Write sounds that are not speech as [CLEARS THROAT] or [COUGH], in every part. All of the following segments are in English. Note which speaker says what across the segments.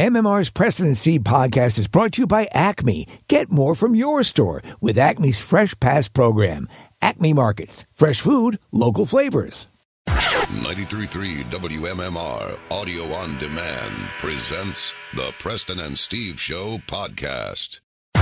Speaker 1: MMR's President Seed podcast is brought to you by Acme. Get more from your store with Acme's Fresh Pass program. Acme Markets, fresh food, local flavors.
Speaker 2: 933 WMMR Audio on Demand presents the Preston and Steve Show podcast.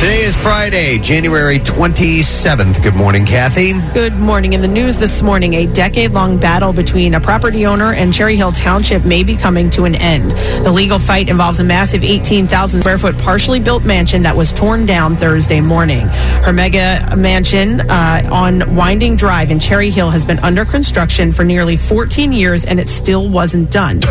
Speaker 3: Today is Friday, January 27th. Good morning, Kathy.
Speaker 4: Good morning. In the news this morning, a decade long battle between a property owner and Cherry Hill Township may be coming to an end. The legal fight involves a massive 18,000 square foot partially built mansion that was torn down Thursday morning. Her mega mansion uh, on Winding Drive in Cherry Hill has been under construction for nearly 14 years and it still wasn't
Speaker 1: [LAUGHS]
Speaker 4: done. So,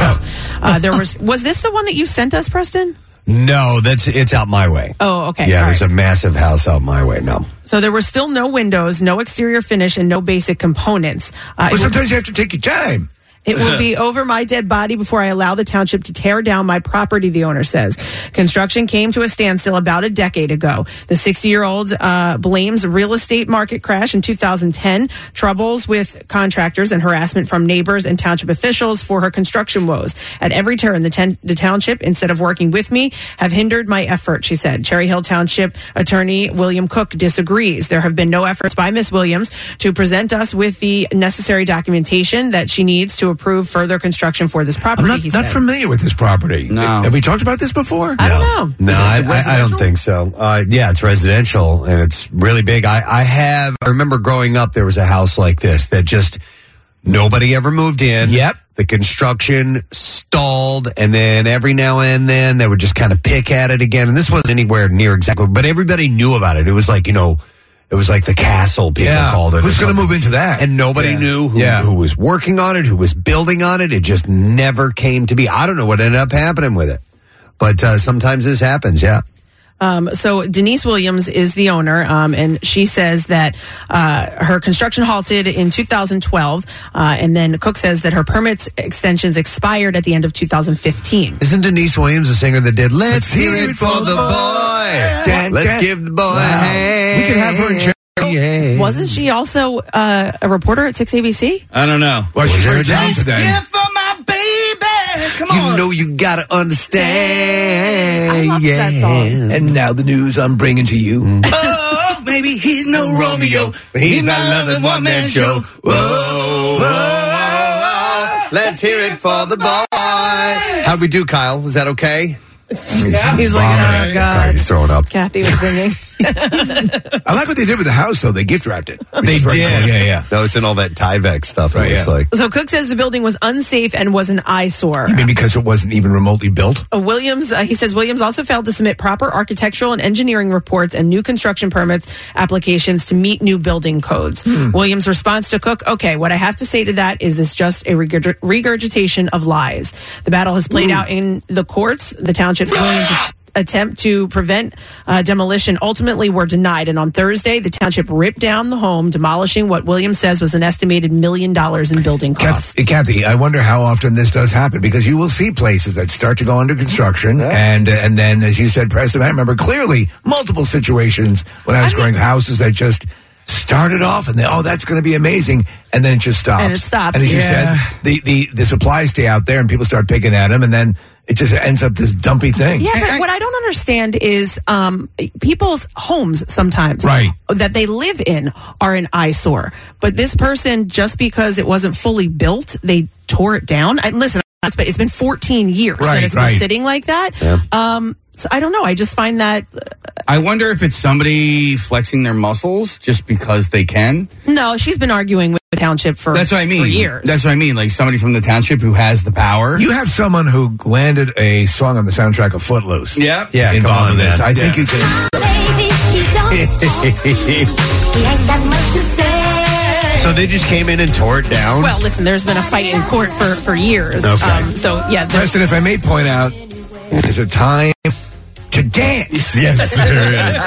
Speaker 4: uh, there was, was this the one that you sent us, Preston?
Speaker 3: No, that's it's out my way.
Speaker 4: Oh, okay.
Speaker 3: yeah,
Speaker 4: All
Speaker 3: there's
Speaker 4: right.
Speaker 3: a massive house out my way. No.
Speaker 4: So there were still no windows, no exterior finish, and no basic components. Uh, it, will,
Speaker 1: Sometimes you have to take your time.
Speaker 4: it will be over my dead body before I allow the township to tear down my property, the owner says. Construction came to a standstill about a decade ago. The 60 year old uh, blames real estate market crash in 2010, troubles with contractors, and harassment from neighbors and township officials for her construction woes. At every turn, the, ten- the township, instead of working with me, have hindered my effort, she said. Cherry Hill Township attorney William Cook disagrees. There have been no efforts by Ms. Williams to present us with the necessary documentation that she needs to approve further construction for this property.
Speaker 1: I'm [LAUGHS] not,
Speaker 4: he
Speaker 1: not
Speaker 4: said.
Speaker 1: familiar with this property.
Speaker 5: No.
Speaker 1: Have we talked about this before?
Speaker 4: I don't know.
Speaker 3: No, I, I, I don't think so. Uh, yeah, it's residential and it's really big. I, I have, I remember growing up, there was a house like this that just nobody ever moved in.
Speaker 1: Yep.
Speaker 3: The construction stalled, and then every now and then they would just kind of pick at it again. And this wasn't anywhere near exactly, but everybody knew about it. It was like, you know, it was like the castle people
Speaker 1: Yeah.
Speaker 3: called it. or
Speaker 1: Who's going to
Speaker 3: something.
Speaker 1: move into that?
Speaker 3: and nobody knew who,
Speaker 1: Yeah.
Speaker 3: who was working on it, who was building on it. It just never came to be. I don't know what ended up happening with it, but uh, sometimes this happens. Yeah,
Speaker 4: Um, so Denise Williams is the owner, um, and she says that uh, her construction halted in 2012, uh, and then Cook says that her permits extensions expired at the end of 2015.
Speaker 3: isn't Denise Williams the singer that did "Let's, Hear It for the Boy"?
Speaker 1: Dun,
Speaker 3: Let's
Speaker 1: dun.
Speaker 3: give the boy a
Speaker 1: Wow.
Speaker 3: hand.
Speaker 1: We could have her in charge.
Speaker 3: Yeah.
Speaker 4: Wasn't she also uh, a reporter at 6ABC?
Speaker 5: I don't know.
Speaker 1: Well, she's
Speaker 3: there
Speaker 1: very
Speaker 3: a dance?
Speaker 1: talented then.
Speaker 5: Yeah, for my baby. Come on.
Speaker 3: You know you gotta understand.
Speaker 4: I loved that song. Mm.
Speaker 1: And now the news I'm bringing to you. [LAUGHS]
Speaker 5: oh, maybe he's no Romeo.
Speaker 3: But He's not loving one man show. Whoa, whoa, whoa, whoa. Let's hear it for the boy. How'd we do, Kyle? Is that okay?
Speaker 4: He's like, oh
Speaker 3: Okay,
Speaker 4: god,
Speaker 3: he's throwing up. [LAUGHS]
Speaker 4: Kathy was singing. [LAUGHS]
Speaker 1: I like what they did with the house, though. They gift wrapped it.
Speaker 3: They did.
Speaker 1: Yeah, yeah.
Speaker 3: No, it's in all that Tyvek stuff. it
Speaker 1: Right,
Speaker 3: looks
Speaker 1: Oh, yeah.
Speaker 3: like.
Speaker 4: so Cook says the building was unsafe and was an eyesore.
Speaker 1: Maybe because it wasn't even remotely built.
Speaker 4: Uh, Williams, uh, he says Williams also failed to submit proper architectural and engineering reports and new construction permits applications to meet new building codes. Williams' response to Cook, okay, what I have to say to that is it's just a regurg- regurgitation of lies. The battle has played out in the courts. The township's Williams attempt to prevent uh, demolition ultimately were denied. And on Thursday, the township ripped down the home, demolishing what Williams says was an estimated million dollars in building costs.
Speaker 1: Kathy, Uh, Kathy, I wonder how often this does happen because you will see places that start to go under construction, and uh, and then, as you said, Preston, I remember clearly multiple situations when I was growing houses that just started off and they, oh, that's going to be amazing, and then it just stops.
Speaker 4: And it stops,
Speaker 1: And as you
Speaker 4: yeah.
Speaker 1: said, the, the the supplies stay out there, and people start picking at them, and then it just ends up this dumpy thing.
Speaker 4: Yeah, but what I don't understand is um, people's homes sometimes
Speaker 1: Right.
Speaker 4: that they live in are an eyesore. But this person, just because it wasn't fully built, they tore it down. And listen, that's- but it's been 14 years
Speaker 1: Right,
Speaker 4: that it's
Speaker 1: right.
Speaker 4: been sitting like that. Um, so I don't know. I just find that
Speaker 5: I wonder if it's somebody flexing their muscles just because they can.
Speaker 4: no, she's been arguing with the township for
Speaker 5: That's what I mean.
Speaker 4: for years.
Speaker 5: That's what I mean. Like somebody from the township who has the power.
Speaker 1: You have someone who landed a song on the soundtrack of Footloose.
Speaker 5: Yeah.
Speaker 1: yeah.
Speaker 3: come
Speaker 1: Involved
Speaker 3: on,
Speaker 1: in this,
Speaker 3: man.
Speaker 1: I think you can.
Speaker 6: Baby, he don't talk to me. He ain't got much to say.
Speaker 3: So they just came in and tore it down.
Speaker 4: well, listen, there's been a fight in court for for years. Um,
Speaker 3: Okay.
Speaker 4: so yeah, there's
Speaker 1: Preston, if I may point out, there's a time to [LAUGHS] dance.
Speaker 3: yes, there is.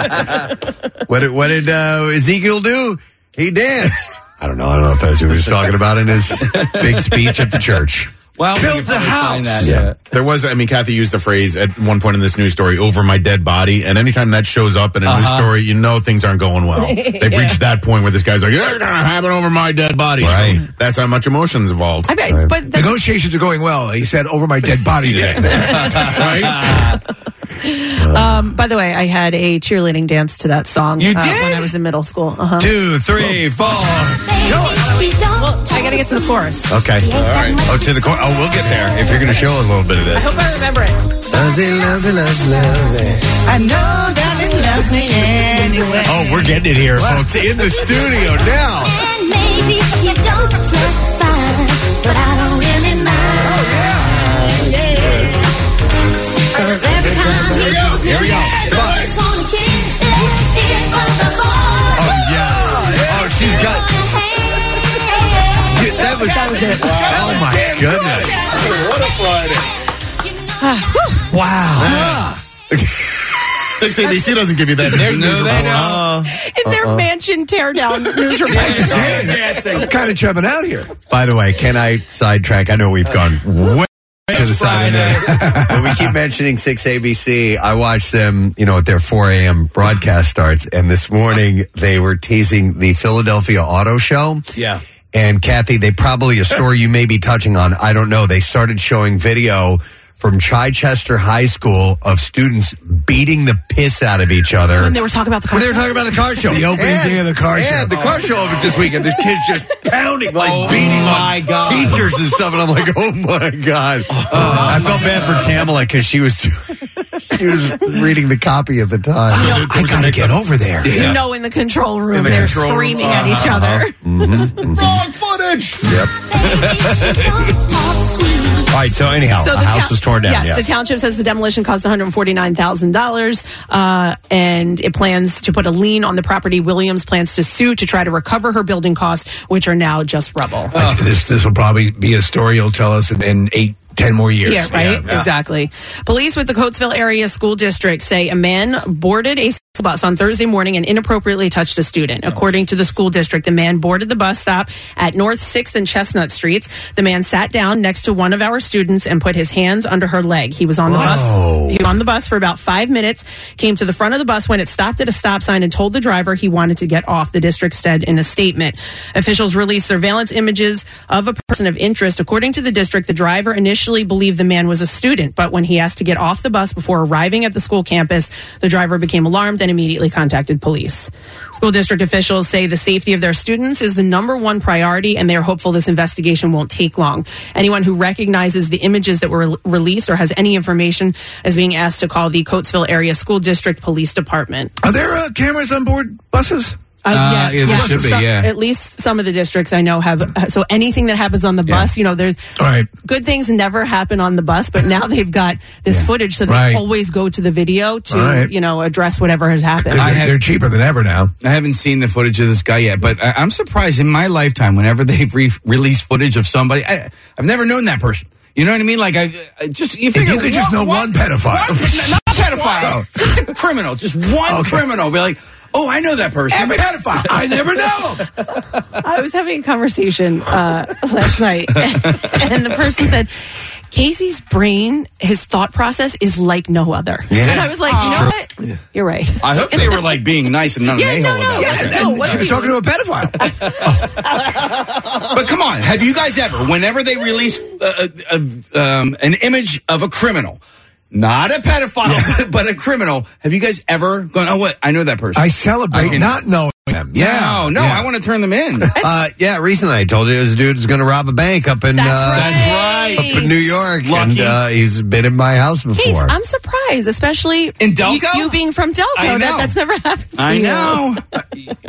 Speaker 3: what did, what did uh, Ezekiel do? [LAUGHS] He danced. I don't know. I don't know if that's who he was talking about in his big speech at the church.
Speaker 5: Well, we
Speaker 1: Build the
Speaker 5: can probably find
Speaker 1: house.
Speaker 5: that, uh,
Speaker 7: There was, I mean, Kathy used the phrase at one point in this news story, over my dead body. And anytime that shows up in a
Speaker 5: Uh-huh.
Speaker 7: news story, you know things aren't going
Speaker 1: [LAUGHS]
Speaker 7: well. They've reached that point where this guy's like, you're going to have it over my dead body. So
Speaker 3: Right.
Speaker 7: that's how much emotion's involved.
Speaker 4: I bet, but that's,
Speaker 1: Negotiations are going well. He said, over my dead body.
Speaker 7: right?
Speaker 4: um, by the way, I had a cheerleading dance to that song
Speaker 3: Uh. You
Speaker 4: uh, when
Speaker 3: did?
Speaker 4: I was in middle school. Uh-huh.
Speaker 3: [LAUGHS] Two, three, four.
Speaker 4: Well, I got to get to the chorus.
Speaker 3: Okay.
Speaker 6: All right.
Speaker 3: Oh, to the court. Oh, we'll get there if you're going to show a little bit of
Speaker 4: I
Speaker 3: this.
Speaker 4: hope I remember it. I know that it loves me anyway.
Speaker 3: Oh, we're getting it here, folks, in the studio now.
Speaker 6: And maybe you don't dress fine, but I don't really mind. Cause every time he goes, here we go. Just wanna change this here for the boy.
Speaker 3: Oh, yes. Oh, she's got.
Speaker 6: Hey.
Speaker 3: That was, that was it. Oh, my goodness.
Speaker 7: what a Friday.
Speaker 6: You know
Speaker 3: Wow.
Speaker 7: [LAUGHS] XABC doesn't give you that.
Speaker 5: There's [LAUGHS] no- they don't.
Speaker 4: In
Speaker 3: Uh-uh.
Speaker 4: their mansion teardown news report.
Speaker 1: I'm kind of chubbing out here.
Speaker 3: By the way, can I sidetrack? I know we've gone way to the side of this. But we keep mentioning 6ABC. I watched them, you know, at their 4 a.m. broadcast starts. And this morning they were teasing the Philadelphia Auto Show.
Speaker 5: Yeah.
Speaker 3: And Kathy, they probably, a story you may be touching on, I don't know. They started showing video from Chichester High School of students beating the piss out of each other.
Speaker 4: And they were talking about the
Speaker 3: When they were
Speaker 4: car.
Speaker 3: talking about the car show.
Speaker 1: The opening day of the car show.
Speaker 3: And the car show opens this weekend. There's kids
Speaker 1: [LAUGHS]
Speaker 3: just pounding, like
Speaker 5: Oh,
Speaker 3: beating
Speaker 5: my
Speaker 3: on
Speaker 5: God.
Speaker 3: teachers and stuff. And I'm like, oh my
Speaker 1: [LAUGHS]
Speaker 3: God.
Speaker 1: Oh,
Speaker 3: Uh, I felt bad for Tamala because she was [LAUGHS] she was reading the copy at the time.
Speaker 1: I got to get over there.
Speaker 4: You know, in the control room,
Speaker 7: the
Speaker 4: they're
Speaker 7: control room.
Speaker 4: screaming at each
Speaker 3: uh-huh.
Speaker 4: other.
Speaker 1: Mm-hmm.
Speaker 3: Mm-hmm.
Speaker 7: Wrong footage.
Speaker 6: Baby, you don't talk sweet.
Speaker 3: All right, so anyhow, the, house
Speaker 4: town-
Speaker 3: was torn down.
Speaker 4: Yes,
Speaker 3: yeah.
Speaker 4: the township says the demolition cost one hundred forty nine thousand uh, dollars, and it plans to put a lien on the property. Williams plans to sue to try to recover her building costs, which are now just
Speaker 3: Oh,
Speaker 4: rubble.
Speaker 1: This this will probably be a story you'll tell us in, in eight, ten more years.
Speaker 4: Yeah, right? Exactly. Police with the Coatesville Area School District say a man boarded a school bus on Thursday morning and inappropriately touched a student. According to the school district, the man boarded the bus stop at North 6th and Chestnut Streets. The man sat down next to one of our students and put his hands under her leg. He was on the
Speaker 3: Whoa.
Speaker 4: bus. He was on the bus for about five minutes, came to the front of the bus when it stopped at a stop sign and told the driver he wanted to get off, the district said in a statement. Officials released surveillance images of a person of interest. According to the district, the driver initially believed the man was a student, but when he asked to get off the bus before arriving at the school campus, the driver became alarmed and immediately contacted police. School district officials say the safety of their students is the number one priority, and they are hopeful this investigation won't take long. Anyone who recognizes the images that were re- released or has any information is being asked to call the Coatesville Area School District Police Department.
Speaker 1: Are there uh, cameras on board buses?
Speaker 4: Uh,
Speaker 5: yeah, there should be,
Speaker 4: Some-
Speaker 5: yeah.
Speaker 4: At least some of the districts I know have. uh, so anything that happens on the bus, you know, there's
Speaker 1: All right.
Speaker 4: good things never happen on the bus, but now they've got this footage, so they
Speaker 1: Right.
Speaker 4: always go to the video to
Speaker 1: Right.
Speaker 4: you know address whatever has happened.
Speaker 1: Because
Speaker 5: I
Speaker 1: they're,
Speaker 5: have-
Speaker 1: they're cheaper than ever now.
Speaker 5: I haven't seen the footage of this guy yet, but I, I'm surprised in my lifetime whenever [LAUGHS] they've re- released footage of somebody, I, I've never known that person. You know what I mean? Like I, I just you figure
Speaker 1: you could just know one pedophile. [LAUGHS]
Speaker 5: one- not pedophile, just a criminal, just one
Speaker 1: Okay.
Speaker 5: criminal. Be like, oh, I know that person.
Speaker 1: Every pedophile. I
Speaker 5: [LAUGHS]
Speaker 1: never know.
Speaker 4: [LAUGHS] I was having a conversation uh, last night, [LAUGHS] and the person said, Casey's brain, his thought process is like no other.
Speaker 3: Yeah.
Speaker 4: And I was like, you know what? You're right. [LAUGHS]
Speaker 5: I hope they were like being nice and not an
Speaker 4: Yeah,
Speaker 5: a-hole
Speaker 4: no, no,
Speaker 5: about
Speaker 4: yeah.
Speaker 5: it.
Speaker 4: No, what
Speaker 1: she
Speaker 4: do
Speaker 1: was
Speaker 4: you-
Speaker 1: talking to a
Speaker 4: [LAUGHS]
Speaker 1: pedophile.
Speaker 5: [LAUGHS] But come on, have you guys ever, whenever they release uh, uh, um, an image of a criminal, not a pedophile, [LAUGHS] but a criminal, have you guys ever gone, oh, what? I know that person.
Speaker 1: I celebrate not knowing them. Yeah.
Speaker 5: No, no,
Speaker 1: yeah.
Speaker 5: I want to turn them in.
Speaker 3: Uh, yeah, recently I told you this dude is going to rob a bank up in uh,
Speaker 5: That's
Speaker 3: up in New York,
Speaker 5: Lucky.
Speaker 3: and uh, he's been in my house before.
Speaker 4: Case, I'm surprised, especially
Speaker 5: In
Speaker 4: you,
Speaker 5: Delco?
Speaker 4: you being from Delco. That,
Speaker 5: I know.
Speaker 4: that's never happened to
Speaker 5: I
Speaker 4: you.
Speaker 5: know.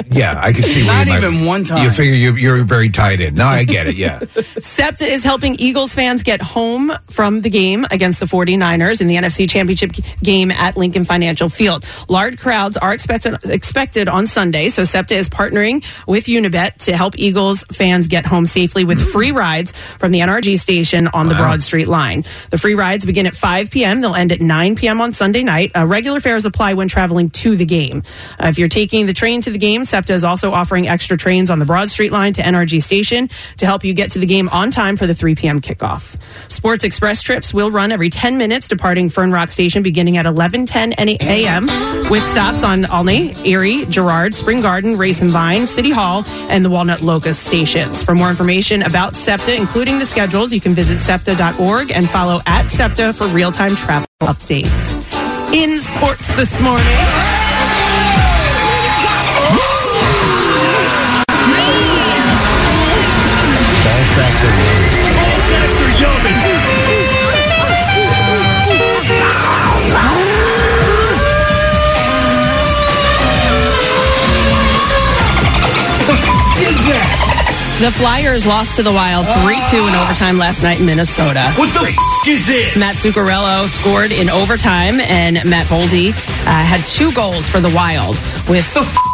Speaker 1: Yeah, I can see. where
Speaker 5: Not
Speaker 1: you might-
Speaker 5: even one time.
Speaker 1: You figure you, you're very tied in. No, I get it. Yeah. [LAUGHS]
Speaker 4: SEPTA is helping Eagles fans get home from the game against the 49ers in the NFC Championship game at Lincoln Financial Field. Large crowds are expected, expected on Sunday, so So SEPTA is partnering with Unibet to help Eagles fans get home safely with free rides from the NRG station on the Broad Street line. The free rides begin at 5 p.m. They'll end at 9 p.m. on Sunday night. Uh, regular fares apply when traveling to the game. Uh, if you're taking the train to the game, SEPTA is also offering extra trains on the Broad Street line to NRG station to help you get to the game on time for the 3 p.m. kickoff. Sports Express trips will run every 10 minutes, departing Fern Rock Station beginning at 11:10 and 8 a.m. with stops on Olney, Erie, Girard, Spring Garden, Race and Vine, City Hall, and the Walnut Locust stations. For more information about SEPTA, including the schedules, you can visit septa.org and follow at SEPTA for real-time travel updates. In sports this morning. The Flyers lost to the Wild 3-2 in overtime last night in Minnesota.
Speaker 7: What the f- is this?
Speaker 4: Matt Zuccarello scored in overtime, and Matt Boldy uh, had two goals for the Wild. With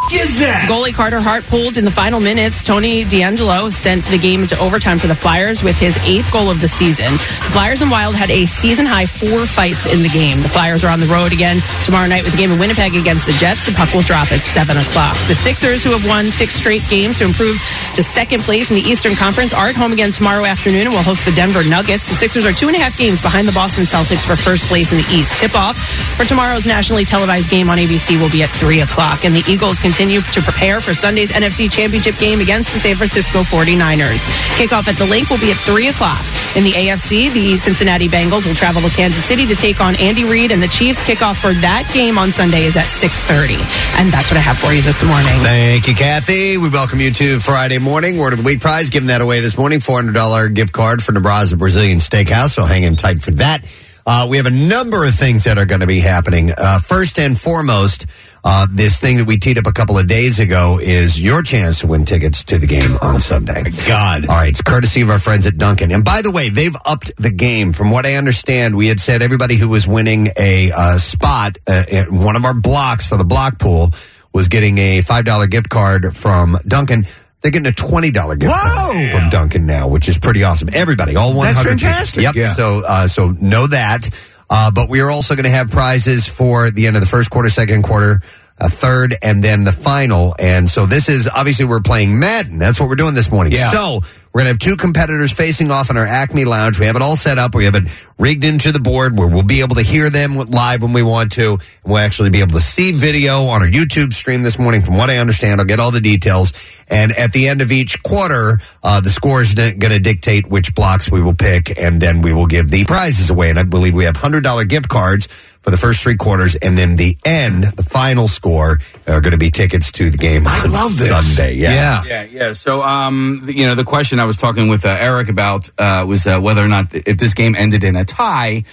Speaker 7: is that?
Speaker 4: goalie Carter Hart pulled in the final minutes, Tony D'Angelo sent the game into overtime for the Flyers with his eighth goal of the season. The Flyers and Wild had a season-high four fights in the game. The Flyers are on the road again tomorrow night with a game in Winnipeg against the Jets. The puck will drop at 7 o'clock. The Sixers, who have won six straight games to improve to second place in the Eastern Conference, are at home again tomorrow afternoon and will host the Denver Nuggets. The Sixers are two and a half games behind the Boston Celtics for first place in the East. Tip-off for tomorrow's nationally televised game on ABC will be at 3 o'clock. And the Eagles continue to prepare for Sunday's NFC Championship game against the San Francisco 49ers. Kickoff at the link will be at 3 o'clock. In the AFC, the Cincinnati Bengals will travel to Kansas City to take on Andy Reid, and the Chiefs kickoff for that game on Sunday is at 6.30. And that's what I have for you this morning.
Speaker 3: Thank you, Kathy. We welcome you to Friday morning Word of the Week prize. Giving that away this morning, four hundred dollar gift card for Nebraska Brazilian Steakhouse. So hang in tight for that. Uh, we have a number of things that are going to be happening. Uh, first and foremost, uh, this thing that we teed up a couple of days ago is your chance to win tickets to the game on Sunday. God. All right, it's courtesy of our friends at Duncan. And by the way, they've upped the game. From what I understand, we had said everybody who was winning a uh, spot uh, at one of our blocks for the block pool was getting a $5 gift card from Duncan. They're getting a $20 gift card from Duncan now, which is pretty awesome. Everybody, all 100
Speaker 1: That's
Speaker 3: tickets.
Speaker 1: fantastic.
Speaker 3: Yep.
Speaker 1: Yeah.
Speaker 3: So, uh, so know that. Uh, but we are also going to have prizes for the end of the first quarter, second quarter, a third, and then the final. And so this is obviously we're playing Madden. That's what we're doing this morning.
Speaker 1: Yeah.
Speaker 3: So Oh, we're going to have two competitors facing off in our Acme Lounge. We have it all set up. We have it rigged into the board where we'll be able to hear them live when we want to. And we'll actually be able to see video on our YouTube stream this morning. From what I understand, I'll get all the details. And at the end of each quarter, uh, the score is going to dictate which blocks we will pick, and then we will give the prizes away. And I believe we have $100 gift cards for the first three quarters, and then the end, the final score, are going to be tickets to the game I on
Speaker 1: love this.
Speaker 3: Sunday.
Speaker 1: Yeah.
Speaker 5: Yeah, yeah. So, um, th- you know, the question I was talking with uh, Eric about uh, was uh, whether or not th- if this game ended in a tie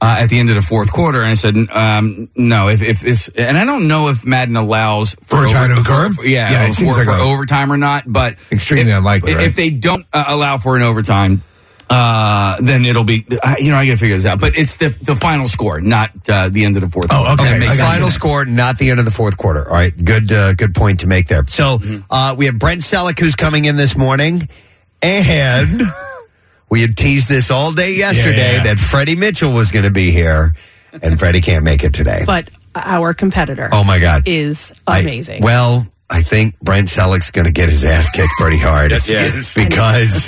Speaker 5: uh, at the end of the fourth quarter, and I said n- um, no. If if this, and I don't know if Madden allows
Speaker 1: For a tie to
Speaker 5: over-
Speaker 1: occur?
Speaker 5: for- yeah,
Speaker 1: Yeah, it
Speaker 5: for,
Speaker 1: seems like
Speaker 5: for
Speaker 1: a-
Speaker 5: overtime or not, but
Speaker 1: Extremely
Speaker 5: if-
Speaker 1: unlikely,
Speaker 5: If,
Speaker 1: right?
Speaker 5: they don't uh, allow for an overtime. Uh, then it'll be, I- you know, I gotta figure this out. But it's the the final score, not uh, the end of the fourth.
Speaker 1: Oh,
Speaker 5: quarter.
Speaker 1: okay.
Speaker 5: That makes
Speaker 1: I got
Speaker 5: sense.
Speaker 3: Final score, not the end of the fourth quarter. All right, good, uh, good point to make there. So
Speaker 1: Mm-hmm.
Speaker 3: uh, we have Brent Selleck who's coming in this morning, and
Speaker 1: [LAUGHS]
Speaker 3: we had teased this all day yesterday
Speaker 1: yeah.
Speaker 3: that Freddie Mitchell was going to be here, and Freddie can't make it today.
Speaker 4: But our competitor
Speaker 3: oh my God,
Speaker 4: is
Speaker 3: I-
Speaker 4: amazing.
Speaker 3: well, I think Brent Selleck's going to get his ass kicked pretty
Speaker 1: [LAUGHS]
Speaker 3: hard.
Speaker 7: Yes,
Speaker 3: because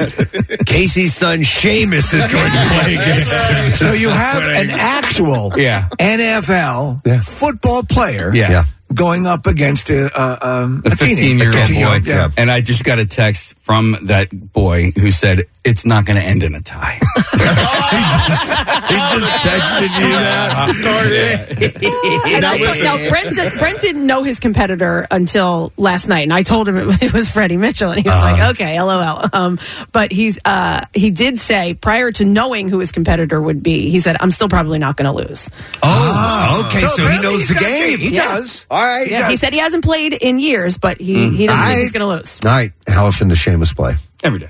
Speaker 3: Casey's son Seamus is going
Speaker 1: [LAUGHS]
Speaker 3: to play against.
Speaker 1: So you have an actual
Speaker 5: Yeah.
Speaker 1: NFL
Speaker 3: Yeah.
Speaker 1: football player
Speaker 5: Yeah.
Speaker 3: Yeah.
Speaker 1: going up against a, a, um, a,
Speaker 5: a 15
Speaker 1: teenage-
Speaker 5: year old
Speaker 1: 15-year-old,
Speaker 5: boy. And I just got a text from that boy who said, It's not going to end in a tie.
Speaker 3: [LAUGHS] He just texted you that.
Speaker 4: And I told, now Brent, did, Brent didn't know his competitor until last night, and I told him it, [LAUGHS] was Freddie Mitchell, and he was
Speaker 3: Uh-huh.
Speaker 4: like, "Okay, lol." Um, but he's uh, he did say prior to knowing who his competitor would be, he said, "I'm still probably not going to lose."
Speaker 3: Oh, okay. So, he
Speaker 1: apparently
Speaker 3: knows
Speaker 1: he's
Speaker 3: the
Speaker 1: got a
Speaker 3: game.
Speaker 1: He
Speaker 4: Yeah.
Speaker 1: does.
Speaker 3: All right.
Speaker 4: Yeah, he said he hasn't played in years, but he
Speaker 3: Mm-hmm.
Speaker 4: he doesn't think he's going to lose.
Speaker 3: All right. How often does Seamus play?
Speaker 5: Every day.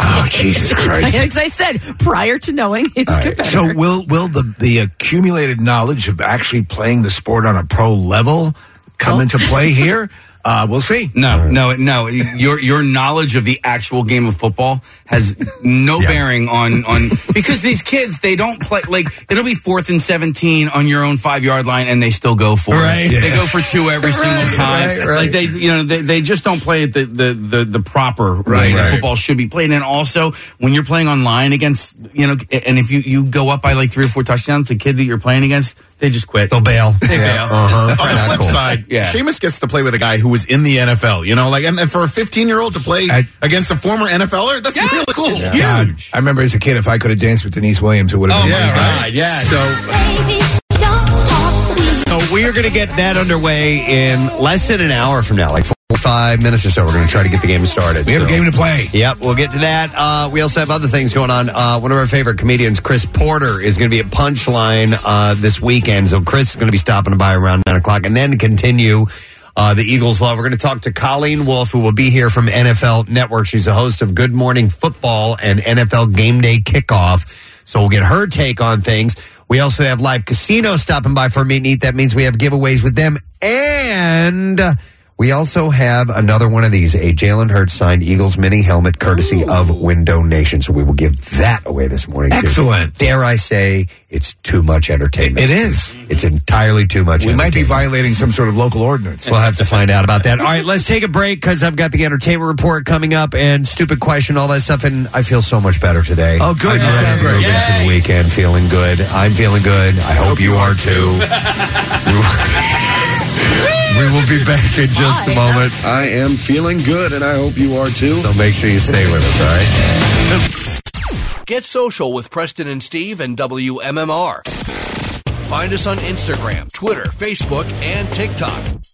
Speaker 1: Oh, Jesus Christ.
Speaker 4: [LAUGHS] As I said, prior to knowing his competitor,
Speaker 1: So will will the the accumulated knowledge of actually playing the sport on a pro level come into play here? Uh, we'll see.
Speaker 5: No, no, no. Your your knowledge of the actual game of football has no bearing on on because these kids they don't play like it'll be fourth and seventeen on your own five yard line and they still go for
Speaker 3: Right.
Speaker 5: it. They go for two every
Speaker 3: [LAUGHS]
Speaker 5: single time.
Speaker 3: right, right.
Speaker 5: Like they you know they, they just don't play it the the the, the proper way
Speaker 1: Right.
Speaker 5: that
Speaker 1: Right.
Speaker 5: football should be played. And also when you're playing online against you know and if you you go up by like three or four touchdowns, the kid that you're playing against they just quit.
Speaker 3: They'll bail.
Speaker 5: [LAUGHS] They uh, bail.
Speaker 3: Uh-huh.
Speaker 7: On the
Speaker 3: Not
Speaker 7: flip
Speaker 3: cool.
Speaker 7: side,
Speaker 5: Yeah.
Speaker 7: Sheamus gets to play with a guy who was in the NFL. You know, like and, and for a 15 year old to play
Speaker 1: I-
Speaker 7: against a former NFLer, er, that's really cool.
Speaker 1: God, I remember as a kid, if I could have danced with Denise Williams, it would have
Speaker 7: Oh
Speaker 1: been
Speaker 7: my
Speaker 1: my God.
Speaker 7: god! Yeah. So
Speaker 6: Baby, don't talk sweet.
Speaker 3: So we are going to get that underway in less than an hour from now, like four, five minutes or so. We're going to try to get the game started.
Speaker 1: We have a game to play.
Speaker 3: Yep, we'll get to that. Uh, we also have other things going on. Uh, one of our favorite comedians, Chris Porter, is going to be at Punchline uh, this weekend. So Chris is going to be stopping by around 9 o'clock and then continue uh, the Eagles' love. We're going to talk to Colleen Wolf, who will be here from NFL Network. She's the host of Good Morning Football and NFL Game Day Kickoff. So we'll get her take on things. We also have Live Casino stopping by for a meet and eat. That means we have giveaways with them. And. We also have another one of these, a Jalen Hurts signed Eagles mini helmet courtesy of Window Nation. So we will give that away this morning. too.
Speaker 1: Excellent.
Speaker 3: Dare I say, it's too much entertainment.
Speaker 1: It is.
Speaker 3: It's entirely too much
Speaker 1: We might be
Speaker 3: entertainment.
Speaker 1: violating some sort of local ordinance.
Speaker 3: We'll have to find out about that. All right, let's take a break because I've got the entertainment report coming up and stupid question, all that stuff. And I feel so much better today.
Speaker 1: Oh, good.
Speaker 3: I
Speaker 1: You sound
Speaker 3: drove
Speaker 1: great.
Speaker 3: into the weekend feeling good. I'm feeling good. I hope you are too. [LAUGHS] We will- We will be back in just a moment.
Speaker 8: I am feeling good, and I hope you are too.
Speaker 3: So make sure you stay with us, all right?
Speaker 9: Get social with Preston and Steve and WMMR. Find us on Instagram, Twitter, Facebook, and TikTok.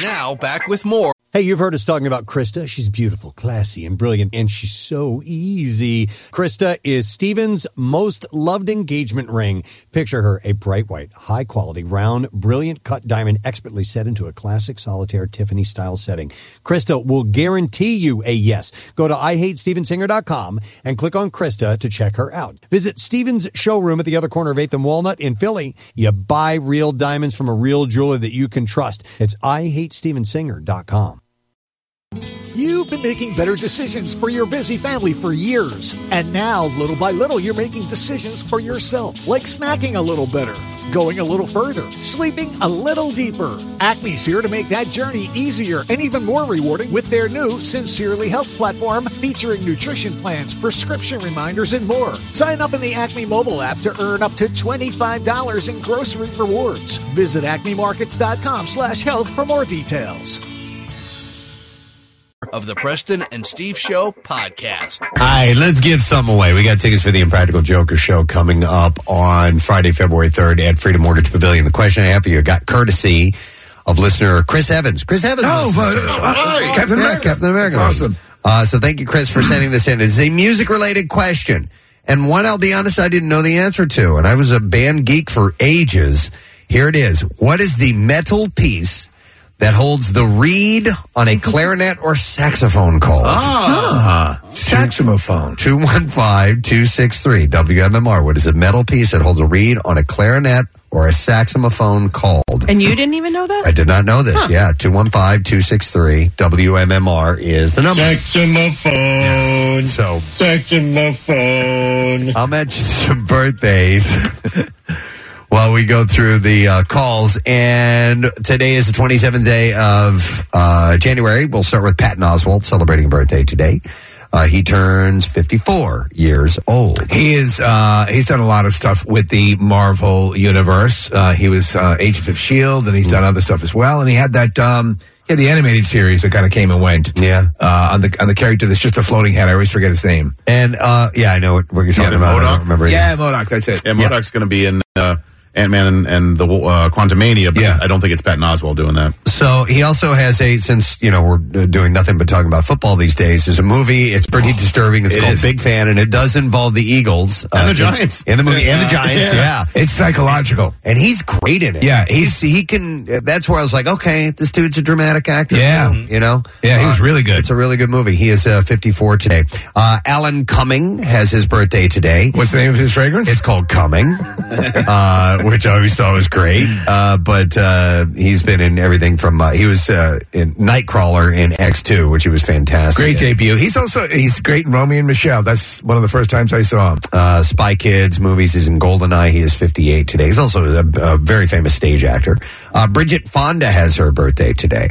Speaker 9: Now, back with more.
Speaker 10: Hey, you've heard us talking about Krista. She's beautiful, classy, and brilliant, and she's so easy. Krista is Steven's most loved engagement ring. Picture her a bright white, high quality, round, brilliant cut diamond expertly set into a classic solitaire Tiffany style setting. Krista will guarantee you a yes. Go to IHateStevensinger.com and click on Krista to check her out. Visit Steven's showroom at the other corner of 8th and Walnut in Philly. You buy real diamonds from a real jeweler that you can trust. It's IHateStevensinger.com.
Speaker 11: You've been making better decisions for your busy family for years. And now, little by little, you're making decisions for yourself, like snacking a little better, going a little further, sleeping a little deeper. Acme's here to make that journey easier and even more rewarding with their new Sincerely Health platform featuring nutrition plans, prescription reminders, and more. Sign up in the Acme mobile app to earn up to $25 in grocery rewards. Visit acmemarkets.com slash health for more details.
Speaker 9: Of the Preston and Steve Show podcast.
Speaker 3: All right, let's give some away. We got tickets for the Impractical Joker show coming up on Friday, February 3rd at Freedom Mortgage Pavilion. The question I have for you got courtesy of listener Chris Evans. Chris Evans.
Speaker 1: Oh,
Speaker 3: listens to
Speaker 1: uh,
Speaker 3: the show.
Speaker 1: uh,
Speaker 3: Yeah,
Speaker 1: Captain America.
Speaker 3: Captain America.
Speaker 1: That's awesome.
Speaker 3: Uh, so thank you, Chris, for sending this in. It's a music related question, and one I'll be honest, I didn't know the answer to, and I was a band geek for ages. Here it is. What is the metal piece that holds the reed on a clarinet or saxophone called?
Speaker 1: Ah. Saxophone.
Speaker 3: 215-263 WMMR. What is a metal piece that holds a reed on a clarinet or a saxophone called?
Speaker 4: And you didn't even know
Speaker 3: I
Speaker 4: that?
Speaker 3: did not know this. Yeah, 215-263 WMMR is the number.
Speaker 12: Saxophone.
Speaker 3: So,
Speaker 12: Saxophone.
Speaker 3: I'll mention [LAUGHS] some birthdays [LAUGHS] while we go through the uh, calls. And today is the 27th day of uh, January. We'll start with Patton Oswald celebrating a birthday today. Uh, he turns 54 years old.
Speaker 1: He is. Uh, he's done a lot of stuff with the Marvel universe. Uh, he was uh, Agent of Shield, and he's done other stuff as well. And he had that. Um, yeah, the animated series that kind of came and went.
Speaker 3: Yeah.
Speaker 1: uh, on the on the character that's just a floating head. I always forget his name.
Speaker 3: And uh, yeah, I know what, what you're talking
Speaker 7: the
Speaker 3: about. I don't
Speaker 7: Modoc?
Speaker 3: remember. either.
Speaker 1: Yeah, Modoc. That's it.
Speaker 7: yeah, Modoc's going to be in uh, Ant Man and, and the uh, Quantumania, but
Speaker 1: Yeah.
Speaker 7: I don't think it's Patton Oswald doing that.
Speaker 3: So he also has a since you know we're uh, doing nothing but talking about football these days. There's a movie. It's pretty disturbing. It's
Speaker 1: Oh, it
Speaker 3: called
Speaker 1: is.
Speaker 3: Big Fan, and it does involve the Eagles uh,
Speaker 7: And the
Speaker 3: in-
Speaker 7: Giants.
Speaker 3: in, the movie and the
Speaker 7: Yeah.
Speaker 3: Giants. Yeah.
Speaker 1: It's psychological.
Speaker 3: And he's great in it.
Speaker 1: Yeah,
Speaker 3: he's
Speaker 1: he's-
Speaker 3: he can. uh, That's where I was like, okay, this dude's a dramatic actor.
Speaker 1: Yeah.
Speaker 3: too, you know.
Speaker 1: Yeah, he
Speaker 3: Uh,
Speaker 1: was really good.
Speaker 3: It's a really good movie. He is uh, 54 today. Uh, Alan Cumming has his birthday today.
Speaker 1: What's the name of his fragrance? [LAUGHS]
Speaker 3: It's called Coming, uh, which I always thought was great. Uh, but uh, he's been in everything from uh, he was uh, in Nightcrawler in X Two, which he was fantastic.
Speaker 1: Great debut. He's also he's great in Romeo and Michelle. That's one of the first times I saw him.
Speaker 3: Uh, Spy Kids movies. He's in Goldeneye. He is 58 today. He's also a, a very famous stage actor. Uh, Bridget Fonda has her birthday today,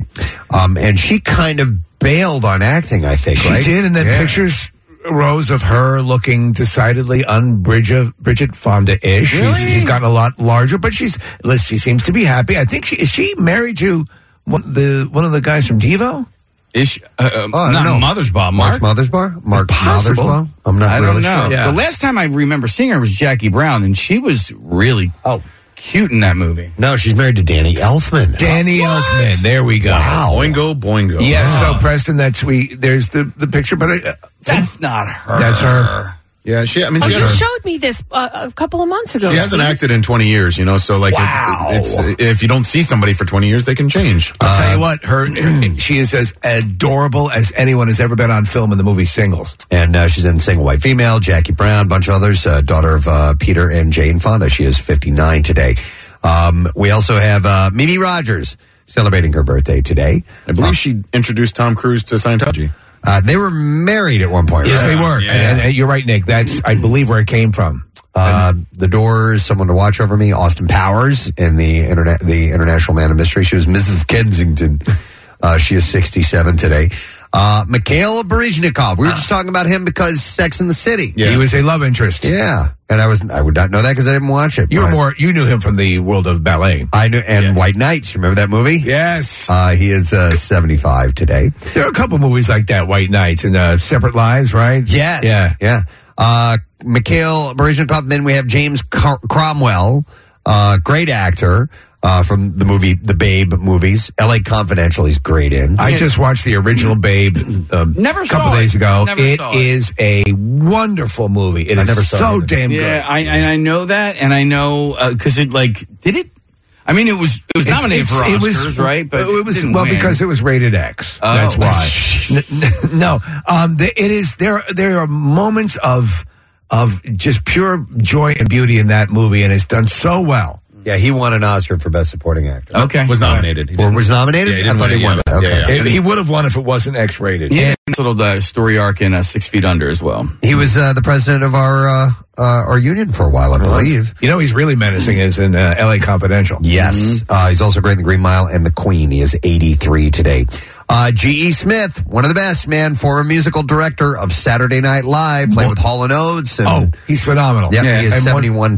Speaker 3: um, and she kind of bailed on acting. I think
Speaker 1: She
Speaker 3: right?
Speaker 1: did, and then
Speaker 3: Yeah.
Speaker 1: pictures arose of her looking decidedly un Bridget Bridget Fonda ish. She's, she's gotten a lot larger, but she's listen, she seems to be happy. I think she is she married to one, the one of the guys from Devo.
Speaker 5: Is she, uh, uh,
Speaker 1: Oh, I don't
Speaker 5: not
Speaker 1: know.
Speaker 5: Mother's Bar,
Speaker 1: Mark's
Speaker 5: Mark.
Speaker 3: Mother's Bar? Mark
Speaker 5: Possible.
Speaker 3: Mother's Bar? I'm not
Speaker 5: I don't
Speaker 3: really
Speaker 5: know.
Speaker 3: sure. Yeah.
Speaker 5: The last time I remember seeing her was Jackie Brown, and she was really
Speaker 3: oh
Speaker 5: cute in that movie.
Speaker 3: No, she's married to Danny Elfman.
Speaker 1: Danny Elfman. There we go. Wow.
Speaker 7: Boingo, boingo.
Speaker 1: Yeah. So Preston, that's we. There's the the picture, but I,
Speaker 5: that's not her.
Speaker 1: That's her.
Speaker 7: Yeah, she. I mean,
Speaker 4: oh,
Speaker 7: she
Speaker 4: you
Speaker 7: has-
Speaker 4: showed me this uh, a couple of months ago.
Speaker 7: She hasn't
Speaker 4: Steve.
Speaker 7: acted in 20 years, you know, so like it's, it's if you don't see somebody for 20 years, they can change. Uh,
Speaker 1: I'll tell you what,
Speaker 3: [CLEARS THROAT]
Speaker 1: her she is as adorable as anyone has ever been on film in the movie Singles.
Speaker 3: And uh, she's in Single White Female, Jackie Brown, a bunch of others, uh, daughter of uh, Peter and Jane Fonda. She is 59 today. Um, we also have uh, Mimi Rogers celebrating her birthday today.
Speaker 7: I believe she introduced Tom Cruise to Scientology.
Speaker 3: Uh, they were married at one point.
Speaker 1: Yes,
Speaker 3: right?
Speaker 1: they were. And, and you're right, Nick. That's I believe where it came from.
Speaker 3: Uh, the Doors, someone to watch over me, Austin Powers, and the internet, the International Man of Mystery. She was Mrs. Kensington. Uh, she is 67 today. Uh, Mikhail Baryshnikov. We were just talking about him because Sex in the City.
Speaker 1: He was a love interest.
Speaker 3: Yeah, and I was I would not know that because I didn't watch it.
Speaker 1: You were
Speaker 3: but-
Speaker 1: more. You knew him from the world of ballet.
Speaker 3: I knew and White Knights. Remember that movie?
Speaker 1: Yes.
Speaker 3: Uh, he is uh, 75 today.
Speaker 1: There are a couple movies like that, White Nights and uh, Separate Lives, right?
Speaker 3: Yes.
Speaker 1: Yeah.
Speaker 3: Yeah. Uh, Mikhail Baryshnikov. Then we have James Car- Cromwell, uh, great actor uh, from the movie The Babe movies. L.A. Confidential. He's great in. Mm.
Speaker 1: I just watched the
Speaker 3: [CLEARS THROAT]
Speaker 1: original Babe um,
Speaker 5: Never
Speaker 1: a
Speaker 5: saw
Speaker 1: couple days
Speaker 5: it.
Speaker 1: ago.
Speaker 5: Never
Speaker 1: It
Speaker 5: saw it.
Speaker 1: is a wonderful movie. It is
Speaker 5: I never saw it
Speaker 1: so
Speaker 5: either.
Speaker 1: damn good.
Speaker 5: Yeah, I, and I know that, and I know because it like did it. I mean, it was it was
Speaker 1: It's-
Speaker 5: nominated
Speaker 1: it's-
Speaker 5: for Oscars,
Speaker 1: it was,
Speaker 5: right?
Speaker 1: But it was
Speaker 5: didn't
Speaker 1: well
Speaker 5: win.
Speaker 1: because it was rated X.
Speaker 5: Oh.
Speaker 1: That's
Speaker 5: [LAUGHS]
Speaker 1: why. N- n- no, um, the, it is there. There are moments of of just pure joy and beauty in that movie, and it's done so well.
Speaker 3: Yeah, he won an Oscar for Best Supporting
Speaker 1: Oh,
Speaker 3: Actor.
Speaker 5: Uh, Okay.
Speaker 7: Was nominated. He
Speaker 3: Or
Speaker 7: didn't-
Speaker 3: was nominated?
Speaker 7: Yeah, he
Speaker 3: I
Speaker 7: didn't
Speaker 3: thought
Speaker 7: win
Speaker 3: he
Speaker 7: it,
Speaker 3: won
Speaker 7: yeah.
Speaker 3: that. Okay.
Speaker 7: Yeah, yeah.
Speaker 1: It- he would have won if it wasn't X rated.
Speaker 5: yeah, this little uh, story arc in uh, Six Feet Under as well.
Speaker 3: He was uh, the president of our uh, uh, our union for a while, I believe.
Speaker 1: You know, he's really menacing is in uh, L.A. Confidential.
Speaker 3: Yes. Uh, he's also great in The Green Mile and The Queen. He is 83 today. Uh, G.E. Smith, one of the best, man, former musical director of Saturday Night Live, played with Hall and Oates. And,
Speaker 1: Oh, he's phenomenal.
Speaker 3: Yep, he is
Speaker 1: And one-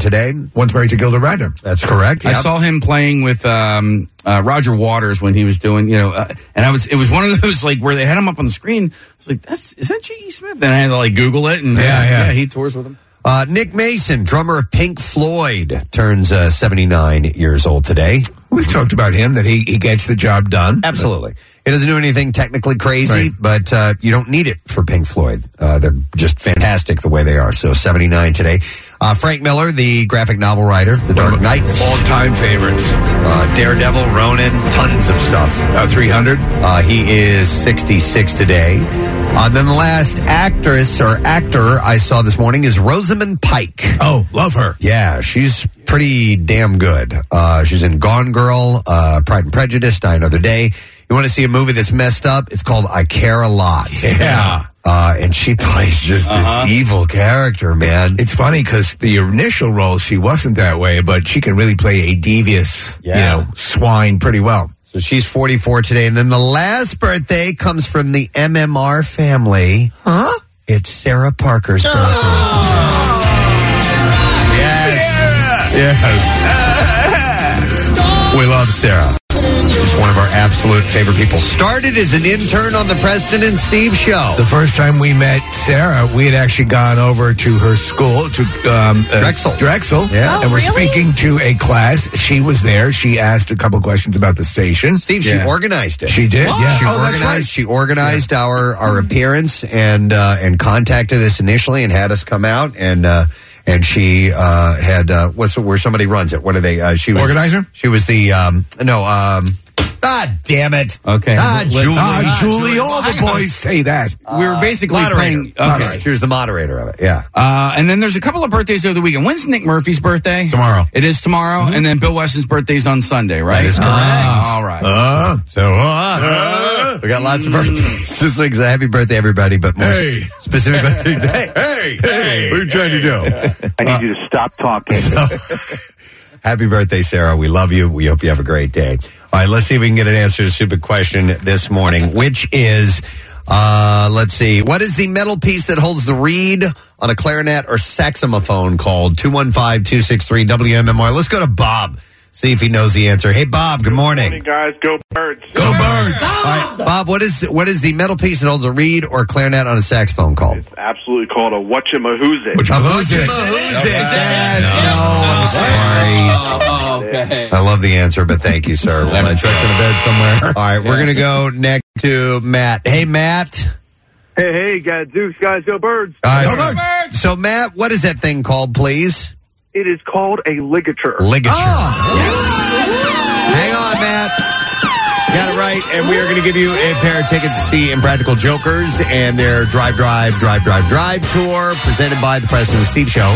Speaker 3: 71 today.
Speaker 1: once married to Gilda Radner.
Speaker 3: That's correct.
Speaker 5: I
Speaker 3: yep.
Speaker 5: saw him playing with um, uh, Roger Waters when he was doing, you know, uh, and I was it was one of those like where they had him up on the screen. I was like, "That's is that G.E. Smith?" And I had to like Google it, and yeah,
Speaker 1: yeah.
Speaker 5: he tours with him.
Speaker 3: Uh, Nick Mason, drummer of Pink Floyd, turns uh, 79 years old today.
Speaker 1: We've talked about him that he, he gets the job done.
Speaker 3: Absolutely. It doesn't do anything technically crazy, but uh, you don't need it for Pink Floyd. Uh, they're just fantastic the way they are. So 79 today. Uh, Frank Miller, the graphic novel writer, The Dark Knight,
Speaker 1: All time favorites.
Speaker 3: uh, Daredevil, Ronin, tons of stuff.
Speaker 1: Uh, 300.
Speaker 3: Uh, he is 66 today. Uh, then the last actress or actor I saw this morning is Rosamund Pike.
Speaker 1: Oh, love her.
Speaker 3: Yeah, she's pretty damn good. Uh, she's in Gone Girl, uh, Pride and Prejudice, Die Another Day. You want to see a movie that's messed up? It's called I Care a Lot.
Speaker 1: Yeah.
Speaker 3: Uh, and she [LAUGHS] plays just this evil character, man.
Speaker 1: It's funny because the initial role she wasn't that way, but she can really play a devious,
Speaker 3: Yeah.
Speaker 1: you know, swine pretty well.
Speaker 3: So she's 44 today. And then the last birthday comes from the MMR family. Huh? It's Sarah Parker's birthday. today. Yes. Yes. We love Sarah. She's one of our absolute favorite people. Started as an intern on the Preston and Steve show.
Speaker 1: The first time we met Sarah, we had actually gone over to her school to um, uh,
Speaker 3: Drexel.
Speaker 1: Drexel,
Speaker 5: Oh,
Speaker 3: Yeah.
Speaker 1: and we're speaking to a class. She was there. She asked a couple questions about the station.
Speaker 3: Steve, she organized it.
Speaker 1: She did. Yeah.
Speaker 3: She
Speaker 1: Oh, that's
Speaker 3: organized.
Speaker 1: right.
Speaker 3: She organized our our appearance and uh, and contacted us initially and had us come out and uh, and she uh, had uh, what's the- where somebody runs it. What are they? Uh, she was
Speaker 1: Organizer?
Speaker 3: She was the um, no um, Ah, damn it.
Speaker 5: Okay.
Speaker 3: Ah,
Speaker 5: Let's-
Speaker 3: Julie.
Speaker 5: Ah, Julie, all the
Speaker 3: Hang on.
Speaker 5: boys say that. We were basically
Speaker 3: moderator.
Speaker 5: playing- okay.
Speaker 3: Moderator. She was the moderator of it. Yeah.
Speaker 5: Uh, and then there's a couple of birthdays over the weekend. When's Nick Murphy's birthday? Tomorrow. It is tomorrow. And then Bill Weston's birthday's on Sunday,
Speaker 3: Mm-hmm.
Speaker 5: right?
Speaker 3: That is correct.
Speaker 5: Ah, all right.
Speaker 3: so uh, we got lots of
Speaker 5: Mm.
Speaker 3: birthdays [LAUGHS] this week. So happy birthday, everybody! But more hey. specifically,
Speaker 5: [LAUGHS]
Speaker 3: hey, hey, hey, what are you trying to do? I need you to stop talking. [LAUGHS] happy birthday, Sarah! We love you. We hope you have a great day. All right, let's see if we can get an answer to a stupid question this morning, which is. Uh, let's see. What is the metal piece that holds the reed on a clarinet or saxophone called 215 263 WMMR? Let's go to Bob, see if he knows the answer. Hey, Bob, good morning.
Speaker 12: guys, go birds.
Speaker 3: Go birds! All right, Bob, what is what is the metal piece that holds a reed or clarinet on a saxophone called?
Speaker 12: Absolutely called a whatchamahoozit.
Speaker 3: Whatchamahoozit. Oh,
Speaker 5: No, I'm sorry. okay.
Speaker 3: I love the answer, but thank you, sir. We'll let you in a bed somewhere. All right, we're gonna go next to Matt. Hey, Matt.
Speaker 13: Hey, hey, got Dukes, guys, go birds.
Speaker 3: All right. So, Matt, what is that thing called, please?
Speaker 13: It is called a ligature.
Speaker 3: Ligature.
Speaker 7: Oh.
Speaker 3: Hang on, Matt. Got it right, and we are going to give you a pair of tickets to see Impractical Jokers and their Drive, Drive, Drive, Drive, Drive tour presented by the President and Steve Show.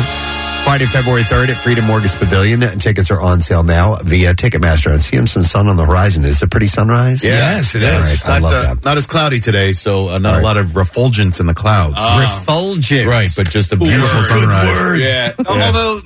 Speaker 3: Friday, February 3rd at Freedom Mortgage Pavilion. Tickets are on sale now via Ticketmaster. I see him some sun on the horizon. Is it a pretty sunrise?
Speaker 7: it is.
Speaker 3: All right, I
Speaker 7: Not,
Speaker 3: love
Speaker 7: uh,
Speaker 3: that.
Speaker 7: not as cloudy today, so uh, not a lot of refulgence in the clouds.
Speaker 3: Ah. Refulgence.
Speaker 7: right? But just a beautiful sunrise.
Speaker 5: Yeah.
Speaker 7: Yeah.
Speaker 5: Although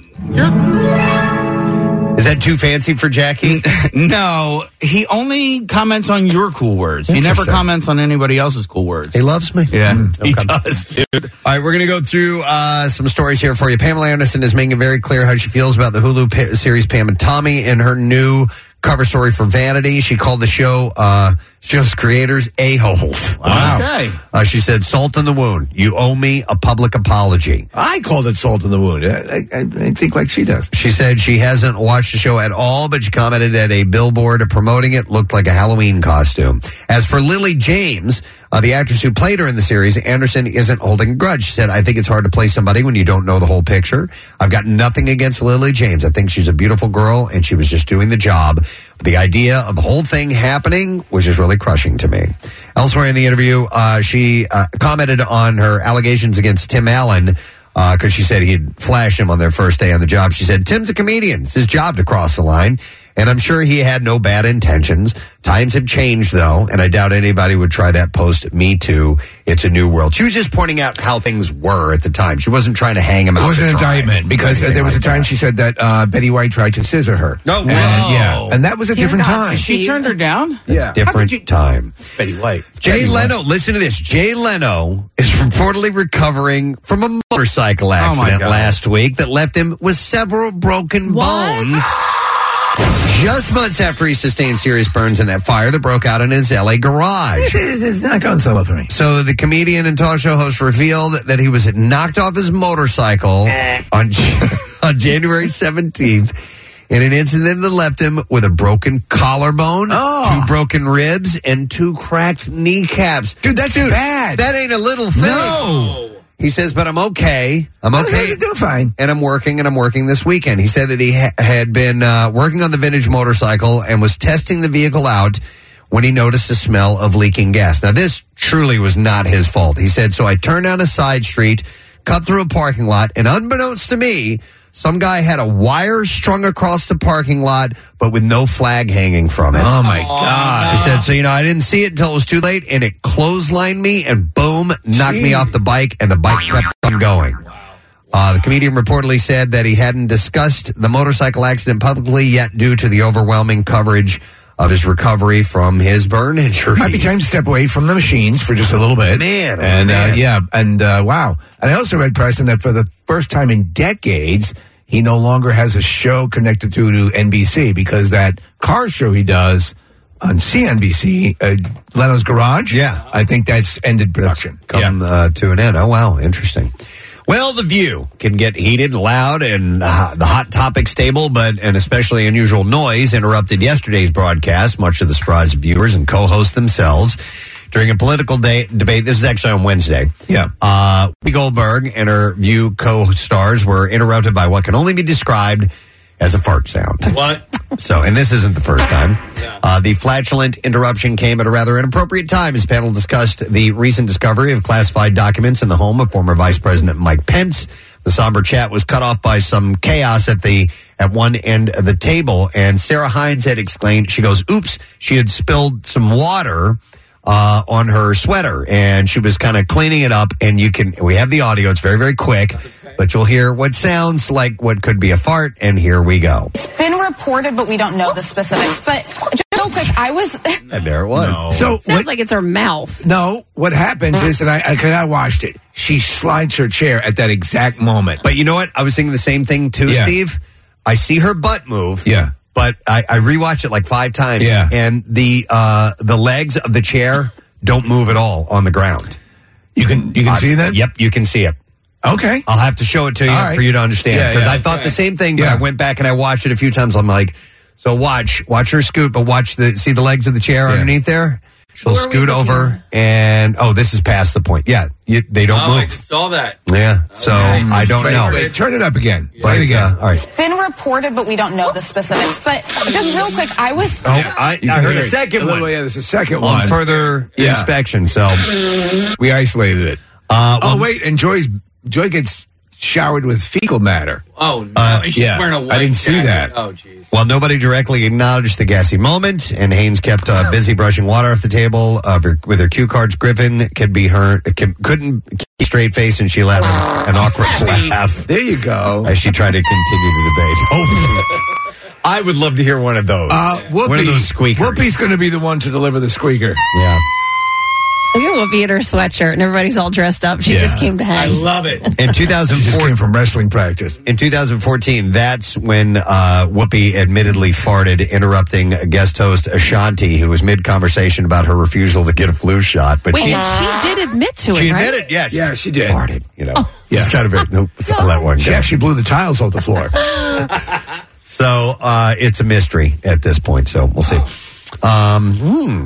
Speaker 3: Is that too fancy for Jackie?
Speaker 5: [LAUGHS] no, he only comments on your cool words. He never
Speaker 3: Interesting.
Speaker 5: comments on anybody else's cool words.
Speaker 3: He loves me. Mm.
Speaker 5: Yeah,
Speaker 3: he
Speaker 5: does, dude.
Speaker 3: All right, we're going to go through uh, some stories here for you. Pamela Anderson is making it very clear how she feels about the Hulu pa- series Pam and Tommy in her new cover story for Vanity. She called the show uh, show's creators a holes. Wow.
Speaker 5: Okay.
Speaker 3: Uh, she said, "Salt in the wound. You owe me a public apology."
Speaker 1: I called it salt in the wound. I, I, I think like she does.
Speaker 3: She said she hasn't watched the show at all, but she commented that a billboard promoting it looked like a Halloween costume. As for Lily James, uh, the actress who played her in the series, Anderson isn't holding a grudge. She said, I think it's hard to play somebody when you don't know the whole picture. I've got nothing against Lily James. I think she's a beautiful girl and she was just doing the job. The idea of the whole thing happening was just really crushing to me. Elsewhere in the interview, uh, she uh, commented on her allegations against Tim Allen because she said he'd flash him on their first day on the job. She said, Tim's a comedian. It's his job to cross the line. And I'm sure he had no bad intentions. Times have changed, though, and I doubt anybody would try that post Me Too. It's a new world. She was just pointing out how things were at the time. She wasn't trying to hang him
Speaker 1: It
Speaker 3: out.
Speaker 1: was
Speaker 3: to
Speaker 1: an
Speaker 3: dry
Speaker 1: indictment
Speaker 3: or
Speaker 1: because uh,
Speaker 3: anything
Speaker 1: there was a
Speaker 3: like
Speaker 1: time she said that uh, Betty White tried to scissor her.
Speaker 3: No,
Speaker 1: and,
Speaker 3: whoa.
Speaker 1: yeah, and that was a
Speaker 5: Dear
Speaker 1: different
Speaker 5: God,
Speaker 1: time.
Speaker 5: She turned her down.
Speaker 3: that.
Speaker 1: Yeah.
Speaker 3: different time.
Speaker 5: Betty White.
Speaker 3: Jay Leno, listen to this. Jay Leno is reportedly recovering from a motorcycle accident
Speaker 5: God.
Speaker 3: last week that left him with several broken bones. Just months after he sustained serious burns in that fire that broke out in his LA garage.
Speaker 1: [LAUGHS] It's not going so well for me.
Speaker 3: So the comedian and talk show host revealed that he was knocked off his motorcycle on, [LAUGHS] on January 17th in an incident that left him with a broken collarbone,
Speaker 1: Oh.
Speaker 3: two broken ribs, and two cracked kneecaps.
Speaker 1: Dude, that's bad.
Speaker 3: That ain't a little thing.
Speaker 1: No.
Speaker 3: He says, but I'm okay. I'm okay.
Speaker 1: Oh, You're doing fine.
Speaker 3: And I'm working and I'm working this weekend. He said that he ha- had been uh, working on the vintage motorcycle and was testing the vehicle out when he noticed the smell of leaking gas. Now, this truly was not his fault. He said, so I turned down a side street, cut through a parking lot, and unbeknownst to me, some guy had a wire strung across the parking lot, but with no flag hanging from it.
Speaker 1: Oh, my God.
Speaker 3: He said, so, you know, I didn't see it until it was too late, and it clotheslined me and boom, knocked me off the bike, and the bike kept on going. Uh, the comedian reportedly said that he hadn't discussed the motorcycle accident publicly yet due to the overwhelming coverage of his recovery from his burn [LAUGHS] injury.
Speaker 1: Might be time to step away from the machines for just a little bit,
Speaker 3: Man, oh,
Speaker 1: And
Speaker 3: man.
Speaker 1: Uh, yeah, and uh, wow. And I also read Preston that for the first time in decades, he no longer has a show connected to to NBC because that car show he does on CNBC, uh, Leno's Garage.
Speaker 3: Yeah.
Speaker 1: I think that's ended production.
Speaker 3: come uh, to an end. Oh, wow. Interesting. Well, the view can get heated, loud, and uh, the hot topics table, but an especially unusual noise interrupted yesterday's broadcast, much to the surprise of viewers and co hosts themselves. During a political day, debate, this is actually on Wednesday.
Speaker 1: Yeah.
Speaker 3: Uh, Whoopi Goldberg and her View co stars were interrupted by what can only be described as a fart sound.
Speaker 7: What?
Speaker 3: So, and this isn't the first time. Uh, the flatulent interruption came at a rather inappropriate time as panel discussed the recent discovery of classified documents in the home of former Vice President Mike Pence. The somber chat was cut off by some chaos at the at one end of the table, and Sarah Hines had exclaimed, "She goes, oops, she had spilled some water." uh, on her sweater, and she was kind of cleaning it up. And you can we have the audio; it's very very quick, but you'll hear what sounds like what could be a fart. And here we go.
Speaker 14: been reported, but we don't know the specifics. But just real quick, I was
Speaker 3: And there it was.
Speaker 14: [LAUGHS]
Speaker 1: So
Speaker 4: Sounds like it's her mouth.
Speaker 1: No, what happens is, and I, I, cause I watched it. She slides her chair at that exact moment.
Speaker 3: But you know what? I was thinking the same thing too, Steve. I see her butt move.
Speaker 1: Yeah.
Speaker 3: But I, I rewatched it like five times.
Speaker 1: Yeah.
Speaker 3: And the uh, the legs of the chair don't move at all on the ground.
Speaker 1: You can you can see that?
Speaker 3: Yep, you can see it.
Speaker 1: Okay.
Speaker 3: I'll have to show it to you
Speaker 1: All right.
Speaker 3: for you to understand.
Speaker 1: Yeah,
Speaker 3: Because
Speaker 1: yeah.
Speaker 3: I thought
Speaker 1: Okay.
Speaker 3: the same thing, but
Speaker 1: Yeah.
Speaker 3: I went back and I watched it a few times. I'm like, so watch, watch her scoot, but watch the see the legs of the chair underneath there? She'll scoot over and oh, this is past the point. Yeah. You, they don't
Speaker 5: Oh, I
Speaker 3: move.
Speaker 5: just saw that. Oh,
Speaker 3: Yeah. So I don't
Speaker 1: Wait,
Speaker 3: know.
Speaker 1: wait, turn it up again. Play
Speaker 3: But,
Speaker 1: it again.
Speaker 3: uh, all right.
Speaker 14: been reported, but we don't know the specifics. But just real quick, I was
Speaker 3: Oh, I,
Speaker 1: You
Speaker 3: I
Speaker 1: can
Speaker 3: heard
Speaker 1: hear
Speaker 3: a
Speaker 1: it.
Speaker 3: second
Speaker 1: A
Speaker 3: one.
Speaker 1: little- yeah, there's a second
Speaker 3: on
Speaker 1: one.
Speaker 3: further
Speaker 1: Yeah.
Speaker 3: inspection. So
Speaker 1: we isolated it.
Speaker 3: Uh,
Speaker 1: oh wait, and Joy's Joy gets showered with fecal matter.
Speaker 5: Oh no!
Speaker 3: Uh,
Speaker 5: She's
Speaker 3: yeah.
Speaker 5: wearing a
Speaker 3: I
Speaker 5: white
Speaker 3: didn't see
Speaker 5: jacket.
Speaker 3: that.
Speaker 5: Oh jeez.
Speaker 3: While nobody directly acknowledged the gassy moment, and Haynes kept uh, busy brushing water off the table of her, with her cue cards, Griffin could be her could, couldn't keep a straight face, and she let out an awkward laugh.
Speaker 1: There you go.
Speaker 3: As she tried to continue the debate. Oh, I would love to hear one of those.
Speaker 1: Uh, Whoopi,
Speaker 3: One of those squeakers.
Speaker 1: Whoopi's going to be the one to deliver the squeaker.
Speaker 3: Yeah.
Speaker 15: Look at Whoopi in her sweatshirt, and everybody's all dressed up. She
Speaker 3: Yeah.
Speaker 15: just came to hang.
Speaker 5: [LAUGHS] love it.
Speaker 3: In 2004,
Speaker 1: from wrestling practice.
Speaker 3: In 2014, that's when uh, Whoopi admittedly farted, interrupting guest host Ashanti, who was mid conversation about her refusal to get a flu shot. But
Speaker 15: Wait,
Speaker 3: she,
Speaker 15: and she did admit to it.
Speaker 3: she
Speaker 15: right? Oh.
Speaker 3: admitted, yes,
Speaker 4: [GASPS]
Speaker 1: Yeah, she did.
Speaker 3: farted. You know,
Speaker 1: Yeah.
Speaker 3: it's kind of a, nope, I'll let one
Speaker 1: She
Speaker 3: go.
Speaker 1: actually blew the tiles off the floor.
Speaker 3: [LAUGHS] So uh, it's a mystery at this point. So we'll see. Um,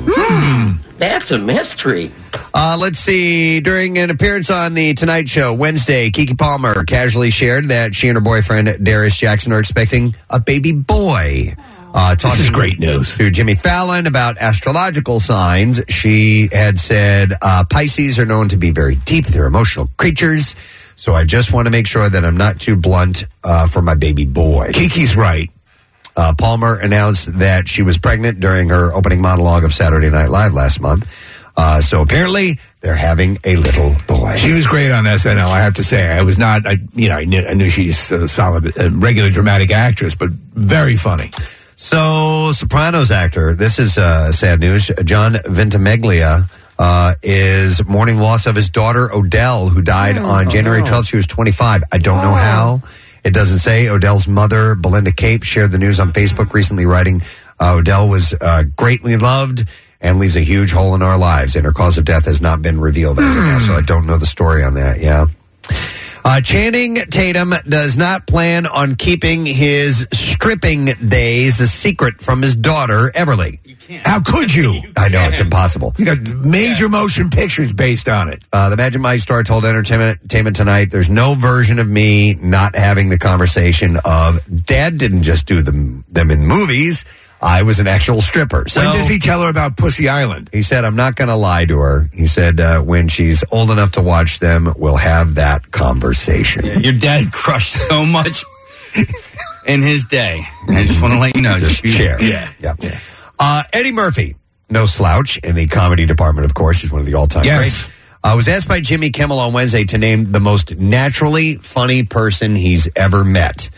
Speaker 15: Hmm.
Speaker 16: That's a mystery.
Speaker 3: Uh, let's see. During an appearance on The Tonight Show Wednesday, Kiki Palmer casually shared that she and her boyfriend, Darius Jackson, are expecting a baby boy. Uh, talking this is great news. To Jimmy Fallon about astrological signs, she had said uh, Pisces are known to be very deep, they're emotional creatures. So I just want to make sure that I'm not too blunt uh, for my baby boy.
Speaker 1: Kiki's right.
Speaker 3: Uh, Palmer announced that she was pregnant during her opening monologue of Saturday Night Live last month. Uh, so apparently, they're having a little boy.
Speaker 1: She was great on SNL. I have to say, I was not. I you know, I knew, I knew she's a solid, a regular dramatic actress, but very funny.
Speaker 3: So, Sopranos actor, this is uh, sad news. John Ventimiglia uh, is mourning loss of his daughter Odell, who died on January 12th. She was 25. I don't know how. It doesn't say. Odell's mother, Belinda Cape, shared the news on Facebook recently, writing, uh, "Odell was uh, greatly loved." And leaves a huge hole in our lives, and her cause of death has not been revealed as of now. So I don't know the story on that. Yeah, uh, Channing Tatum does not plan on keeping his stripping days a secret from his daughter, Everly.
Speaker 1: How could you?
Speaker 3: I know, it's impossible.
Speaker 1: You got major motion pictures based on it.
Speaker 3: Uh, the Magic Mike star told Entertainment, Entertainment Tonight, there's no version of me not having the conversation of, Dad didn't just do them, them in movies. I was an actual stripper. So
Speaker 1: when does he tell her about Pussy Island?
Speaker 3: he said, I'm not going to lie to her. He said, uh, when she's old enough to watch them, we'll have that conversation.
Speaker 5: Your dad crushed so much in his day. [LAUGHS] I just want to let you know. Just
Speaker 3: share.
Speaker 5: Yeah.
Speaker 3: Yeah. Uh, Eddie Murphy, no slouch in the comedy department, of course, is one of the all time
Speaker 1: Yes.
Speaker 3: greats. I was asked by Jimmy Kimmel on Wednesday to name the most naturally funny person he's ever met.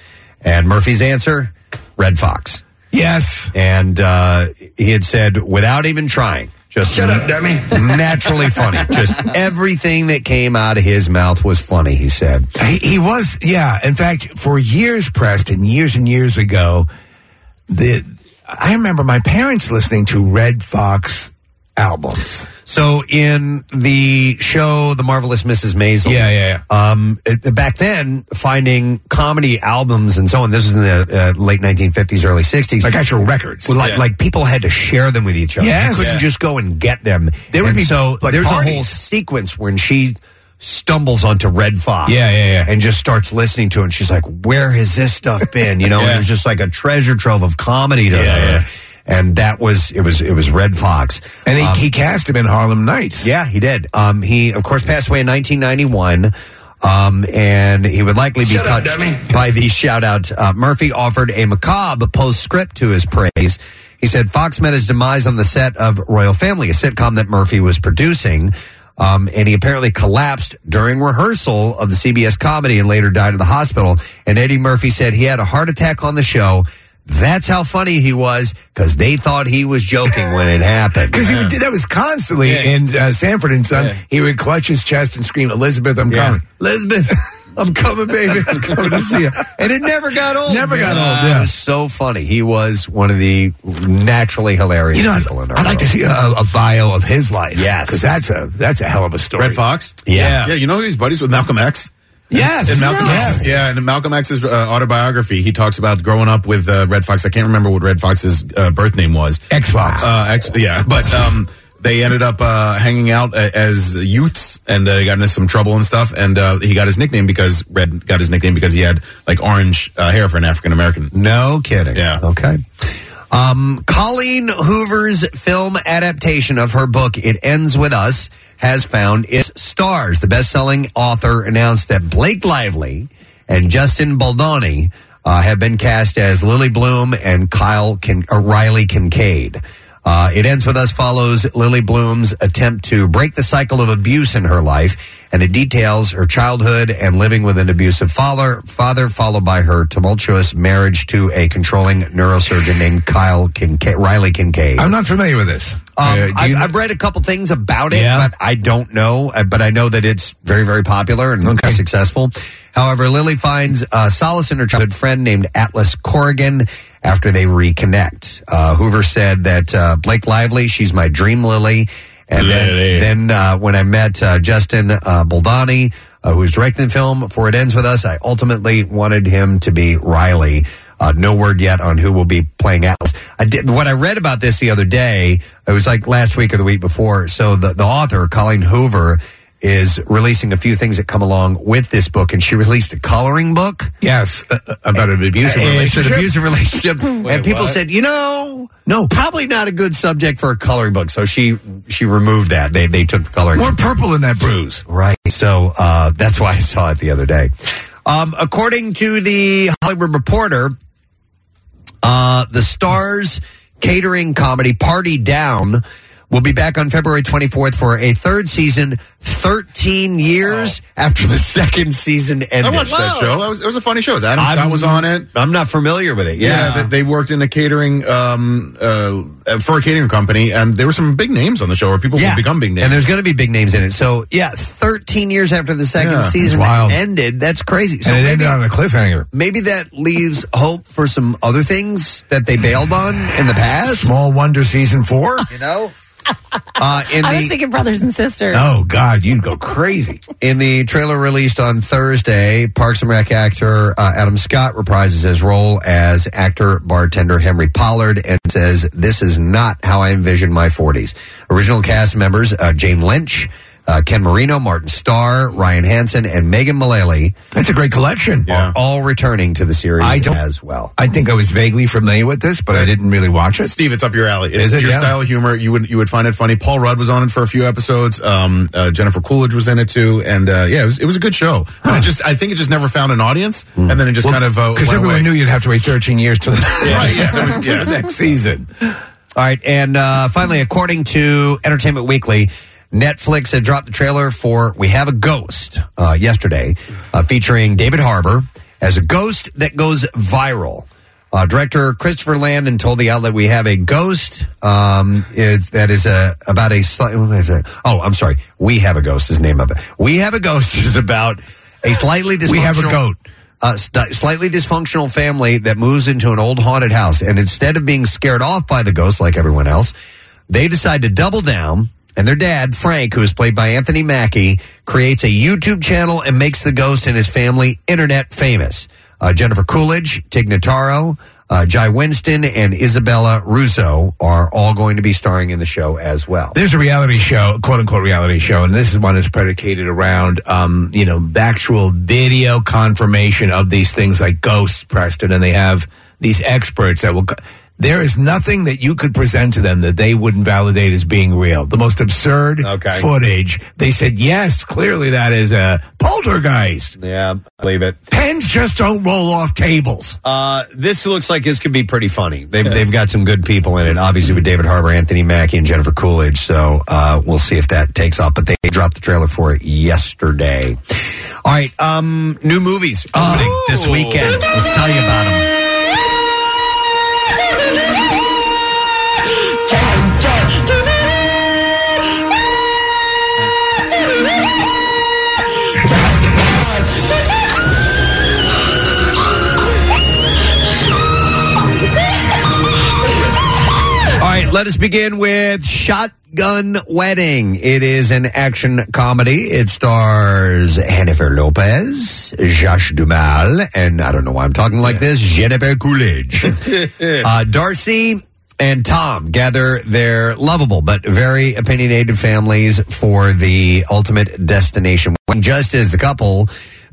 Speaker 3: And Murphy's answer Red Fox.
Speaker 1: Yes.
Speaker 3: And uh, he had said, without even trying, just shut up, dummy. Naturally [LAUGHS] funny. Just everything that came out of his mouth was funny, he said.
Speaker 1: He, he was, yeah. In fact, for years, Preston, years and years ago, the I remember my parents listening to Red Fox albums.
Speaker 3: So in the show The Marvelous Mrs. Maisel,
Speaker 1: Yeah, yeah,
Speaker 3: Um, it- back then, finding comedy albums and so on. This was in the uh, late 1950s, early 60s.
Speaker 1: Like actual records.
Speaker 3: Well, like,
Speaker 1: Yeah.
Speaker 3: like people had to share them with each other.
Speaker 1: Yes.
Speaker 3: You couldn't
Speaker 1: Yeah.
Speaker 3: just go and get them.
Speaker 1: There would
Speaker 3: And
Speaker 1: be,
Speaker 3: so
Speaker 1: like,
Speaker 3: there's a whole
Speaker 1: parties.
Speaker 3: sequence when she stumbles onto Red Fox.
Speaker 1: Yeah, yeah, yeah.
Speaker 3: And just starts listening to it. And she's like, where has this stuff been? You know, and
Speaker 1: [LAUGHS] Yeah.
Speaker 3: it was just like a treasure trove of comedy to her. And that was it was it was Red Fox. And he, he
Speaker 1: cast him in Harlem Nights.
Speaker 3: Um, Yeah, he did. Um, he of course passed away in 1991. Um, and he would likely be
Speaker 16: Shut up,
Speaker 3: touched
Speaker 16: dummy.
Speaker 3: by these shout outs. Uh, Murphy offered a macabre postscript to his praise. He said Fox met his demise on the set of Royal Family, a sitcom that Murphy was producing. Um, and he apparently collapsed during rehearsal of the CBS comedy and later died in the hospital. And Eddie Murphy said he had a heart attack on the show. That's how funny he was because they thought he was joking when it happened.
Speaker 1: Because he would, that was constantly in uh, Sanford and Son. He would clutch his chest and scream, "Elizabeth, I'm coming!
Speaker 3: Elizabeth, I'm coming, baby!
Speaker 1: [LAUGHS]
Speaker 3: I'm coming to see you!" And it never got old.
Speaker 1: Never got old.
Speaker 3: It
Speaker 1: Yeah.
Speaker 3: was so funny. He was one of the naturally hilarious
Speaker 1: You know, I'd,
Speaker 3: people in our
Speaker 1: I'd like to
Speaker 3: world.
Speaker 1: see uh, a, a bio of his life.
Speaker 3: Yes.
Speaker 1: because that's a that's a hell of a story.
Speaker 7: Red Fox?
Speaker 1: Yeah.
Speaker 7: yeah. you know he's buddies with Malcolm X?
Speaker 1: Yes.
Speaker 7: And Malcolm
Speaker 1: Yes.
Speaker 7: X, yeah, and in Malcolm X's uh, autobiography, he talks about growing up with uh, Red Fox. I can't remember what Red Fox's uh, birth name was.
Speaker 1: X Fox.
Speaker 7: Uh, X, yeah, but um, they ended up uh, hanging out a- as youths, and uh, they got into some trouble and stuff. And uh, he got his nickname because Red got his nickname because he had like orange uh, hair for an African American.
Speaker 3: No kidding.
Speaker 7: Yeah.
Speaker 3: Okay. Um, Colleen Hoover's film adaptation of her book, It Ends With Us, has found its stars. The best selling author announced that Blake Lively and Justin Baldoni uh, have been cast as Lily Bloom and Kyle Kin- uh, Riley Kincaid. Uh, it ends with us follows Lily Bloom's attempt to break the cycle of abuse in her life, and it details her childhood and living with an abusive father, father followed by her tumultuous marriage to a controlling neurosurgeon named Kyle Kincaid, Riley Kincaid.
Speaker 1: I'm not familiar with this.
Speaker 3: Um,
Speaker 1: Uh, do
Speaker 3: I've,
Speaker 1: you-
Speaker 3: I've read a couple things about it,
Speaker 1: Yeah.
Speaker 3: but I don't know. uh, But I know that it's very, very popular and successful. However, Lily finds uh, solace in her childhood friend named Atlas Corrigan after they reconnect. Uh, Hoover said that uh, Blake Lively, she's my dream Lily. And
Speaker 7: Lily.
Speaker 3: then, then uh, when I met uh, Justin uh, Baldoni, uh, who is directing the film for It Ends With Us, I ultimately wanted him to be Riley. Uh, no word yet on who will be playing Atlas. I did, when I read about this the other day, it was like last week or the week before. So the, the author, Colleen Hoover, is releasing a few things that come along with this book, and she released a coloring book.
Speaker 1: Yes, uh, uh, about an abusive
Speaker 3: Uh, it's an
Speaker 1: relationship.
Speaker 3: abusive [LAUGHS] relationship. and people
Speaker 1: what?
Speaker 3: said, you know, no, probably not a good subject for a coloring book. So she she removed that. They they took the coloring.
Speaker 1: More purple in that bruise.
Speaker 3: Right. So uh, that's why I saw it the other day. Um, according to the Hollywood Reporter, uh, the Stars catering comedy Party Down will be back on February 24th for a third season, 13 years after the second season
Speaker 7: I
Speaker 3: ended.
Speaker 7: watched that show. That was, it was a funny show. Adam
Speaker 3: I'm-
Speaker 7: Scott was on it.
Speaker 3: I'm not familiar with it.
Speaker 7: Yeah, they, they worked in a catering um, uh, for a catering company, and there were some big names on the show where people would become big names.
Speaker 3: And there's going to be big names in it. So, yeah, 13 years after the second
Speaker 7: Yeah, it's
Speaker 3: season
Speaker 7: wild.
Speaker 3: ended, that's crazy. So
Speaker 1: and it
Speaker 3: maybe,
Speaker 1: ended on a cliffhanger.
Speaker 3: maybe that leaves hope for some other things that they bailed on in the past.
Speaker 1: Small Wonder season four.
Speaker 3: You know? Uh, in
Speaker 15: I was
Speaker 3: the-
Speaker 15: thinking brothers and sisters.
Speaker 1: Oh God, you'd go crazy.
Speaker 3: In the trailer released on Thursday, Parks and Rec actor uh, Adam Scott reprises his role as actor bartender Henry Pollard and says, This is not how I envisioned my 40s. Original cast members uh, Jane Lynch, uh, Ken Marino, Martin Starr, Ryan Hansen, and Megan Mullally.
Speaker 1: That's a great collection.
Speaker 3: Are all returning to the series
Speaker 1: I don't-
Speaker 3: as well.
Speaker 1: I think I was vaguely familiar with this, but I didn't really watch it.
Speaker 7: Steve, it's up your alley. It's
Speaker 1: Is it?
Speaker 7: your
Speaker 1: Yeah.
Speaker 7: style of humor. You would you would find it funny. Paul Rudd was on it for a few episodes. Um, uh, Jennifer Coolidge was in it too, and uh, yeah, it was, it was a good show. But it just I think it just never found an audience,
Speaker 3: Hmm.
Speaker 7: and then it just kind of uh,
Speaker 1: Because
Speaker 7: went
Speaker 1: everyone
Speaker 7: away.
Speaker 1: knew you'd have to wait 13 years till the,
Speaker 7: Yeah, right, [LAUGHS]
Speaker 1: [LAUGHS]
Speaker 7: yeah, there was-
Speaker 1: till the
Speaker 7: yeah.
Speaker 1: next season.
Speaker 3: All right, and uh, finally, according to Entertainment Weekly, Netflix had dropped the trailer for "We Have a Ghost" uh, yesterday, uh, featuring David Harbour as a ghost that goes viral. Uh, director Christopher Landon told the outlet, "We have a ghost. Um, is that is a about a slight. Oh, I'm sorry. We have a ghost. Is the name of it. We have a ghost [LAUGHS] is about a slightly dysfunctional.
Speaker 1: We have a goat.
Speaker 3: a st- slightly dysfunctional family that moves into an old haunted house. And instead of being scared off by the ghost like everyone else, they decide to double down. And their dad, Frank, who is played by Anthony Mackie, creates a YouTube channel and makes the ghost and his family internet famous. Uh, Jennifer Coolidge, Tig Notaro, uh, Jai Winston, and Isabella Russo are all going to be starring in the show as well.
Speaker 1: There's a reality show, quote unquote reality show, and this is one that's predicated around, um, you know, actual video confirmation of these things like ghosts, Preston, and they have these experts that will. co- There is nothing that you could present to them that they wouldn't validate as being real. The most absurd footage. They said, yes, clearly that is a poltergeist.
Speaker 3: Yeah, believe it.
Speaker 1: Pens just don't roll off tables.
Speaker 3: Uh, this looks like this could be pretty funny. They've, they've got some good people in it, obviously with David Harbour, Anthony Mackie, and Jennifer Coolidge. So uh, we'll see if that takes off. But they dropped the trailer for it yesterday. All right, um, new movies opening this weekend. Let's tell you about them. All right, let us begin with Shotgun Wedding. It is an action comedy. It stars Jennifer Lopez, Josh Duhamel, and I don't know why I'm talking like this, Jennifer Coolidge. [LAUGHS]
Speaker 6: [LAUGHS]
Speaker 3: uh, Darcy and Tom gather their lovable but very opinionated families for the ultimate destination. When just as the couple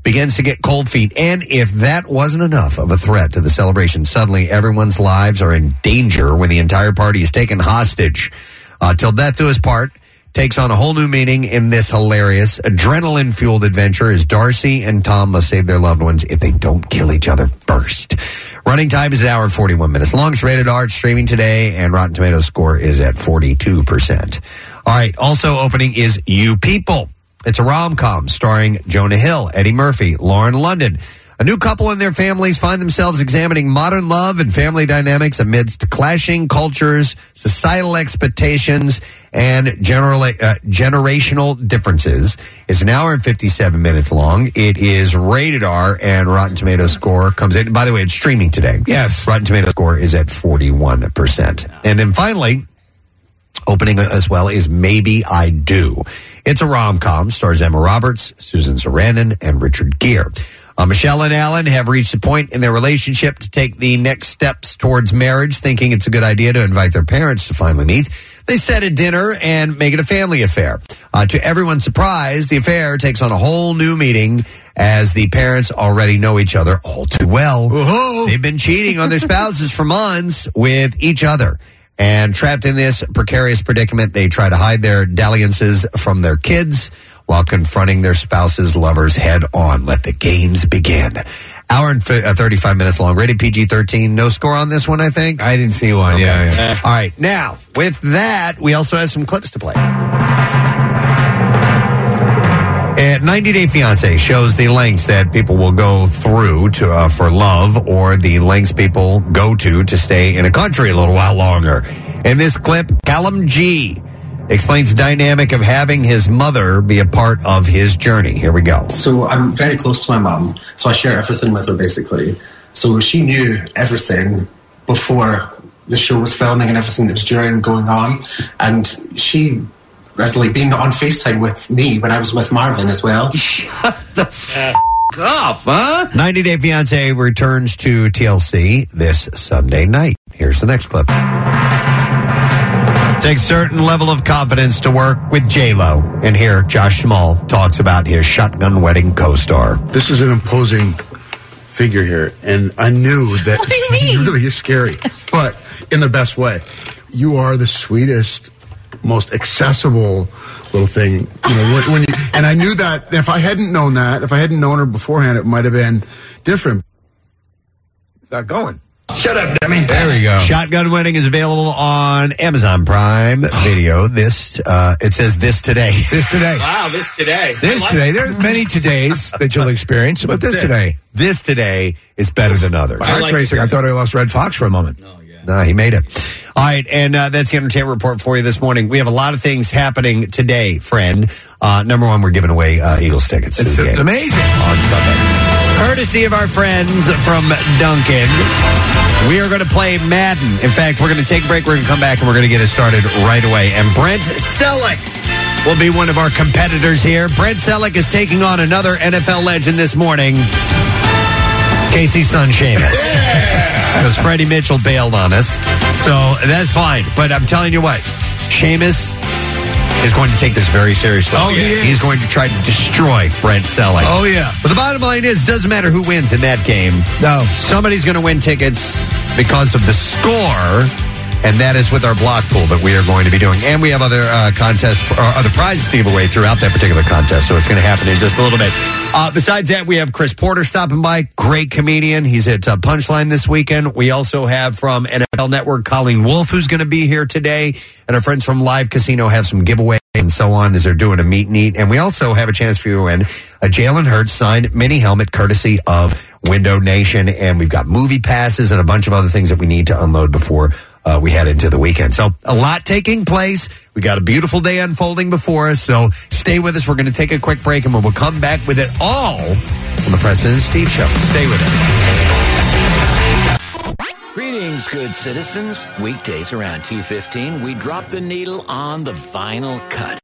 Speaker 3: begins to get cold feet, and if that wasn't enough of a threat to the celebration, suddenly everyone's lives are in danger when the entire party is taken hostage. Uh, Till death do us part takes on a whole new meaning in this hilarious adrenaline fueled adventure as Darcy and Tom must save their loved ones if they don't kill each other first. Running time is an hour and 41 minutes long. It's rated R, it's streaming today, and Rotten Tomatoes score is at 42%. All right, also opening is You People. It's a rom com starring Jonah Hill, Eddie Murphy, Lauren London. A new couple and their families find themselves examining modern love and family dynamics amidst clashing cultures, societal expectations, and general, uh, generational differences. It's an hour and 57 minutes long. It is rated R, and Rotten Tomatoes score comes in. By the way, it's streaming today. Yes. Rotten Tomatoes score is at 41%. And then finally, Opening as well is Maybe I Do. It's a rom com, stars Emma Roberts, Susan Sarandon, and Richard Gere. Uh, Michelle and Alan have reached a point in their relationship to take the next steps towards marriage, thinking it's a good idea to invite their parents to finally meet. They set a dinner and make it a family affair. Uh, to everyone's surprise, the affair takes on a whole new meaning as the parents already know each other all too well. They've been cheating on their spouses for months with each other. And trapped in this precarious predicament, they try to hide their dalliances from their kids while confronting their spouses' lovers head on. Let the games begin. Hour and fi- uh, 35 minutes long. Rated PG 13. No score on this one, I think.
Speaker 1: I didn't see one. Yeah, yeah.
Speaker 3: All right. Now, with that, we also have some clips to play. And 90 Day Uh, Fiance shows the lengths that people will go through to uh, for love, or the lengths people go to to stay in a country a little while longer. In this clip, Callum G explains the dynamic of having his mother be a part of his journey. Here we go.
Speaker 17: So I'm very close to my mum, so I share everything with her basically. So she knew everything before the show was filming and everything that was during going on, and she has like been on FaceTime with me when I was with Marvin as well.
Speaker 3: Up, huh? 90 Day Fiance returns to TLC this Sunday night. Here's the next clip. Takes certain level of confidence to work with J Lo, and here Josh Small talks about his shotgun wedding co-star.
Speaker 18: This is an imposing figure here, and I knew that
Speaker 6: [LAUGHS] What do you mean?
Speaker 18: [LAUGHS] really you're scary, but in the best way. You are the sweetest, most accessible little thing. You know, when, when you, and I knew that. If I hadn't known that, if I hadn't known her beforehand, it might have been different.
Speaker 1: Not going.
Speaker 18: Shut up, Demi.
Speaker 1: There we go.
Speaker 3: Shotgun Wedding is available on Amazon
Speaker 1: [SIGHS]
Speaker 3: Prime Video. This uh, it says this today. [LAUGHS]
Speaker 1: This today.
Speaker 5: Wow, this today.
Speaker 1: This today. There are many [LAUGHS] todays that you'll experience, but this today.
Speaker 3: This today is better than others.
Speaker 1: My heart's racing. I Oh, thought I lost Red Fox for a moment.
Speaker 3: No, he made it. All right, and uh, that's the entertainment report for you this morning. We have a lot of things happening today, friend. Uh, number one, we're giving away uh, Eagles tickets. to the game.
Speaker 1: amazing.
Speaker 3: On Sunday. Courtesy of our friends from Duncan, we are going to play Madden. In fact, we're going to take a break. We're going to come back and we're going to get it started right away. And Brent Selleck will be one of our competitors here. Brent Selleck is taking on another NFL legend this morning. Casey's son
Speaker 1: [LAUGHS]
Speaker 3: Seamus. Because Freddie Mitchell bailed on us. So that's fine. But I'm telling you what, Seamus is going to take this very seriously.
Speaker 1: Oh, he is.
Speaker 3: He's going to try to destroy Brent Selleck.
Speaker 1: Oh, yeah.
Speaker 3: But the bottom line is, doesn't matter who wins in that game.
Speaker 1: No.
Speaker 3: Somebody's going to win tickets because of the score. And that is with our block pool that we are going to be doing. And we have other uh, contests or other prizes to give away throughout that particular contest. So it's going to happen in just a little bit. [LAUGHS] Uh, besides that, we have Chris Porter stopping by. Great comedian. He's at uh, Punchline this weekend. We also have from NFL Network Colleen Wolf, who's going to be here today. And our friends from Live Casino have some giveaways and so on as they're doing a meet and eat. And we also have a chance for you to win a Jalen Hurts signed mini helmet courtesy of Window Nation. And we've got movie passes and a bunch of other things that we need to unload before uh, we head into the weekend. So a lot taking place. We got a beautiful day unfolding before us. So stay with us. We're going to take a quick break and we'll come back with it all on the President and Steve Show. Stay with us.
Speaker 19: Greetings, good citizens. Weekdays around 2.15, we drop the needle on the vinyl cut.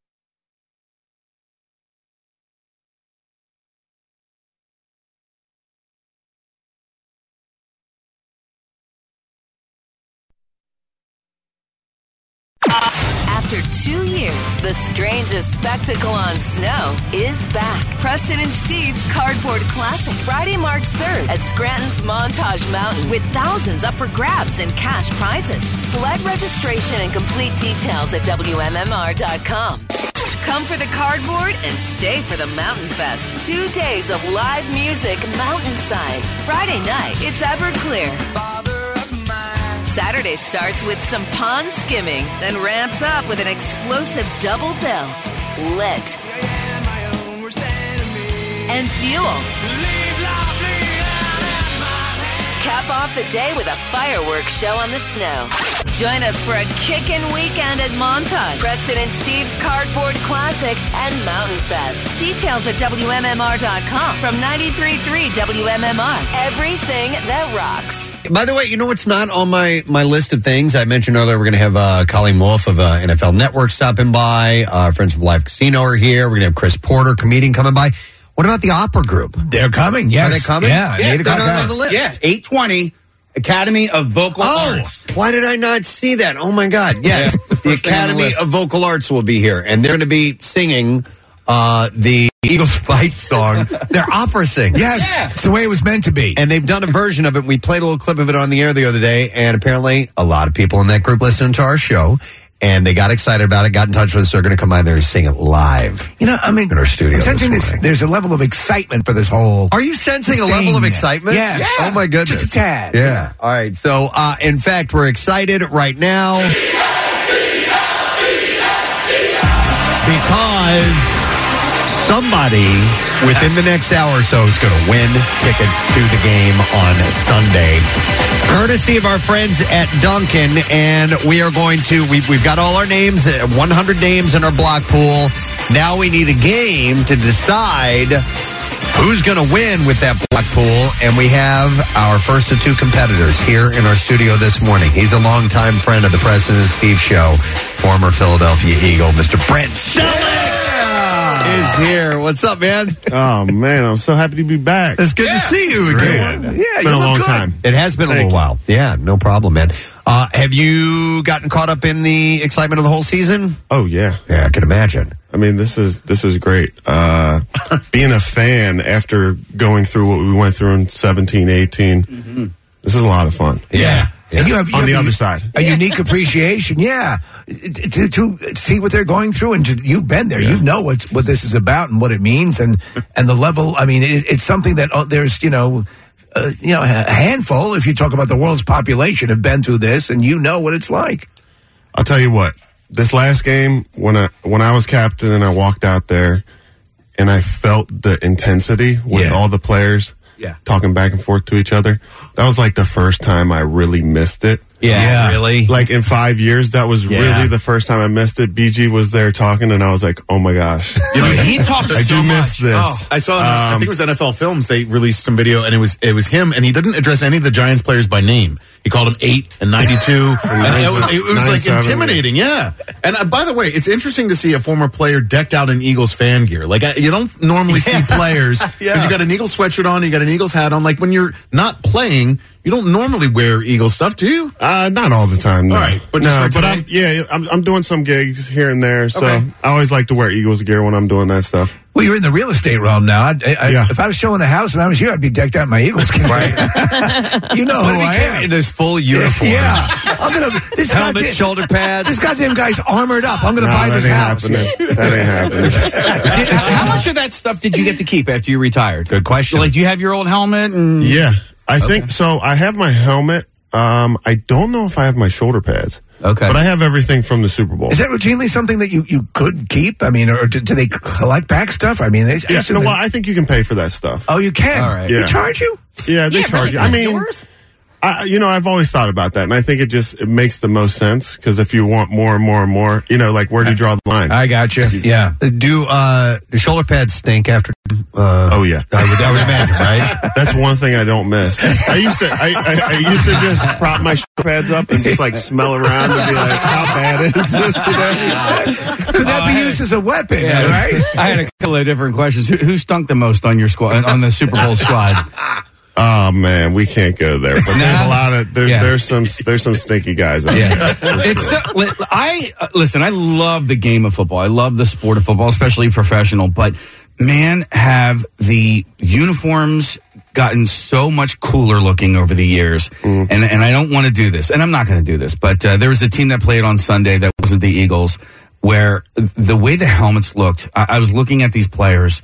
Speaker 20: After two years, the strangest spectacle on snow is back. Preston and Steve's Cardboard Classic, Friday, March 3rd at Scranton's Montage Mountain with thousands up for grabs and cash prizes. Sled registration and complete details at WMMR.com. Come for the cardboard and stay for the Mountain Fest. Two days of live music mountainside. Friday night, it's Everclear. Saturday starts with some pond skimming, then ramps up with an explosive double bill. Lit. And fuel. Cap off the day with a fireworks show on the snow. Join us for a kickin' weekend at Montage, Preston and Steve's Cardboard Classic, and Mountain Fest. Details at WMMR.com from 93.3 WMMR. Everything that rocks.
Speaker 3: By the way, you know what's not on my, my list of things? I mentioned earlier we're going to have uh, Colleen Wolf of uh, NFL Network stopping by. Uh, our friends from Live Casino are here. We're going to have Chris Porter, comedian, coming by. What about the opera group?
Speaker 1: They're coming, yes.
Speaker 3: Are they coming?
Speaker 1: Yeah,
Speaker 3: they're
Speaker 1: eight o'clock
Speaker 3: not on
Speaker 1: hour.
Speaker 3: the list.
Speaker 5: Yeah, 820 Academy of Vocal
Speaker 3: oh,
Speaker 5: Arts.
Speaker 3: Why did I not see that? Oh my God! Yes,
Speaker 5: Yeah,
Speaker 3: the
Speaker 5: first thing on the
Speaker 3: Academy
Speaker 5: list.
Speaker 3: of Vocal Arts will be here, and they're going to be singing uh, the Eagles [LAUGHS] fight song. They're opera singers.
Speaker 1: Yes, it's the way it was meant to be.
Speaker 3: And they've done a version of it. We played a little clip of it on the air the other day, and apparently a lot of people in that group listened to our show, and they got excited about it, got in touch with us. They're going to come out there and sing it live.
Speaker 1: You know, I mean,
Speaker 3: in our studio.
Speaker 1: I'm sensing
Speaker 3: this
Speaker 1: this. There's a level of excitement for this whole.
Speaker 3: Are you sensing a
Speaker 1: Sting.
Speaker 3: level of excitement?
Speaker 1: Yes.
Speaker 3: Oh my goodness.
Speaker 1: Just a tad.
Speaker 3: Yeah. All right. So, uh, in fact, we're excited right now because somebody within the next hour or so is going to win tickets to the game on Sunday, courtesy of our friends at Duncan. And we are going to we've, we've got all our names, uh, 100 names in our block pool. Now we need a game to decide who's going to win with that black pool. And we have our first of two competitors here in our studio this morning. He's a longtime friend of the President Steve Show, former Philadelphia Eagle, Mr. Brent Selleck. Is here. What's up, man?
Speaker 21: Oh man, I'm so happy to be back.
Speaker 3: It's good to see you again.
Speaker 21: great.
Speaker 3: Yeah,
Speaker 21: It's been
Speaker 3: you
Speaker 21: a
Speaker 3: look
Speaker 21: long
Speaker 3: good.
Speaker 21: time.
Speaker 3: It has been a little
Speaker 21: Thank
Speaker 3: while. Yeah, no problem, man. Uh, have you gotten caught up in the excitement of the whole season?
Speaker 21: Oh yeah,
Speaker 3: yeah, I can imagine.
Speaker 21: I mean, this is this is great.
Speaker 3: [LAUGHS]
Speaker 21: Uh, being a fan after going through what we went through in 17, 18,
Speaker 3: Mm-hmm.
Speaker 21: this is a lot of fun.
Speaker 1: Yeah. And you have, you
Speaker 21: On
Speaker 1: have
Speaker 21: the
Speaker 1: a-
Speaker 21: other side.
Speaker 1: a unique appreciation. Yeah, to, to see what they're going through, and to, you've been there. You know what's what this is about and what it means, and and the level. I mean, it, it's something that uh, there's you know. Uh, you know, a handful. If you talk about the world's population, have been through this, and you know what it's like.
Speaker 21: I'll tell you what. This last game, when I when I was captain and I walked out there, and I felt the intensity with all the players,
Speaker 5: Yeah.
Speaker 21: talking back and forth to each other. That was like the first time I really missed it.
Speaker 3: Yeah, Yeah. really?
Speaker 21: Like in five years, that was
Speaker 3: Yeah.
Speaker 21: really the first time I missed it. BG was there talking, and I was like, "Oh my gosh!"
Speaker 5: he talks
Speaker 21: I
Speaker 5: so
Speaker 21: do
Speaker 5: much.
Speaker 21: miss this.
Speaker 5: Oh.
Speaker 7: I saw. I
Speaker 21: Um,
Speaker 7: think it was NFL Films. They released some video, and it was it was him, and he didn't address any of the Giants
Speaker 21: [LAUGHS]
Speaker 7: players by name. He called them eight and ninety two. and it was, it was like
Speaker 21: 97.
Speaker 7: intimidating. Yeah, And uh, by the way, it's interesting to see a former player decked out in Eagles fan gear. Like I, you don't normally
Speaker 21: [LAUGHS]
Speaker 7: see players because you got an Eagles sweatshirt on, you got an Eagles hat on. Like when you're not playing, you don't normally wear Eagles stuff, do you?
Speaker 21: Uh, not all the time. No.
Speaker 7: All right, but
Speaker 21: no,
Speaker 7: just for
Speaker 21: but
Speaker 7: today?
Speaker 21: I'm yeah, I'm, I'm doing some gigs here and there, so
Speaker 1: Okay.
Speaker 21: I always like to wear Eagles gear when I'm doing that stuff.
Speaker 1: Well, you're in the real estate realm now. I'd, I, I, If I was showing a house and I was you, I'd be decked out in my Eagles gear. [LAUGHS] you know who I am.
Speaker 3: in his full uniform.
Speaker 1: [LAUGHS] Yeah, I'm gonna this
Speaker 3: Helmet,
Speaker 1: goddamn,
Speaker 3: shoulder pads.
Speaker 1: This goddamn guy's armored up. I'm gonna buy this house. [LAUGHS]
Speaker 21: That ain't happening.
Speaker 5: How much of that stuff did you get to keep after you retired?
Speaker 21: Good question.
Speaker 5: Like, do you have your old helmet? And
Speaker 21: Yeah, I think so. I have my helmet. Um, I don't know if I have my shoulder pads.
Speaker 5: Okay,
Speaker 21: but I have everything from the Super Bowl.
Speaker 1: Is that routinely something that you, you could keep? I mean, or do, do they collect back stuff? I mean, they,
Speaker 21: Yeah, you know what? I think you can pay for that stuff.
Speaker 1: Oh, you can.
Speaker 21: All right.
Speaker 1: They
Speaker 21: Yeah.
Speaker 1: charge you.
Speaker 21: Yeah, they
Speaker 1: Yeah,
Speaker 21: charge
Speaker 1: really?
Speaker 21: you. I mean,
Speaker 1: Yours?
Speaker 21: I, you know, I've always thought about that, and I think it just it makes the most sense because if you want more and more and more, you know, like where do you draw the line?
Speaker 1: I got
Speaker 21: [LAUGHS]
Speaker 1: you. Yeah.
Speaker 3: Do uh, do shoulder pads stink after? Uh,
Speaker 21: oh yeah,
Speaker 3: I would, I would imagine,
Speaker 21: [LAUGHS]
Speaker 3: right?
Speaker 21: That's one thing I don't miss. I used to, I, I, I used to just prop my shoulder pads up and just like smell around and be like, how bad is this
Speaker 1: [LAUGHS]
Speaker 21: today?
Speaker 1: Could that be used as a weapon? Right?
Speaker 5: [LAUGHS] I had a couple of different questions. Who, who stunk the most on your squad on the Super Bowl squad?
Speaker 21: [LAUGHS] Oh man, we can't go there. But there's a
Speaker 5: Uh-huh.
Speaker 21: lot of there, there's some there's some stinky guys. Out yeah, there.
Speaker 5: [LAUGHS] It's so, li- I uh, listen. I love the game of football. I love the sport of football, especially professional. But man, have the uniforms gotten so much cooler looking over the years?
Speaker 1: Mm.
Speaker 5: And and I don't want to do this, and I'm not going to do this. But uh, there was a team that played on Sunday that wasn't the Eagles, where the way the helmets looked, I, I was looking at these players,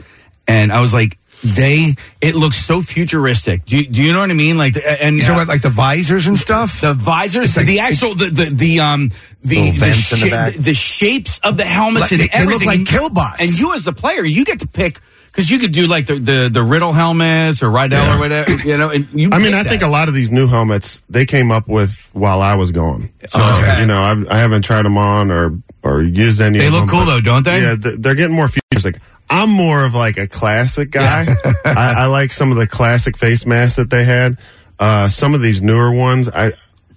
Speaker 5: and I was like. They, it looks so futuristic. Do you, do you know what I mean? Like, and
Speaker 1: You talking about, like, the visors and stuff?
Speaker 5: The visors, the actual, the the, the um, the
Speaker 1: Little
Speaker 5: the,
Speaker 1: vents in the
Speaker 5: sha-
Speaker 1: back.
Speaker 5: the shapes of the
Speaker 1: Like,
Speaker 5: helmets and
Speaker 1: they- they look like
Speaker 5: everything.
Speaker 1: killbots.
Speaker 5: And you, as the player, you get to pick because you could do like the, the the Riddle helmets or Rydell
Speaker 21: Yeah.
Speaker 5: or whatever. You know, and
Speaker 1: [LAUGHS]
Speaker 5: you.
Speaker 21: I mean,
Speaker 5: pick
Speaker 21: I
Speaker 5: that.
Speaker 21: think a lot of these new helmets they came up with while I was gone. So you know, I've, I haven't tried them on or or used any.
Speaker 5: They
Speaker 21: of
Speaker 5: look
Speaker 21: them,
Speaker 5: cool,
Speaker 21: but-
Speaker 5: though, don't they?
Speaker 21: Yeah, they're, they're getting more futuristic. I'm more of like a classic guy. I, I like some of the classic face masks that they had. Uh, some of these newer ones, I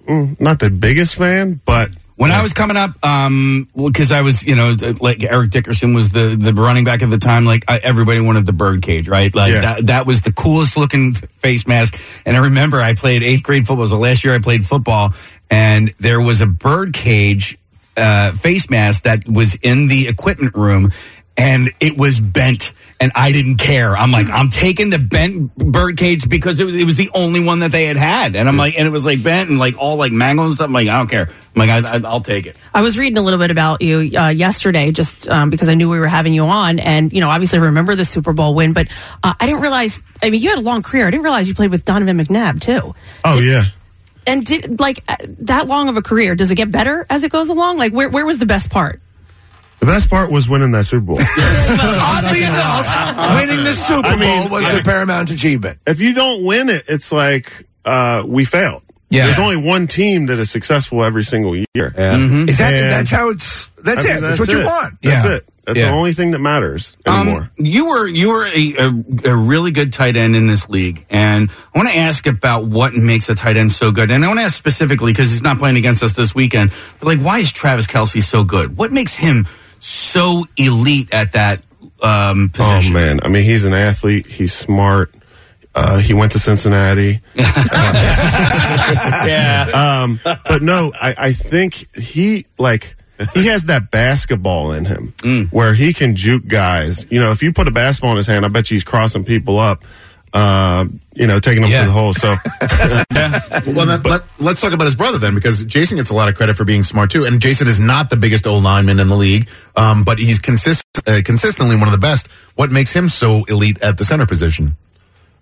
Speaker 21: mm, not the biggest fan, but
Speaker 5: When I was coming up, um, because I was, you know, like Eric Dickerson was the the running back at the time. Like I, everybody wanted the birdcage, right? Like
Speaker 21: Yeah.
Speaker 5: that that was the coolest looking face mask. And I remember I played eighth grade football. It was the last year I played football, and there was a birdcage uh, face mask that was in the equipment room, and it was bent. And I didn't care. I'm like, I'm taking the bent birdcage because it was, it was the only one that they had had. And I'm like, and it was like bent and like all like mangled and stuff. I'm like, I don't care. I'm like, I, I, I'll take it.
Speaker 4: I was reading a little bit about you uh, yesterday, just um, because I knew we were having you on, and you know, obviously, I remember the Super Bowl win, but uh, I didn't realize. I mean, you had a long career. I didn't realize you played with Donovan McNabb too.
Speaker 21: oh yeah.
Speaker 4: And did like uh, that long of a career? Does it get better as it goes along? Like, where where was the best part?
Speaker 21: The best part was winning that Super Bowl.
Speaker 1: Oddly enough, Uh, winning the Super
Speaker 21: I mean,
Speaker 1: Bowl was
Speaker 21: I-
Speaker 1: a paramount achievement.
Speaker 21: if you don't win it, it's like uh, we failed.
Speaker 1: Yeah.
Speaker 21: There's only one team that is successful every single year.
Speaker 1: Mhm. Is that-
Speaker 21: And
Speaker 1: that's how it's- that's it. That's what you want.
Speaker 21: That's
Speaker 1: Yeah.
Speaker 21: it. That's
Speaker 5: Mm-hmm. Yeah.
Speaker 21: the only thing that matters anymore.
Speaker 5: You were you were a, a, a really good tight end in this league, and I want to ask about what makes a tight end so good. And I want to ask specifically because he's not playing against us this weekend. But like, why is Travis Kelsey so good? What makes him so elite at that um, position?
Speaker 21: Oh man, I mean, he's an athlete. He's smart. Uh, he went to
Speaker 5: [LAUGHS]
Speaker 21: Cincinnati. [LAUGHS] yeah. Um, but no, I, I think he like he has that basketball in him where he can juke guys. You know, if you put a basketball in his hand, I bet you he's crossing people up. Uh, you know, taking them to the hole. [LAUGHS] So
Speaker 7: Well, that, let, let's talk about his brother then, because Jason gets a lot of credit for being smart too. And Jason is not the biggest old lineman in the league, um, but he's consist- uh, consistently one of the best. What makes him so elite at the center position?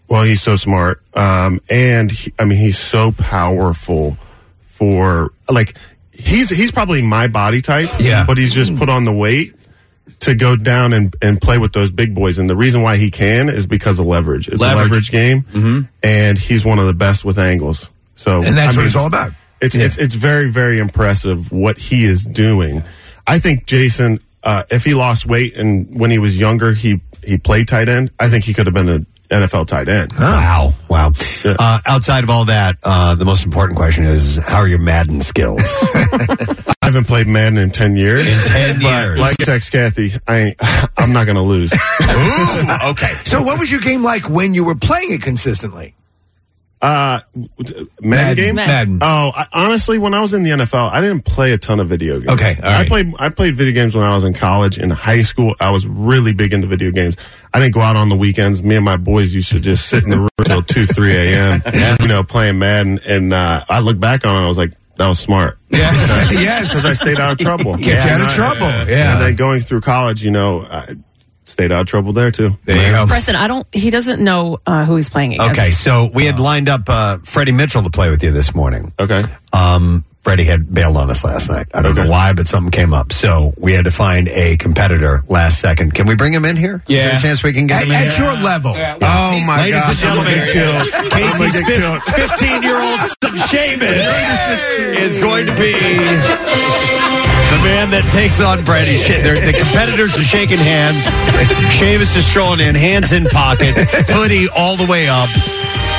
Speaker 21: Well, he's so smart, um, and he, I mean, he's so powerful for like he's he's probably my body type. Yeah, but he's just put on the weight to go down and, and play with those big boys. And the reason why he can is because of leverage. It's a
Speaker 5: Leverage.
Speaker 21: leverage game, and he's one of the best with angles. So,
Speaker 1: And that's what
Speaker 21: mean,
Speaker 1: it's all about.
Speaker 21: It's
Speaker 1: Yeah.
Speaker 21: it's it's very very impressive what he is doing. I think Jason, uh, if he lost weight and when he was younger, he he played tight end. I think he could have been a, NFL tight end.
Speaker 3: Wow. Wow. Uh, outside of all that, uh, the most important question is how are your Madden
Speaker 1: [LAUGHS]
Speaker 3: skills?
Speaker 21: I haven't played Madden in ten years. In
Speaker 3: ten years.
Speaker 21: like Tex Kathy, I ain't, [LAUGHS] I'm not going to lose.
Speaker 1: okay. So, what was your game like when you were playing it consistently?
Speaker 21: Uh, Madden, game?
Speaker 1: Madden.
Speaker 21: Oh, I, honestly, when I was in the NFL, I didn't play a ton of video games.
Speaker 1: Okay, all
Speaker 21: I played I played video games when I was in college. In high school, I was really big into video games. I didn't go out on the weekends. Me and my boys used to just sit in the room [LAUGHS] till two, three a.m. You know, playing Madden. And uh, I look back on it, I was like, that was smart.
Speaker 1: [LAUGHS] Yeah. yes.
Speaker 21: Because I stayed out of trouble.
Speaker 1: Get you out
Speaker 21: and
Speaker 1: of
Speaker 21: I-
Speaker 1: trouble. Yeah.
Speaker 21: And then going through college, you know, I stayed out of trouble there too.
Speaker 1: There you
Speaker 4: Preston, I don't. He doesn't know uh, who he's playing against.
Speaker 3: Um, Okay, so we had lined up uh, Freddie Mitchell to play with you this morning.
Speaker 21: Okay.
Speaker 3: Um, Freddie had bailed on us last night. I don't know why, but something came up. So we had to find a competitor last second. Can we bring him in here? Is there a chance we can get
Speaker 1: at,
Speaker 3: him in
Speaker 1: at
Speaker 3: here?
Speaker 1: your level.
Speaker 3: Oh my
Speaker 1: Ladies
Speaker 3: God!
Speaker 1: and gentlemen,
Speaker 3: Casey's fifteen-year-old son Seamus is going to be the man that takes on Brady. Shit, they're- the competitors are shaking hands. Seamus is strolling in, hands in pocket, hoodie all the way up.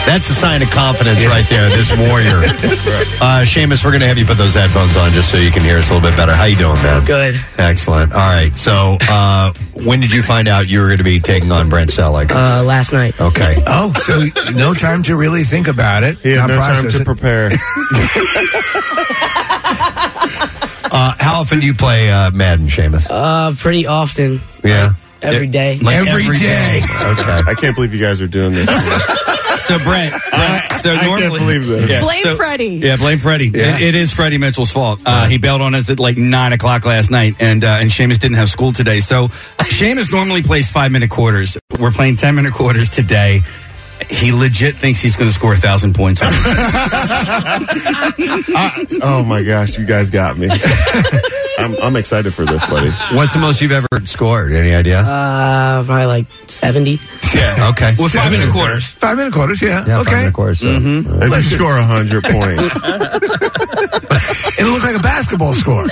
Speaker 3: That's a sign of confidence right there. This warrior, uh, Seamus. We're going to have you put those headphones on just so you can hear us a little bit better. How you doing, man?
Speaker 2: Good.
Speaker 3: Excellent. All right. So, uh, when did you find out you were going to be taking on Brent Selleck?
Speaker 2: Uh, last night.
Speaker 3: Okay.
Speaker 1: Oh, so no time to really think about it.
Speaker 3: Yeah,
Speaker 1: Not
Speaker 3: no time
Speaker 1: process
Speaker 3: to
Speaker 1: it.
Speaker 21: prepare.
Speaker 3: Uh, how often do you play uh, Madden, Seamus?
Speaker 2: Uh, pretty
Speaker 3: [LAUGHS]
Speaker 2: often.
Speaker 3: Yeah.
Speaker 2: Every day.
Speaker 21: okay. I can't believe you guys are doing
Speaker 1: [LAUGHS]
Speaker 21: this.
Speaker 5: So Brent, Brent so
Speaker 21: I
Speaker 5: normally,
Speaker 21: can't believe this.
Speaker 4: Blame Freddie.
Speaker 1: [LAUGHS]
Speaker 21: [LAUGHS]
Speaker 5: Yeah, blame Freddie.
Speaker 4: Yeah.
Speaker 5: It, it is Freddie Mitchell's fault. Uh, he bailed on us at like nine o'clock last night, and uh, and Seamus didn't have school today. So Seamus normally plays five minute quarters. We're playing ten minute quarters today. He legit thinks he's going to score a thousand points. on
Speaker 6: [LAUGHS]
Speaker 5: us.
Speaker 21: oh my gosh, you guys got me. [LAUGHS] I'm, I'm excited for this, buddy.
Speaker 3: What's the most you've ever scored? Any idea?
Speaker 2: Uh, probably like 70.
Speaker 3: Yeah. Okay.
Speaker 5: Well, five minute quarters.
Speaker 1: Five minute
Speaker 3: [LAUGHS]
Speaker 1: quarters, yeah.
Speaker 3: Yeah,
Speaker 1: okay. Mm-hmm.
Speaker 3: five minute quarters. So.
Speaker 21: If you score 100 points,
Speaker 1: [LAUGHS] It'll look like a basketball score.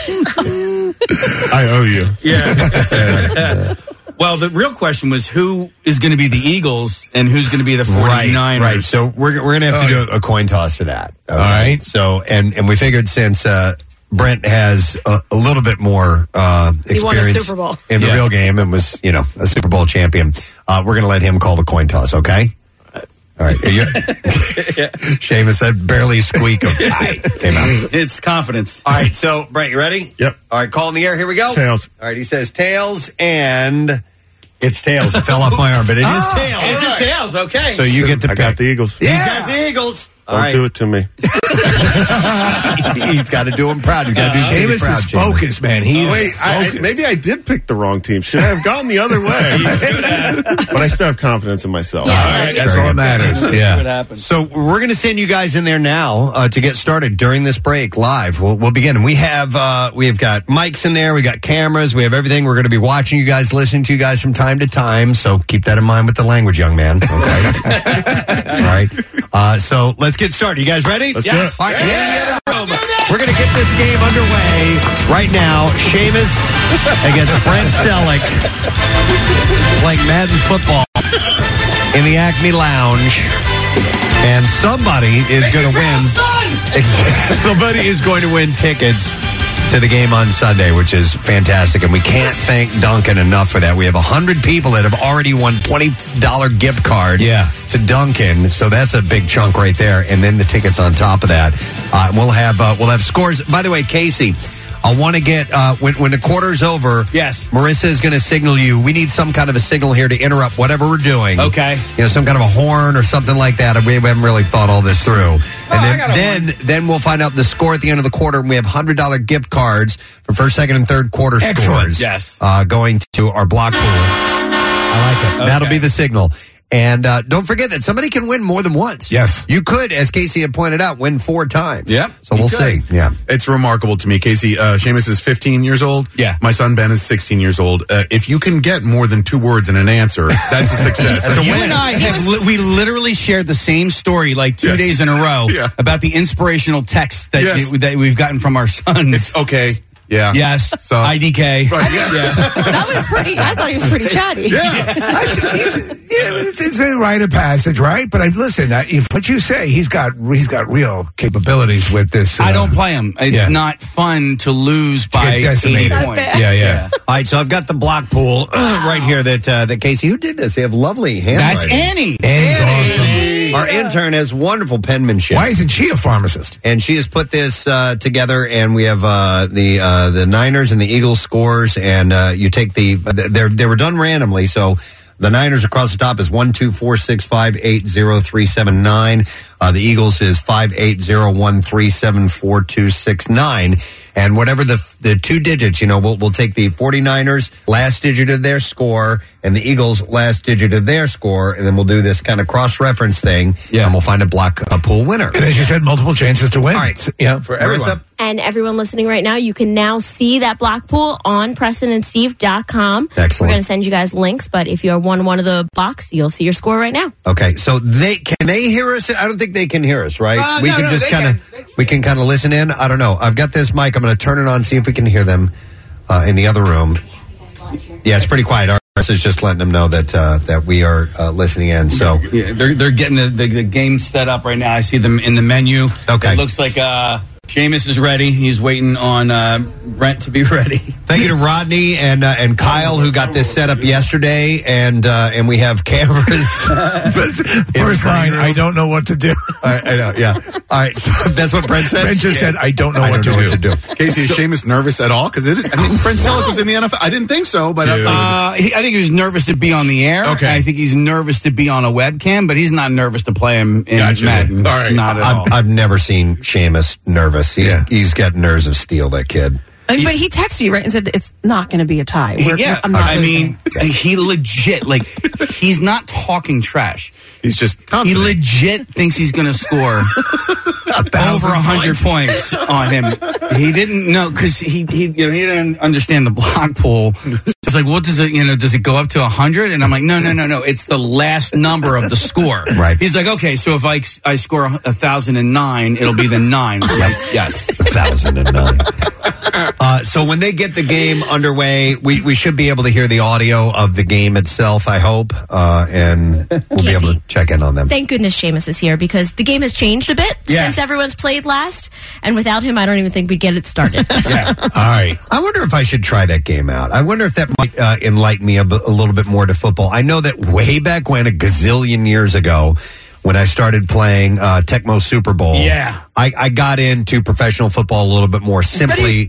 Speaker 21: I owe you.
Speaker 5: Yeah. well, the real question was who is going to be the Eagles and who's going to be the 49ers.
Speaker 3: Right, right. So we're, we're going to have to
Speaker 21: Oh,
Speaker 3: do a coin toss for that. All right. So, and, and we figured since uh, Brent has a, a little bit more uh,
Speaker 6: He won a
Speaker 3: experience
Speaker 6: Super Bowl.
Speaker 3: in the real game and was, you know, a Super Bowl champion, uh, we're going to let him call the coin toss, okay?
Speaker 6: Uh,
Speaker 3: All right.
Speaker 6: [LAUGHS]
Speaker 3: Are you, [LAUGHS] Seamus, that barely squeak of came out.
Speaker 5: It's confidence.
Speaker 3: All right. So, Brent, you ready?
Speaker 21: Yep.
Speaker 3: All right. Call in the air. Here we go.
Speaker 21: Tails.
Speaker 3: All right. He says tails and. It's tails. It fell off [LAUGHS] my arm, but it is tails.
Speaker 5: Is it tails?
Speaker 1: Oh,
Speaker 5: Okay.
Speaker 3: So you get to
Speaker 21: I got the Eagles.
Speaker 3: Yeah. the Eagles.
Speaker 21: Don't do it to [LAUGHS] me.
Speaker 3: He's got to do him proud. He's got to do the city
Speaker 1: Uh, Seamus
Speaker 3: proud.
Speaker 1: is focused, man. He is
Speaker 21: Oh, Wait, I, I-
Speaker 1: focused.
Speaker 21: maybe I did pick the wrong team. Should I have gone the
Speaker 1: [LAUGHS]
Speaker 21: other way? but I still have confidence in myself.
Speaker 3: All right, that's all that
Speaker 21: [LAUGHS]
Speaker 3: matters.
Speaker 1: Yeah.
Speaker 3: So we're going to send you guys in there now uh, to get started during this break live. We'll, we'll begin. And we have uh, we have got mics in there. We got cameras. We have everything. We're going to be watching you guys, listening to you guys from time to time. So keep that in mind with the language, young man. Okay. [LAUGHS] all right. Uh, so let's get started. You guys ready?
Speaker 21: Let's do Yes. it.
Speaker 3: All right. We're going to get this game underway right now. Seamus against Brent Selleck playing Madden football in the Acme Lounge. And somebody is going to win. [LAUGHS] somebody is going to win tickets to the game on Sunday, which is fantastic. And we can't thank Duncan enough for that. We have 100 people that have already won $20 gift cards
Speaker 1: Yeah.
Speaker 3: to Duncan. So that's a big chunk right there, and then the tickets on top of that. Uh, we'll have uh, we'll have scores. By the way, Casey, I want to get uh, when when the quarter's over.
Speaker 5: Yes.
Speaker 3: Marissa is going to signal you. We need some kind of a signal here to interrupt whatever we're doing.
Speaker 5: Okay.
Speaker 3: You know, some kind of a horn or something like that. We haven't really thought all this through. And then then, then we'll find out the score at the end of the quarter, and we have hundred dollar gift cards for first, second, and third quarter
Speaker 5: Excellent.
Speaker 3: scores.
Speaker 5: Yes.
Speaker 3: Uh, going to our block pool. I like it. That'll be the signal. And uh, don't forget that somebody can win more than once.
Speaker 1: Yes.
Speaker 3: You could, as Casey had pointed out, win four times.
Speaker 7: Yep.
Speaker 3: So we'll
Speaker 7: You could.
Speaker 3: see. Yeah.
Speaker 7: It's remarkable to me, Casey. Uh, Seamus is 15 years old.
Speaker 5: Yeah.
Speaker 7: My son Ben is 16 years old. Uh, if you can get more than two words in an answer,
Speaker 5: [LAUGHS]
Speaker 7: that's a success. That's a
Speaker 5: you
Speaker 7: win.
Speaker 5: and I have li- we literally shared the same story like two
Speaker 7: Yes.
Speaker 5: days in a row
Speaker 7: [LAUGHS] Yeah.
Speaker 5: about the inspirational texts that
Speaker 7: Yes.
Speaker 5: that we've gotten from our sons.
Speaker 7: It's okay. Yeah.
Speaker 5: Yes.
Speaker 7: So
Speaker 5: IDK.
Speaker 4: That was pretty. I thought he was pretty chatty.
Speaker 1: Yeah, but it's, it's a rite of passage, right? But I listen. I, if what you say, he's got he's got real capabilities with this. uh,
Speaker 5: I don't play him. It's
Speaker 1: yeah.
Speaker 5: not fun to lose
Speaker 1: get
Speaker 5: by 80
Speaker 1: decimated.
Speaker 5: points.
Speaker 1: Yeah, yeah.
Speaker 3: All right, so I've got the block pool [CLEARS THROAT] right here that uh, that Casey. Who did this? They have lovely handwriting.
Speaker 5: Annie.
Speaker 3: Annie's awesome. Our intern has wonderful penmanship. Why
Speaker 1: isn't she a pharmacist?
Speaker 3: And she has put this uh, together, and we have uh, the uh, the Niners and the Eagles scores, and uh, you take the they they were done randomly, so. The Niners across the top is one two four six five eight zero three seven nine. Uh, the Eagles is five eight zero one three seven four two six nine. And whatever the the two digits, you know, we'll, we'll take the 49ers last digit of their score and the Eagles last digit of their score, and then we'll do this kind of cross reference thing. Yeah. And we'll find a block a pool winner.
Speaker 1: And as you said, multiple chances to win. All right. Yeah, for everyone.
Speaker 8: And everyone listening right now, you can now see that block pool on PrestonandSteve.com.
Speaker 3: Excellent.
Speaker 8: We're going to send you guys links, but if you are one one of the blocks, you'll see your score right now.
Speaker 3: Okay, so they can they hear us? I don't think they can hear us, right?
Speaker 8: Uh,
Speaker 3: we
Speaker 8: no,
Speaker 3: can
Speaker 8: no,
Speaker 3: just
Speaker 8: they
Speaker 3: kind of we can kind of listen in. I don't know. I've got this mic. I'm going to turn it on, see if we can hear them uh, in the other room. Yeah, it's pretty quiet. Ours is just letting them know that uh, that we are uh, listening in. So
Speaker 5: Yeah, they're they're getting the, the, the game set up right now. I see them in the menu.
Speaker 3: Okay,
Speaker 5: it looks like uh, Jameis is ready. He's waiting on uh, Brent to be [LAUGHS] ready.
Speaker 3: thank you to Rodney and uh, and Kyle who got this set up yesterday, and uh, and we have cameras.
Speaker 1: [LAUGHS] First line, I don't know what to do.
Speaker 3: I, I know. Yeah. All right. So [LAUGHS] that's what Brent said.
Speaker 1: Brent just
Speaker 7: Yeah.
Speaker 1: said, I don't know, what, to do.
Speaker 7: Casey, is Seamus nervous at all? Because it is. I mean, Prince Selleck was in the NFL. I didn't think so, but I thought.
Speaker 5: Uh, he, I think he was nervous to be on the air. Okay. I think he's nervous to be on a webcam, but he's not nervous to play him in Madden. Not at
Speaker 3: I've,
Speaker 5: all.
Speaker 3: I've never seen Seamus nervous. He's, he's got nerves of steel. That kid.
Speaker 4: And- but he texted you right and said it's not going to be a tie. We're-
Speaker 5: yeah,
Speaker 4: I'm not
Speaker 5: I
Speaker 4: losing.
Speaker 5: mean, [LAUGHS] he legit like he's not talking trash.
Speaker 7: He's just
Speaker 5: he legit thinks he's going to score over a hundred points on him. He didn't know because he he you know he didn't understand the block pool. It's like what does it you know does it go up to a hundred? And I'm like no no no no it's the last number of the score. Right. He's like okay so if I I score a, a thousand and nine it'll be the nine. I'm like, yes.
Speaker 3: thousand and nine. Uh, so when they get the game underway, we, we should be able to hear the audio of the game itself. I hope, uh, and we'll be able to check in
Speaker 22: [LAUGHS]
Speaker 3: on them.
Speaker 8: Thank goodness Seamus is here because the game has changed a bit
Speaker 3: Yeah.
Speaker 8: since everyone's played last. And without him, I don't even think we'd get it [LAUGHS] started.
Speaker 3: All right. I wonder if I should try that game out. I wonder if that might uh, enlighten me a b- a little bit more to football. I know that way back when, a gazillion years ago, when I started playing uh, Tecmo Super Bowl,
Speaker 6: Yeah.
Speaker 3: I, I got into professional football a little bit more simply.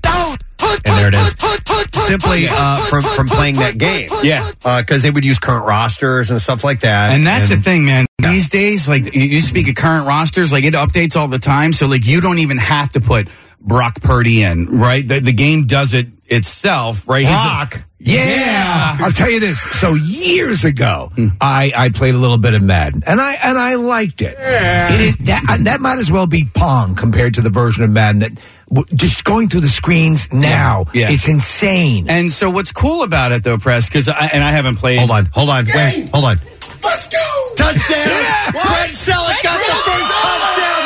Speaker 3: And there it is. Simply uh, from from playing that game,
Speaker 5: yeah,
Speaker 3: because they would use current rosters and stuff like that.
Speaker 5: And that's the thing, man. These days, like you- you speak of current rosters, like it updates all the time. So like you don't even have to put Brock Purdy in, right? The, the game does it itself, right? He's a-
Speaker 1: Brock. Yeah. I'll tell you this. So years ago, I, I played a little bit of Madden, and I and I liked it. It- it- that and that might as well be Pong compared to the version of Madden that w- just going through the screens now.
Speaker 5: Yeah.
Speaker 1: It's insane.
Speaker 5: And so what's cool about it though, Press, because I and I haven't played. Hold
Speaker 3: on, hold on, wait, hold on.
Speaker 6: Let's go!
Speaker 3: Touchdown! Brett Selleck got the first touchdown!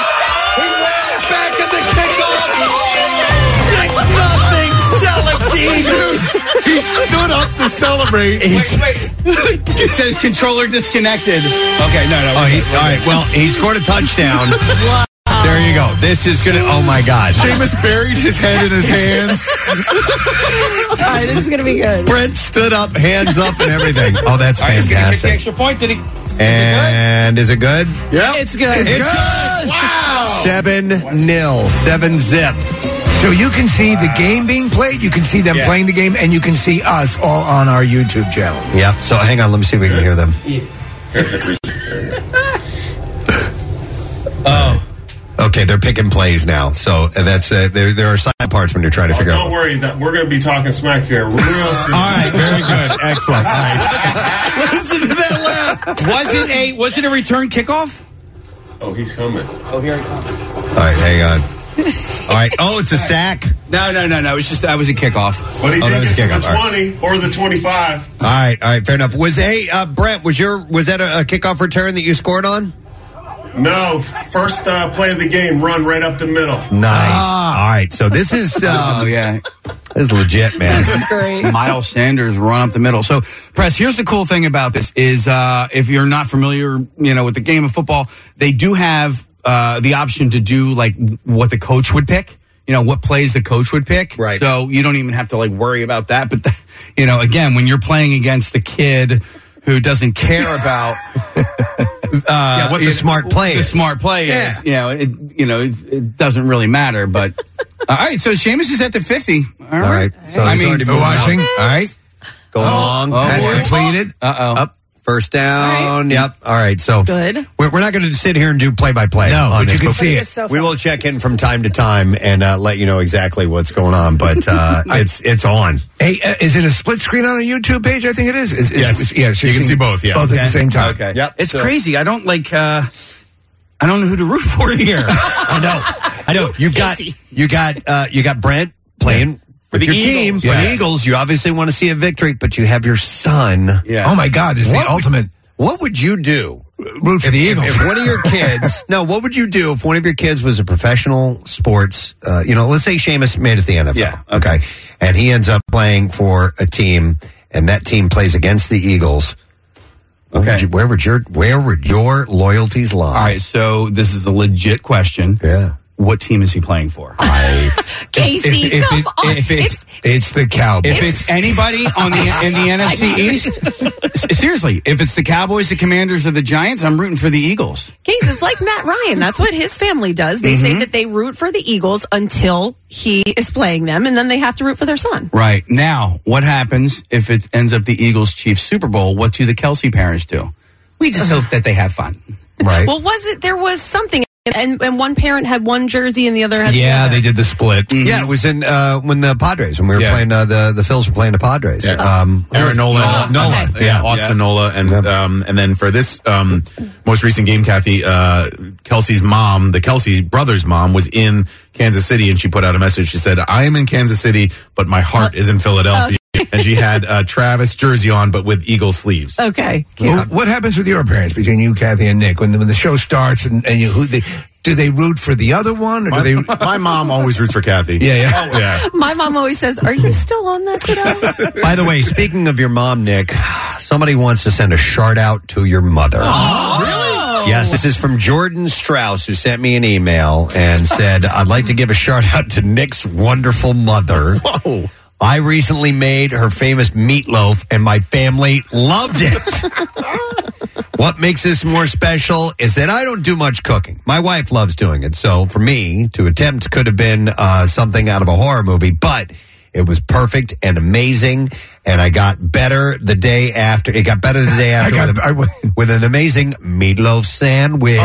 Speaker 3: He went back at the kickoff! Six nothing Selleck's Eagles!
Speaker 7: He stood up to celebrate.
Speaker 5: Wait, wait. [LAUGHS] it says controller disconnected. Okay, no, no.
Speaker 3: Oh, he, all right. Well, he scored a
Speaker 5: [LAUGHS]
Speaker 3: touchdown. There you go. This is gonna. Oh my gosh.
Speaker 7: Seamus buried his head in
Speaker 3: [LAUGHS]
Speaker 7: his hands.
Speaker 4: [LAUGHS] All right, this is going to be good.
Speaker 3: Brent stood up, hands up, and everything. Oh, that's
Speaker 5: All right, he's gonna kick the
Speaker 3: fantastic.
Speaker 5: extra point. Did he?
Speaker 3: And is it good?
Speaker 7: Yeah,
Speaker 4: it's good.
Speaker 3: It's
Speaker 5: good. Wow.
Speaker 3: Seven nil. Seven zip.
Speaker 1: So you can see the game being played, you can see them
Speaker 3: Yeah.
Speaker 1: playing the game, and you can see us all on our YouTube channel.
Speaker 3: Yep. So hang on. Let me see if we can hear them. [LAUGHS]
Speaker 5: Oh.
Speaker 3: Okay, they're picking plays now. So uh, that's uh, there. There are side parts when you're trying to figure out.
Speaker 22: Don't worry, that we're going to be talking smack here. Real soon.
Speaker 3: right, very good. Excellent.
Speaker 22: [LAUGHS]
Speaker 3: Listen to that
Speaker 5: laugh. Was it a was it a return kickoff?
Speaker 22: Oh, he's coming.
Speaker 5: Oh, here he comes.
Speaker 3: All right, hang on. All right. Oh, it's a sack.
Speaker 5: No, no, no, no. It's just that was a kickoff.
Speaker 22: But he
Speaker 3: Oh, that
Speaker 22: did
Speaker 3: was
Speaker 22: get to
Speaker 3: kickoff.
Speaker 22: the
Speaker 3: All right.
Speaker 22: 20 or the 25.
Speaker 3: All right, all right, fair enough. Was hey uh, Brent? Was your was that a, a kickoff return that you scored on?
Speaker 22: No, first uh, play of the game, run right up the middle.
Speaker 3: Nice.
Speaker 1: Ah.
Speaker 21: Ah.
Speaker 3: All right. So this
Speaker 1: [LAUGHS]
Speaker 21: [LAUGHS]
Speaker 3: is. Um,
Speaker 5: oh yeah.
Speaker 3: This is legit, man.
Speaker 5: Miles Sanders run up the middle. So, press. Here's the cool thing about this is uh, if you're not familiar, you know, with the game of football, they do have uh, the option to do like what the coach would pick. You know what plays the coach would pick. Right. So you don't even have to like worry about that. But [LAUGHS] you know, again, when you're playing against the kid who doesn't care about. Uh, yeah,
Speaker 3: what the smart play
Speaker 5: The
Speaker 3: is.
Speaker 5: smart play is, you know, it, you know, it, it doesn't really matter. But all right, so Seamus is at the fifty. All
Speaker 3: All right. So
Speaker 5: I
Speaker 3: he's
Speaker 5: mean,
Speaker 3: already
Speaker 5: for
Speaker 3: moving out.
Speaker 5: watching.
Speaker 1: All right.
Speaker 3: Going
Speaker 5: Oh,
Speaker 3: along.
Speaker 5: oh,
Speaker 3: pass
Speaker 5: boy.
Speaker 3: completed.
Speaker 5: Uh oh.
Speaker 3: Up. First down. Yep. All right. So
Speaker 4: Good.
Speaker 3: We're, we're not going to sit here and do play by play.
Speaker 1: No,
Speaker 3: on
Speaker 1: but you
Speaker 3: this,
Speaker 1: can see
Speaker 3: we,
Speaker 1: it. But it was so
Speaker 3: we will check in from time to time and uh, let you know exactly what's going on. But uh, it's it's on.
Speaker 1: Hey, uh, is it a split screen on a YouTube page? I think it is. is, is
Speaker 3: Yes.
Speaker 1: yeah, so
Speaker 3: You can
Speaker 1: seeing
Speaker 3: see both, yeah.
Speaker 1: both at
Speaker 3: Okay.
Speaker 1: the same time.
Speaker 5: Okay.
Speaker 3: Yep.
Speaker 5: It's
Speaker 3: So-
Speaker 5: crazy. I don't like. uh I don't know who to root for here.
Speaker 3: I know. I know. You've got you got uh, you got Brent playing with
Speaker 5: the
Speaker 3: your
Speaker 5: Eagles.
Speaker 3: team for
Speaker 1: Yeah.
Speaker 3: the Eagles. You obviously want to see a victory, but you have your son.
Speaker 5: Yeah.
Speaker 1: Oh my God, this is
Speaker 3: What
Speaker 1: the ultimate
Speaker 3: What would you do?
Speaker 1: root for the Eagles.
Speaker 3: If one of your kids, no, what would you do if one of your kids was a professional sports, uh, you know, let's say Seamus made it to the NFL.
Speaker 5: Yeah.
Speaker 3: Okay. And he ends up playing for a team and that team plays against the Eagles. What would
Speaker 5: Okay.
Speaker 3: you- where would your, where would your loyalties lie?
Speaker 5: All right. So this is a legit question.
Speaker 3: Yeah.
Speaker 5: What team is he playing for?
Speaker 15: Casey,
Speaker 1: if,
Speaker 15: come
Speaker 1: it-
Speaker 15: on.
Speaker 1: if it's, it's the Cowboys.
Speaker 5: If it's anybody on the in
Speaker 15: [LAUGHS]
Speaker 5: the NFC East, s- seriously, if it's the Cowboys, the Commanders, or the Giants, I'm rooting for the Eagles.
Speaker 4: Case, it's like Matt Ryan. That's what his family does. They say that they root for the Eagles until he is playing them, and then they have to root for their son.
Speaker 5: Right now, what happens if it ends up the Eagles Chiefs Super Bowl? What do the Kelsey parents do? We just hope that they have fun.
Speaker 3: Right.
Speaker 4: Well, was it? There was something, and and one parent had one jersey and the other had. the
Speaker 1: yeah,
Speaker 4: other.
Speaker 1: they did the split.
Speaker 3: yeah, it was in uh, when the Padres when we were
Speaker 7: Yeah.
Speaker 3: playing uh, the the Phils were playing the Padres. Um,
Speaker 7: Aaron Nola, Oh,
Speaker 3: Nola,
Speaker 7: yeah, Austin Nola, and um, and then for this um, most recent game, Kathy uh, Kelsey's mom, the Kelsey brothers' mom, was in Kansas City, and she put out a message. She said, "I am in Kansas City, but my heart
Speaker 3: Oh.
Speaker 7: is in Philadelphia." and she had uh, Travis jersey on, but with Eagle sleeves.
Speaker 4: Okay.
Speaker 1: Well, what happens with your parents between you, Kathy, and Nick when the, when the show starts and, and you who they, do they root for the other one or
Speaker 7: My,
Speaker 1: do they?
Speaker 7: my mom always roots for Kathy.
Speaker 1: Yeah, yeah.
Speaker 7: yeah.
Speaker 4: [LAUGHS] My mom always says, "Are you still on that show?"
Speaker 3: By the way, speaking of your mom, Nick, somebody wants to send a shout out to your mother.
Speaker 1: Oh.
Speaker 3: really? Yes, this is from Jordan Strauss, who sent me an email
Speaker 1: [LAUGHS]
Speaker 3: and said, I'd like to give a shout out to Nick's wonderful mother. Whoa. I recently made her famous meatloaf, and my family loved
Speaker 1: [LAUGHS]
Speaker 3: it. What makes this more special is that I don't do much cooking. My wife loves doing it. So for me to attempt could have been uh, something out of a horror movie, but it was perfect and amazing. And I got better the day after. It got better the day after
Speaker 1: got-
Speaker 3: with, a-
Speaker 1: [LAUGHS] I went- Oh.
Speaker 3: with an amazing meatloaf sandwich.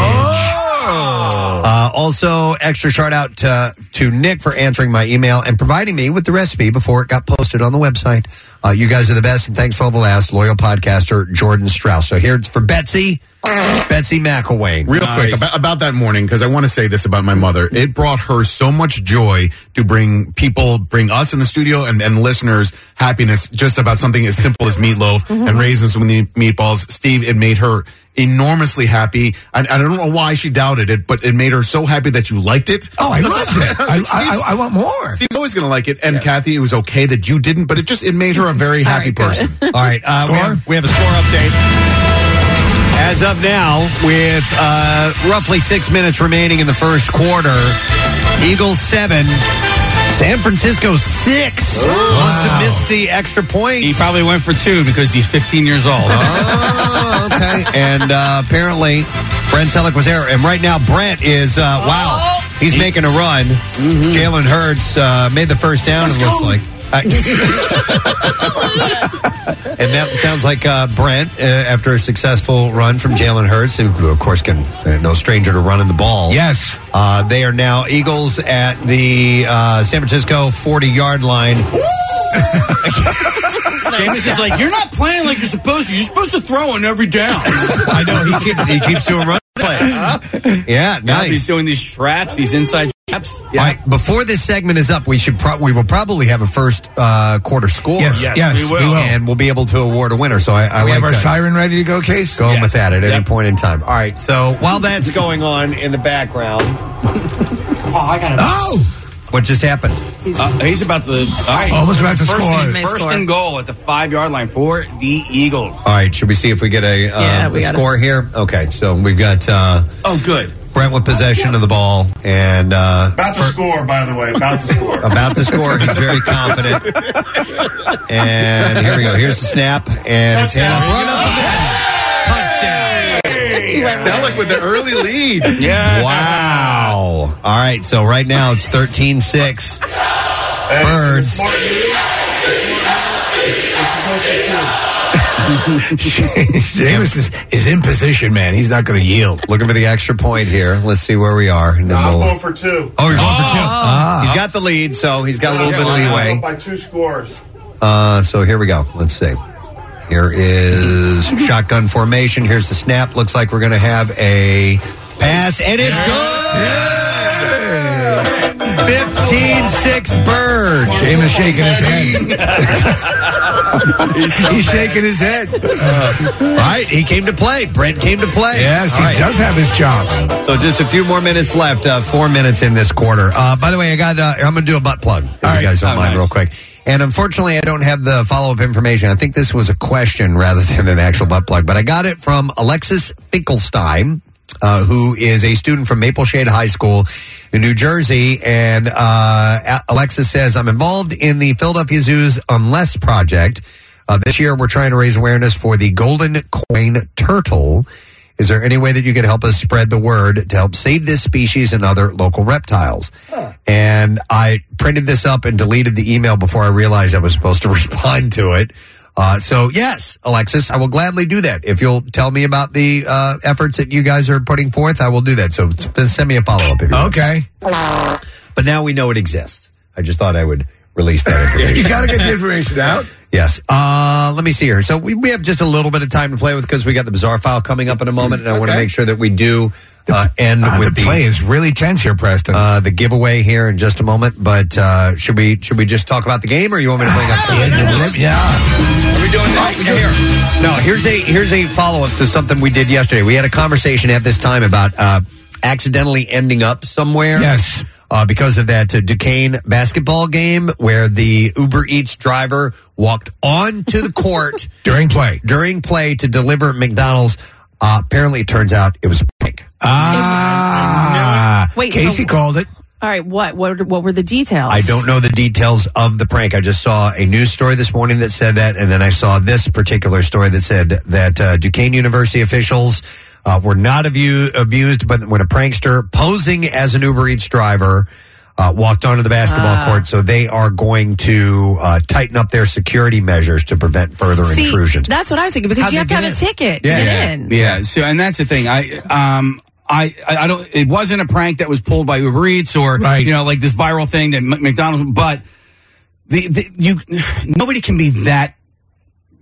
Speaker 3: Uh, also, extra shout out to, to Nick for answering my email and providing me with the recipe before it got posted on the website. Uh, you guys are the best, and thanks for all the last loyal podcaster Jordan Strauss. So here's for Betsy, Betsy McElwain.
Speaker 7: Real
Speaker 5: Nice.
Speaker 7: quick about, about that morning because I want to say this about my mother. It brought her so much joy to bring people, bring us in the studio and, and listeners happiness just about something as simple as meatloaf and raisins with the meatballs. Steve, it made her enormously happy. I, I don't know why she doubted it, but it made her so happy that you liked it. [LAUGHS]
Speaker 1: Oh, I loved it.
Speaker 7: I
Speaker 1: I,
Speaker 7: was like,
Speaker 1: I,
Speaker 7: Steve's-
Speaker 1: I, I want more.
Speaker 7: Steve's always going to like it, and Kathy, it was okay that you didn't, but it just it made her a very happy person.
Speaker 3: [LAUGHS] All right, uh, we, have, we have a score update. As of now, with uh, roughly six minutes remaining in the first quarter, Eagles seven, San Francisco six. Must have missed the extra point.
Speaker 5: He probably went for two because he's 15 years old.
Speaker 3: Oh, okay. [LAUGHS] And uh, apparently, Brent Selleck was there. And right now, Brent is, uh, wow, he's making a run. Jalen Hurts uh, made the first down, it looks like. I- [LAUGHS] and that sounds like uh, Brent uh, after a successful run from Jalen Hurts, who, of course, can uh, no stranger to running the ball.
Speaker 1: Yes.
Speaker 3: Uh, they are now Eagles at the uh, San Francisco 40 yard line.
Speaker 5: James is [LAUGHS] like, you're not playing like you're supposed to. You're supposed to throw on every down.
Speaker 3: I know he keeps he keeps doing run play. Yeah,
Speaker 5: Now
Speaker 3: nice.
Speaker 5: He's doing these traps. He's inside traps.
Speaker 3: All right, before this segment is up, we should pro- we will probably have a first uh, quarter score.
Speaker 1: Yes, Yes, yes, we will.
Speaker 3: and we'll be able to award a winner. So I, I
Speaker 1: we
Speaker 3: like
Speaker 1: have our
Speaker 3: that.
Speaker 1: siren ready to go, Case?
Speaker 3: Going with that at any point in time. All right. So while that's going on in the
Speaker 5: [LAUGHS]
Speaker 3: background,
Speaker 2: Oh, I got it.
Speaker 1: Oh!
Speaker 3: what just happened?
Speaker 5: Uh, he's about to all
Speaker 1: Almost Oh, about to
Speaker 5: first
Speaker 1: score.
Speaker 5: And,
Speaker 1: May
Speaker 5: first
Speaker 1: score.
Speaker 5: and goal at the five yard line for the Eagles.
Speaker 3: All right. Should we see if we get a, uh,
Speaker 5: Yeah, we
Speaker 3: a
Speaker 5: gotta-
Speaker 3: score here? Okay. So we've got uh,
Speaker 5: Oh, good.
Speaker 3: Brent with possession of the ball and uh,
Speaker 22: About to score, by the way. About to score.
Speaker 3: about to score. He's very confident. And here we go. Here's the snap. And it's handled right up the middle. Touchdown.
Speaker 7: Selleck with the early lead.
Speaker 5: Yeah.
Speaker 3: Wow. All right. So right now it's 13 6. Birds.
Speaker 1: [LAUGHS] James is, is in position, man. He's not going to yield.
Speaker 3: Looking for the extra point here. Let's see where we are. And then
Speaker 22: I'm
Speaker 3: we'll-
Speaker 22: going for two.
Speaker 3: Oh, you're going for two. Ah. He's got the lead, so he's got a little bit of
Speaker 22: I'm
Speaker 3: leeway.
Speaker 22: up by two scores.
Speaker 3: Uh, so here we go. Let's see. Here is shotgun formation. Here's the snap. Looks like we're going to have a pass, and it's good. 15 6 Birds.
Speaker 1: James is shaking his head.
Speaker 5: He's,
Speaker 1: shaking his head.
Speaker 3: Uh, All right, he came to play. Brent came to play.
Speaker 1: Yes, he
Speaker 3: All right.
Speaker 1: does have his chops.
Speaker 3: So just a few more minutes left. Uh, four minutes in this quarter. Uh, by the way, I got. Uh, I'm going to do a butt plug. If you guys don't
Speaker 5: Oh,
Speaker 3: mind,
Speaker 5: nice.
Speaker 3: real quick. And unfortunately, I don't have the follow up information. I think this was a question rather [LAUGHS] than an actual butt plug, but I got it from Alexis Finkelstein. Uh, who is a student from Maple Shade High School in New Jersey? And uh, A- Alexis says, I'm involved in the Philadelphia Zoo's Unless Project. Uh, this year, we're trying to raise awareness for the golden coin turtle. Is there any way that you can help us spread the word to help save this species and other local reptiles? And I printed this up and deleted the email before I realized I was supposed to [LAUGHS] respond to it. Uh, so, yes, Alexis, I will gladly do that. If you'll tell me about the uh, efforts that you guys are putting forth, I will do that. So, s- send me a follow [LAUGHS] up.
Speaker 1: Okay.
Speaker 3: But now we know it exists. I just thought I would release that information.
Speaker 1: You got to get the information out.
Speaker 3: Yes. Uh, let me see here. So we, we have just a little bit of time to play with because we got the bizarre file coming up in a moment, and I want to make sure that we do uh, end
Speaker 1: Uh,
Speaker 3: with
Speaker 1: the play is really tense here, Preston.
Speaker 3: uh, the giveaway here in just a moment. But uh, should we should we just talk about the game, or you want me to bring up something?
Speaker 1: yeah.
Speaker 5: Are we doing this? Here.
Speaker 3: No, here's a here's a follow up to something we did yesterday. We had a conversation at this time about uh, accidentally ending up somewhere.
Speaker 1: Yes.
Speaker 3: Uh, because of that uh, Duquesne basketball game where the Uber Eats driver walked onto the court
Speaker 1: [LAUGHS] During play.
Speaker 3: during play to deliver McDonald's. Uh, apparently, it turns out it was pink.
Speaker 1: Ah.
Speaker 4: Wait,
Speaker 1: Casey
Speaker 4: so-
Speaker 1: called it.
Speaker 4: All right, what what what were the details?
Speaker 3: I don't know the details of the prank. I just saw a news story this morning that said that, and then I saw this particular story that said that uh, Duquesne University officials uh, were not abu- abused, but when a prankster posing as an Uber Eats driver uh, walked onto the basketball court, so they are going to uh, tighten up their security measures to prevent further
Speaker 4: See,
Speaker 3: intrusions.
Speaker 4: that's what I was thinking because you have to have a ticket to get in.
Speaker 5: Yeah. So, and that's the thing. I, um, I, I I don't. It wasn't a prank that was pulled by Uber Eats or
Speaker 1: Right.
Speaker 5: you know like this viral thing that M- McDonald's. But the, the you nobody can be that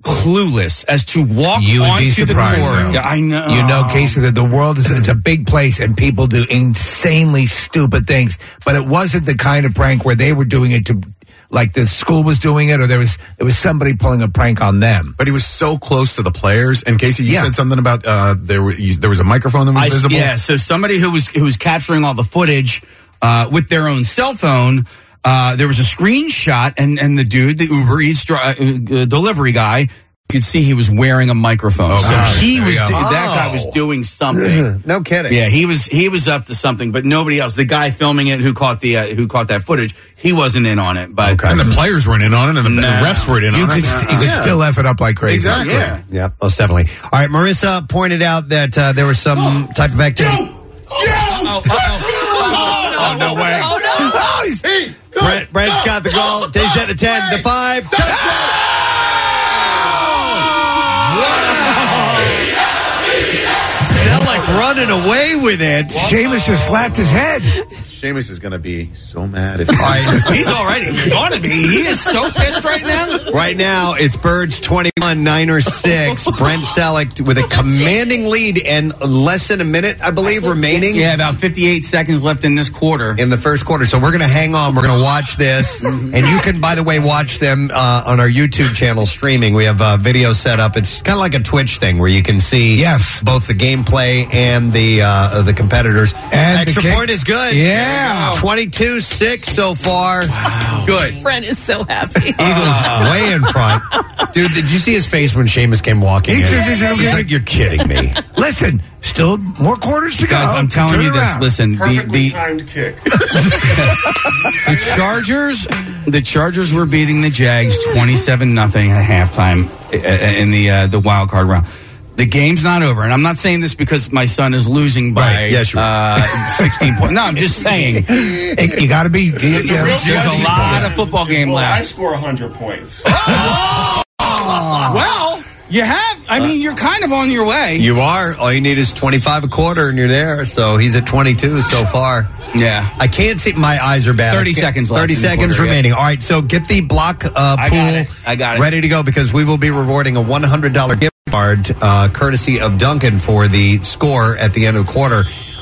Speaker 5: clueless as to walk
Speaker 1: You would be
Speaker 5: onto the
Speaker 1: surprised.
Speaker 5: court.
Speaker 1: though.
Speaker 5: Yeah, I know.
Speaker 1: You know, Casey, that the world is it's a big place and people do insanely stupid things. But it wasn't the kind of prank where they were doing it to, like the school was doing it, or there was it was somebody pulling a prank on them.
Speaker 7: But he was so close to the players. And Casey, you
Speaker 1: Yeah.
Speaker 7: said something about uh, there were you, there was a microphone that was
Speaker 5: I,
Speaker 7: visible.
Speaker 5: yeah, so somebody who was who was capturing all the footage uh, with their own cell phone. Uh, there was a screenshot, and and the dude, the Uber Eats dri- uh, uh, delivery guy, you could see he was wearing a microphone.
Speaker 7: Oh,
Speaker 5: so
Speaker 7: God.
Speaker 5: he
Speaker 7: There
Speaker 5: was
Speaker 7: you go.
Speaker 5: do- that guy was doing something.
Speaker 3: Oh. [LAUGHS] No kidding.
Speaker 5: Yeah, he was he was up to something, but nobody else. The guy filming it, who caught the uh, who caught that footage, he wasn't in on it. But
Speaker 7: And the players weren't in on it, and the,
Speaker 5: No.
Speaker 7: the refs weren't in
Speaker 1: You
Speaker 7: on
Speaker 1: could
Speaker 7: it.
Speaker 1: st- you could still f it up like crazy.
Speaker 7: Exactly.
Speaker 5: yeah,
Speaker 3: Yeah, most definitely. All right, Marissa pointed out that uh, there was some type of activity.
Speaker 5: oh,
Speaker 7: Oh, no way.
Speaker 3: Brett, Brett's got the goal. He's at the 10, the 5. Touchdown! Selleck running away with it.
Speaker 1: Seamus just slapped his head.
Speaker 7: Seamus is going to be so mad [LAUGHS] if I,
Speaker 5: He's already going to be. He is so pissed right now.
Speaker 3: Right now, it's Birds 21, Niners
Speaker 5: [LAUGHS]
Speaker 3: 6. Brent Selleck with a commanding lead and less than a minute, I believe, remaining.
Speaker 5: Yeah, about 58 seconds left in this quarter. Mm-hmm.
Speaker 3: In the first quarter. So we're going to hang on. We're going to watch
Speaker 5: [LAUGHS]
Speaker 3: this. and you can, by the way, watch them uh, on our YouTube channel streaming. We have uh, video set up. It's kind of like a Twitch thing where you can see yes. both the gameplay and the uh, the competitors.
Speaker 1: And
Speaker 3: Extra
Speaker 1: the kick-
Speaker 3: point is good.
Speaker 1: Yeah.
Speaker 3: 22 6 so far. Good. Ah.
Speaker 4: Brent is so happy.
Speaker 3: [LAUGHS] Eagles way in front. Dude, did you see his face when Seamus came walking
Speaker 1: He
Speaker 3: in?
Speaker 1: just- he's okay.
Speaker 3: like, you're kidding me.
Speaker 1: [LAUGHS] Listen, still more quarters to
Speaker 5: Guys,
Speaker 1: go.
Speaker 5: I'm telling
Speaker 1: Turn
Speaker 5: you this.
Speaker 1: around.
Speaker 5: Listen, the,
Speaker 22: Perfectly
Speaker 5: the
Speaker 22: timed kick.
Speaker 5: the Chargers, the Chargers were beating the Jags 27 nothing at halftime uh, uh, in the uh, the wild card round. The game's not over, and I'm not saying this because my son is losing by
Speaker 3: Right. Yes, you
Speaker 5: uh, 16 points. No, I'm just saying
Speaker 1: It- you got to be. You, you know,
Speaker 5: there's a lot of football game
Speaker 22: Well, I
Speaker 5: left.
Speaker 22: score 100 points.
Speaker 5: Well, you have. I mean, you're kind of on your way.
Speaker 3: You are. All you need is 25 a quarter and you're there. So he's at 22 so far.
Speaker 5: Yeah.
Speaker 3: I can't see. My eyes are bad. I
Speaker 5: 30
Speaker 3: can't-
Speaker 5: seconds left
Speaker 3: 30
Speaker 5: in the
Speaker 3: seconds
Speaker 5: quarter, yeah.
Speaker 3: remaining. All right. So get the block uh, pool
Speaker 5: I got it. I got it.
Speaker 3: ready to go because we will be rewarding a $100 gift card uh, courtesy of Duncan for the score at the end of the quarter.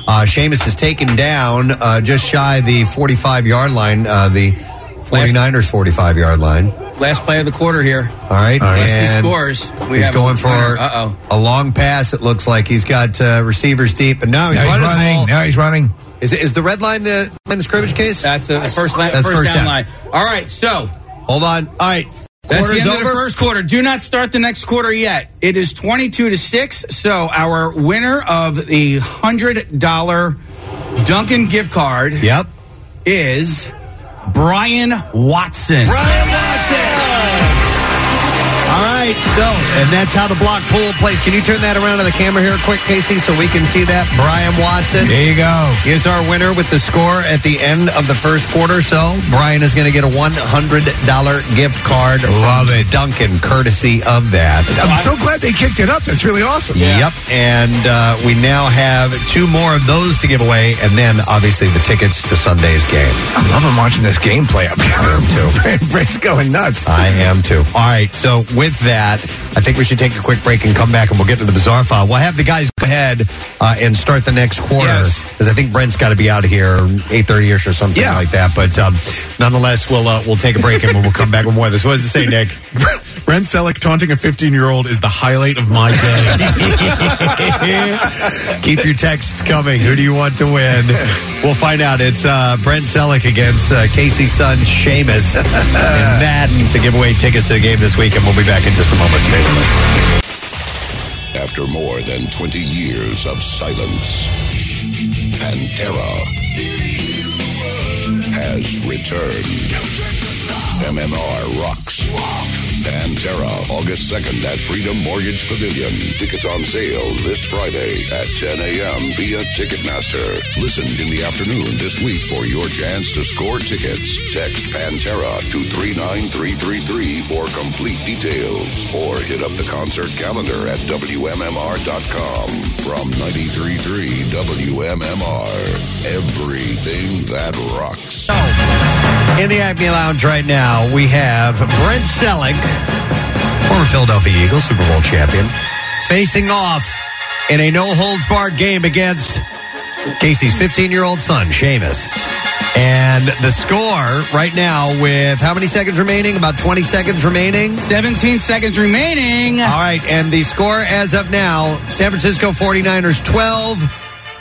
Speaker 3: Uh, Seamus has taken down uh, just shy the 45 yard line, uh, the 49ers 45 yard line.
Speaker 5: Last play of the quarter here.
Speaker 3: All right.
Speaker 5: Unless he
Speaker 3: and
Speaker 5: scores, we
Speaker 3: he's
Speaker 5: have
Speaker 3: going for
Speaker 5: Uh oh.
Speaker 3: a long pass. It looks like he's got uh, receivers deep, but now he's
Speaker 1: Now he's
Speaker 3: running. the
Speaker 1: running.
Speaker 3: ball.
Speaker 1: Now he's running.
Speaker 3: Is, it, is the red line the line of scrimmage case?
Speaker 5: That's the first line,
Speaker 3: That's
Speaker 5: first,
Speaker 3: first
Speaker 5: down
Speaker 3: down.
Speaker 5: line. All right, so
Speaker 3: Hold on. All right.
Speaker 5: that's the
Speaker 3: Quarter's
Speaker 5: end of
Speaker 3: over.
Speaker 5: the first quarter. Do not start the next quarter yet. It is twenty-two to six. So our winner of the hundred-dollar Duncan gift card
Speaker 3: Yep.
Speaker 5: is Brian Watson.
Speaker 3: Brian Watson. All right. So, and that's how the block pool plays. Can you turn that around to the camera here, quick, Casey, so we can see that? Brian Watson.
Speaker 1: There you go.
Speaker 3: is our winner with the score at the end of the first quarter. So Brian is going to get a one hundred dollar gift card. Love it, Duncan, courtesy of that.
Speaker 1: I'm so glad they kicked it up. That's really awesome.
Speaker 3: Yep, and uh, we now have two more of those to give away, and then obviously the tickets to Sunday's game.
Speaker 1: I love him watching this gameplay up [LAUGHS] here too. Brent's going nuts.
Speaker 3: I am too. All right, so with that, I think we should take a quick break and come back, and we'll get to the bizarre file. We'll have the guys go ahead uh, and start the next quarter
Speaker 1: Yes.
Speaker 3: because I think Brent's got to be out of here eight thirty ish or something
Speaker 1: Yeah.
Speaker 3: like that. But um, nonetheless, we'll uh, we'll take a break and we'll come back with more of this. What does it say,
Speaker 7: [LAUGHS]
Speaker 3: Nick?
Speaker 7: Brent Selleck taunting a 15 year old is the highlight of my day.
Speaker 3: [LAUGHS] Keep your texts coming. Who do you want to win? We'll find out. It's uh, Brent Selleck against uh, Casey Sun, Sheamus, and Madden to give away tickets to the game this week. And we'll be back in just a moment. Stay with us.
Speaker 10: After more than 20 years of silence, Pantera has returned. MMR rocks. Pantera, August 2nd at Freedom Mortgage Pavilion. Tickets on sale this Friday at 10 a.m. via Ticketmaster. Listen in the afternoon this week for your chance to score tickets. Text Pantera to 39333 for complete details or hit up the concert calendar at WMMR.com. From 93.3 WMMR, everything that rocks.
Speaker 3: In the Acme Lounge right now, we have Brent Selleck, former Philadelphia Eagles Super Bowl champion, facing off in a no holds barred game against Casey's 15 year old son, Seamus. And the score right now, with how many seconds remaining? About 20 seconds remaining.
Speaker 5: 17 seconds remaining.
Speaker 3: All right, and the score as of now San Francisco 49ers 12,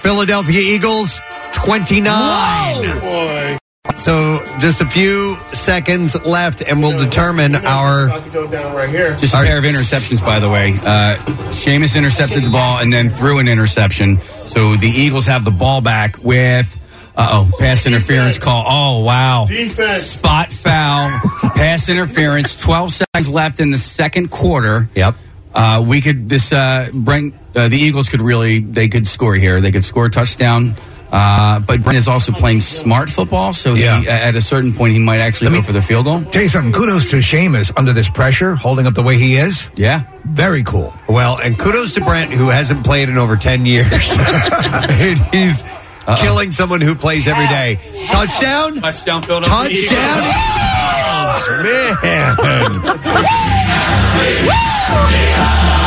Speaker 3: Philadelphia Eagles 29.
Speaker 22: Boy.
Speaker 3: So just a few seconds left, and we'll determine our.
Speaker 22: About to go down right here.
Speaker 5: Just a pair of interceptions, by the way. Uh, Seamus intercepted the ball and then threw an interception. So the Eagles have the ball back with, uh oh, pass interference call. Oh, wow.
Speaker 22: Defense.
Speaker 5: Spot foul, pass interference, 12 seconds left in the second quarter.
Speaker 3: Yep.
Speaker 5: Uh, we could, this, uh, Brent, uh, the Eagles could really, they could score here. They could score a touchdown. Uh, but Brent is also playing smart football, so
Speaker 1: Yeah.
Speaker 5: he, at a certain point, he might actually go for the field goal.
Speaker 1: Tell you something. Kudos to Seamus under this pressure, holding up the way he is.
Speaker 5: Yeah.
Speaker 1: Very cool.
Speaker 3: Well, [LAUGHS] and kudos to Brent, who hasn't played in over 10 years. and he's killing someone who plays every day. Touchdown!
Speaker 5: Touchdown,
Speaker 3: Philadelphia. Touchdown. Man.
Speaker 5: [LAUGHS]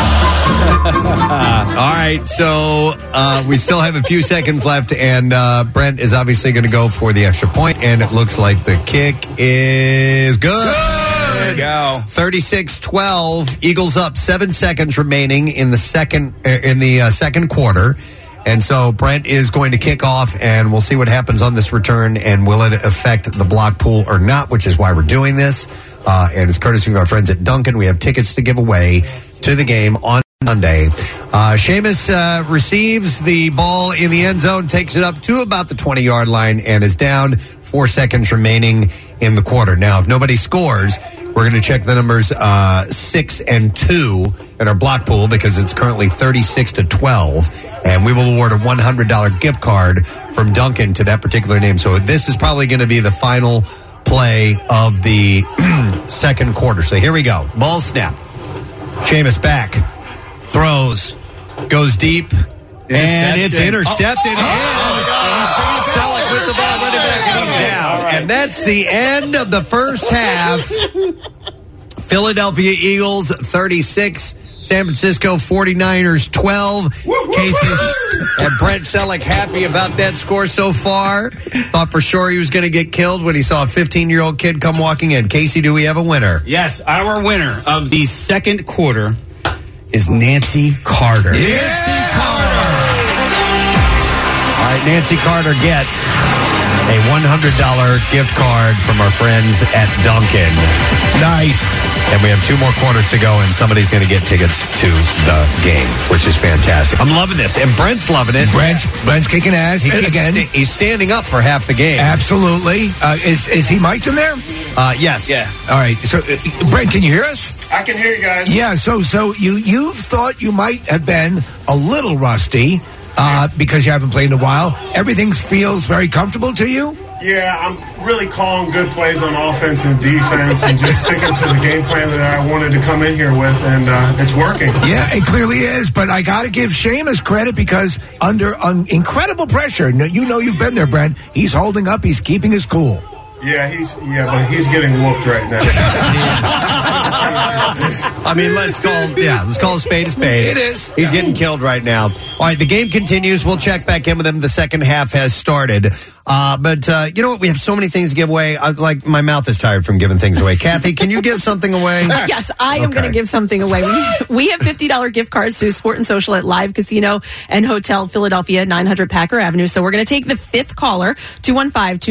Speaker 3: [LAUGHS] All right, so uh, we still have a few seconds left, and uh, Brent is obviously going to go for the extra point, and it looks like the kick is good. There
Speaker 5: you go.
Speaker 3: 36 12. Eagles up seven seconds remaining in the second uh, in the uh, second quarter. And so Brent is going to kick off, and we'll see what happens on this return, and will it affect the block pool or not, which is why we're doing this. Uh, and it's courtesy of our friends at Duncan. We have tickets to give away to the game on Monday. Uh, Seamus uh, receives the ball in the end zone, takes it up to about the 20 yard line, and is down. Four seconds remaining in the quarter. Now, if nobody scores, we're going to check the numbers uh, six and two in our block pool because it's currently 36 to 12. And we will award a $100 gift card from Duncan to that particular name. So this is probably going to be the final play of the [CLEARS THROAT] second quarter. So here we go. Ball snap. Seamus back, throws, goes deep, and it's intercepted. Oh, Selleck with the ball running back, and he's down. And that's the end of the first half. Philadelphia Eagles 36, San Francisco 49ers 12. Cases and Brent Selleck happy about that score so far. Thought for sure he was going to get killed when he saw a 15 year old kid come walking in. Casey, do we have a winner?
Speaker 5: Yes, our winner of the second quarter is Nancy Carter.
Speaker 3: All right, Nancy Carter gets a $100 gift card from our friends at Duncan. Nice. And we have two more quarters to go, and somebody's going to get tickets to the game, which is fantastic. I'm loving this, and Brent's loving it.
Speaker 1: Brent's Brent's kicking ass
Speaker 3: He
Speaker 1: And
Speaker 3: keeps
Speaker 1: again.
Speaker 3: sta- he's standing up for half the game.
Speaker 1: Absolutely. Uh, is is he mic'd in there?
Speaker 3: Uh, yes.
Speaker 1: Yeah. All right. So, uh, Brent, can you hear us?
Speaker 22: I can hear you guys.
Speaker 1: Yeah. So, so you you thought you might have been a little rusty uh, because you haven't played in a while. Everything feels very comfortable to you.
Speaker 22: Yeah, I'm really calling good plays on offense and defense and just sticking to the game plan that I wanted to come in here with, and uh, it's working.
Speaker 1: Yeah, it clearly is. But I got to give Seamus credit because under un- incredible pressure, no- you know you've been there, Brent. He's holding up. He's keeping his cool.
Speaker 22: Yeah, he's yeah, but he's getting whooped right now.
Speaker 3: I mean, let's call yeah, let's call a spade a spade.
Speaker 1: It is.
Speaker 3: He's getting killed right now. All right, the game continues. We'll check back in with him. The second half has started, uh, but uh, you know what? We have so many things to give away. I, like my mouth is tired from giving things away. Kathy, can you give something away?
Speaker 4: [LAUGHS] yes, I am going to give something away. We, we have $50 gift cards to Sport and Social at Live Casino and Hotel Philadelphia, 900 Packer Avenue. So we're going to take the fifth caller,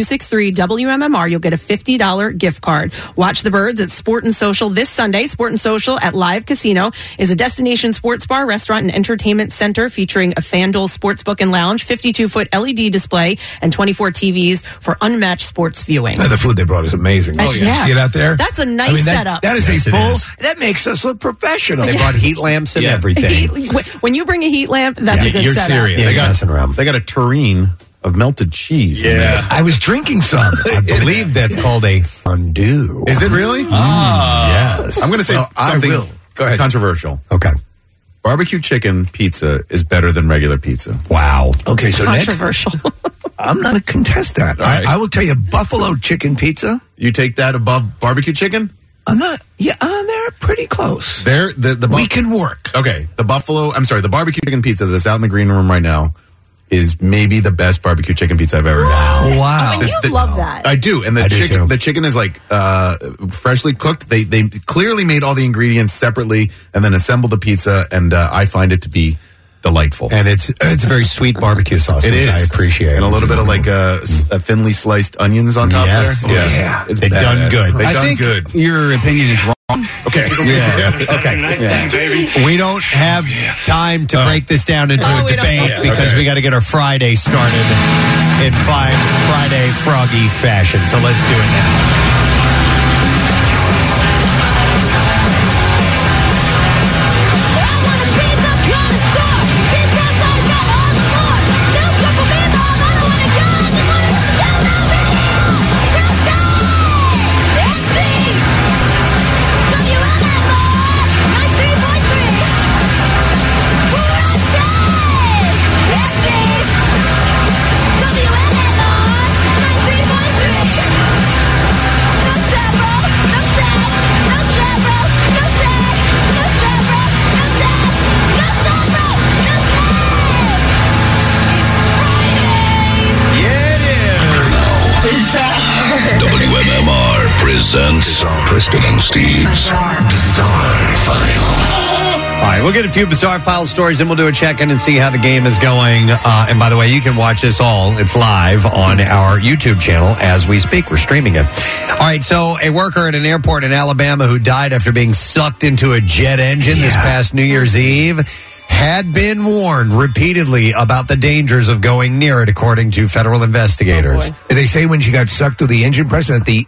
Speaker 4: 215-263-WMMR. You'll get a $50 gift card. Watch the birds at Sport and Social this Sunday. Sport and Social at Live Casino is a destination sports bar, restaurant, and entertainment center featuring a FanDuel sportsbook and lounge, 52-foot LED E display, and 24 TVs for unmatched sports viewing.
Speaker 1: the food they brought is amazing.
Speaker 4: Oh, yeah.
Speaker 1: See it out there?
Speaker 4: That's a nice
Speaker 1: that-
Speaker 4: setup.
Speaker 1: That is
Speaker 3: Yes,
Speaker 1: a
Speaker 3: it
Speaker 1: full.
Speaker 3: is.
Speaker 1: That makes us look professional.
Speaker 3: They brought heat lamps and
Speaker 7: Yeah.
Speaker 1: [LAUGHS]
Speaker 3: everything.
Speaker 4: Heat- wh- when you bring a heat lamp, that's a good
Speaker 7: You're
Speaker 4: setup.
Speaker 7: serious.
Speaker 3: Yeah,
Speaker 7: they got
Speaker 3: messing around.
Speaker 7: They got a tureen of melted cheese. in there.
Speaker 1: I was
Speaker 7: [LAUGHS]
Speaker 1: drinking some.
Speaker 3: I believe that's called a fondue.
Speaker 7: Is it really?
Speaker 3: Yes.
Speaker 7: I'm going to say
Speaker 1: Well, I
Speaker 7: something
Speaker 1: will. Go ahead.
Speaker 7: controversial.
Speaker 3: Okay.
Speaker 7: Barbecue chicken pizza is better than regular pizza.
Speaker 3: Wow.
Speaker 1: Okay, so Nick,
Speaker 4: Controversial.
Speaker 1: I'm not a contest that.
Speaker 7: right.
Speaker 1: I, I will tell you, buffalo chicken pizza.
Speaker 7: You take that above barbecue chicken?
Speaker 1: I'm not. Yeah, uh, they're pretty close.
Speaker 7: There, the the bu-
Speaker 1: We can work.
Speaker 7: okay. The buffalo. I'm sorry. The barbecue chicken pizza that's out in the green room right now is maybe the best barbecue chicken pizza I've ever had.
Speaker 1: Wow.
Speaker 4: Oh, and you
Speaker 7: The- the-
Speaker 4: love that.
Speaker 7: I do, and the
Speaker 1: I do
Speaker 7: chicken
Speaker 1: too.
Speaker 7: the chicken is like uh, freshly cooked. They they clearly made all the ingredients separately and then assembled the pizza, and uh, I find it to be delightful.
Speaker 3: And it's it's very sweet barbecue sauce,
Speaker 7: It
Speaker 3: which
Speaker 7: is.
Speaker 3: I appreciate. Mm.
Speaker 7: And a little bit of like uh, s- a, thinly sliced onions on top
Speaker 3: Yes.
Speaker 7: there.
Speaker 1: Yeah.
Speaker 7: It's
Speaker 3: They've done
Speaker 7: badass.
Speaker 3: good.
Speaker 7: They've
Speaker 3: I
Speaker 7: done
Speaker 3: think-
Speaker 7: good.
Speaker 5: Your opinion is wrong.
Speaker 7: Okay.
Speaker 3: okay.
Speaker 22: baby.
Speaker 3: We don't have time
Speaker 1: Uh,
Speaker 3: to break this down into
Speaker 4: Oh,
Speaker 3: a
Speaker 4: we don't
Speaker 3: debate
Speaker 4: have
Speaker 3: because
Speaker 7: Okay.
Speaker 3: we got to get our Friday started in fine Friday froggy fashion. So let's do it now.
Speaker 6: Don't
Speaker 10: presents Preston and Steve's Bizarre File.
Speaker 3: All right, we'll get a few bizarre file stories, and we'll do a check in and see how the game is going. Uh, and by the way, you can watch this all. It's live on our YouTube channel as we speak. We're streaming it. All right, so a worker at an airport in Alabama who died after being sucked into a jet engine this past New Year's Eve had been warned repeatedly about the dangers of going near it, according to federal investigators.
Speaker 1: They say when she got sucked through the engine press that the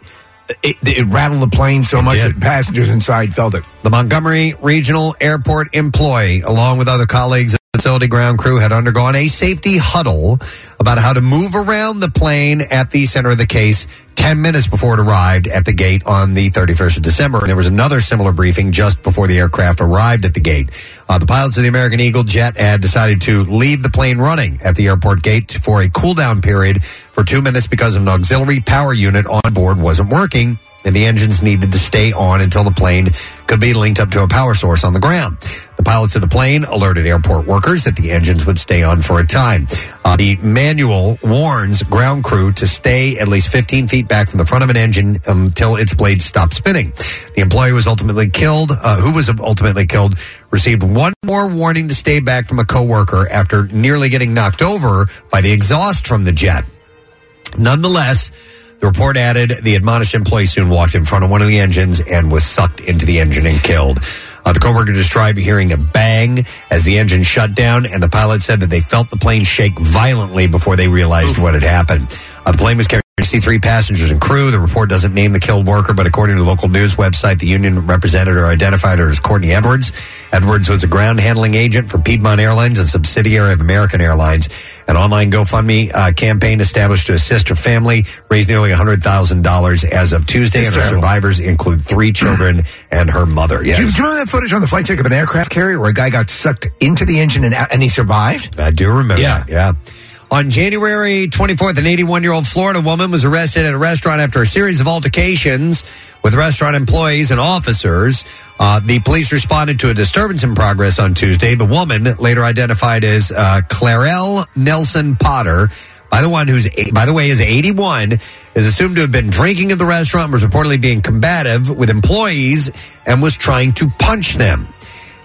Speaker 1: it, it rattled the plane so much that passengers inside felt it.
Speaker 3: The Montgomery Regional Airport employee, along with other colleagues and facility ground crew, had undergone a safety huddle about how to move around the plane at the center of the case 10 minutes before it arrived at the gate on the 31st of December. And there was another similar briefing just before the aircraft arrived at the gate. Uh, the pilots of the American Eagle jet had decided to leave the plane running at the airport gate for a cool down period for two minutes because an auxiliary power unit on board wasn't working and the engines needed to stay on until the plane could be linked up to a power source on the ground. The pilots of the plane alerted airport workers that the engines would stay on for a time. Uh, the manual warns ground crew to stay at least 15 feet back from the front of an engine until its blades stop spinning. The employee was ultimately killed, uh, who was ultimately killed, received one more warning to stay back from a coworker after nearly getting knocked over by the exhaust from the jet. Nonetheless, the report added the admonished employee soon walked in front of one of the engines and was sucked into the engine and killed. Uh, the coworker described hearing a bang as the engine shut down, and the pilot said that they felt the plane shake violently before they realized what had happened. Uh, the plane was carrying 63 passengers and crew. The report doesn't name the killed worker, but according to the local news website, the union representative identified her as Courtney Edwards. Edwards was a ground handling agent for Piedmont Airlines, a subsidiary of American Airlines. An online GoFundMe uh, campaign established to assist her family raised nearly $100,000 as of Tuesday,
Speaker 1: That's
Speaker 3: and her
Speaker 1: terrible.
Speaker 3: survivors include three children and her mother.
Speaker 1: Do, you,
Speaker 3: Yes.
Speaker 1: do you remember that footage on the flight deck of an aircraft carrier where a guy got sucked into the engine and, out- and he survived?
Speaker 3: I do remember that. Yeah. On January 24th, an 81 year old Florida woman was arrested at a restaurant after a series of altercations with restaurant employees and officers. Uh, the police responded to a disturbance in progress on Tuesday. The woman, later identified as uh, Clarel Nelson Potter, by the one who's eight, by the way is 81 is assumed to have been drinking at the restaurant was reportedly being combative with employees and was trying to punch them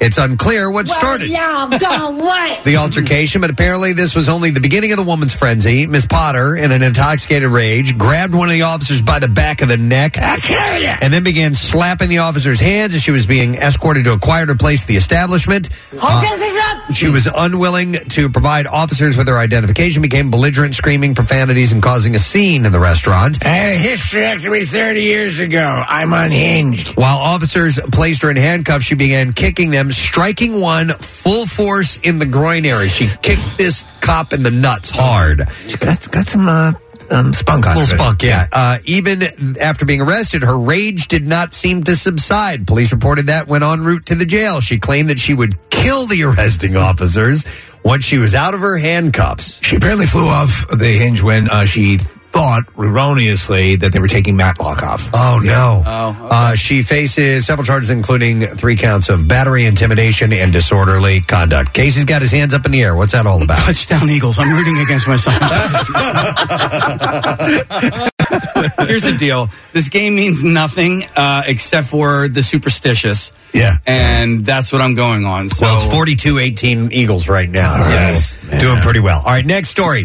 Speaker 3: it's unclear what started
Speaker 6: Y'all
Speaker 3: [LAUGHS]
Speaker 6: gone what?
Speaker 3: the altercation, but apparently this was only the beginning of the woman's frenzy. Miss Potter, in an intoxicated rage, grabbed one of the officers by the back of the neck and then began slapping the officer's hands as she was being escorted to a quieter place of the establishment. Uh, she was unwilling to provide officers with her identification, became belligerent, screaming profanities, and causing a scene in the restaurant.
Speaker 1: I had a hysterectomy 30 years ago. I'm unhinged.
Speaker 3: While officers placed her in handcuffs, she began kicking them, striking one full force in the groin area. She kicked this cop in the nuts hard.
Speaker 1: Got, got some uh, um, spunk on
Speaker 3: Little
Speaker 1: it.
Speaker 3: spunk, yeah. Uh, even after being arrested, her rage did not seem to subside. Police reported that when en route to the jail, she claimed that she would kill the arresting officers once she was out of her handcuffs.
Speaker 1: She apparently flew off the hinge when uh, she thought erroneously that they were taking Matlock off.
Speaker 3: Oh no! uh, she faces several charges, including three counts of battery, intimidation, and disorderly conduct. Casey's got his hands up in the air. What's that all about?
Speaker 5: Touchdown Eagles. I'm rooting against myself.
Speaker 3: [LAUGHS]
Speaker 5: Here's the deal. This game means nothing uh, except for the superstitious.
Speaker 3: Yeah.
Speaker 5: And that's what I'm going on. So
Speaker 3: Well, it's 42 18 Eagles right now. So
Speaker 5: Yes.
Speaker 3: Doing pretty well. All right, next story.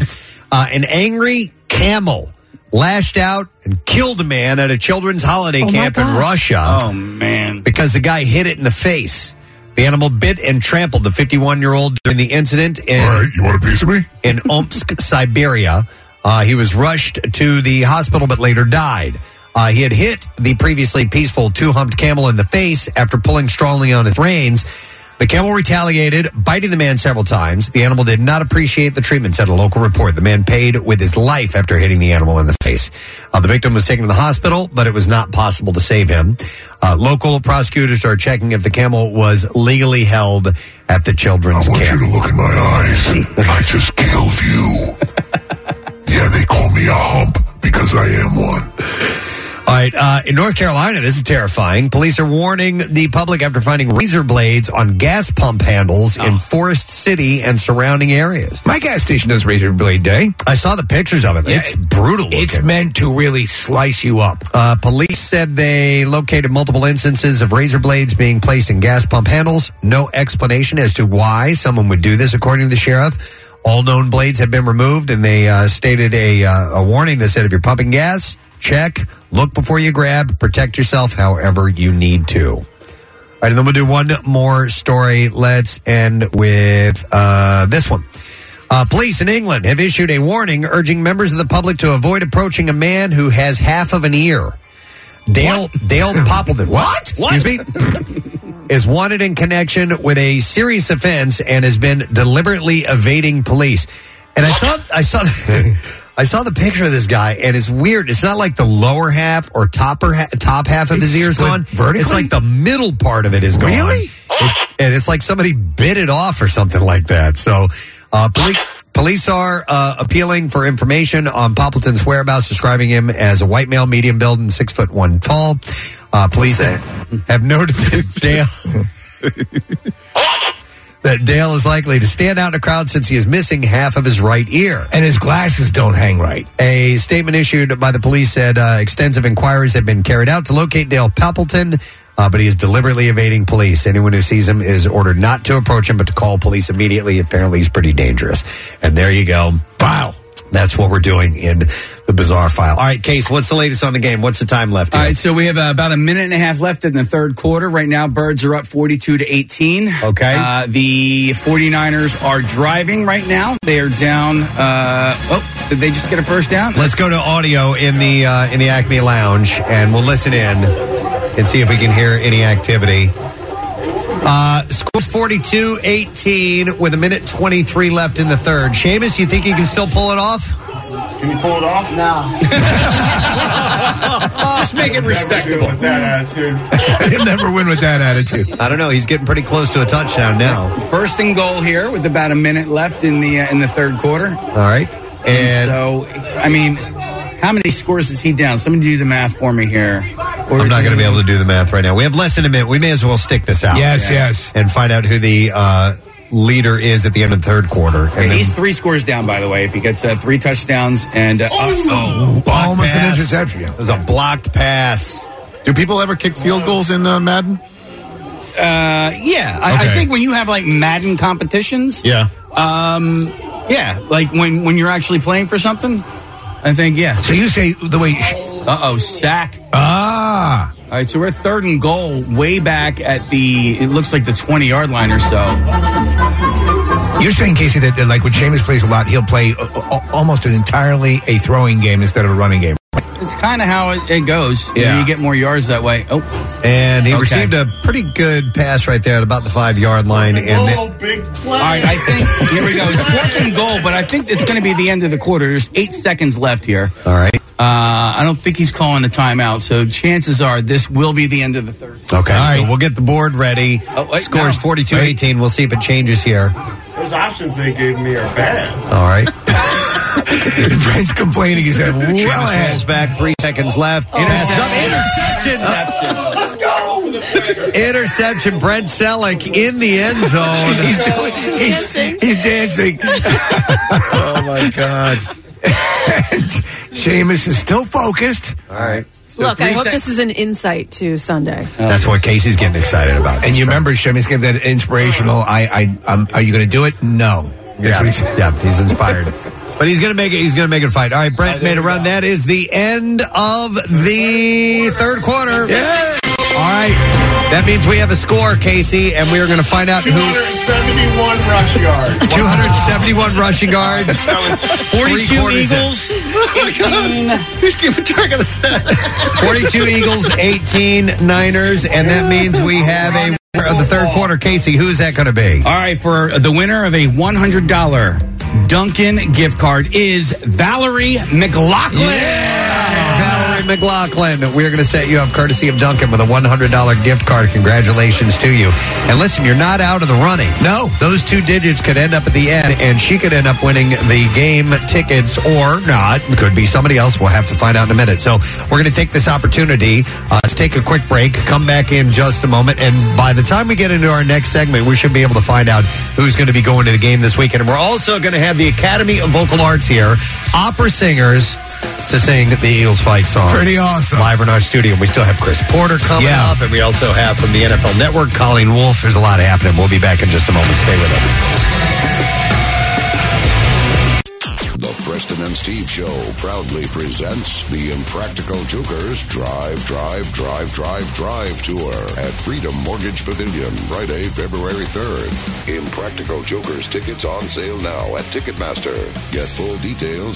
Speaker 3: Uh, an angry camel lashed out and killed a man at a children's holiday
Speaker 5: Oh, my
Speaker 3: camp in
Speaker 5: gosh.
Speaker 3: Russia.
Speaker 5: Oh, man.
Speaker 3: Because the guy hit it in the face. The animal bit and trampled the 51 year old during the incident. In, All right,
Speaker 21: you want a piece of me?
Speaker 3: In Omsk, Siberia. Uh, he was rushed to the hospital but later died. Uh, he had hit the previously peaceful two humped camel in the face after pulling strongly on its reins. The camel retaliated, biting the man several times. The animal did not appreciate the treatment, said a local report. The man paid with his life after hitting the animal in the face. Uh, the victim was taken to the hospital, but it was not possible to save him. Uh, local prosecutors are checking if the camel was legally held at the children's camp.
Speaker 10: I just
Speaker 3: [LAUGHS]
Speaker 10: killed you. yeah, they call me a hump because I am one.
Speaker 3: All right. Uh, in North Carolina, this is terrifying. Police are warning the public after finding razor blades on gas pump handles in Forest City and surrounding areas.
Speaker 1: My gas station does razor blade day.
Speaker 3: I saw the pictures of it. it's brutal.
Speaker 1: It's meant to really slice you up.
Speaker 3: Uh, police said they located multiple instances of razor blades being placed in gas pump handles. No explanation as to why someone would do this, according to the sheriff. All known blades have been removed, and they uh, stated a, uh, a warning that said if you're pumping gas, check, look before you grab, protect yourself however you need to. All right, and then we'll do one more story. Let's end with uh, this one. Uh, police in England have issued a warning urging members of the public to avoid approaching a man who has half of an ear. Dale [LAUGHS] Dale Poppleton. What? [LAUGHS] Excuse me. Is wanted in connection with a serious offense and has been deliberately evading police. And I saw I saw [LAUGHS] I saw the picture of this guy, and it's weird. It's not like the lower half or topper ha- top half of his ear is gone. It's like the middle part of it is gone. Really? and it's like somebody bit it off or something like that. So, uh, police. Police are uh, appealing for information on Poppleton's whereabouts, describing him as a white male, medium build, and six foot one tall. Uh, police have noted that Dale that Dale is likely to stand out in a crowd since he is missing half of his right ear.
Speaker 1: And his glasses don't hang right.
Speaker 3: A statement issued by the police said uh, extensive inquiries have been carried out to locate Dale Poppleton, uh, but he is deliberately evading police. Anyone who sees him is ordered not to approach him, but to call police immediately. Apparently, he's pretty dangerous. And there you go. Wow. That's what we're doing in the bizarre file. All right, Case, what's the latest on the game? What's the time left?
Speaker 5: All right, so we have uh, about a minute and a half left in the third quarter. Right now, birds are up 42 to 18.
Speaker 3: Okay.
Speaker 5: Uh, the 49ers are driving right now. They are down. Uh, oh, did they just get a first down?
Speaker 3: Let's go to audio in the uh, in the Acme Lounge, and we'll listen in and see if we can hear any activity. Uh, scores 42-18 with a minute 23 left in the third. Seamus, you think you can still pull it off?
Speaker 22: Can you pull it off?
Speaker 2: No.
Speaker 5: [LAUGHS] Just make it
Speaker 22: respectable.
Speaker 3: [LAUGHS]
Speaker 22: With that attitude.
Speaker 1: He'll never win with that attitude.
Speaker 3: I don't know. He's getting pretty close to a touchdown now.
Speaker 5: First and goal here with about a minute left in the uh, in the third quarter.
Speaker 3: All right. And
Speaker 5: so, I mean, how many scores is he down? Somebody do the math for me here. Or
Speaker 3: I'm not going to be able to do the math right now. We have less than a minute. We may as well stick this out.
Speaker 1: Yes, Yeah. yes.
Speaker 3: And find out who the uh, leader is at the end of the third quarter. And then-
Speaker 5: He's three scores down, by the way. If he gets uh, three touchdowns and uh, oh,
Speaker 3: blocked
Speaker 1: Almost an
Speaker 3: pass.
Speaker 1: interception.
Speaker 3: It was a blocked pass.
Speaker 7: Do people ever kick field goals in uh, Madden?
Speaker 5: Uh, yeah, I, I
Speaker 7: Okay.
Speaker 5: think when you have like Madden competitions,
Speaker 7: Yeah.
Speaker 5: um, yeah, like when when you're actually playing for something, I think yeah.
Speaker 1: So you say the way?
Speaker 5: Uh oh, sack.
Speaker 1: Ah.
Speaker 5: All right, so we're third and goal, way back at the. It looks like the twenty yard line or so.
Speaker 1: You're saying, Casey, that uh, like when Seamus plays a lot, he'll play uh, uh, almost an entirely a throwing game instead of a running game.
Speaker 5: It's kind of how it, it goes. You know,
Speaker 1: Yeah.
Speaker 5: you get more yards that way. Oh,
Speaker 3: And he
Speaker 5: Okay.
Speaker 3: received a pretty good pass right there at about the five yard line. And
Speaker 22: Oh, big play.
Speaker 5: All right, I think here we go.
Speaker 7: [LAUGHS]
Speaker 5: It's fourth and goal, but I think it's going to be the end of the quarter. There's eight seconds left here.
Speaker 3: all right.
Speaker 5: Uh, I don't think he's calling a timeout, so chances are this will be the end of the third.
Speaker 3: Okay. So we'll get the board ready.
Speaker 5: Oh, wait,
Speaker 3: Scores
Speaker 5: no.
Speaker 3: 42 18. We'll see if it changes here.
Speaker 22: Those options they gave me are bad.
Speaker 3: All right.
Speaker 1: [LAUGHS] Brent's complaining. He said, well Oh,
Speaker 3: James
Speaker 1: ahead.
Speaker 3: rolls back. Three seconds left. Interception. Interception.
Speaker 22: Let's go.
Speaker 3: Interception. Brent Selleck in the end zone.
Speaker 1: [LAUGHS] He's doing, he's, he's dancing.
Speaker 3: oh,
Speaker 1: [LAUGHS]
Speaker 3: my God.
Speaker 1: and Seamus is still focused.
Speaker 3: All right.
Speaker 4: Look, I
Speaker 5: three
Speaker 4: hope
Speaker 5: sec-
Speaker 4: this is an insight to Sunday.
Speaker 3: That's what Casey's getting excited about.
Speaker 1: And you remember Seamus gave that inspirational, I, I, um, are you going to do it? No. That's
Speaker 3: Yeah,
Speaker 1: what he said.
Speaker 3: yeah, he's inspired. But he's gonna make it. He's gonna make it fight. All right, Brent made a run. That is the end of the third quarter. Yeah. All right. That means we have a score, Casey, and we are gonna find out who
Speaker 22: 271 rush
Speaker 3: [LAUGHS]
Speaker 22: yards.
Speaker 21: [LAUGHS]
Speaker 3: 271 rushing yards, [LAUGHS]
Speaker 22: So it's-
Speaker 3: 42 Oh
Speaker 5: Eagles.
Speaker 3: Who's keeping track of the stats? 42 Eagles, 18 Niners, and that means we have a winner of the third quarter. Casey, who is that going to be?
Speaker 5: All right, for the winner of a one hundred dollar Duncan gift card is Valerie McLaughlin.
Speaker 3: Valerie Mary McLaughlin. We're going to set you up courtesy of Duncan with a $100 gift card. Congratulations to you. And listen, you're not out of the running. No. Those two digits could end up at the end, and she could end up winning the game tickets or not. Could be somebody else. We'll have to find out in a minute. So we're going to take this opportunity uh, to take a quick break, come back in just a moment. And by the time we get into our next segment, we should be able to find out who's going to be going to the game this weekend. And we're also going to have the Academy of Vocal Arts here, opera singers, to sing the Eagles fight song.
Speaker 1: Pretty awesome.
Speaker 3: Live in our studio. We still have Chris Porter coming
Speaker 1: Yeah.
Speaker 3: up, and we also have from the NFL Network, Colleen Wolf. There's a lot happening. We'll be back in just a moment. Stay with us.
Speaker 10: The Preston and Steve Show proudly presents the Impractical Jokers Drive, Drive, Drive, Drive, Drive Tour at Freedom Mortgage Pavilion, Friday, February 3rd. Impractical Jokers tickets on sale now at Ticketmaster. Get full details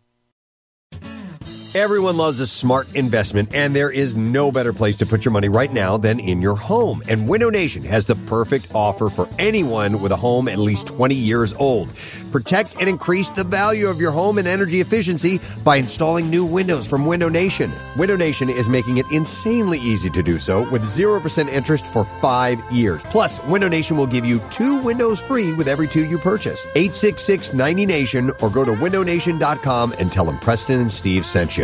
Speaker 9: Everyone loves a smart investment, and there is no better place to put your money right now than in your home. And Window Nation has the perfect offer for anyone with a home at least 20 years old. Protect and increase the value of your home and energy efficiency by installing new windows from Window Nation. Window Nation is making it insanely easy to do so with 0% interest for five years. Plus, Window Nation will give you two windows free with every two you purchase. 866 90 Nation or go to windownation.com and tell them Preston and Steve sent you.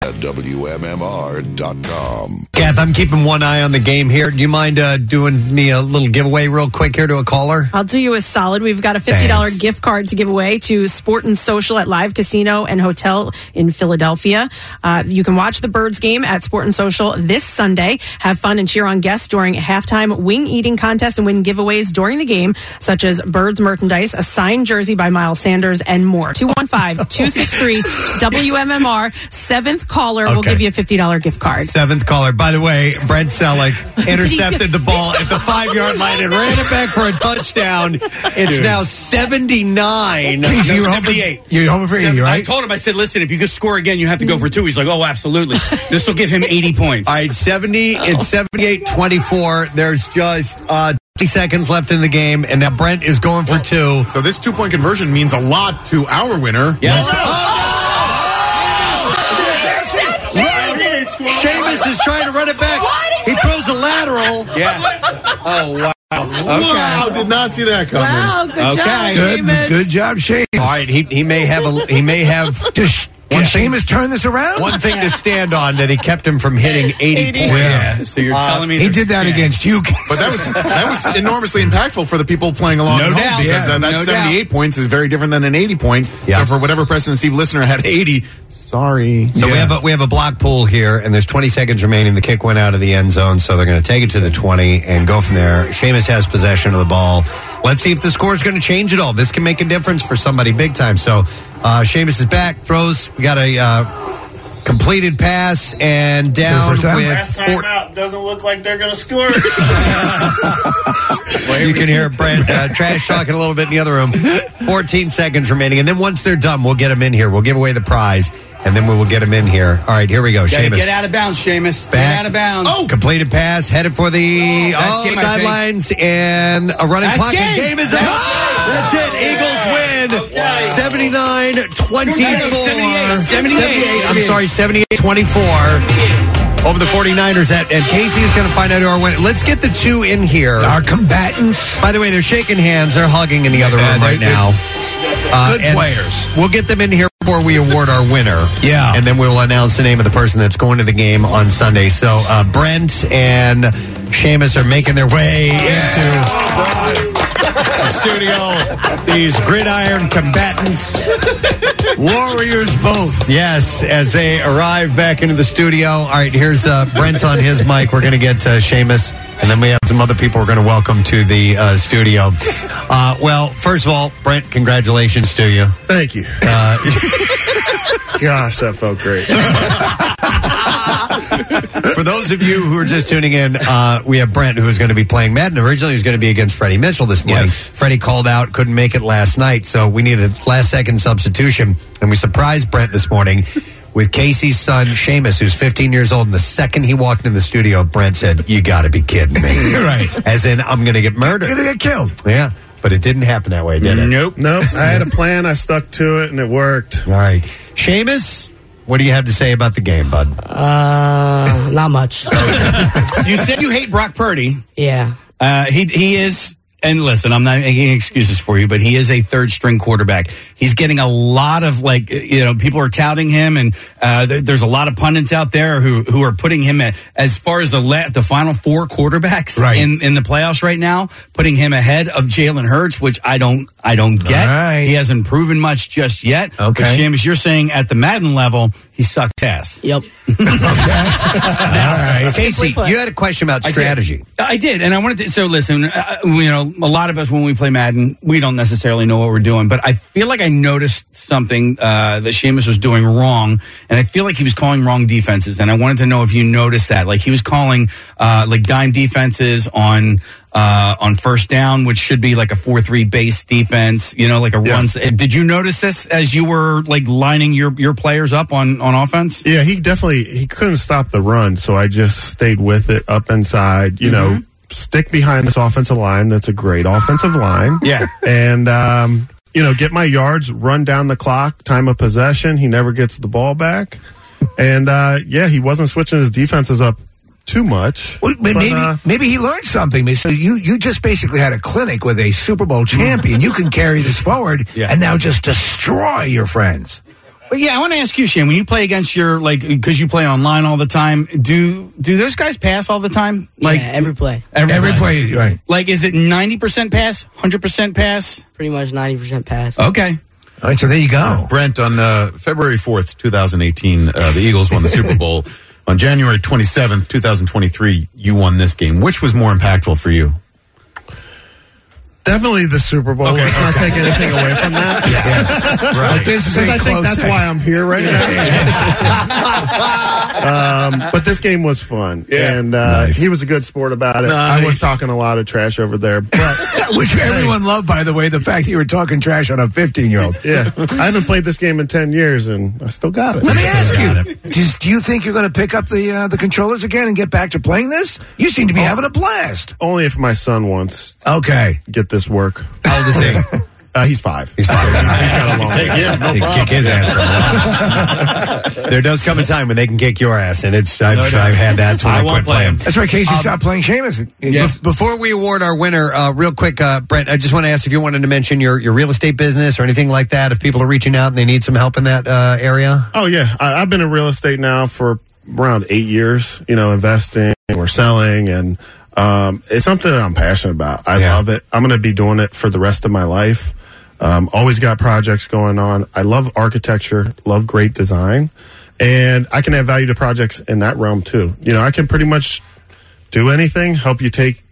Speaker 10: at WMMR.com.
Speaker 3: Kath, I'm keeping one eye on the game here. Do you mind uh, doing me a little giveaway real quick here to a caller?
Speaker 4: I'll do you a solid. We've got a $50
Speaker 3: Thanks.
Speaker 4: gift card to give away to Sport and Social at Live Casino and Hotel in Philadelphia. Uh, you can watch the Birds game at Sport and Social this Sunday. Have fun and cheer on guests during a halftime wing eating contest and win giveaways during the game, such as Birds merchandise, a signed jersey by Miles Sanders, and more. 215 263 WMMR. Seventh caller will
Speaker 3: Okay.
Speaker 4: give you a $50 gift card.
Speaker 3: Seventh caller. By the way, Brent Selleck [LAUGHS]
Speaker 6: [LAUGHS]
Speaker 3: intercepted the ball at the five yard line and ran it back for a touchdown. It's
Speaker 5: Dude.
Speaker 3: now
Speaker 5: [LAUGHS]
Speaker 3: 79.
Speaker 5: No,
Speaker 3: No,
Speaker 5: 78.
Speaker 1: You're hoping for 80,
Speaker 5: I told him, I said, listen, if you could score again, you have to go for two. He's like, oh, absolutely. This will give him 80 points.
Speaker 3: All right, 70. It's 78 24. There's just uh, 20 seconds left in the game, and now Brent is going for two.
Speaker 7: So this two point conversion means a lot to our winner.
Speaker 3: Yeah.
Speaker 6: Seamus
Speaker 3: is trying to run it back. He throws a lateral.
Speaker 7: [LAUGHS]
Speaker 6: Yeah.
Speaker 5: Oh, wow.
Speaker 7: Wow, did not see that coming.
Speaker 6: Wow, good job, Okay. Good- Seamus.
Speaker 3: good job, Seamus. All right, he, he may have a he may have just. Can Seamus turn this around? One thing to stand on that he kept him from hitting 80, points.
Speaker 7: Yeah, so you're telling me He there's- did that yeah. against
Speaker 1: you.
Speaker 7: But that was that was enormously impactful for the people playing along
Speaker 1: No
Speaker 7: at home
Speaker 1: doubt.
Speaker 7: because
Speaker 1: Yeah,
Speaker 7: uh, that
Speaker 1: no
Speaker 7: 78 points is very different than an 80 point. So for whatever Preston and Steve listener had 80, sorry.
Speaker 3: So we have a, we have a block pool here, and there's 20 seconds remaining. The kick went out of the end zone, so they're going to take it to the 20 and go from there. Seamus has possession of the ball. Let's see if the score is going to change at all. This can make a difference for somebody big time. So uh, Seamus is back, throws. We got a uh, completed pass and down with
Speaker 22: Last time
Speaker 3: four-
Speaker 22: out, doesn't look like they're going to
Speaker 3: [LAUGHS]
Speaker 22: score.
Speaker 3: you can hear Brent uh, trash talking a little bit in the other room. 14 seconds remaining, and then once they're done, we'll get them in here. We'll give away the prize, and then we will get them in here. All right, here we go,
Speaker 5: Gotta
Speaker 3: Seamus.
Speaker 5: Get out of bounds, Seamus.
Speaker 3: Back.
Speaker 5: Get out of bounds.
Speaker 3: Oh, completed pass, headed for the
Speaker 5: that's
Speaker 3: oh,
Speaker 5: game, I think.
Speaker 3: sidelines, and a running
Speaker 6: That's
Speaker 3: clock. And
Speaker 6: game.
Speaker 3: game is up. That's it. Eagles win 79 24.
Speaker 6: 78, 78.
Speaker 3: I'm sorry, 78 24 over the 49ers. At, and Casey is going to find out who our winner Let's get the two in here. Our combatants. By the way, they're shaking hands. They're hugging in the other
Speaker 1: Yeah,
Speaker 3: room
Speaker 1: they-
Speaker 3: right
Speaker 1: they-
Speaker 3: now. Uh,
Speaker 1: Good
Speaker 3: and
Speaker 1: players.
Speaker 3: We'll get them in here before we award our winner. Yeah. And then we'll announce the name of the person that's going to the game on Sunday. So uh, Brent and Seamus are making their way
Speaker 1: Oh,
Speaker 3: into the studio. These gridiron combatants.
Speaker 1: Warriors both.
Speaker 3: Yes, as they arrive back into the studio. All right, here's uh, Brent's on his mic. We're going to get uh, Seamus, and then we have some other people we're going to welcome to the uh, studio. Uh, well, first of all, Brent, congratulations to you.
Speaker 21: Thank you.
Speaker 3: Uh, [LAUGHS]
Speaker 21: Gosh, that felt great.
Speaker 3: For those of you who are just tuning in, uh, we have Brent who is going to be playing Madden. Originally, he was going to be against Freddie Mitchell this morning. Freddie called out, couldn't make it last night, so we needed a last second substitution, and we surprised Brent this morning with Casey's son Seamus, who's 15 years old. And the second he walked in the studio, Brent said, "You got to be kidding me!"
Speaker 1: [LAUGHS] You're right.
Speaker 3: As in, I'm going to get murdered.
Speaker 1: Gonna get killed.
Speaker 3: Yeah, but it didn't happen that way, did it?
Speaker 21: Nope. I had a plan. I stuck to it, and it worked.
Speaker 3: All right, Seamus. What do you have to say about the game, bud?
Speaker 16: [LAUGHS] Uh, not much.
Speaker 5: you said you hate Brock Purdy.
Speaker 16: Yeah.
Speaker 5: Uh, he he is. And listen, I'm not making excuses for you, but he is a third string quarterback. He's getting a lot of like, you know, people are touting him, and uh, there- there's a lot of pundits out there who who are putting him at, as far as the la- the final four quarterbacks
Speaker 1: Right.
Speaker 5: in in the playoffs right now, putting him ahead of Jalen Hurts, which I don't I don't get.
Speaker 1: All right.
Speaker 5: He hasn't proven much just yet.
Speaker 1: Okay.
Speaker 5: but James, you're saying at the Madden level, he sucks ass.
Speaker 16: Yep.
Speaker 3: Casey, you had a question about strategy.
Speaker 5: I did, and I wanted to. So listen, uh, you know, a lot of us when we play Madden, we don't necessarily know what we're doing, but I feel like I noticed something uh, that Sheamus was doing wrong, and I feel like he was calling wrong defenses, and I wanted to know if you noticed that. Like he was calling uh, like dime defenses on. Uh, on first down, which should be like a four-three base defense, you know, like a run. Did you notice this as you were like lining your your players up on on offense?
Speaker 21: Yeah, he definitely he couldn't stop the run, so I just stayed with it up inside. You know,
Speaker 5: Mm-hmm.
Speaker 21: stick behind this offensive line. That's a great offensive line.
Speaker 5: Yeah,
Speaker 21: and um, you know, get my yards, run down the clock, time of possession. He never gets the ball back, and uh, yeah, he wasn't switching his defenses up too much.
Speaker 1: But
Speaker 21: But,
Speaker 1: maybe
Speaker 21: uh,
Speaker 1: maybe he learned something. So you you just basically had a clinic with a Super Bowl champion. you can carry this forward and now just destroy your friends.
Speaker 5: But yeah, I want to ask you, Shane. When you play against your like, because you play online all the time, do do those guys pass all the time? Like
Speaker 16: yeah, every play.
Speaker 5: every,
Speaker 1: Every play, right.
Speaker 5: Like, is it ninety percent pass, hundred percent pass?
Speaker 16: Pretty much 90% pass.
Speaker 5: Okay.
Speaker 1: All right, so there you go.
Speaker 7: Brent, on uh, February 4th, 2018, uh, the Eagles
Speaker 1: [LAUGHS]
Speaker 7: won the Super Bowl. On January 27th, 2023, you won this game. Which was more impactful for you?
Speaker 21: Definitely the Super Bowl. Let's not take anything away from that. [LAUGHS]
Speaker 1: But this is
Speaker 21: Because
Speaker 1: a
Speaker 21: I think
Speaker 1: close
Speaker 21: that's
Speaker 1: second.
Speaker 21: why I'm here right now. um, but this game was fun, and uh, he was a good sport about it. I was talking a lot of trash over there, but
Speaker 1: [LAUGHS] Which everyone loved, by the way, the fact that you were talking trash on a 15 year old.
Speaker 21: [LAUGHS] yeah, I haven't played this game in ten years, and I still got it. [LAUGHS]
Speaker 1: Let me ask you: does- Do you think you're going to pick up the uh, the controllers again and get back to playing this? You seem to
Speaker 21: Oh.
Speaker 1: be having a blast.
Speaker 21: Only if my son wants.
Speaker 1: Okay,
Speaker 21: get this work.
Speaker 3: How old is he?
Speaker 21: [LAUGHS] Uh, he's five.
Speaker 1: He's five.
Speaker 21: he's got a long way.
Speaker 3: They can kick his ass. for a while. there does come a time when they can kick your ass, and it's I've, I've had that. That's when I, quit playing.
Speaker 1: That's right. Casey stopped playing Seamus.
Speaker 3: Bef- Before we award our winner, uh, real quick, uh, Brent, I just want to ask if you wanted to mention your, your real estate business or anything like that. If people are reaching out and they need some help in that uh,
Speaker 1: [LAUGHS]
Speaker 3: area,
Speaker 21: Oh yeah, I, I've been in real estate now for around eight years. You know, investing or selling, and um, it's something that I'm passionate about. I love it. I'm going to be doing it for the rest of my life. Um, always got projects going on. I love architecture. Love great design, and I can add value to projects in that realm too. You know, I can pretty much do anything. Help you take.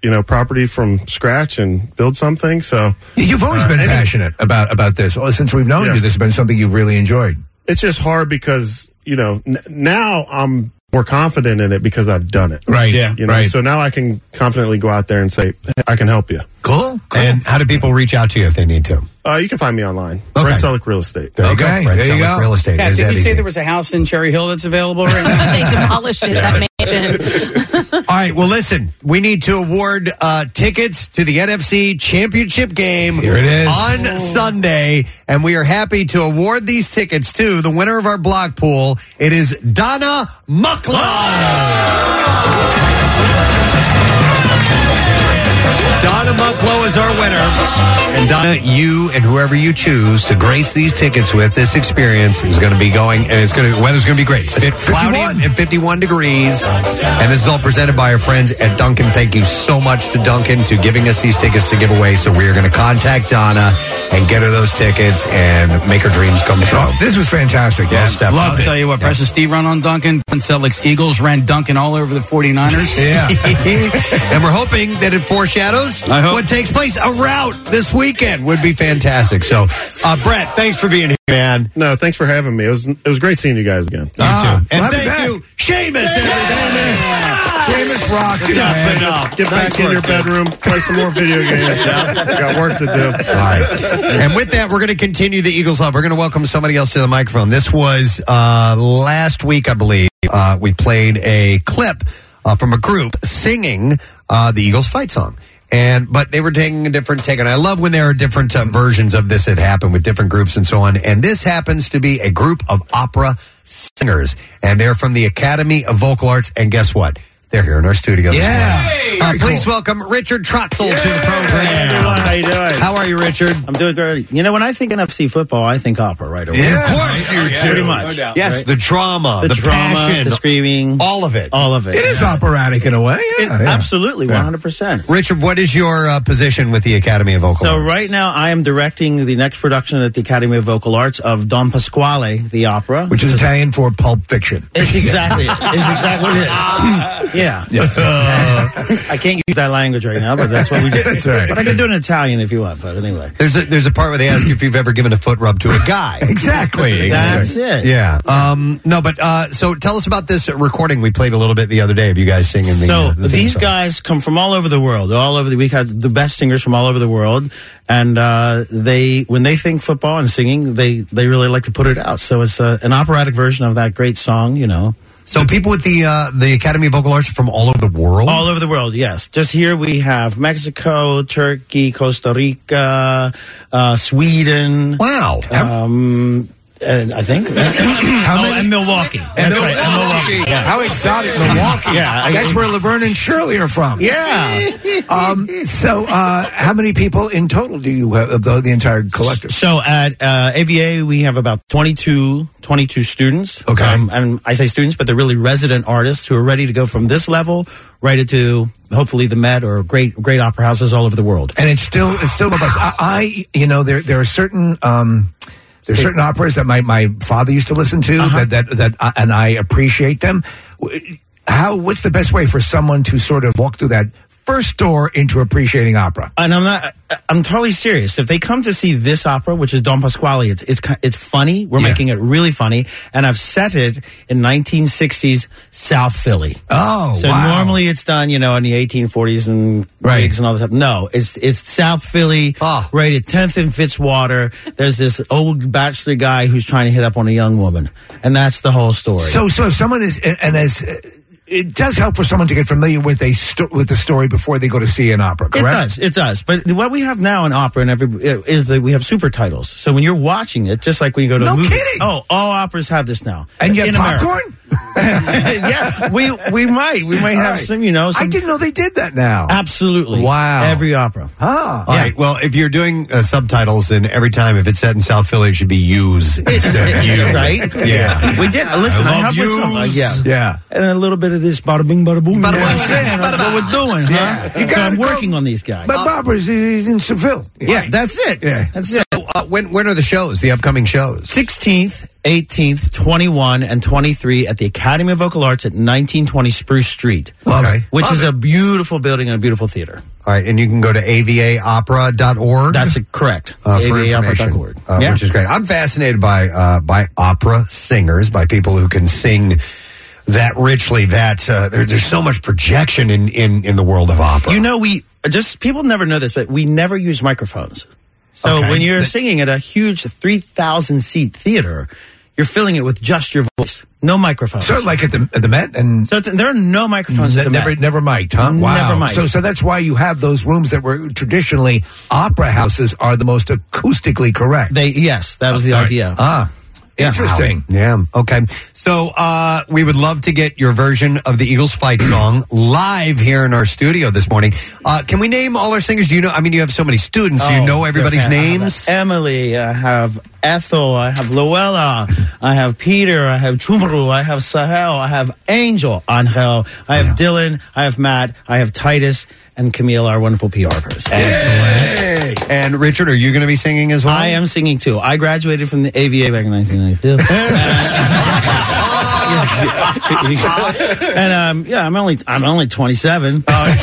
Speaker 21: You know, property from scratch and build something. So
Speaker 1: You've always
Speaker 21: Uh,
Speaker 1: been
Speaker 21: any-
Speaker 1: passionate about about this Oh, since we've known you. This has been something you've really enjoyed.
Speaker 21: it's just hard because you know n- now I'm more confident in it because I've done it.
Speaker 1: Right. Yeah.
Speaker 21: You know,
Speaker 1: Right.
Speaker 21: so now I can confidently go out there and say "Hey, I can help you.
Speaker 1: Cool.
Speaker 3: And how do people reach out to you if they need to?
Speaker 21: Uh, you can find me online.
Speaker 3: Okay.
Speaker 21: Brent Selleck Real Estate.
Speaker 3: There you go. Brent Selleck Real estate.
Speaker 5: Yeah,
Speaker 3: Is
Speaker 5: did
Speaker 3: that
Speaker 5: you
Speaker 3: easy?
Speaker 5: say there was a house in Cherry Hill that's available
Speaker 16: [LAUGHS]
Speaker 5: right now?
Speaker 15: they demolished it, that mansion.
Speaker 3: All right. Well, listen, we need to award uh, tickets to the NFC Championship game
Speaker 1: Here it is.
Speaker 3: on Sunday, and we are happy to award these tickets to the winner of our block pool. It is Donna Mucklow. Donna Mucklow is our winner. And Donna, you and whoever you choose to grace these tickets with this experience is going to be going, and it's going to weather's going to be great. It's fit- cloudy and 51 degrees. And this is all presented by our friends at Duncan. Thank you so much to Duncan to giving us these tickets to give away. So we are going to contact Donna and get her those tickets and make her dreams come true.
Speaker 1: This was fantastic.
Speaker 3: Yeah,
Speaker 5: I'll tell you what, Press and Steve ran on Duncan. Don Celtics Eagles ran Duncan all over the 49ers.
Speaker 3: [LAUGHS] and we're hoping that it foreshadows what takes place. A route this weekend would be fantastic. So, uh, Brett, thanks for being here, man.
Speaker 21: No, thanks for having me. It was it was great seeing you guys again.
Speaker 3: You too. Uh, And thank you, Seamus.
Speaker 21: Seamus
Speaker 3: rocked it, man. Nice
Speaker 21: Get back in
Speaker 3: work,
Speaker 21: your
Speaker 3: dude.
Speaker 21: bedroom, play some more
Speaker 3: [LAUGHS]
Speaker 21: video games. Got work to do.
Speaker 3: All right. And with that, we're going to continue the Eagles love. We're going to welcome somebody else to the microphone. This was uh, last week, I believe. Uh, we played a clip uh, from a group singing uh, the Eagles fight song. And but they were taking a different take, and I love when there are different uh, versions of this that happen with different groups and so on. And this happens to be a group of opera singers, and they're from the Academy of Vocal Arts. And guess what? They're here in our studio. this
Speaker 6: Yeah.
Speaker 3: morning. Uh, please welcome Richard Trotzel to the program.
Speaker 11: How you doing?
Speaker 3: How are you, Richard?
Speaker 11: I'm doing great. You know, when I think NFC football, I think opera right away.
Speaker 3: Yeah, of course you do.
Speaker 11: Pretty much.
Speaker 3: Yes,
Speaker 11: Right?
Speaker 3: the drama, the,
Speaker 11: the, drama,
Speaker 3: passion,
Speaker 11: the screaming,
Speaker 3: all of it.
Speaker 11: all of it.
Speaker 1: It is
Speaker 11: Yeah.
Speaker 1: operatic in a way.
Speaker 11: It-
Speaker 1: Yeah, yeah.
Speaker 11: Absolutely,
Speaker 1: Yeah.
Speaker 11: one hundred percent.
Speaker 3: Richard, what is your uh, position with the Academy of Vocal
Speaker 11: So
Speaker 3: Arts?
Speaker 11: right now, I am directing the next production at the Academy of Vocal Arts of Don Pasquale, the opera,
Speaker 1: Which is Italian for Pulp Fiction.
Speaker 11: It's
Speaker 3: [LAUGHS]
Speaker 11: exactly it's exactly what it is. [LAUGHS] yeah. [LAUGHS] I can't use that language right now, but that's what we did.
Speaker 3: That's all right.
Speaker 11: But I can do it in Italian if you want. But anyway,
Speaker 3: There's a, there's a part where they ask you if you've ever given a foot rub to a guy.
Speaker 1: [LAUGHS] Exactly.
Speaker 11: That's it.
Speaker 3: Yeah. Um, no, but uh, so tell us about this recording we played a little bit the other day of you guys singing. The,
Speaker 11: so
Speaker 3: uh, the theme
Speaker 11: these
Speaker 3: song.
Speaker 11: guys come from all over the world all over the we had the best singers from all over the world and uh, they when they think football and singing they they really like to put it out so it's uh, an operatic version of that great song you know
Speaker 3: So people with the uh, the Academy of Vocal Arts from all over the world.
Speaker 11: all over the world yes just here we have mexico turkey costa rica uh, sweden
Speaker 3: wow
Speaker 11: um, and i think how oh, and milwaukee
Speaker 1: And
Speaker 11: That's right, and
Speaker 1: Milwaukee.
Speaker 11: Milwaukee, yeah.
Speaker 1: How exotic Milwaukee.
Speaker 11: Yeah, I-
Speaker 1: That's where Laverne and Shirley are from.
Speaker 11: Yeah.
Speaker 1: um, so, uh, how many people in total do you have, though, the entire collective?
Speaker 11: So at uh, AVA, we have about 22, 22 students. Okay. Um, and I say students, but they're really resident artists who are ready to go from this level right into hopefully the Met or great great opera houses all over the world.
Speaker 1: And it's still it's still robust. I, I you know there there are certain um, there are certain operas that my, my father used to listen to
Speaker 11: Uh-huh.
Speaker 1: that that that I, and I appreciate them. W- How what's the best way for someone to sort of walk through that first door into appreciating opera?
Speaker 11: And I'm not. I- I'm totally serious. If they come to see this opera, which is Don Pasquale, it's it's ki- it's funny. We're making it really funny, and I've set it in 1960s South Philly.
Speaker 1: Oh,
Speaker 11: so
Speaker 1: wow.
Speaker 11: normally it's done, you know, in the 1840s and gigs and all this stuff. No, it's it's South Philly,
Speaker 1: Ah.
Speaker 11: right at 10th and Fitzwater. There's this old bachelor guy who's trying to hit up on a young woman, and that's the whole story.
Speaker 1: So so if someone is and as it does help for someone to get familiar with a sto- with the story before they go to see an opera. Correct.
Speaker 11: It does. It does. But what we have now in opera and every is that we have super titles. So when you're watching it, just like when you go to
Speaker 1: No
Speaker 11: a movie,
Speaker 1: kidding.
Speaker 11: oh, all operas have this now.
Speaker 1: And you have
Speaker 11: In America.
Speaker 1: popcorn?
Speaker 11: [LAUGHS] yeah, we we might we might
Speaker 1: All
Speaker 11: have
Speaker 1: right.
Speaker 11: some. You know,
Speaker 1: I
Speaker 11: some,
Speaker 1: didn't know they did that now.
Speaker 11: Absolutely.
Speaker 3: Wow.
Speaker 11: Every opera.
Speaker 1: Ah.
Speaker 3: All right. Well, if you're doing uh, subtitles, then every time if it's set in South Philly, it should be
Speaker 11: [LAUGHS]
Speaker 3: yous [LAUGHS] instead of you.
Speaker 11: right?
Speaker 3: Yeah.
Speaker 11: [LAUGHS] We did. Listen,
Speaker 3: love
Speaker 11: I, have with some. uh,
Speaker 3: yous.
Speaker 11: yeah.
Speaker 1: Yeah.
Speaker 11: And a little bit of this bada bing, bada boom. Bada
Speaker 1: bing,
Speaker 11: I'm saying. That's what we're doing, huh?
Speaker 1: You
Speaker 11: so
Speaker 1: gotta
Speaker 11: I'm working on these guys.
Speaker 1: But Barbara's is in Seville.
Speaker 3: Yeah, that's it.
Speaker 1: Yeah.
Speaker 11: That's
Speaker 3: so, Uh, when when are the shows? The upcoming shows?
Speaker 11: 16th, 18th, 21, and 23 at the Academy of Vocal Arts at 1920 Spruce Street.
Speaker 3: Okay.
Speaker 11: Which is a beautiful building and a beautiful theater.
Speaker 3: All right, and you can go to avaopera.org.
Speaker 11: That's correct.
Speaker 3: Uh, for
Speaker 11: AVAopera.org.
Speaker 3: information, uh,
Speaker 11: Yeah.
Speaker 3: which is great. I'm fascinated by uh, by opera singers, by people who can sing that richly. That uh, there, there's so much projection in, in in the world of opera.
Speaker 11: You know, we just people never know this, but we never use microphones. So when you're singing at a huge 3,000 seat theater, you're filling it with just your voice, no microphones.
Speaker 1: So like at the at the Met and
Speaker 11: so th- there are no microphones at
Speaker 1: Ne-
Speaker 11: the
Speaker 1: never
Speaker 11: Met.
Speaker 1: never mic'd, huh?
Speaker 11: Never
Speaker 1: Wow.
Speaker 11: mic'd.
Speaker 1: So so that's why you have those rooms that were traditionally opera houses are the most acoustically correct.
Speaker 11: They yes, that was the
Speaker 1: All right.
Speaker 11: idea.
Speaker 1: Ah. Interesting.
Speaker 3: Yeah. Okay. So uh, we would love to get your version of the Eagles fight song live here in our studio this morning. Uh, can we name all our singers? Do you know? I mean, you have so many students. Do you
Speaker 11: Oh,
Speaker 3: know everybody's
Speaker 11: different. I have
Speaker 3: names?
Speaker 11: Emily, I have Ethel, I have Luella, I have Peter, I have Chumru, I have Sahel, I have Angel, Angel, I have Dylan, I have Matt, I have Titus, and Camille, our wonderful PR person. Excellent.
Speaker 3: And Richard, are you going to be singing as well?
Speaker 11: I am singing too. I graduated from the AVA back in
Speaker 3: [LAUGHS]
Speaker 11: 1992. [LAUGHS] and um, yeah, I'm only I'm only 27. Uh,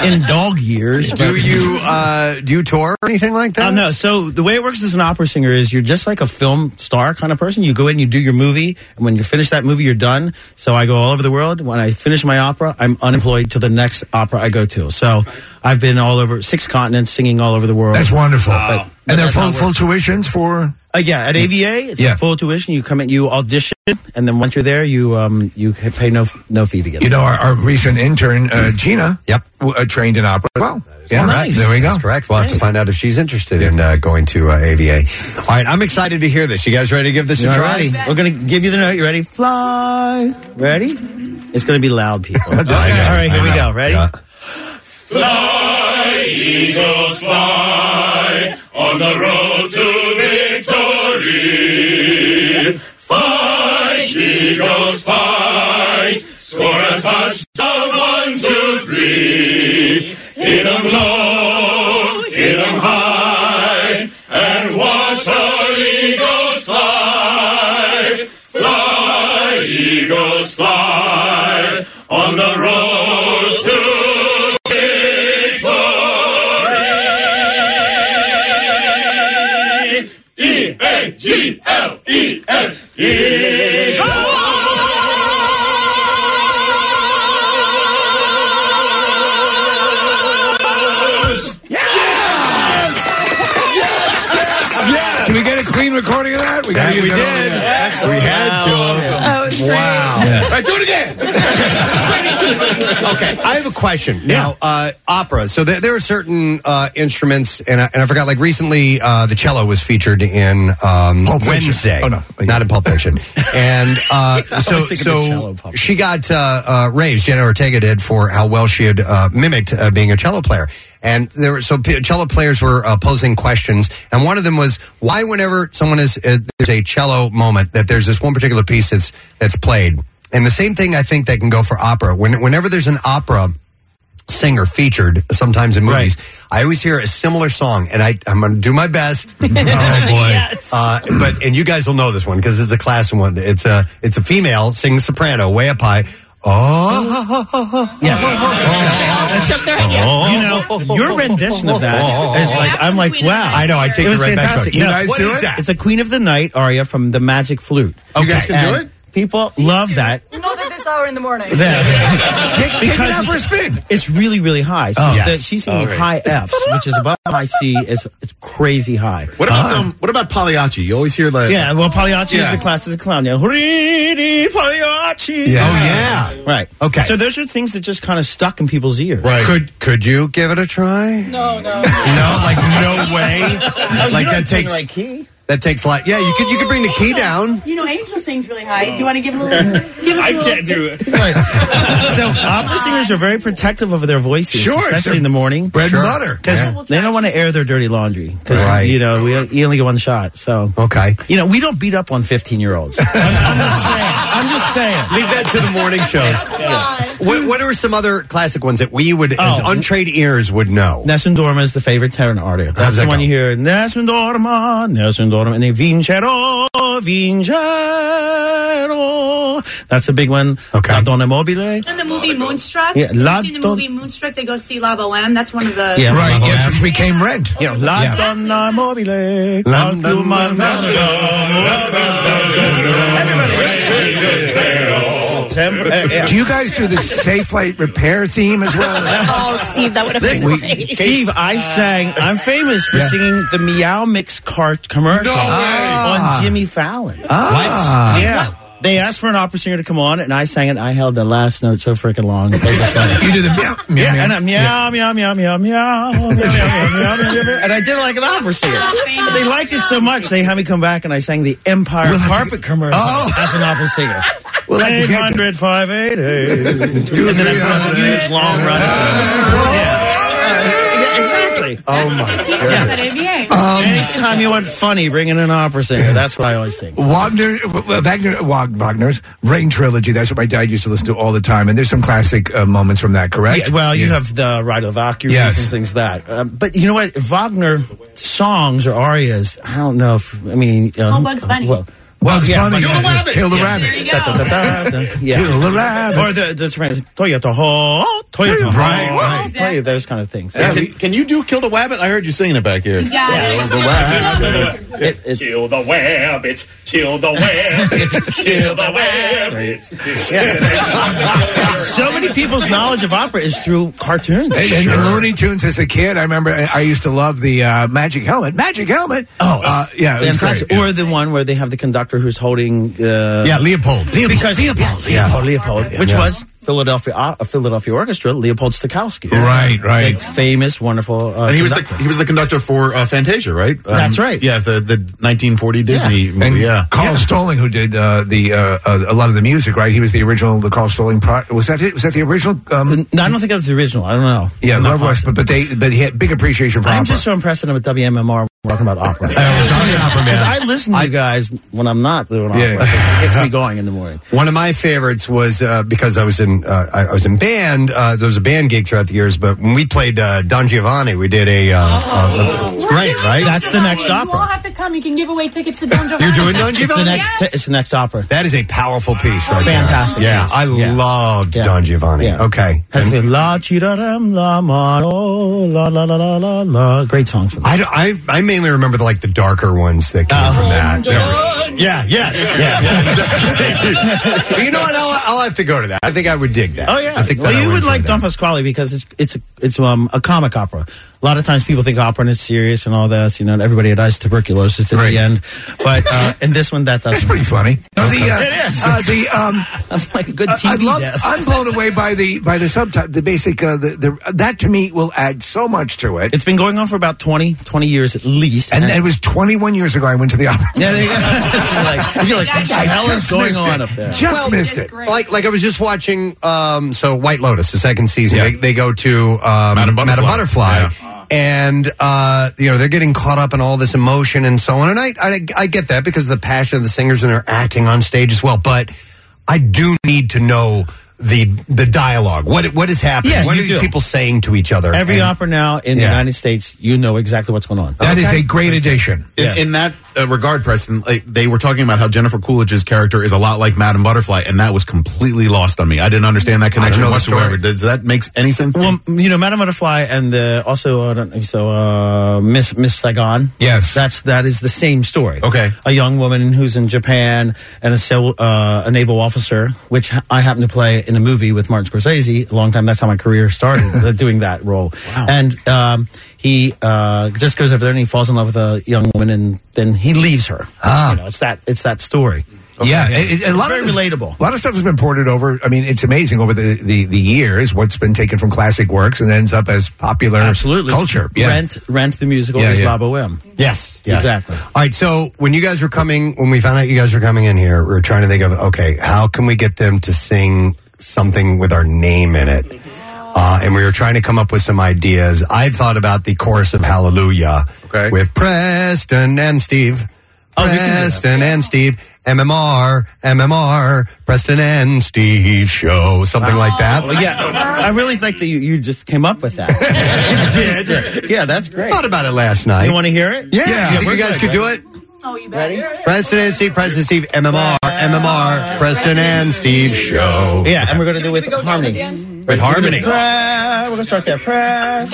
Speaker 11: [LAUGHS] sure. in dog years.
Speaker 3: Oh,
Speaker 11: Uh,
Speaker 3: Do you uh, do you tour or anything like that?
Speaker 11: no. So the way it works as an opera singer is you're just like a film star kind of person. You go in, you do your movie, and when you finish that movie, you're done. So I go all over the world. When I finish my opera, I'm unemployed till the next opera I go to. So I've been all over six continents, singing all over the world.
Speaker 1: That's wonderful.
Speaker 11: But- but
Speaker 1: And they're
Speaker 11: Ah. that's
Speaker 1: full
Speaker 11: not
Speaker 1: full
Speaker 11: work.
Speaker 1: tuitions for.
Speaker 11: Uh, yeah, at AVA, it's
Speaker 1: Yeah.
Speaker 11: full tuition. You come in, you audition, and then once you're there, you um you ca- pay no no fee to get.
Speaker 1: You know, our, our recent intern uh, Gina.
Speaker 3: Yep.
Speaker 1: W- uh, trained in opera. as Well, yeah,
Speaker 3: All right,
Speaker 1: right. There we go.
Speaker 3: That's correct. We'll have to find out if she's interested in uh, going to uh, AVA. All right, I'm excited to hear this. You guys ready to give this a
Speaker 11: All
Speaker 3: try?
Speaker 11: righty. We're gonna give you the note. You ready? Fly. Ready? It's gonna be loud,
Speaker 3: [LAUGHS]
Speaker 11: people. All right, all right, here we go. Ready?
Speaker 6: Fly, eagles fly on the road to victory. Fight, eagles fight. Score a touchdown, one, two, three. Hit 'em low, hit 'em high, and watch our eagles fly. Fly, eagles fly on the road to victory. E A G L E S.
Speaker 1: Can we get a clean recording of that? We
Speaker 6: That
Speaker 1: gotta use
Speaker 6: we did.
Speaker 1: that.
Speaker 6: We had to. That was great.
Speaker 3: Wow.
Speaker 6: Yeah.
Speaker 3: do it again.
Speaker 11: [LAUGHS]
Speaker 3: okay, I have a question now. Uh, opera. So there, there are certain uh, instruments, and I, and I forgot. Like recently, uh, the cello was featured in um, Wednesday. Oh no, not in Pulp Fiction.
Speaker 11: [LAUGHS]
Speaker 3: and uh, so,
Speaker 11: always think of the cello,
Speaker 3: so she got uh, uh, raised. Jenna Ortega did for how well she had uh, mimicked uh, being a cello player. And there were so p- cello players were uh, posing questions, and one of them was why, whenever someone is uh, there's a cello moment, that there's this one particular piece that's that's played. And the same thing I think that can go for opera. When, whenever there's an opera singer featured sometimes in movies, I always hear a similar song, and I, I'm going to do my best. oh boy! Uh, but and you guys will know this one because it's a classic one. It's a it's a female singing soprano way up high. Oh,
Speaker 11: Yes.
Speaker 3: Oh.
Speaker 11: You know, your rendition of that is like, I'm like, wow.
Speaker 3: I know, I take
Speaker 11: it was
Speaker 3: it right back to
Speaker 11: fantastic.
Speaker 3: it. You guys
Speaker 11: what
Speaker 3: do
Speaker 11: is
Speaker 3: it?
Speaker 11: that? It's a Queen of the Night aria from The Magic Flute.
Speaker 3: You guys can do
Speaker 11: And People love that.
Speaker 12: Not at this hour in the morning.
Speaker 11: take,
Speaker 12: take it
Speaker 3: [LAUGHS]
Speaker 12: out for a
Speaker 11: spin. It's really, really high. So
Speaker 12: Oh.
Speaker 11: the-
Speaker 12: Yes.
Speaker 11: she's singing
Speaker 7: All right.
Speaker 11: high Fs, which is above high C. It's, it's crazy high. Uh-huh.
Speaker 7: What about um, what about Pagliacci? You always hear that.
Speaker 11: Yeah, well, Pagliacci
Speaker 7: Yeah.
Speaker 11: is the class of the clown. Yeah. Hoority, Pagliacci.
Speaker 7: Yeah.
Speaker 3: Oh,
Speaker 11: yeah. Right.
Speaker 3: Okay.
Speaker 11: So those are things that just kind of stuck in people's ears.
Speaker 3: Right. Could could you give it a try?
Speaker 12: No, no.
Speaker 3: No, like no
Speaker 11: [LAUGHS]
Speaker 3: way.
Speaker 11: you
Speaker 3: like
Speaker 11: don't
Speaker 3: that
Speaker 11: sing
Speaker 3: takes
Speaker 11: like key?
Speaker 3: that takes like yeah. You could you could bring the key down.
Speaker 12: Oh, You know, Angel sings really high. Do you want to give a little? Give us a little.
Speaker 11: it. so opera singers are very protective of their voices,
Speaker 12: Sure,
Speaker 11: especially in the morning.
Speaker 1: bread and Sure. butter.
Speaker 11: 'Cause
Speaker 1: Yeah.
Speaker 11: they don't want to air their dirty laundry. Because you know we you only get one shot. So
Speaker 3: okay,
Speaker 11: you know we don't beat up on fifteen year olds. [LAUGHS] I'm just saying.
Speaker 3: Leave that to the morning shows. What, what are some other classic ones that we would, as
Speaker 11: Oh.
Speaker 3: untrained ears, would know?
Speaker 11: Nessun Dorma is the favorite tenor aria.
Speaker 3: does
Speaker 11: That's the
Speaker 3: that
Speaker 11: one
Speaker 3: go?
Speaker 11: you hear. Nessun Dorma, Nessun Dorma, and then Vincero, Vincero. That's a big one. Okay. La Donna Mobile.
Speaker 12: In the movie Moonstruck,
Speaker 11: Yeah,
Speaker 12: you
Speaker 11: La
Speaker 12: seen the
Speaker 11: Don-
Speaker 12: movie Moonstruck? They go see La Boheme. That's one of the
Speaker 11: Yeah,
Speaker 1: right.
Speaker 11: La
Speaker 1: Yes, which became Rent.
Speaker 11: Yeah, La
Speaker 1: Yeah.
Speaker 11: Donna Mobile.
Speaker 1: La Donna Do you guys do the safe flight repair theme as well?
Speaker 15: Oh, Steve, that would have been great. Uh,
Speaker 11: Steve, I sang. I'm famous for singing the Meow Mix Cart
Speaker 15: No
Speaker 11: commercial
Speaker 15: way.
Speaker 11: on Jimmy Fallon.
Speaker 1: Ah.
Speaker 11: Yeah. They asked for an opera singer to come on, and I sang it. I held the last note so freaking
Speaker 1: [LAUGHS]
Speaker 11: long. They just done it.
Speaker 1: You did the meow, meow,
Speaker 11: yeah,
Speaker 1: meow.
Speaker 11: and I meow, meow, meow, meow, meow, meow, meow, meow, meow, meow, meow, and I did it like an opera singer. They liked it so much they had me come back, and I sang the Empire Carpet commercial
Speaker 1: Oh.
Speaker 11: as an opera singer.
Speaker 1: Well, I
Speaker 11: eight
Speaker 1: can get
Speaker 11: hundred five eight eight, and then I put on a huge long run. Yeah. Exactly.
Speaker 3: Oh my
Speaker 11: Yeah.
Speaker 1: Um,
Speaker 11: Anytime you went funny, bring in an opera singer. That's what I always think.
Speaker 1: Wagner, Wagner, Wag- Wagner's Ring trilogy. That's what my dad used to listen to all the time. And there's some classic uh, moments from that, correct?
Speaker 11: Yeah, well, you
Speaker 1: Yeah.
Speaker 11: have the Ride of the Valkyries
Speaker 1: Yes.
Speaker 11: and things like that. Um, but you know what? Wagner songs or arias, I don't know if, I mean. Uh,
Speaker 1: Oh, Bugs Bunny.
Speaker 11: Well,
Speaker 1: Bugs
Speaker 11: yeah,
Speaker 1: Bunny. Kill the rabbit. Kill the
Speaker 11: Yeah.
Speaker 1: rabbit. There you go.
Speaker 11: Da, da, da, da, da. Yeah.
Speaker 1: Kill the rabbit.
Speaker 11: Or the, the Toyota Ho, Toyota Ho, right. Toyota, those kind of things.
Speaker 7: Can, can you do Kill the Wabbit? I heard you singing it back here.
Speaker 11: Yeah.
Speaker 7: Kill the Wabbit.
Speaker 13: Kill the wabbit, kill the wabbit, kill the wabbit.
Speaker 11: so many people's knowledge of opera is through cartoons.
Speaker 1: And, and- and Looney Tunes as a kid, I remember I I used to love the uh, Magic Helmet. Magic Helmet. Oh, uh, [LAUGHS] yeah, it was
Speaker 11: Fantastic.
Speaker 1: great.
Speaker 11: Or the one where they have the conductor who's holding. Uh,
Speaker 1: Yeah, Leopold. Leopold,
Speaker 11: Because,
Speaker 1: Leopold,
Speaker 11: Yeah,
Speaker 1: Leopold.
Speaker 11: Leopold. Leopold, which
Speaker 1: Yeah.
Speaker 11: was Philadelphia uh, Philadelphia Orchestra, Leopold Stokowski.
Speaker 1: Right, right.
Speaker 11: Big, famous, wonderful. Uh,
Speaker 7: and he was the
Speaker 11: conductor.
Speaker 7: he was the conductor for uh, Fantasia, right? Um,
Speaker 11: That's right.
Speaker 7: Yeah, the the 1940 Disney movie.
Speaker 1: And
Speaker 7: yeah,
Speaker 1: Carl Stolling, who did uh, the uh, uh, a lot of the music, right? He was the original. The Carl Stolling pro- was that it? Was that the original? Um,
Speaker 11: no, I don't think that was the original. I don't know.
Speaker 1: Yeah,
Speaker 11: I'm not
Speaker 1: that was, but, but they but he had big appreciation for
Speaker 11: I'm
Speaker 1: opera.
Speaker 11: just so impressed that I'm at WMMR talking about opera. Because I listen to you guys when I'm not doing opera.
Speaker 3: Yeah.
Speaker 11: It gets me going in the
Speaker 3: [LAUGHS]
Speaker 11: morning.
Speaker 3: One of my favorites was uh, because I was in uh, I, I was in band. Uh, there was a band gig throughout the years, but when we played uh, Don Giovanni, we did a, uh, uh, a- great right.
Speaker 11: That's the next
Speaker 12: You all
Speaker 11: opera.
Speaker 12: have to come. You can give away tickets to Don Giovanni.
Speaker 3: You're doing Don
Speaker 11: It's the
Speaker 3: Giovanni.
Speaker 11: next. It's the next opera.
Speaker 3: That is a powerful piece, right? there.
Speaker 11: Fantastic.
Speaker 3: Yeah,
Speaker 11: piece.
Speaker 3: I
Speaker 11: Yeah.
Speaker 3: loved
Speaker 11: Yeah.
Speaker 3: Don Giovanni.
Speaker 11: Yeah.
Speaker 3: Okay,
Speaker 11: Has the la chiraram la ma oh, la la la la la la. Great song for
Speaker 3: I, don't- I I mainly remember the, like the darker ones that came
Speaker 11: Uh-huh.
Speaker 3: from that. There were- yeah, yeah, yeah. yeah. But you know what? I'll, I'll have to go to that. I think I would dig that.
Speaker 11: Oh yeah,
Speaker 3: I think
Speaker 11: well,
Speaker 3: that I
Speaker 11: you would
Speaker 3: enjoy
Speaker 11: like
Speaker 3: that.
Speaker 11: Don Pasquale because it's it's a, it's um, a comic opera. A lot of times people think opera and it's serious and all this. You know, and everybody dies of tuberculosis at the end. But uh, in this one, that doesn't. That's pretty
Speaker 1: funny. No, the, uh,
Speaker 11: it is.
Speaker 1: uh, the um,
Speaker 11: [LAUGHS] That's like a good TV
Speaker 1: I love,
Speaker 11: death.
Speaker 1: I'm blown away by the by the subtitle. The basic uh, the, the that to me will add so much to it.
Speaker 11: It's been going on for about 20, 20 years at least,
Speaker 1: and, it was 21 years ago I went to the [LAUGHS] opera.
Speaker 11: Yeah, there you go. [LAUGHS] you're like, you're like, what the
Speaker 1: I
Speaker 11: hell is
Speaker 1: just
Speaker 11: going
Speaker 1: missed
Speaker 11: on
Speaker 1: it.
Speaker 11: up there?
Speaker 1: Just missed it.
Speaker 3: Like, like I was just watching. Um, so White Lotus, the second season, they, they go to um,
Speaker 7: Madame Butterfly.
Speaker 3: and uh, you know they're getting caught up in all this emotion and so on. And I, I, I get that because of the passion of the singers and their acting on stage as well. But I do need to know the the dialogue. What what is happening?
Speaker 11: Yeah,
Speaker 3: what
Speaker 11: you
Speaker 3: are these
Speaker 11: do.
Speaker 3: people saying to each other?
Speaker 11: Every
Speaker 3: And-
Speaker 11: opera now in the
Speaker 3: Yeah.
Speaker 11: United States, you know exactly what's going on.
Speaker 7: That is Okay. a
Speaker 1: great addition.
Speaker 7: In, in that uh, regard, Preston, like, they were talking about how Jennifer Coolidge's character is a lot like Madame Butterfly, and that was completely lost on me. I didn't understand that connection
Speaker 11: know the
Speaker 7: whatsoever.
Speaker 11: story.
Speaker 7: Does that make any sense?
Speaker 11: Well, you know, Madame Butterfly and the, also I don't know if you saw uh, Miss Miss Saigon.
Speaker 1: Yes,
Speaker 11: that's that is the same story.
Speaker 7: Okay.
Speaker 11: a young woman who's in Japan and a sil- uh, a naval officer, which ha- I happen to play in a movie with Martin Scorsese. A long time. That's how my career
Speaker 1: [LAUGHS]
Speaker 11: started uh, doing that role. And um, he uh, just goes over there and he falls in love with a young woman, and then he leaves her. Ah, you know, it's that it's that story.
Speaker 1: Yeah, it, it, a
Speaker 11: It's
Speaker 1: lot
Speaker 11: very
Speaker 1: of this-
Speaker 11: relatable.
Speaker 1: A lot of stuff has been ported over. I mean, it's amazing over the, the, the years what's been taken from classic works and ends up as popular
Speaker 11: Absolutely.
Speaker 1: culture. Yeah.
Speaker 11: Rent, rent the musical
Speaker 1: Yeah,
Speaker 11: is
Speaker 1: yeah.
Speaker 11: La Boheme.
Speaker 3: Yes, yes.
Speaker 11: Exactly.
Speaker 3: All right. So when you guys were coming, when we found out you guys were coming in here, we were trying to think of okay, how can we get them to sing something with our name in it? Uh, and we were trying to come up with some ideas. I thought about the chorus of Hallelujah with Preston and Steve.
Speaker 11: Oh,
Speaker 3: Preston and Steve, MMR, MMR, Preston and Steve show, something like that.
Speaker 11: Well, yeah, I really like that you, you just came
Speaker 3: [LAUGHS]
Speaker 11: up with that. did. Yeah, that's great.
Speaker 3: Thought about it last night.
Speaker 11: You want to hear it?
Speaker 3: Yeah, you think you guys could do it?
Speaker 12: Oh, you better.
Speaker 3: Preston and Steve, Preston and Steve, MMR, MMR, Preston and Steve show.
Speaker 11: Yeah, and we're going to do it with harmony.
Speaker 3: With harmony.
Speaker 11: Prayer. We're going to start that. Prayer. Mm-hmm.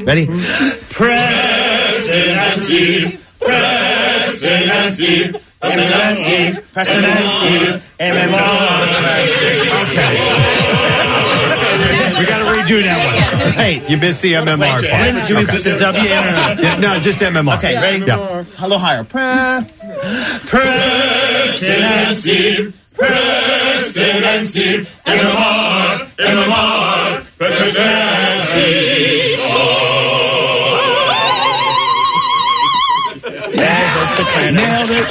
Speaker 12: Got
Speaker 11: Ready?
Speaker 12: it.
Speaker 11: Ready?
Speaker 13: Preston and Steve, Preston and Steve, Preston and Steve, Preston and Steve,
Speaker 3: We got to redo that one.
Speaker 11: Hey,
Speaker 3: you missed the MMR
Speaker 11: Wait,
Speaker 3: part.
Speaker 11: should we put the W in or not?
Speaker 3: Yeah, no, just MMR.
Speaker 11: Okay, ready?
Speaker 3: Yeah.
Speaker 11: A little higher. Prayer.
Speaker 13: Preston and Steve, Preston and Steve in the mud, in the mud. Preston and Steve.
Speaker 3: Nailed it.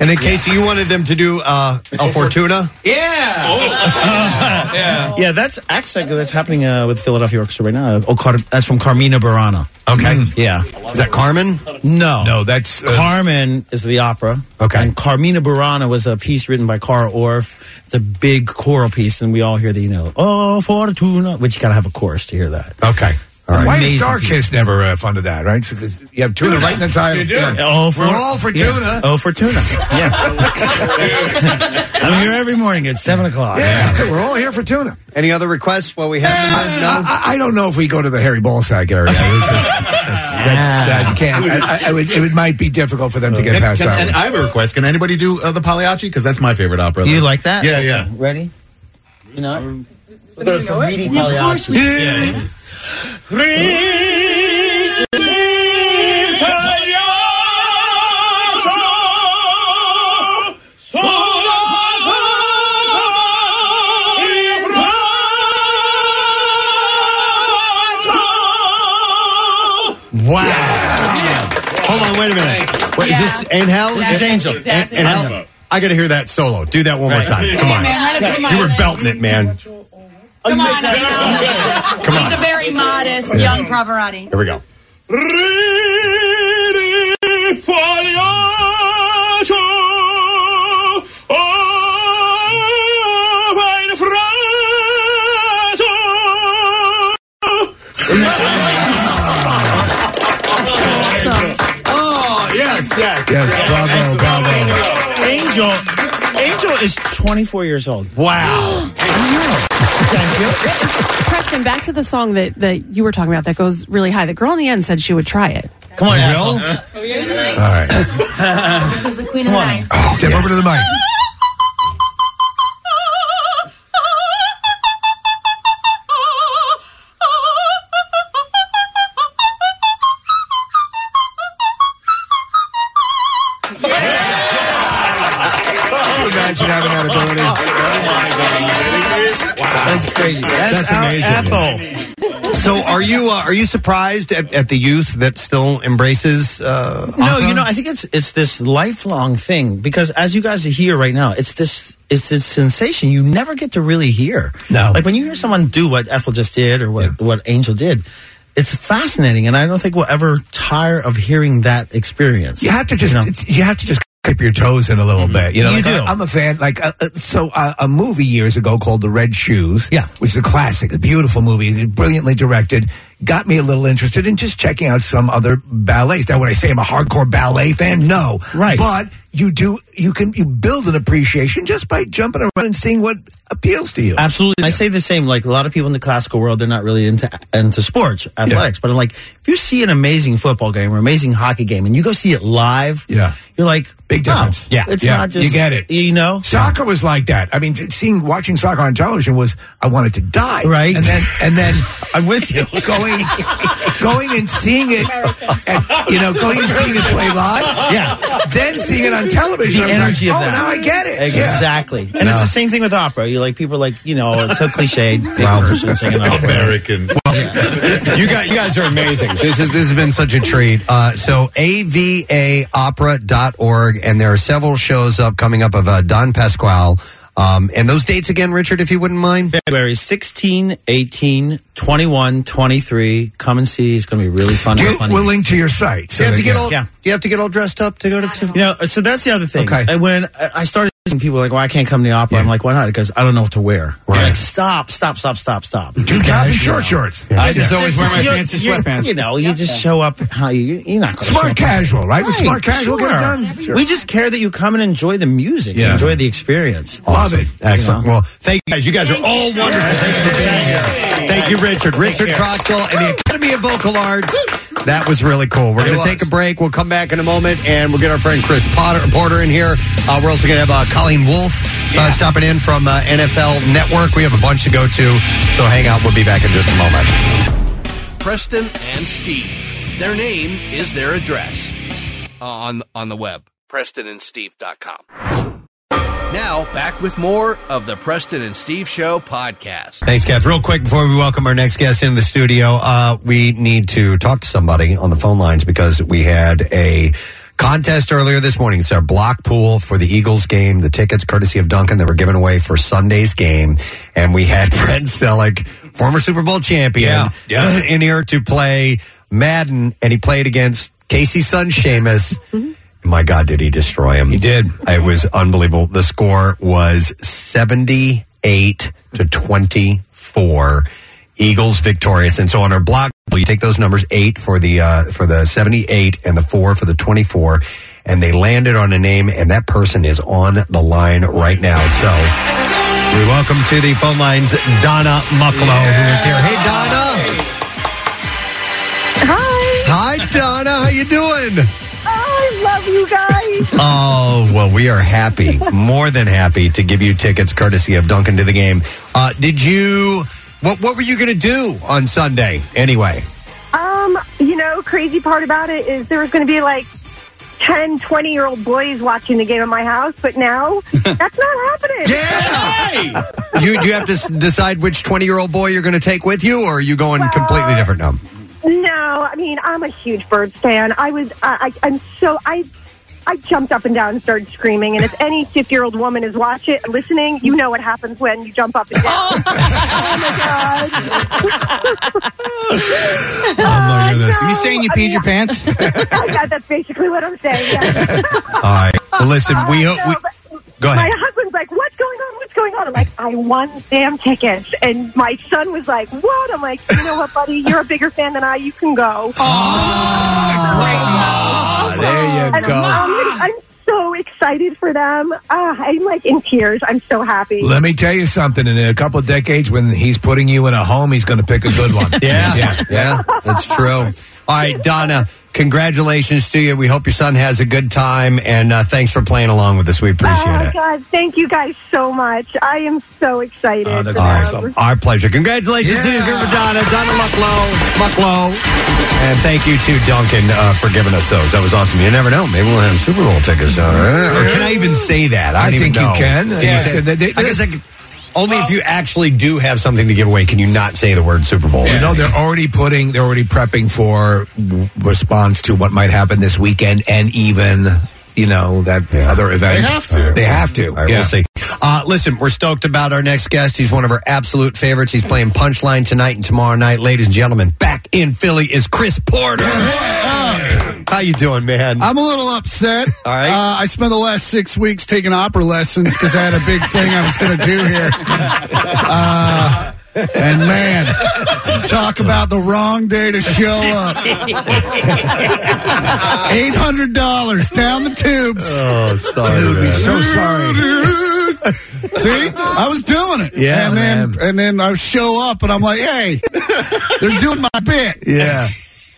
Speaker 3: And then, Casey, you wanted them to do uh,
Speaker 11: Oh,
Speaker 3: El Fortuna?
Speaker 5: Yeah.
Speaker 11: yeah. Yeah, that's actually that's happening uh, with Philadelphia Orchestra right now. Oh, Car- that's from Carmina Burana. Mm.
Speaker 3: Okay.
Speaker 11: Yeah.
Speaker 3: Is that Carmen?
Speaker 11: No.
Speaker 1: No, that's uh,
Speaker 11: Carmen is the opera. Okay. And Carmina Burana was a piece written by Carl Orff. It's a big choral piece, and we all hear the, you know, Oh, Fortuna, which you got to have a chorus to hear that.
Speaker 3: Okay.
Speaker 1: Why
Speaker 11: Amazing
Speaker 1: is Starkiss never uh, funded that, right? Because you have tuna right in the title.
Speaker 11: You do.
Speaker 1: Yeah.
Speaker 11: Oh, for-
Speaker 1: We're all for
Speaker 11: yeah.
Speaker 1: tuna.
Speaker 11: Oh, for tuna. Yeah. I'm here every morning at 7 o'clock.
Speaker 1: Yeah, we're all here for tuna.
Speaker 3: Any other requests while we have
Speaker 1: them? No? I, I don't know if we go to the Harry Ballsack area. This is- that's, that's, that you can't. I, I, I would, it would, might be difficult for them to get
Speaker 7: Can-
Speaker 1: past
Speaker 7: can-
Speaker 1: that
Speaker 7: Ah. and
Speaker 1: one.
Speaker 7: I have a request. Can anybody do uh, the Pagliacci? Because that's my favorite opera.
Speaker 11: You like that?
Speaker 7: Yeah, yeah.
Speaker 11: Ready? You know?
Speaker 13: But for
Speaker 11: Reedy Pagliacci.
Speaker 13: Yeah.
Speaker 3: Wow. Hold on, wait a minute. Wait,
Speaker 13: Yeah.
Speaker 3: is this Angel? Is this
Speaker 13: Exactly,
Speaker 3: Angel?
Speaker 13: exactly.
Speaker 3: An- Angel? I got to hear that solo. Do that one more time. Come
Speaker 13: Hey,
Speaker 3: on.
Speaker 13: man, let it come
Speaker 3: you
Speaker 13: on.
Speaker 3: were belting it, man.
Speaker 12: Come on, Adele.
Speaker 3: Come
Speaker 12: He's a
Speaker 3: on.
Speaker 12: very modest
Speaker 3: Yeah.
Speaker 12: young Pavarotti.
Speaker 3: Here we go.
Speaker 13: Oh, yes, yes.
Speaker 1: Yes, bravo,
Speaker 11: bravo. Angel. Angel is 24 years old.
Speaker 6: [GASPS]
Speaker 3: Wow.
Speaker 4: Preston, back to the song that, that you were talking about that goes really high. The girl in the end said she would try it.
Speaker 11: Come on,
Speaker 1: All right.
Speaker 12: This is the Queen of the Night.
Speaker 1: Step over to the mic. Imagine having that ability.
Speaker 3: That's crazy. That's, amazing. So, are you uh, are you surprised at, at the youth that still embraces? Uh,
Speaker 11: No, you know, I think it's it's this lifelong thing because as you guys are here right now, it's this it's this sensation you never get to really hear. No, like when you hear someone do what Ethel just did or what what Angel did, it's fascinating, and I don't think we'll ever tire of hearing that experience.
Speaker 1: You have to just
Speaker 11: know?
Speaker 1: you have to just keep your toes in a
Speaker 5: Mm-hmm.
Speaker 1: little bit. You know,
Speaker 11: You
Speaker 1: like,
Speaker 11: do.
Speaker 1: I, am a fan. Like uh, uh, so, uh, a movie years ago called The Red Shoes, yeah, which is a classic, a beautiful movie, brilliantly directed. Got me a little interested in just checking out some other ballets. Now, would I say I'm a hardcore ballet fan? No, right. But you do you can you build an appreciation just by jumping around and seeing what appeals to you.
Speaker 11: Absolutely. I say the same. Like a lot of people in the classical world, they're not really into into sports, athletics. But I'm like, if you see an amazing football game or amazing hockey game, and you go see it live,
Speaker 1: Yeah.
Speaker 11: you're like,
Speaker 1: Big
Speaker 11: wow,
Speaker 1: difference.
Speaker 11: it's
Speaker 1: Yeah.
Speaker 11: not just
Speaker 1: you get it.
Speaker 11: You know,
Speaker 1: soccer was like that. I mean, t- seeing watching soccer on television was I wanted to die.
Speaker 11: Right.
Speaker 1: and then and then
Speaker 11: [LAUGHS] I'm with you.
Speaker 1: [LAUGHS] Going, going and seeing it, and, you know, going and seeing it play live.
Speaker 11: Yeah.
Speaker 1: Then seeing it on television,
Speaker 11: The
Speaker 1: I was like,
Speaker 11: energy of
Speaker 1: oh,
Speaker 11: that.
Speaker 1: now I get it.
Speaker 11: Exactly. And it's
Speaker 1: No.
Speaker 11: the same thing with opera. You like people are like, you know,
Speaker 1: [LAUGHS]
Speaker 11: it's so cliche. Big person singing opera.
Speaker 7: American.
Speaker 3: you guys, you guys are amazing. This is this has been such a treat. Uh, so avaopera.org, and there are several shows up coming up of uh, Don Pasquale. Um, and those dates again, Richard, if you wouldn't mind.
Speaker 11: February 16, 18, 21, 23. Come and see. It's going to be really fun. and funny.
Speaker 1: We'll link to your site.
Speaker 11: You have to get all- Yeah.
Speaker 3: you have to get all dressed up to go to the.
Speaker 11: You know, so that's the other thing. Okay. And when I I started, seeing people like, well, I can't come to the opera. I'm like, why not? Because I don't know what to wear. Right. Like, stop, stop, stop, stop, stop.
Speaker 1: Dude, cop in short shorts.
Speaker 5: I just always wear my
Speaker 11: You're-
Speaker 5: fancy
Speaker 11: you're-
Speaker 5: sweatpants.
Speaker 11: You know, you just show up how you, you're not gonna
Speaker 1: Smart
Speaker 11: show up.
Speaker 1: casual, right? With smart casual, get it
Speaker 11: sure.
Speaker 1: done. Sure.
Speaker 11: We just care that you come and enjoy the music, and
Speaker 3: Yeah.
Speaker 11: enjoy the experience.
Speaker 3: Awesome. Excellent. Well, thank you guys. You guys are all wonderful. Thanks for being here. Thank you, Richard. Richard Troxel and the Academy of Vocal Arts. That was really cool. We're
Speaker 9: It
Speaker 3: going to
Speaker 9: was.
Speaker 3: take a break. We'll come back in a moment, and we'll get our friend Chris Potter, Porter in here. Uh, we're also going to have uh, Colleen Wolf uh, stopping in from uh, NFL Network. We have a bunch to go to, so hang out. We'll be back in just a moment.
Speaker 14: Preston and Steve. Their name is their address uh, on on the web. PrestonandSteve.com. Now, back with more of the Preston and Steve Show podcast.
Speaker 3: Thanks, Kath. Real quick before we welcome our next guest into the studio, uh, we need to talk to somebody on the phone lines because we had a contest earlier this morning. It's our block pool for the Eagles game. The tickets, courtesy of Duncan, that were given away for Sunday's game, and we had [LAUGHS] Brent Selleck, former Super Bowl champion, [LAUGHS] in here to play Madden, and he played against Casey's son Seamus. My God, did he destroy him? He did. It was unbelievable. The score was 78 to 24. Eagles victorious. And so on our block, you take those numbers eight for the uh, for the 78 and the four for the 24, and they landed on a name, and that person is on the line right now. So we welcome to the phone lines Donna Mucklow, who is here. Hey, Donna. Hi. Hi, Donna. How you doing?
Speaker 17: I love you guys.
Speaker 3: Oh, well, we are happy, more than happy to give you tickets courtesy of Duncan to the game. Uh, did you, what, what were you going to do on Sunday anyway?
Speaker 17: Um, you know, crazy part about it is there was going to be like 10, 20 year old boys watching the game at my house, but now that's not happening.
Speaker 3: You, do you have to s- decide which 20 year old boy you're going to take with you, or are you going completely different now?
Speaker 17: No, I mean I'm a huge Birds fan. I was I, I I'm so I I jumped up and down and started screaming. And if any 50 year old woman is watching listening, you know what happens when you jump up and down. oh [LAUGHS]
Speaker 3: Oh,
Speaker 17: my god!
Speaker 16: [LAUGHS]
Speaker 5: my goodness. you saying you peed your pants?
Speaker 17: Oh, yeah, that's basically what I'm saying. yeah.
Speaker 3: All right.
Speaker 17: Uh,
Speaker 3: Well, listen, we hope. We, go
Speaker 17: My
Speaker 3: ahead.
Speaker 17: husband's like, "What's going on? What's going on?" I'm like, "I won damn tickets," and my son was like, "What?" I'm like, "You know what, buddy? You're a bigger fan than I. You
Speaker 3: [LAUGHS]
Speaker 17: can go."
Speaker 3: Oh,
Speaker 11: Ah,
Speaker 5: there you
Speaker 17: And
Speaker 5: go.
Speaker 17: I'm, I'm so excited for them. Ah, I'm like in tears. I'm so happy.
Speaker 1: Let me tell you something. In a couple of decades, when he's putting you in a home, he's going to pick a good
Speaker 11: [LAUGHS]
Speaker 1: one.
Speaker 3: Yeah. Yeah, that's true. All right, Donna, congratulations to you. We hope your son has a good time, and uh, thanks for playing along with us. We appreciate
Speaker 17: oh
Speaker 3: it.
Speaker 17: my god! Thank you guys so much. I am so excited.
Speaker 3: Uh,
Speaker 17: for
Speaker 3: Our,
Speaker 17: them.
Speaker 3: our pleasure. Congratulations to you, Gripper Donna, Donna Mucklow, Mucklow. And thank you to Duncan uh, for giving us those. That was awesome. You never know. Maybe we'll have Super Bowl tickets. Uh, or can I even say that? I,
Speaker 1: I
Speaker 3: don't even
Speaker 1: think you
Speaker 3: know.
Speaker 1: can.
Speaker 3: Yeah.
Speaker 1: You said that they-
Speaker 3: I guess I could- only if you actually do have something to give away can you not say the word Super Bowl.
Speaker 1: You know they're already putting, they're already prepping for w- response to what might happen this weekend, and even you know that other event. They have to.
Speaker 3: All right,
Speaker 1: yeah.
Speaker 3: We'll see. Uh, listen, we're stoked about our next guest. He's one of our absolute favorites. He's playing Punchline tonight and tomorrow night, ladies and gentlemen. Back in Philly is Chris Porter. How you doing, man?
Speaker 18: I'm a little upset.
Speaker 3: All right.
Speaker 18: Uh, I spent the last six weeks taking opera lessons because I had a big thing I was going to do here. Uh, and man, talk about the wrong day to show up. Eight hundred dollars down the tubes.
Speaker 3: Oh, sorry.
Speaker 18: Dude,
Speaker 3: man.
Speaker 18: so sorry. [LAUGHS] See, I was doing it. Yeah, and then and then I show up and I'm like, hey, they're doing my bit. [LAUGHS]
Speaker 1: Yeah.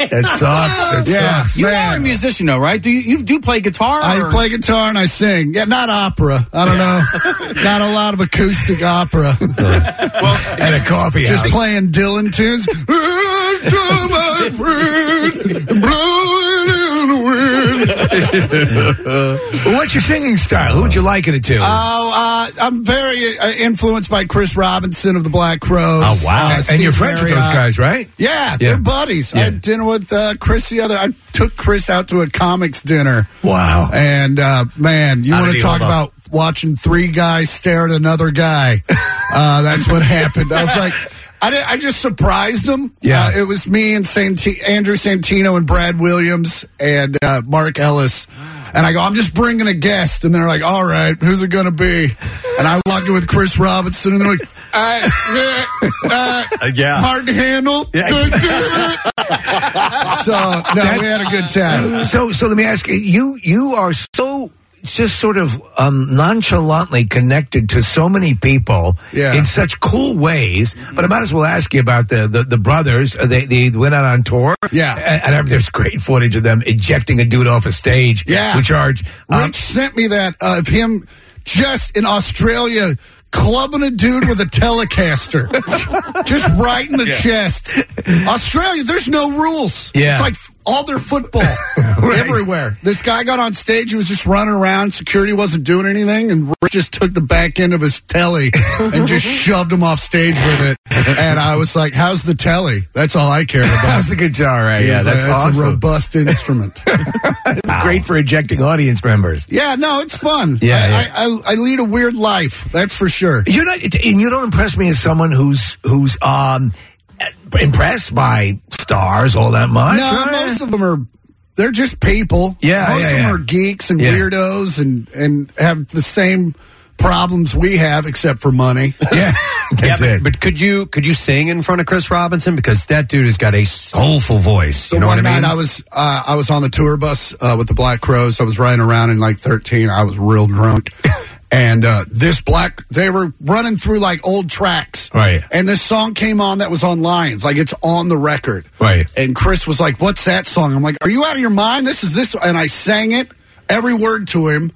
Speaker 1: It
Speaker 18: sucks. It sucks.
Speaker 5: You
Speaker 18: Man.
Speaker 5: are a musician, though, right? Do you, you do play guitar?
Speaker 18: I play guitar and I sing. Yeah, not opera. I don't know. not a lot of acoustic
Speaker 5: [LAUGHS]
Speaker 18: opera.
Speaker 1: At a coffee
Speaker 18: Just
Speaker 1: house.
Speaker 18: playing Dylan
Speaker 1: [LAUGHS]
Speaker 18: tunes.
Speaker 1: [LAUGHS] What's your singing style? Who would you liken it to?
Speaker 18: Oh, uh, I'm very uh, influenced by Chris Robinson of the Black Crows.
Speaker 1: Oh, wow.
Speaker 18: Uh,
Speaker 1: And
Speaker 18: Steve
Speaker 1: you're friends with those
Speaker 18: Marriott.
Speaker 1: guys, right?
Speaker 18: Yeah,
Speaker 1: uh, Yeah.
Speaker 18: they're buddies. I
Speaker 1: Yeah.
Speaker 18: had dinner with uh, Chris the other. I took Chris out to a comics dinner. Wow. And uh, man, you How want did to he talk hold up? about watching three guys stare at another [LAUGHS] guy? uh, that's what happened. I was like. I, did, I just surprised him.
Speaker 1: Yeah.
Speaker 18: Uh, it was me and Sant- Andrew Santino and Brad Williams and uh, Mark Ellis. And I go, I'm just bringing a guest. And they're like, all right, who's it going to be? And I walk in with Chris Robinson, and they're like, uh, uh, uh,
Speaker 3: yeah.
Speaker 18: hard to
Speaker 1: [LAUGHS]
Speaker 18: handle. so no, we had a good time.
Speaker 1: So, so let me ask you: you you are so just sort of um, nonchalantly connected to so many people
Speaker 18: Yeah.
Speaker 1: in such cool ways. But I might as well ask you about the the, the brothers. Uh, They they went out on tour.
Speaker 18: Yeah.
Speaker 1: and, and I- there's great footage of them ejecting a dude off a stage.
Speaker 18: Yeah.
Speaker 1: with charge. Um,
Speaker 18: Rich sent me that uh, of him just in Australia clubbing a dude with a Telecaster, [LAUGHS] just right in the
Speaker 1: Yeah.
Speaker 18: chest. Australia, there's no rules.
Speaker 1: Yeah.
Speaker 18: it's like all their football
Speaker 1: [LAUGHS]
Speaker 18: everywhere. This guy got on stage. He was just running around. Security wasn't doing anything, and Rick just took the back end of his telly and
Speaker 1: [LAUGHS]
Speaker 18: just shoved him off stage with it. And I was like, "How's the telly? That's all I care about."
Speaker 1: [LAUGHS]
Speaker 18: How's
Speaker 1: the guitar? Right? Yeah, that's
Speaker 18: a
Speaker 1: awesome.
Speaker 18: robust
Speaker 1: [LAUGHS]
Speaker 18: instrument.
Speaker 1: Great for ejecting audience members.
Speaker 18: yeah, no, it's fun.
Speaker 1: Yeah,
Speaker 18: I,
Speaker 1: yeah.
Speaker 18: I, I, I lead a weird life. That's for sure.
Speaker 1: You're not, and you don't impress me as someone who's who's um impressed by stars all that much.
Speaker 18: No,
Speaker 1: right?
Speaker 18: most of them are. They're just people.
Speaker 1: Yeah,
Speaker 18: most
Speaker 1: yeah,
Speaker 18: of them
Speaker 1: yeah.
Speaker 18: are geeks and
Speaker 1: Yeah.
Speaker 18: weirdos and and have the same problems we have, except for money.
Speaker 1: [LAUGHS]
Speaker 18: [LAUGHS]
Speaker 3: [LAUGHS]
Speaker 1: Yeah,
Speaker 3: yeah, but, but could you could you sing in front of Chris Robinson because that dude has got a soulful
Speaker 18: [LAUGHS]
Speaker 3: voice.
Speaker 18: So
Speaker 3: you know
Speaker 18: one
Speaker 3: what I mean?
Speaker 18: night I was uh, I was on the tour bus uh, with the Black Crows. I was riding around in like thirteen. I was real drunk,
Speaker 1: [LAUGHS]
Speaker 18: and uh, this black they were running through like old tracks.
Speaker 1: Right.
Speaker 18: And this song came on that was on Lions, like it's on the record.
Speaker 1: Right.
Speaker 18: And Chris was like, "What's that song?" I'm like, "Are you out of your mind? This is this." And I sang it every word to him.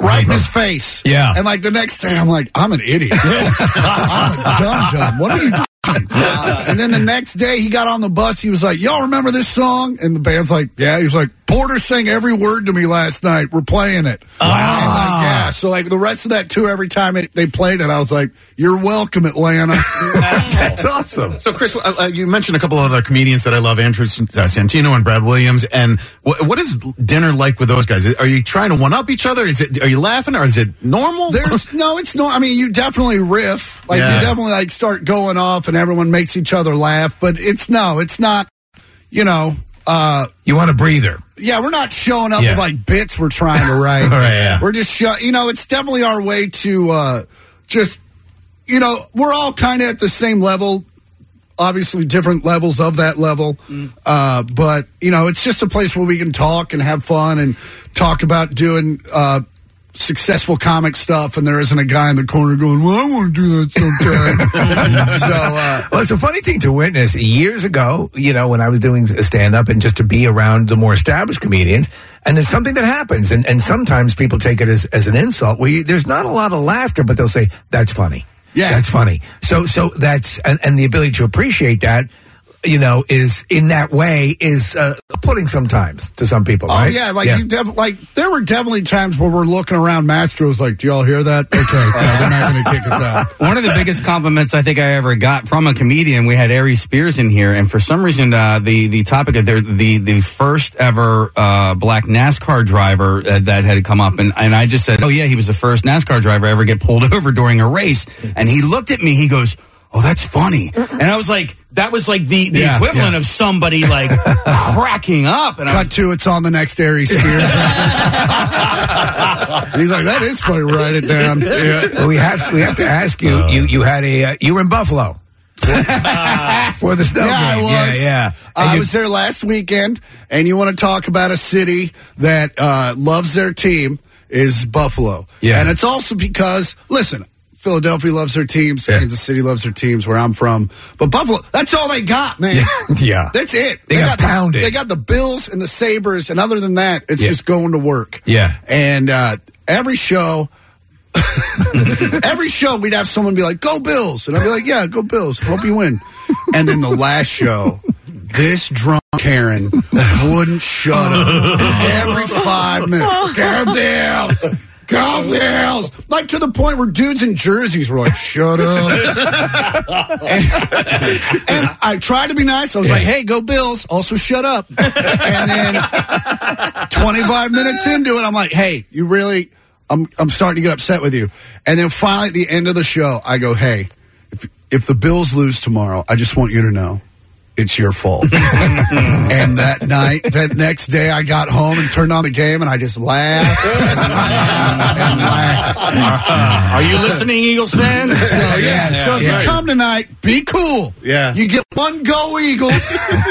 Speaker 18: Right in his face.
Speaker 1: Yeah.
Speaker 18: And like the next day, I'm like, I'm an idiot. I'm a dumb dumb. What are you doing? and then the next day, he got on the bus. He was like, Y'all remember this song? And the band's like, Yeah. He was like, Porter sang every word to me last night. We're playing it. And like, yeah. So, like, the rest of that tour, every time it, they played it, I was like, You're welcome, Atlanta.
Speaker 1: That's awesome.
Speaker 7: So, Chris, uh, uh, you mentioned a couple other comedians that I love, Andrew S- uh, Santino and Brad Williams. And wh- what is dinner like with those guys? Are you trying to one up each other? Is it? Are you laughing or is it normal? [LAUGHS]
Speaker 18: There's no, it's not. I mean, you definitely riff. Like
Speaker 7: Yeah.
Speaker 18: you definitely like start going off, and everyone makes each other laugh. But it's no, it's not. You know, uh,
Speaker 1: you want a breather.
Speaker 18: Yeah, we're not showing up
Speaker 1: Yeah.
Speaker 18: with like bits we're trying
Speaker 1: [LAUGHS]
Speaker 18: to write.
Speaker 1: Right, yeah.
Speaker 18: We're just show. You know, it's definitely our way to uh, just. You know, we're all kind of at the same level. Obviously, different levels of that level, uh, but you know, it's just a place where we can talk and have fun and talk about doing uh, successful comic stuff. And there isn't a guy in the corner going, "Well, I want to do that [LAUGHS] sometime." so uh,
Speaker 1: well, it's a funny thing to witness. Years ago, you know, when I was doing stand up and just to be around the more established comedians, and it's something that happens. And, and sometimes people take it as, as an insult where you, there's not a lot of laughter, but they'll say, that's funny. Yeah. That's funny. So, so that's, and, and the ability to appreciate that, you know, is in that way is uh, putting sometimes to some people.
Speaker 18: Oh
Speaker 1: right?
Speaker 18: yeah, like you def- like there were definitely times where we're looking around. Master was like, "Do y'all hear that? [LAUGHS] Okay, no, they're not going to kick us out."
Speaker 5: One of the biggest compliments I think I ever got from a comedian, we had Ari Spears in here, and for some reason, uh, the the topic of their, the the first ever uh, black NASCAR driver uh, that had come up, and, and I just said, "Oh yeah, he was the first NASCAR driver ever get pulled [LAUGHS] over during a race," and he looked at me, he goes, "Oh, that's funny," and I was like, "That was like the, the
Speaker 18: Yeah,
Speaker 5: equivalent
Speaker 18: yeah.
Speaker 5: of somebody like [LAUGHS] cracking up," and I was
Speaker 18: Cut to it's on the next [LAUGHS] Aries Spears. And he's like, "That is funny. Write it down."
Speaker 1: Well, we have we have to ask you. you you had a uh, you were in Buffalo for the snow
Speaker 18: yeah, I
Speaker 1: game.
Speaker 18: was.
Speaker 1: Yeah, yeah. And
Speaker 18: I
Speaker 1: you-
Speaker 18: was there last weekend, and you want to talk about a city that uh, loves their team is Buffalo.
Speaker 1: Yeah.
Speaker 18: and it's also because listen. Philadelphia loves their teams. Kansas City loves their teams. Where I'm from, but Buffalo—that's all they got, man.
Speaker 1: Yeah.
Speaker 18: That's it.
Speaker 1: They got pounded.
Speaker 18: They got the Bills and the Sabres, and other than that, it's
Speaker 1: Yeah.
Speaker 18: just going to work.
Speaker 1: Yeah.
Speaker 18: And uh, every show, [LAUGHS] every show, we'd have someone be like, go Bills. And I'd be like, yeah, go Bills. Hope you win. And then the last show, this drunk Karen wouldn't shut up every five minutes. Go Bills. Go Bills. Like to the point where dudes in jerseys were like, shut up. And I tried to be nice. I was like, hey, go Bills. Also, shut up. and then 25 minutes into it, I'm like, hey, you really, I'm, I'm starting to get upset with you. And then finally at the end of the show, I go, hey, if, if the Bills lose tomorrow, I just want you to know. It's your fault. and that night, that next day, I got home and turned on the game, and I just laughed.
Speaker 13: Uh, Are you listening, Eagles
Speaker 18: [LAUGHS]
Speaker 13: fans?
Speaker 18: So Oh, yeah, so if you come tonight, be cool.
Speaker 13: Yeah.
Speaker 18: you get one go Eagles.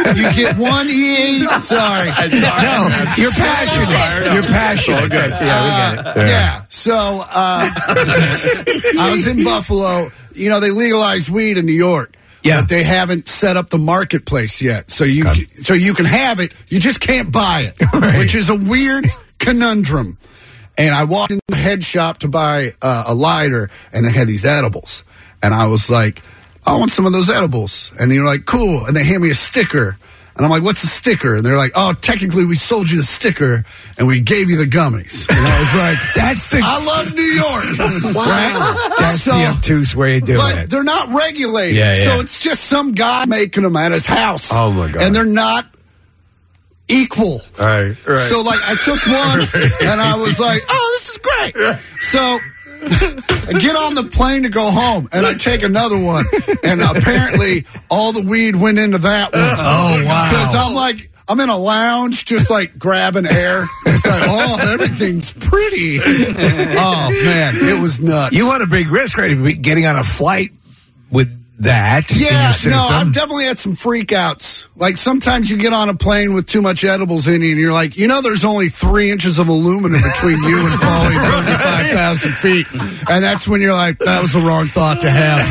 Speaker 18: you get one EA. [LAUGHS] Sorry,
Speaker 1: No, you're passionate. You're passionate. Yeah, we get
Speaker 18: Yeah. So uh, [LAUGHS] I was in Buffalo. You know, they legalized weed in New York. Yeah. But they haven't set up the marketplace yet. So you so you can have it, you just can't buy it. Which is a weird conundrum. And I walked into a head shop to buy uh, a lighter and they had these edibles. And I was like, I want some of those edibles. And they were like, cool. And they hand me a sticker. And I'm like, what's the sticker? And they're like, oh, technically we sold you the sticker and we gave you the gummies. And I was like,
Speaker 1: That's the-
Speaker 18: I love New
Speaker 1: [LAUGHS]
Speaker 18: York.
Speaker 1: Wow.
Speaker 18: Right?
Speaker 1: That's
Speaker 18: So-
Speaker 1: the obtuse way of doing
Speaker 18: but
Speaker 1: it.
Speaker 18: they're not regulated.
Speaker 1: Yeah, yeah.
Speaker 18: So it's just some guy making them at his house.
Speaker 1: Oh, my God.
Speaker 18: And they're not equal.
Speaker 3: Right, right.
Speaker 18: So like I took
Speaker 1: [LAUGHS]
Speaker 18: one and I was like, oh, this is great. So I get on the plane to go home and I take another one and apparently all the weed went into that one.
Speaker 1: [LAUGHS] Oh, wow.
Speaker 18: Because I'm like I'm in a lounge just like grabbing air. It's like, oh, everything's pretty. oh man, it was nuts.
Speaker 1: You want a big risk, right? If you're Getting on a flight with that. in your
Speaker 18: Yeah, no,
Speaker 1: system.
Speaker 18: I've definitely had some freakouts. Like sometimes you get on a plane with too much edibles in you, and you're like, you know, there's only three inches of aluminum between you and falling 35,000 feet, and that's when [LAUGHS] you're like, that was the wrong thought to have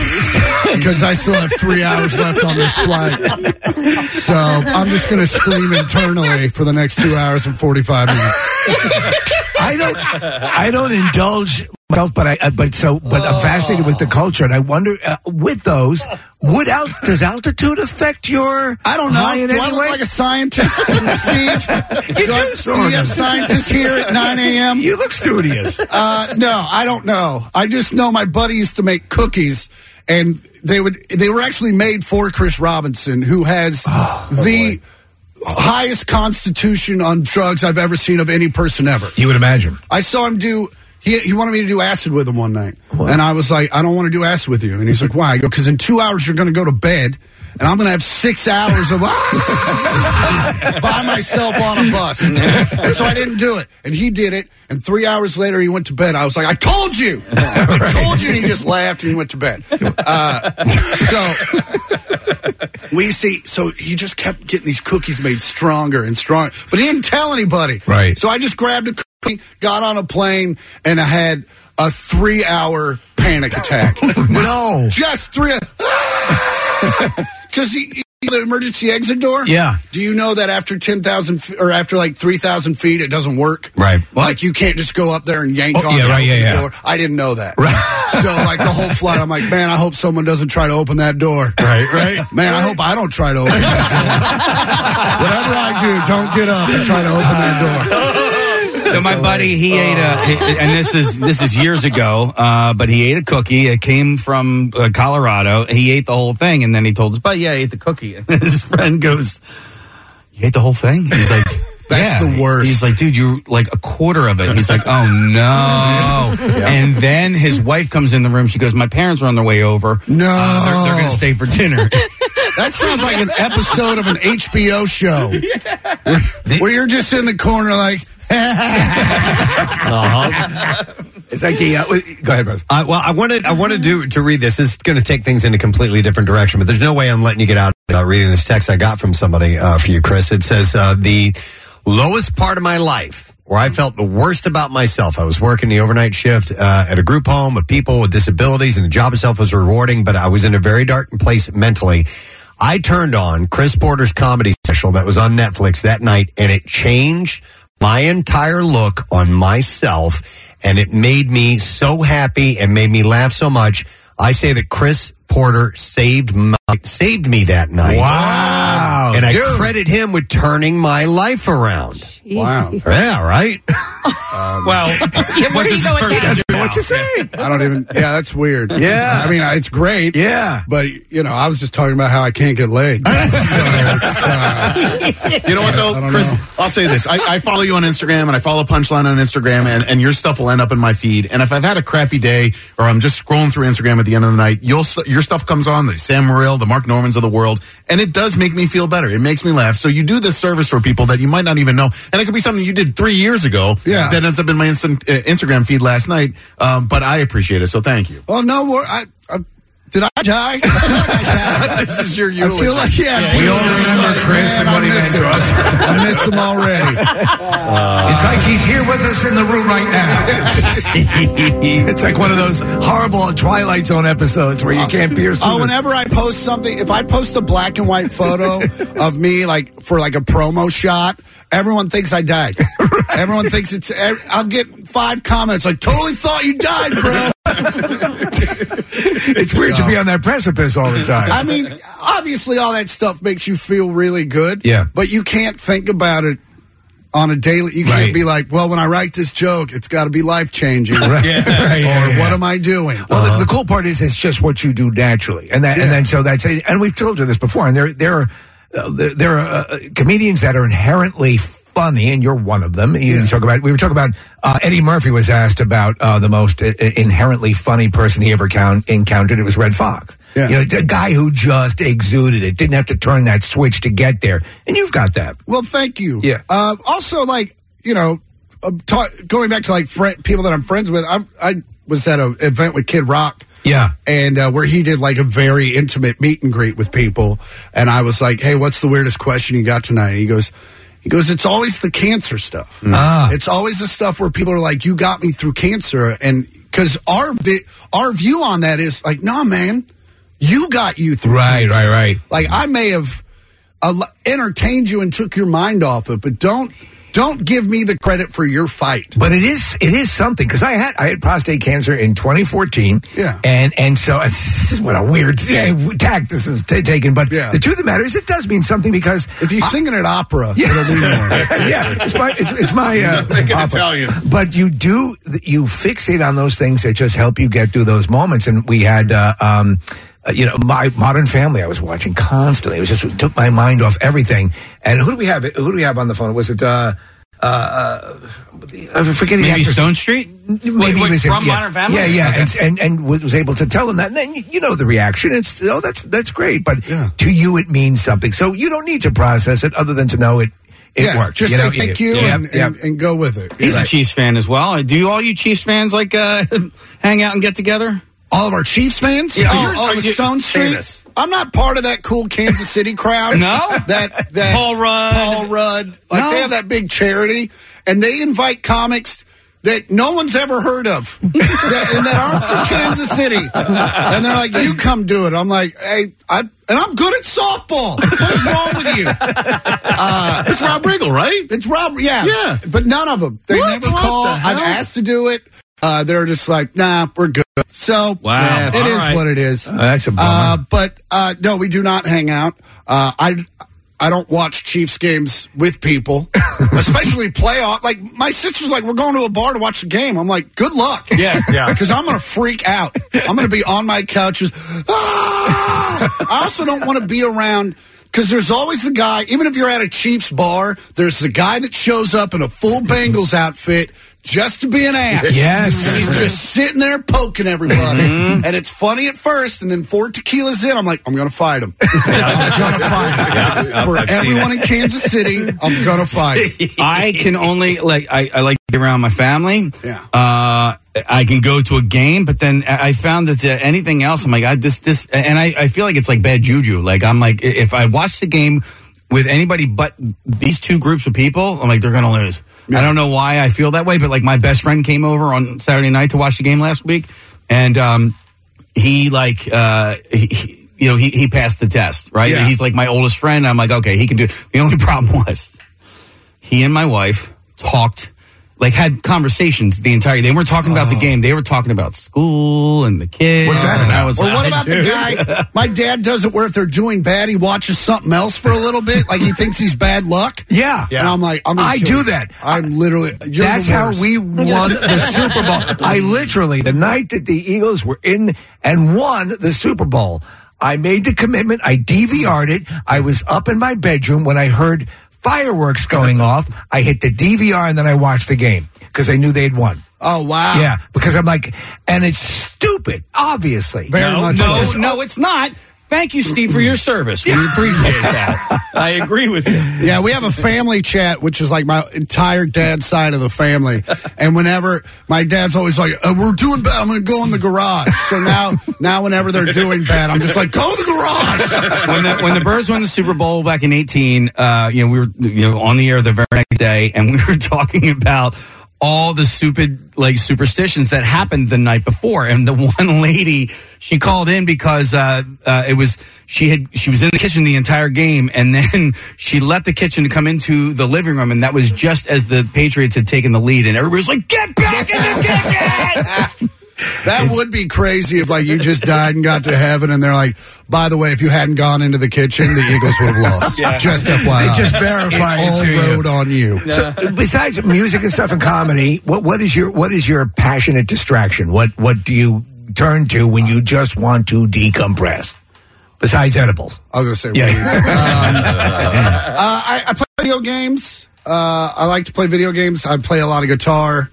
Speaker 18: because I still have three hours left on this flight. So I'm just going to scream internally for the next two hours and 45 minutes.
Speaker 1: [LAUGHS] I don't. I don't indulge myself, but I. uh, But so. But I'm fascinated with the culture, and I wonder uh, with those. Would out does altitude affect your?
Speaker 18: I don't know.
Speaker 1: High in
Speaker 18: Do
Speaker 1: any
Speaker 18: I look
Speaker 1: way?
Speaker 18: like a scientist, Steve?
Speaker 1: [LAUGHS] You
Speaker 18: do, I-
Speaker 1: do, sort
Speaker 18: do we have
Speaker 1: of.
Speaker 18: scientists here at 9 a.m.?
Speaker 1: You look studious.
Speaker 18: Uh, no, I don't know. I just know my buddy used to make cookies, and they would they were actually made for Chris Robinson, who has
Speaker 1: Oh,
Speaker 18: the highest constitution on drugs I've ever seen of any person ever.
Speaker 1: You would imagine. [LAUGHS]
Speaker 18: I saw him do. He, he wanted me to do acid with him one night, and I was like, "I don't want to do acid with you." And he's like, "Why?" I go, "Because in two hours you're going to go to bed, and I'm going to have six hours of [LAUGHS] by myself on a bus." And so I didn't do it, and he did it. And three hours later, he went to bed. I was like, "I told you, I told you," and he just laughed and he went to bed. Uh, so we see. So he just kept getting these cookies made stronger and stronger, but he didn't tell anybody.
Speaker 1: Right.
Speaker 18: So I just grabbed a cookie, got on a plane, and I had a three-hour panic
Speaker 1: [LAUGHS]
Speaker 18: attack.
Speaker 1: Oh, no,
Speaker 18: just three. ah! Because the, the emergency exit door.
Speaker 1: Yeah.
Speaker 18: Do you know that after ten thousand or after like three thousand feet, it doesn't work?
Speaker 1: Right.
Speaker 18: Like you can't just go up there and yank
Speaker 1: Oh,
Speaker 18: on
Speaker 1: yeah,
Speaker 18: the
Speaker 1: right, yeah,
Speaker 18: open
Speaker 1: yeah.
Speaker 18: door. I didn't know that. So like the whole flight, I'm like, man, I hope someone doesn't try to open that door. Right, right. Man, I hope I don't try to open that door. Whatever
Speaker 1: [LAUGHS]
Speaker 18: I do, don't get up and try to open that door.
Speaker 5: So my buddy, he ate a, and this is this is years ago, uh, but he ate a cookie. It came from uh, Colorado. He ate the whole thing, and then he told his buddy, "Yeah, I ate the cookie." [LAUGHS] And his friend goes, "You ate the whole thing?" He's like, [LAUGHS] "That's the worst." He's like, "Dude, you're like a quarter of it." He's like, "Oh [LAUGHS] no!" And then his wife comes in the room. She goes, "My parents are on their way over. Uh,
Speaker 18: No,
Speaker 5: they're, they're going to stay for [LAUGHS] dinner."
Speaker 18: That sounds like an episode of an HBO show where, where you're just in the corner like. [LAUGHS]
Speaker 1: Uh-huh.
Speaker 3: [LAUGHS]
Speaker 1: It's like the, uh, go ahead, Russ.
Speaker 3: Uh, well, I wanted I wanted to to read this. This is going to take things in a completely different direction, but there's no way I'm letting you get out without reading this text I got from somebody uh, for you, Chris. It says uh, the lowest part of my life where I felt the worst about myself. I was working the overnight shift uh, at a group home with people with disabilities, and the job itself was rewarding, but I was in a very dark place mentally. I turned on Chris Porter's comedy special that was on Netflix that night, and it changed my entire look on myself, and it made me so happy and made me laugh so much. I say that Chris Porter saved my, saved me that night.
Speaker 18: Um,
Speaker 1: Wow,
Speaker 3: And I
Speaker 1: dude.
Speaker 3: credit him with turning my life around.
Speaker 18: Wow.
Speaker 3: Yeah, right?
Speaker 5: well,
Speaker 18: [LAUGHS]
Speaker 1: what's his personal-
Speaker 18: What you say? I don't even. Yeah, that's weird.
Speaker 1: Yeah.
Speaker 18: I mean, it's great.
Speaker 1: Yeah.
Speaker 18: but you know, I was just talking about how I can't get laid.
Speaker 1: [LAUGHS]
Speaker 7: You know what though, Chris? I'll say this: I, I follow you on Instagram and I follow Punchline on Instagram, and, and your stuff will end up in my feed. And if I've had a crappy day or I'm just scrolling through Instagram at the end of the night, you'll s- your stuff comes on the Sam Morril, the Mark Normans of the world, and it does make me feel better. It makes me laugh. So you do this service for people that you might not even know, and it could be something you did three years ago
Speaker 18: Yeah.
Speaker 7: that ends up in my instant, uh, Instagram feed last night. Um, but I appreciate it, so thank you.
Speaker 18: well, no, wor- I, I, did I die? [LAUGHS]
Speaker 7: this is your
Speaker 18: I feel like yeah.
Speaker 1: We all remember Chris and what he meant to us.
Speaker 18: I miss him already.
Speaker 1: [LAUGHS] uh, it's like he's here with us in the room right now. [LAUGHS] it's like one of those horrible Twilight Zone episodes where you can't pierce. through
Speaker 18: Oh,
Speaker 1: the-
Speaker 18: whenever I post something, if I post a black and white
Speaker 1: [LAUGHS]
Speaker 18: photo of me, like for like a promo shot, everyone thinks I
Speaker 1: [LAUGHS]
Speaker 18: died. er, Everyone thinks it's. ev- I'll get five comments like, "Totally thought you died, bro."
Speaker 1: it's weird to be on that precipice all
Speaker 18: [LAUGHS]
Speaker 1: the time.
Speaker 18: I mean, obviously, all that stuff makes you feel really good.
Speaker 1: Yeah.
Speaker 18: But you can't think about it on a daily. You can't be like, well, when I write this joke, it's got to be life changing. [LAUGHS]
Speaker 1: Right. Right,
Speaker 18: or
Speaker 1: yeah, yeah.
Speaker 18: what am I doing?
Speaker 1: Well, the, the cool part is it's just what you do naturally, and that and then so that's and we've told you this before, and there there are uh, there, there are uh, comedians that are inherently funny, and you're one of them. You talk about we were talking about uh, Eddie Murphy was asked about uh, the most uh, inherently funny person he ever count, encountered. It was Red Fox. You know, it's a guy who just exuded it, didn't have to turn that switch to get there, and you've got that.
Speaker 18: Well, thank you.
Speaker 1: Yeah.
Speaker 18: Uh, also, like you know, um, ta- going back to like fri people that I'm friends with, I'm, I was at an event with Kid Rock.
Speaker 1: Yeah.
Speaker 18: And uh, where he did like a very intimate meet and greet with people, and I was like, "Hey, what's the weirdest question you got tonight?" And he goes, "He goes, it's always the cancer stuff.
Speaker 1: Ah.
Speaker 18: It's always the stuff where people are like, "You got me through cancer," and because our vi- our view on that is like, "Nah, man, you got you through."
Speaker 1: Right,
Speaker 18: cancer."
Speaker 1: right, right.
Speaker 18: Like I may have al- entertained you and took your mind off it, but don't don't give me the credit for your fight.
Speaker 1: But it is it is something because I had I had prostate cancer in 2014.
Speaker 18: Yeah.
Speaker 1: and and so this is what a weird eh, [LAUGHS] tack this is t- taken. But
Speaker 18: Yeah.
Speaker 1: the truth of the matter is, it does mean something because
Speaker 18: if you sing it at opera,
Speaker 1: yeah,
Speaker 18: it'll mean more.
Speaker 1: [LAUGHS] yeah, it's my it's, it's my uh,
Speaker 18: Nothing in
Speaker 1: opera.
Speaker 18: Italian.
Speaker 1: But you do you fixate on those things that just help you get through those moments. And we had. Uh, um, uh, you know, my Modern Family. I was watching constantly. It was just it took my mind off everything. And who do we have? Who do we have on the phone? Was it uh, uh, uh, I forget the
Speaker 5: Maybe
Speaker 1: actress.
Speaker 5: Stone Street?
Speaker 1: Maybe
Speaker 5: Wait,
Speaker 1: he
Speaker 5: wait,
Speaker 1: was
Speaker 5: from
Speaker 1: yeah.
Speaker 5: Modern Family?
Speaker 1: Yeah, yeah,
Speaker 5: Okay.
Speaker 1: and, and and was was able to tell him that. And then you- you know the reaction. It's oh, that's that's great, but to you it means something. So you don't need to process it other than to know it. It
Speaker 18: yeah,
Speaker 1: worked.
Speaker 18: Just
Speaker 1: you know,
Speaker 18: say thank you,
Speaker 1: Yep,
Speaker 18: and,
Speaker 1: yep.
Speaker 18: And, and go with it.
Speaker 5: He's
Speaker 18: Yeah.
Speaker 5: a Chiefs fan as well. Do all you Chiefs fans like uh, [LAUGHS] hang out and get together?
Speaker 18: All of our Chiefs fans?
Speaker 5: Yeah.
Speaker 18: Oh,
Speaker 5: You're-
Speaker 18: oh,
Speaker 5: are
Speaker 18: the
Speaker 5: you-
Speaker 18: Stone Street.
Speaker 5: famous.
Speaker 18: I'm not part of that cool Kansas City crowd.
Speaker 5: No?
Speaker 18: that that
Speaker 5: Paul Rudd.
Speaker 18: Paul Rudd. Like
Speaker 5: No.
Speaker 18: they have that big charity, and they invite comics that no one's ever heard of, that, and that aren't from Kansas City. And they're like, "You come do it." I'm like, "Hey, I and I'm good at softball. What's wrong with you?" Uh,
Speaker 7: it's Rob Riggle, right?
Speaker 18: It's Rob. Yeah,
Speaker 7: Yeah.
Speaker 18: But none of them. They
Speaker 7: What?
Speaker 18: never
Speaker 7: What
Speaker 18: call.
Speaker 7: the
Speaker 18: I've
Speaker 7: hell?
Speaker 18: asked to do it. Uh, they're just like, nah, we're good. So
Speaker 1: Wow.
Speaker 18: yeah, it
Speaker 1: All
Speaker 18: is
Speaker 1: right.
Speaker 18: what it is.
Speaker 1: Uh, that's a bummer.
Speaker 18: Uh, but uh, no, we do not hang out. Uh, I I don't watch Chiefs games with people, [LAUGHS] especially playoff. Like my sister's like, we're going to a bar to watch the game. I'm like, good luck. [LAUGHS]
Speaker 5: Yeah.
Speaker 18: yeah. Because I'm gonna freak out. I'm gonna be on my couches. "Ah!" I also don't want to be around. Because there's always the guy, even if you're at a Chiefs bar, there's the guy that shows up in a full Bengals outfit just to be an ass.
Speaker 1: Yes.
Speaker 18: And He's just sitting there poking everybody. And it's funny at first, and then four tequilas in, I'm like, I'm going to fight him. For everyone in Kansas City, I'm going to fight.
Speaker 5: [LAUGHS] I can only like I, I like to be around my family.
Speaker 18: Yeah.
Speaker 5: Uh, I can go to a game, but then I I found that uh, anything else, I'm like, I this this, and I, I feel like it's like bad juju. Like I'm like, i- if I watch the game with anybody but these two groups of people, I'm like, they're gonna lose. I don't know why I feel that way, but like my best friend came over on Saturday night to watch the game last week, and um, he like uh, he, he- you know he, he passed the test, right?
Speaker 18: Yeah.
Speaker 5: He's like my oldest friend. I'm like, okay, he can do. It. The only [LAUGHS] problem was he and my wife talked like had conversations the entire they weren't talking about the game they were talking about school and the kids what's that I was
Speaker 18: Or
Speaker 5: like,
Speaker 18: what about the guy?
Speaker 1: [LAUGHS]
Speaker 18: My dad does it where if they're doing bad, he watches something else for a little bit, like he thinks he's bad luck.
Speaker 1: Yeah.
Speaker 18: and I'm like, I'm gonna
Speaker 1: I
Speaker 18: kill
Speaker 1: do
Speaker 18: you.
Speaker 1: that.
Speaker 18: I'm literally. You're
Speaker 1: That's
Speaker 18: the
Speaker 1: how
Speaker 18: worst.
Speaker 1: we won the Super Bowl. I literally, the night that the Eagles were in and won the Super Bowl, I made the commitment. I DVR'd it. I was up in my bedroom when I heard fireworks going off. I hit the DVR and then I watched the game because I knew they'd won.
Speaker 18: Oh wow!
Speaker 1: Yeah, because I'm like, and it's stupid, obviously.
Speaker 5: no, no, no, it's not. Thank you, Steve, for your service. We appreciate that. I agree with you.
Speaker 18: Yeah, we have a family chat, which is like my entire dad's side of the family. And whenever my dad's always like, uh, "We're doing bad," I'm going to go in the garage. So now, now whenever they're doing bad, I'm just like, "Go to the garage."
Speaker 5: [LAUGHS] when the when the Birds won the Super Bowl back in eighteen, uh, you know, we were you know on the air the very next day, and we were [LAUGHS] talking about all the stupid like superstitions that happened the night before. And the one lady she called in because uh, uh, it was she had she was in the kitchen the entire game, and then [LAUGHS] she left the kitchen to come into the living room, and that was just as the Patriots had taken the lead, and everybody was like, "Get back in the kitchen!"
Speaker 18: That would be crazy if, like, you just died and got to heaven, and they're like, "By the way, if you hadn't gone into the kitchen, the Eagles would have lost."
Speaker 1: Yeah.
Speaker 18: Just FYI,
Speaker 1: They just verify
Speaker 18: It
Speaker 1: it
Speaker 18: all
Speaker 1: to you.
Speaker 18: rode on you. uh,
Speaker 1: So, besides music and stuff and comedy, what what is your what is your passionate distraction? What what do you turn to when you just want to decompress? Besides edibles,
Speaker 18: I was gonna say, Uh, I, I play video games. Uh, I like to play video games. I play a lot of guitar.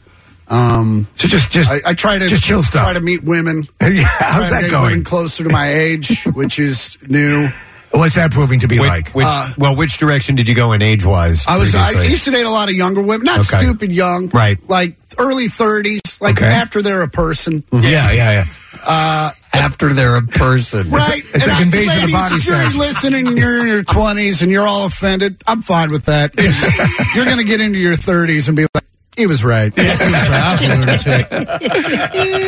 Speaker 18: Um,
Speaker 1: so just, just
Speaker 18: I, I try to
Speaker 1: just chill stuff.
Speaker 18: Try to meet women.
Speaker 1: [LAUGHS]
Speaker 18: Try
Speaker 1: how's
Speaker 18: to
Speaker 1: that
Speaker 18: date
Speaker 1: going?
Speaker 18: Women closer to my age, which
Speaker 1: [LAUGHS]
Speaker 18: is new.
Speaker 1: What's that proving to be
Speaker 3: Which,
Speaker 1: like?
Speaker 3: which-
Speaker 18: Uh,
Speaker 3: well, which direction did you go in age wise?
Speaker 18: I was. I
Speaker 3: previously?
Speaker 18: used to date a lot of younger women, not
Speaker 3: Okay.
Speaker 18: stupid young,
Speaker 3: Right.
Speaker 18: Like early thirties, like
Speaker 3: Okay.
Speaker 18: after they're a person.
Speaker 1: Mm-hmm.
Speaker 3: Mm-hmm. Yeah, yeah, yeah.
Speaker 18: Uh,
Speaker 3: after they're a person,
Speaker 18: Right, and I- ladies, if you're listening and you're in your 20s and you're all offended, I'm fine with that. you're going to get into your 30s and be like, he was right. He was right. I was a lunatic.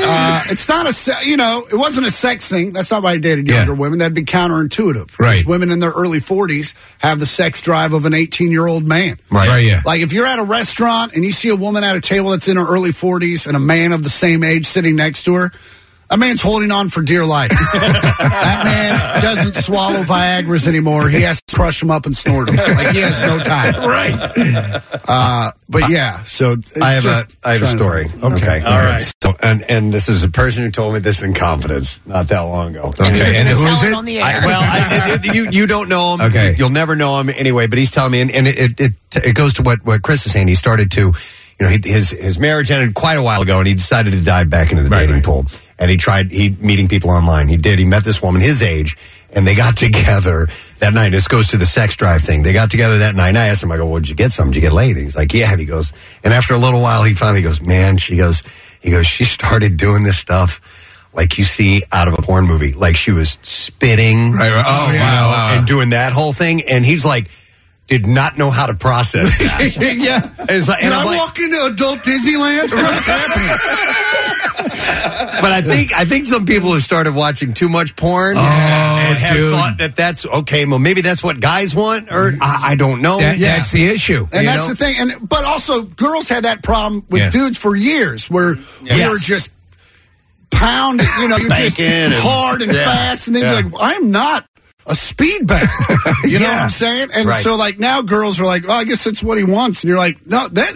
Speaker 18: Uh, it's not a, se- you know, it wasn't a sex thing. That's not why I dated younger women. That'd be counterintuitive. 'Cause
Speaker 1: Right.
Speaker 18: Women in their early 40s have the sex drive of an 18 year old man.
Speaker 1: Right. Right, yeah.
Speaker 18: Like if you're at a restaurant and you see a woman at a table that's in her early 40s and a man of the same age sitting next to her, a man's holding on for dear
Speaker 3: [LAUGHS]
Speaker 18: life. that man doesn't swallow Viagra's anymore. He has to crush them up and snort them. Like he has no
Speaker 6: [LAUGHS]
Speaker 18: time.
Speaker 1: Right.
Speaker 18: Uh, but yeah, so it's
Speaker 3: I have
Speaker 18: just
Speaker 3: a I
Speaker 18: trying
Speaker 3: have a
Speaker 18: to-
Speaker 3: story.
Speaker 18: Okay.
Speaker 3: All right. So, and and this is a person who told me this in confidence not that long ago.
Speaker 1: Okay, and who is it?
Speaker 3: I- well,
Speaker 6: [LAUGHS]
Speaker 3: I, it- it- [LAUGHS] you you don't know him.
Speaker 1: Okay.
Speaker 3: you'll never know him anyway. But he's telling me, and, and it, it it it goes to what what Chris is saying. He started to, you know, he, his his marriage ended quite a while ago, and he decided to dive back into the dating pool. And he tried he meeting people online. He did. He met this woman his age, and they got [LAUGHS] together that night. This goes to the sex drive thing. They got together that night. And I asked him, I go, "Well, did you get some? Did you get laid?" And he's like, "Yeah." And he goes, and after a little while, he finally goes, "Man," she goes, he goes, she started doing this stuff like you see out of a porn movie. Like she was spitting,
Speaker 1: Right, right. Oh,
Speaker 3: you
Speaker 1: yeah.
Speaker 3: know,
Speaker 1: Wow, wow.
Speaker 3: and doing that whole thing. And he's like, did not know how to process that.
Speaker 18: [LAUGHS] yeah.
Speaker 3: It's like-
Speaker 18: Did
Speaker 3: and
Speaker 18: I
Speaker 3: I'm like-
Speaker 18: walk into adult
Speaker 3: [LAUGHS]
Speaker 18: Disneyland? What's happening?
Speaker 3: but I think I think some people have started watching too much porn
Speaker 18: Oh,
Speaker 3: and have
Speaker 1: dude.
Speaker 3: thought that that's okay. Well, maybe that's what guys want, or I, I don't know.
Speaker 1: That- that's the issue.
Speaker 18: And
Speaker 3: You
Speaker 18: that's
Speaker 3: know?
Speaker 18: the thing. And but also, girls had that problem with
Speaker 3: Yeah.
Speaker 18: dudes for years, where we
Speaker 3: Yes.
Speaker 18: were just pounding. You know, you're just
Speaker 3: Spanking and-
Speaker 18: hard and
Speaker 3: Yeah.
Speaker 18: fast, and then
Speaker 3: Yeah.
Speaker 18: you're like, I'm not a speed bag. You know what I'm saying? And
Speaker 3: Right.
Speaker 18: so, like now, girls are like, oh, I guess that's what he wants, and you're like, no, that.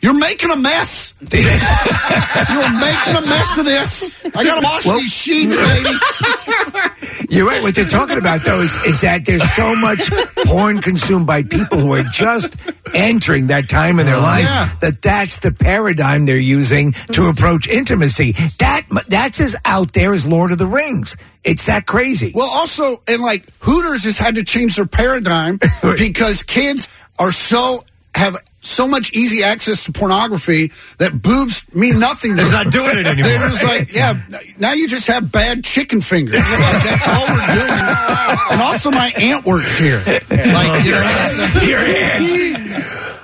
Speaker 18: You're making a mess. [LAUGHS] You're making a mess of this. I gotta wash
Speaker 1: Well-
Speaker 18: these sheets, lady.
Speaker 1: You're right. What they're talking about though is, is that there's so much porn consumed by people who are just entering that time in their lives
Speaker 18: Oh, yeah.
Speaker 1: that that's the paradigm they're using to approach intimacy. That that's as out there as Lord of the Rings. It's that crazy.
Speaker 18: Well, also, and like Hooters has had to change their
Speaker 3: [LAUGHS]
Speaker 18: paradigm because kids are so have so much easy access to pornography that boobs mean nothing. They're
Speaker 3: not doing it anymore.
Speaker 18: [LAUGHS] They're just like, yeah, now you just have bad chicken fingers. Like, that's all we're doing. And also, my aunt works here. Like, you know, it's-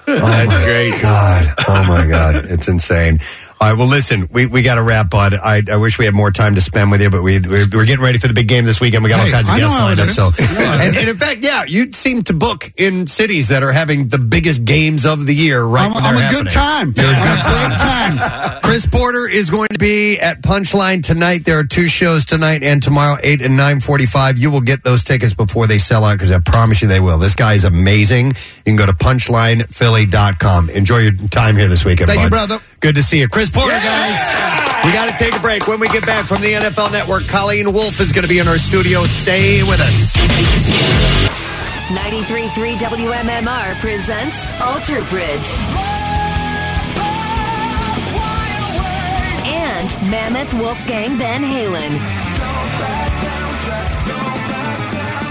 Speaker 3: That's great. Oh, God. Oh my God. It's insane. All right. Well, listen, we, we got to wrap, bud. I, I wish we had more time to spend with you, but we, we're, we're getting ready for the big game this weekend. We got
Speaker 18: Hey,
Speaker 3: all kinds of
Speaker 18: I know
Speaker 3: guests
Speaker 18: how
Speaker 3: lined
Speaker 18: it
Speaker 3: up.
Speaker 18: is.
Speaker 3: So,
Speaker 18: I know how it
Speaker 3: and, and in fact, yeah, you seem to book in cities that are having the biggest games of the year right
Speaker 18: I'm,
Speaker 3: when
Speaker 18: I'm
Speaker 3: they're
Speaker 18: a good time.
Speaker 3: happening. You're a
Speaker 18: I'm
Speaker 3: good
Speaker 18: great time.
Speaker 3: Chris Porter is going to be at Punchline tonight. There are two shows tonight and tomorrow, eight and nine forty-five. You will get those tickets before they sell out because I promise you they will. This guy is amazing. You can go to punchlinephilly.com. Enjoy your time here this weekend.
Speaker 18: Thank you,
Speaker 3: bud.
Speaker 18: brother.
Speaker 3: Good to see you, Chris Porter, guys. We got to take a break. When we get back from the NFL Network, Colleen Wolf is going to be in our studio. Stay with us.
Speaker 19: 93.3 WMMR presents Alter Bridge. And Mammoth Wolfgang Van Halen.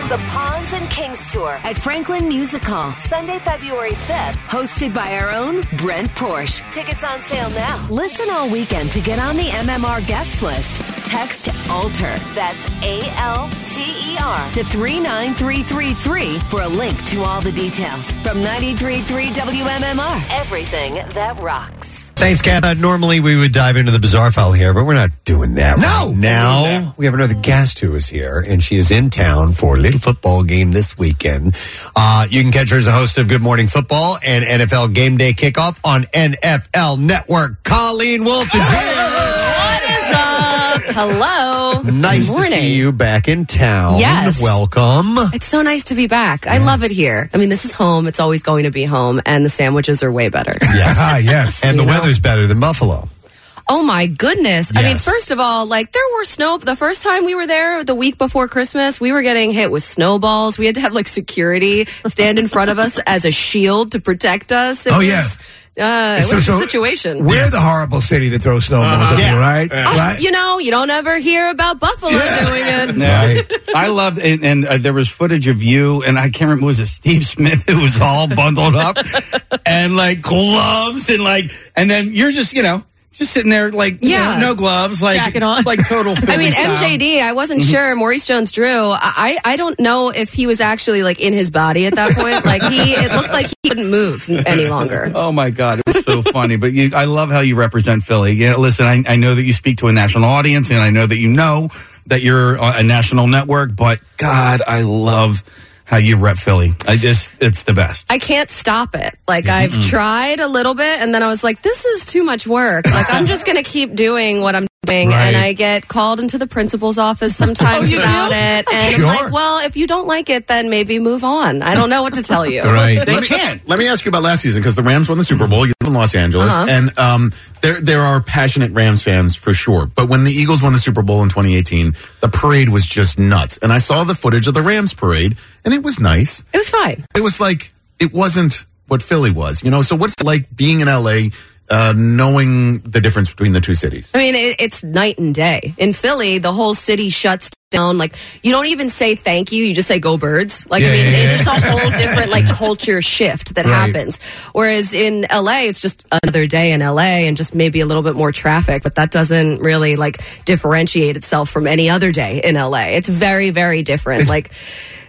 Speaker 19: The Pawns and Kings Tour at Franklin Music Hall, Sunday, February 5th, hosted by our own Brent Porsche. Tickets on sale now. Listen all weekend to get on the MMR guest list. Text ALTER, that's A L T E R, to 39333 for a link to all the details. From 93.3 WMMR, everything that rocks.
Speaker 3: Thanks, Kat. Uh, normally we would dive into the bizarre file here, but we're not doing that. No. now we have another guest who is here, and she is in town for a little football game this weekend. Uh, you can catch her as a host of Good Morning Football and NFL Game Day Kickoff on NFL Network. Colleen Wolf is here.
Speaker 6: What is up?
Speaker 15: Hello.
Speaker 3: Nice to see you back in town. [LAUGHS]
Speaker 15: Yes.
Speaker 3: Welcome.
Speaker 15: It's so nice to be back. I love it here. I mean, this is home. It's always going to be home, and the sandwiches are way better.
Speaker 3: Yes. Ah, yes. And the weather's better than Buffalo.
Speaker 15: Oh my goodness. I mean,
Speaker 3: Yes.
Speaker 15: first of all, like there were snow the first time we were there the week before Christmas, we were getting hit with snowballs. We had to have like security stand in front of us [LAUGHS] as a shield to protect us. It
Speaker 1: Oh,
Speaker 15: was,
Speaker 1: yeah.
Speaker 15: Uh, it
Speaker 1: So-
Speaker 15: was
Speaker 1: so
Speaker 15: a situation.
Speaker 1: We're the horrible city to throw
Speaker 18: Uh-huh.
Speaker 1: snowballs at you, right? Right?
Speaker 15: You know, you don't ever hear about Buffalo doing it.
Speaker 1: [LAUGHS]
Speaker 5: I loved, and, and uh, there was footage of you, and I can't remember was it Steve Smith who was all
Speaker 15: [LAUGHS]
Speaker 5: bundled up and like gloves and like, and then you're just you know just sitting there like you
Speaker 15: Yeah.
Speaker 5: know, no gloves, like
Speaker 15: Jacket on.
Speaker 5: like
Speaker 15: [LAUGHS]
Speaker 5: total.
Speaker 15: I
Speaker 5: Philly
Speaker 15: mean,
Speaker 5: style.
Speaker 15: MJD, I wasn't
Speaker 6: Mm-hmm.
Speaker 5: Mhm.
Speaker 15: sure. Maurice Jones Drew, I, I don't know if he was actually like in his body at that point. Like he, it looked like he couldn't move any longer.
Speaker 5: Oh my God, it was so funny. But you, I love how you represent Philly. Yeah, listen, I, I know that you speak to a national audience, and I know that you know that you're on a national network. But God, I love how you rep Philly. I just, it's the best.
Speaker 15: I can't stop it. Like
Speaker 6: Mm-hmm.
Speaker 15: I've
Speaker 5: Mm-mm.
Speaker 15: tried a little bit and then I was like, this is too much work. Like I'm just going to keep doing what I'm doing.
Speaker 6: Right. Oh,
Speaker 15: And I get called into the principal's office sometimes about it. And
Speaker 6: Sure.
Speaker 15: I'm like, well, if you don't like it, then maybe move on. I don't know what to tell
Speaker 6: [LAUGHS]
Speaker 15: you.
Speaker 7: let me, Let me ask you about last season because the Rams won the Super Bowl. You live in Los Angeles,
Speaker 15: Uh-huh.
Speaker 7: and um, there there are passionate Rams fans for sure. But when the Eagles won the Super Bowl in 2018, the parade was just nuts. And I saw the footage of the Rams parade, and it was nice.
Speaker 15: It was fine.
Speaker 7: It was like it wasn't what Philly was, you know. So what's it like being in LA, uh, knowing the difference between the two cities?
Speaker 15: I mean, it, it's night and day. In Philly, the whole city shuts down. Like, you don't even say thank you. You just say go birds. Like, I
Speaker 6: Yeah,
Speaker 15: mean,
Speaker 6: yeah, yeah.
Speaker 15: it's a
Speaker 6: [LAUGHS]
Speaker 15: whole different, like, culture shift that
Speaker 6: Right.
Speaker 15: happens. Whereas in LA, it's just another day in LA and just maybe a little bit more traffic, but that doesn't really, like, differentiate itself from any other day in LA. It's very, very different. like,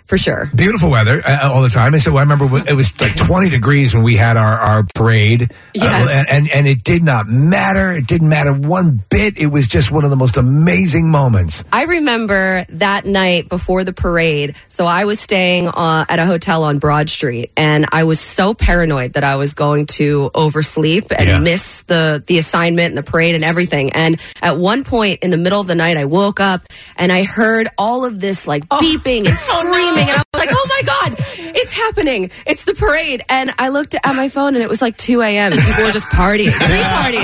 Speaker 15: for sure.
Speaker 1: Beautiful weather uh, all the time. And so I remember when- it was like 20 degrees when we had our, our parade. Uh,
Speaker 6: Yes.
Speaker 1: and, and, and it did not matter. It didn't matter one bit. It was just one of the most amazing moments.
Speaker 15: I remember that night before the parade. So I was staying uh, at a hotel on Broad Street, and I was so paranoid that I was going to oversleep and miss the the assignment and the parade and everything. And at one point in the middle of the night, I woke up and I heard all of this like beeping and screaming, and I was like, "Oh my god, it's happening! It's the parade!" And I looked at my phone, and it was like 2 a.m. and People were just partying, partying.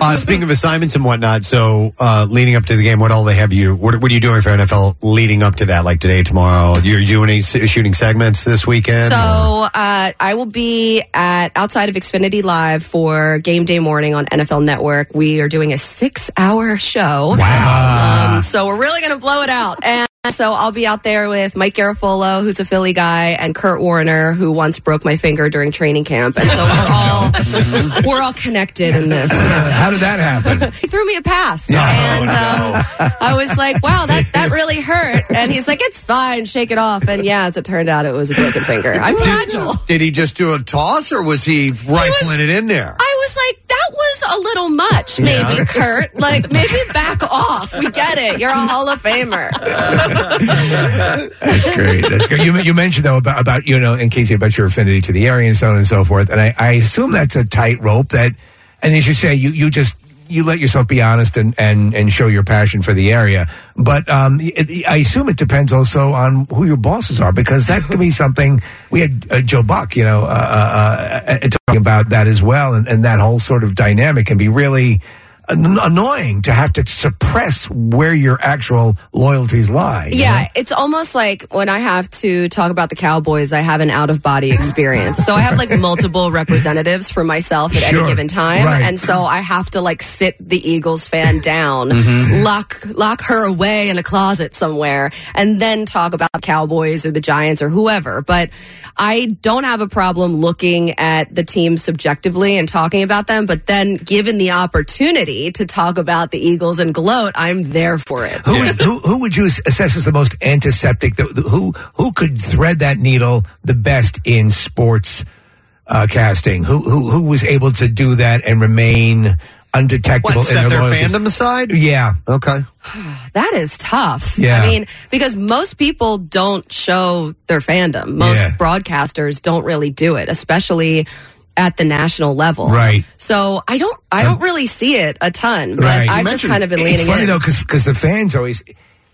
Speaker 3: Uh, speaking of assignments and whatnot, so uh, leading up to the game, what all they have you? What, what are you doing for NFL leading up to that? Like today, tomorrow, you're you any s- shooting segments this weekend?
Speaker 15: So uh, I will be at outside of Xfinity Live for game day morning on NFL Network. We are doing a six-hour show.
Speaker 3: Uh,
Speaker 15: Wow! Um, so we're really going to blow it out, and so I'll be out there with Mike Garafolo, who's a Philly guy, and Kurt Warner, who once broke my finger during training camp, and so we're all we're all connected in this.
Speaker 1: How did that happen?
Speaker 15: He threw me a pass, and um, I was like, "Wow, that that really hurt." And he's like, "It's fine, shake it off." And yeah, as it turned out, it was a broken finger. I'm fragile.
Speaker 3: Did he just do a toss, or was he rifling it in there?
Speaker 15: I was like, that was a little much, maybe,
Speaker 3: Yeah.
Speaker 15: Kurt. Like, maybe back off. We get it. You're a Hall of Famer.
Speaker 1: That's great. That's great. You, you mentioned though about, about you know in case you about your affinity to the area and so on and so forth, and I, I assume that's a tightrope that, and as you say, you you just you let yourself be honest and and and show your passion for the area, but um, it, I assume it depends also on who your bosses are because that could be something. We had uh, Joe Buck, you know, uh, uh, uh, uh, talking about that as well, and, and that whole sort of dynamic can be really. an- Annoying to have to suppress where your actual loyalties lie. you know?
Speaker 15: Yeah, it's almost like when I have to talk about the Cowboys, I have an out of body experience. So I have like multiple representatives for myself at
Speaker 6: Sure.
Speaker 15: any given time.
Speaker 6: Right.
Speaker 15: And so I have to like sit the Eagles fan down,
Speaker 6: Mhm.
Speaker 15: lock lock her away in a closet somewhere, and then talk about the Cowboys or the Giants or whoever. But I don't have a problem looking at the team subjectively and talking about them, but then given the opportunity to talk about the Eagles and gloat, I'm there for it.
Speaker 1: Who is who, who would you s- assess as the most antiseptic? The, the- who who could thread that needle the best in sports uh, casting? Who, who who was able to do that and remain undetectable
Speaker 3: What,
Speaker 1: in
Speaker 3: set
Speaker 1: their,
Speaker 3: their
Speaker 1: loyalties?
Speaker 3: fandom aside?
Speaker 1: Yeah.
Speaker 3: Okay.
Speaker 15: [SIGHS] That is tough.
Speaker 1: Yeah.
Speaker 15: I mean, because most people don't show their fandom. Most
Speaker 6: Yeah.
Speaker 15: broadcasters don't really do it, especially at the national level.
Speaker 1: Right.
Speaker 15: So I don't I don't really see it a ton, but
Speaker 1: right.
Speaker 15: I've just kind of been leaning
Speaker 1: It's funny
Speaker 15: in.
Speaker 1: though, because the fans always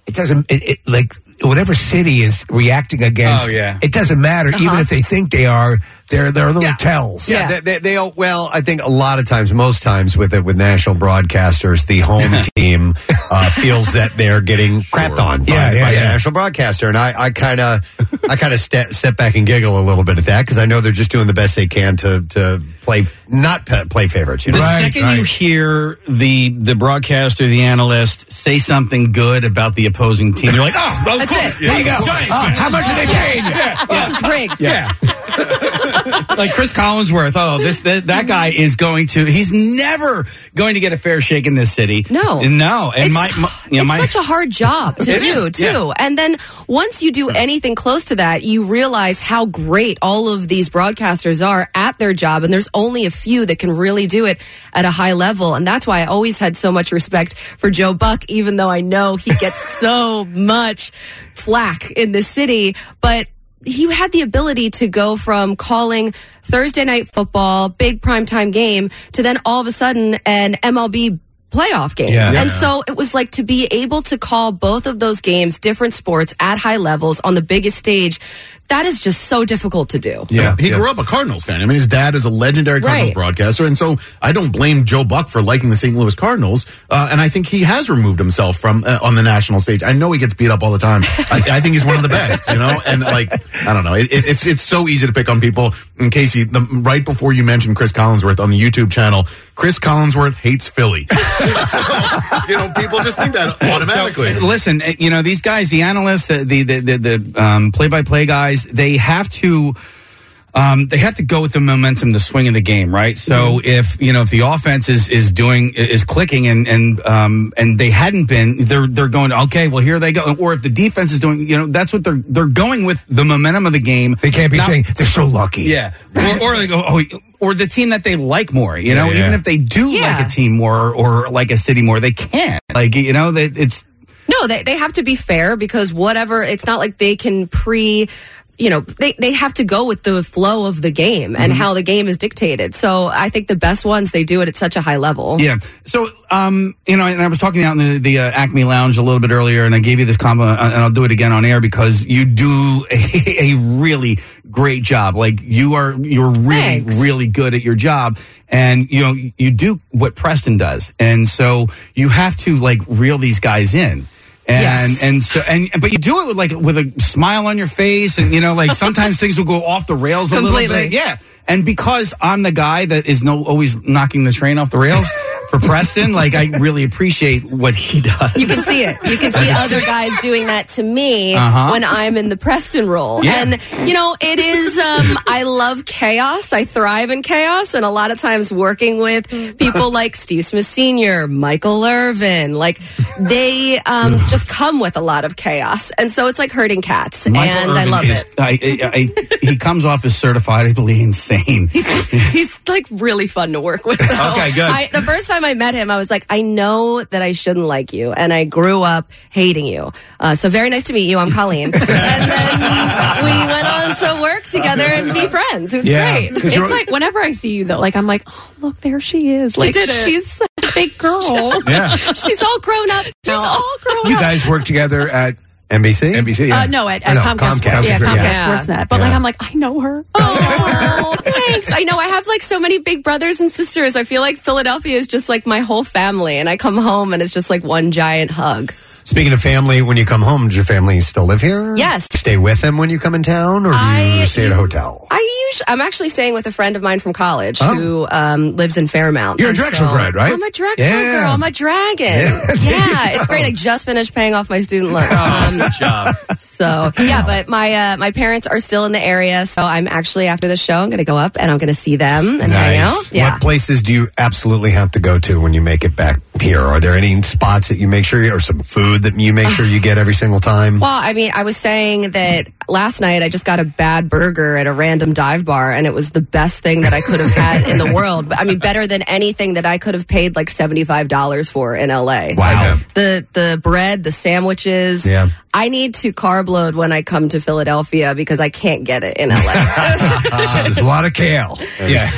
Speaker 1: it doesn't it, it, like whatever city is reacting against.
Speaker 3: Oh, yeah.
Speaker 1: it doesn't matter. Even
Speaker 3: Uh-huh.
Speaker 1: if they think they are, they're they're little tells.
Speaker 3: Yeah, They, they, they all, well, I think a lot of times, most times with it with national broadcasters, the home
Speaker 1: [LAUGHS]
Speaker 3: team uh, feels that they're getting crapped on by,
Speaker 1: Yeah, yeah,
Speaker 3: by the
Speaker 1: yeah.
Speaker 3: national broadcaster, and I kind of I kind of step step back and giggle a little bit at that because I know they're just doing the best they can to to play not pe- play favorites. You know?
Speaker 5: The second you hear the the broadcaster, the analyst say something good about the opposing team, you're like, oh, [LAUGHS] of
Speaker 6: That's
Speaker 5: course,
Speaker 6: it.
Speaker 5: there you go.
Speaker 6: Giants
Speaker 3: Uh,
Speaker 5: Oh,
Speaker 6: fan.
Speaker 5: how much are they
Speaker 6: Yeah.
Speaker 5: paying?
Speaker 6: Yeah. This is rigged.
Speaker 5: Yeah. [LAUGHS] like Chris Collinsworth. Oh, this that, that guy is going to. He's never going to get a fair shake in this city.
Speaker 15: No.
Speaker 5: no. And
Speaker 15: It's-
Speaker 5: my, my, you know,
Speaker 15: it's
Speaker 5: my
Speaker 15: such a hard job to
Speaker 5: It
Speaker 15: do,
Speaker 5: is,
Speaker 15: too.
Speaker 5: yeah.
Speaker 15: And then once you do anything close to that, you realize how great all of these broadcasters are at their job. And there's only a few that can really do it at a high level. And that's why I always had so much respect for Joe Buck, even though I know he
Speaker 5: [LAUGHS]
Speaker 15: gets so much flack in the city. But he had the ability to go from calling Thursday night football, big primetime game, to then all of a sudden an MLB playoff game.
Speaker 6: Yeah.
Speaker 15: And
Speaker 6: Yeah.
Speaker 15: so so it was like to be able to call both of those games, different sports at high levels on the biggest stage. That is just so difficult to do.
Speaker 7: Yeah, he grew up a Cardinals fan. I mean, his dad is a legendary Cardinals
Speaker 15: Right.
Speaker 7: broadcaster, and so I don't blame Joe Buck for liking the St. Louis Cardinals. Uh, and I think he has removed himself from uh, on the national stage. I know he gets beat up all the time. I, I think he's one of the best, you know. And like, I don't know, it, it- it's it's so easy to pick on people. And Casey, the, right before you mentioned Chris Collinsworth on the YouTube channel, Chris Collinsworth hates Philly. [LAUGHS] you know, people just think that automatically.
Speaker 5: So, listen, uh, you know these guys, the analysts, the the the, the, the um, play-by-play guys, they have to. Um, they have to go with the momentum, the swing of the game, right? So
Speaker 1: Mm-hmm.
Speaker 5: if you know if the offense is is doing is clicking and and um, and they hadn't been, they're they're going okay. Well, here they go. Or if the defense is doing, you know, that's what they're they're going with the momentum of the game. They
Speaker 1: can't be saying, "They're so lucky.
Speaker 5: Yeah, or, or they go oh. Or the team that they like more, you know,
Speaker 1: Yeah, yeah.
Speaker 5: even if they do like a team more or like a city more, they can't. Like, you know, that it's
Speaker 15: No, they, they have to be fair because whatever, it's not like they can pre, you know, they, they have to go with the flow of the game and
Speaker 5: Mhm.
Speaker 15: how the game is dictated. So I think the best ones, they do it at such a high level.
Speaker 5: Yeah. So, um, you know, and I was talking out in the, the uh, Acme Lounge a little bit earlier, and I gave you this compliment, and I'll do it again on air because you do a, [LAUGHS] a really great job. Like you are, you're really, really good at your job, and you know, you do what Preston does, and so you have to like reel these guys in. And and so and but you do it with like with a smile on your face and you know like sometimes [LAUGHS] things will go off the rails a little
Speaker 6: Completely.
Speaker 5: bit yeah [LAUGHS] and because I'm the guy that is no always knocking the train off the rails for Preston, like I really appreciate what he does.
Speaker 15: You
Speaker 5: [LAUGHS]
Speaker 15: can see it. You can see other guys doing that to me
Speaker 5: Uh-huh.
Speaker 15: when I'm in the Preston role.
Speaker 5: Yeah.
Speaker 15: And, you know, it is, um, I love chaos. I thrive in chaos. And a lot of times working with people like Steve Smith Sr., Michael Irvin, like they um, just come with a lot of chaos. And so it's like herding cats. and I love it.
Speaker 5: I, I, I, he comes off as certifiably
Speaker 15: [LAUGHS]
Speaker 5: insane.
Speaker 15: He's like really fun to work with.
Speaker 4: [LAUGHS]
Speaker 15: though.
Speaker 5: Okay, good.
Speaker 15: Oh, I, the first time I met him, I was like, I know that I shouldn't like you, and I grew up hating you. Uh, so very nice to meet you. I'm Colleen, [LAUGHS] and then we went on to work together and be friends. It was great.
Speaker 4: It's like whenever I see you though, like I'm like, oh look, there she is.
Speaker 15: She
Speaker 4: Like
Speaker 15: did it.
Speaker 4: she's such a big girl.
Speaker 3: [LAUGHS]
Speaker 4: [LAUGHS]
Speaker 1: Yeah.
Speaker 15: she's all grown up. She's all grown
Speaker 1: You
Speaker 4: up.
Speaker 1: guys work together at
Speaker 3: NBC.
Speaker 1: NBC. Yeah.
Speaker 4: Uh, no, at, at Comcast, Sports, yeah,
Speaker 15: [LAUGHS]
Speaker 4: Comcast Sportsnet. But like, I'm like, I know her.
Speaker 15: Oh, Thanks. I know I have like so many big brothers and sisters. I feel like Philadelphia is just like my whole family, and I come home and it's just like one giant hug.
Speaker 3: Speaking of family, when you come home, does your family still live here?
Speaker 15: Yes.
Speaker 3: You stay with them when you come in town, or do you stay at a hotel?
Speaker 15: I usually, I'm actually staying with a friend of mine from college who um, lives in Fairmount.
Speaker 3: Oh. You're a
Speaker 15: And
Speaker 3: Drexel grad, right?
Speaker 15: I'm a Drexel
Speaker 3: Yeah.
Speaker 15: girl. I'm a dragon.
Speaker 3: Yeah, [LAUGHS] Oh.
Speaker 15: Yeah,
Speaker 3: there you
Speaker 15: it's
Speaker 3: go.
Speaker 15: great. I just finished paying off my student loan.
Speaker 5: job.
Speaker 15: So yeah, but my uh, my parents are still in the area, so I'm actually after the show, I'm going to go up and I'm going to see them and hang out. Yeah.
Speaker 3: What places do you absolutely have to go to when you make it back here? Are there any spots that you make sure, you, or some food that you make sure you get every single time?
Speaker 15: Well, I mean, I was saying that last night I just got a bad burger at a random dive bar, and it was the best thing that I could have had in
Speaker 3: [LAUGHS]
Speaker 15: the world. But, I mean, better than anything that I could have paid like seventy five dollars for in L.A.
Speaker 6: [LAUGHS] Wow.
Speaker 15: Like, the the bread, the sandwiches.
Speaker 6: Yeah.
Speaker 15: I need to carb load when I come to Philadelphia because I can't get it
Speaker 1: [LAUGHS]
Speaker 15: in L.A.
Speaker 1: There's a lot of kale. Yeah.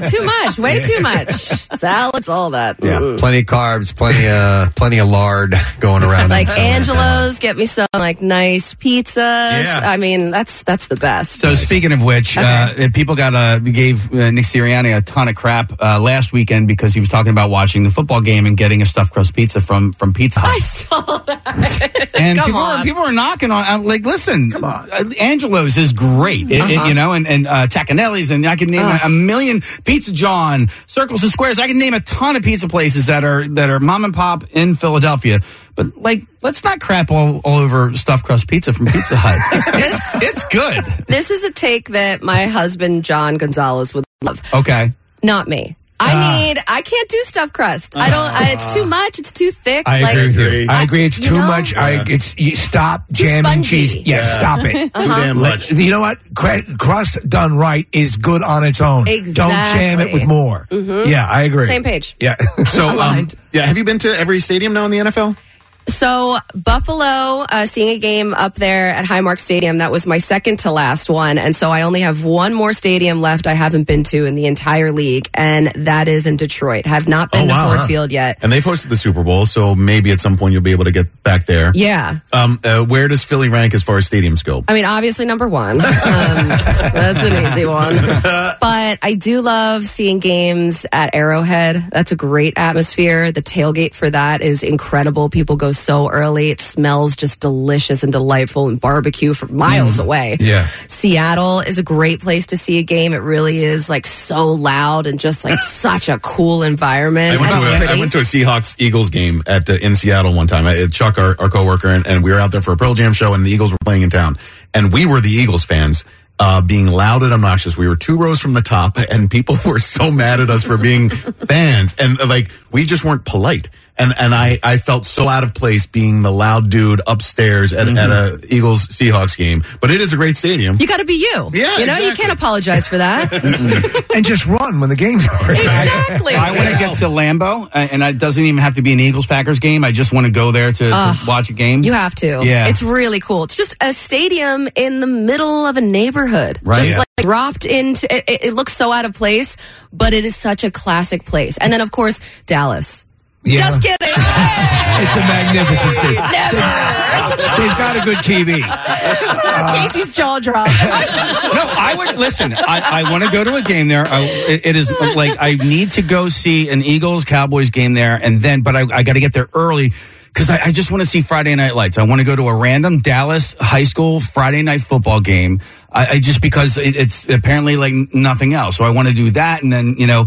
Speaker 15: oh, too much, way too much salads, all that.
Speaker 3: Yeah, plenty of carbs, plenty of plenty of lard [LAUGHS] going around.
Speaker 15: [LAUGHS] Like Angelo's, get me some like nice pizzas.
Speaker 5: Yeah.
Speaker 15: I mean, that's that's the best.
Speaker 5: So speaking of which, uh, people got uh, gave uh, Nick Sirianni a ton of crap uh, last weekend because he was talking about watching the football game and getting a stuffed crust pizza from from Pizza Hut. and
Speaker 6: Come
Speaker 5: people,
Speaker 6: on.
Speaker 5: Are, people are knocking on. I'm like, listen, Come on. Angelo's is great, It- it-
Speaker 6: Uh-huh.
Speaker 5: you know, and and uh, Tacanelli's, and I can name
Speaker 6: Ugh.
Speaker 5: a million Pizza John, Circles and Squares. I can name a ton of pizza places that are that are mom and pop in Philadelphia. But like, let's not crap all, all over stuffed crust pizza from Pizza Hut. it's, [LAUGHS] it's good.
Speaker 15: This is a take that my husband John Gonzalez would love.
Speaker 5: Okay.
Speaker 15: Not me. I
Speaker 1: Ah.
Speaker 15: need. I can't do stuffed crust. I don't. I, it's too much. It's too thick.
Speaker 1: I
Speaker 15: like,
Speaker 1: agree with you. I agree. It's
Speaker 15: you
Speaker 1: too
Speaker 15: know?
Speaker 1: much. I it's you stop jamming cheese. Yes,
Speaker 6: Yeah.
Speaker 1: stop it.
Speaker 6: Too Uh-huh. damn
Speaker 1: Let- You know what? Cre- Crust done right is good on its own. Don't jam it
Speaker 15: Exactly.
Speaker 1: with more.
Speaker 15: Mhm.
Speaker 1: Yeah, I agree.
Speaker 15: Same page.
Speaker 1: Yeah.
Speaker 7: So, um,
Speaker 15: Aligned.
Speaker 7: yeah, have you been to every stadium now in the NFL?
Speaker 15: So Buffalo, uh, seeing a game up there at Highmark Stadium, that was my second to last one, and so I only have one more stadium left I haven't been to in the entire league, and that is in Detroit. Have not been to Ford Field yet.
Speaker 7: Oh, And they've hosted the Super Bowl, so maybe at some point you'll be able to get back there.
Speaker 15: Yeah.
Speaker 7: Um, uh, where does Philly rank as far as stadiums go?
Speaker 15: I mean, obviously number
Speaker 7: [LAUGHS]
Speaker 15: one. Um, that's an easy one. But I do love seeing games at Arrowhead. That's a great atmosphere. The tailgate for that is incredible. People go so early. It smells just delicious and delightful and barbecue for
Speaker 7: Mm.
Speaker 15: miles away.
Speaker 6: Yeah.
Speaker 15: Seattle is a great place to see a game. It really is like so loud and
Speaker 7: [LAUGHS]
Speaker 15: just like such a cool environment.
Speaker 7: I went, to
Speaker 15: It's
Speaker 7: a,
Speaker 15: pretty.
Speaker 7: I went to a Seahawks Eagles game at uh, in Seattle one time. I, uh, Chuck, our, our coworker, and, and we were out there for a Pearl Jam show, and the Eagles were playing in town, and we were the Eagles fans. Uh, being loud and obnoxious. We were two rows from the top, [LAUGHS] and people were so mad at us for
Speaker 15: [LAUGHS]
Speaker 7: being fans, and uh, like we just weren't polite. And and I, I felt so out of place being the loud dude upstairs at, at a
Speaker 15: Mm-hmm.
Speaker 7: Eagles Seahawks game. But it is a great stadium.
Speaker 15: [LAUGHS] you got to be you.
Speaker 7: Yeah,
Speaker 15: you know you
Speaker 7: exactly.
Speaker 15: can't apologize for that.
Speaker 1: and just run when the game's over.
Speaker 15: Exactly.
Speaker 5: I want to get to Lambeau, uh, and it doesn't even have to be an Eagles Packers game. I just want to go there to,
Speaker 15: Ugh.
Speaker 5: to watch a game.
Speaker 15: You have to.
Speaker 5: Yeah.
Speaker 15: It's really cool. It's just a stadium in the middle of a neighborhood.
Speaker 5: Right.
Speaker 15: Just
Speaker 5: Yeah.
Speaker 15: like dropped into it, it, it looks so out of place, but it is such a classic place. And then of course, Dallas.
Speaker 3: [LAUGHS]
Speaker 1: Yeah.
Speaker 15: Just kidding.
Speaker 1: It's a magnificent city. They've got a good TV.
Speaker 3: uh,
Speaker 4: Casey's jaw
Speaker 3: [LAUGHS]
Speaker 4: dropped.
Speaker 5: no, I would listen. I, I want to go to a game there. I, it- it is like I need to go see an Eagles Cowboys game there, and then, but I, I got to get there early because I, I just want to see Friday Night Lights. I want to go to a random Dallas high school Friday night football game. I, I just because it, it's apparently like nothing else, so I want to do that, and then you know,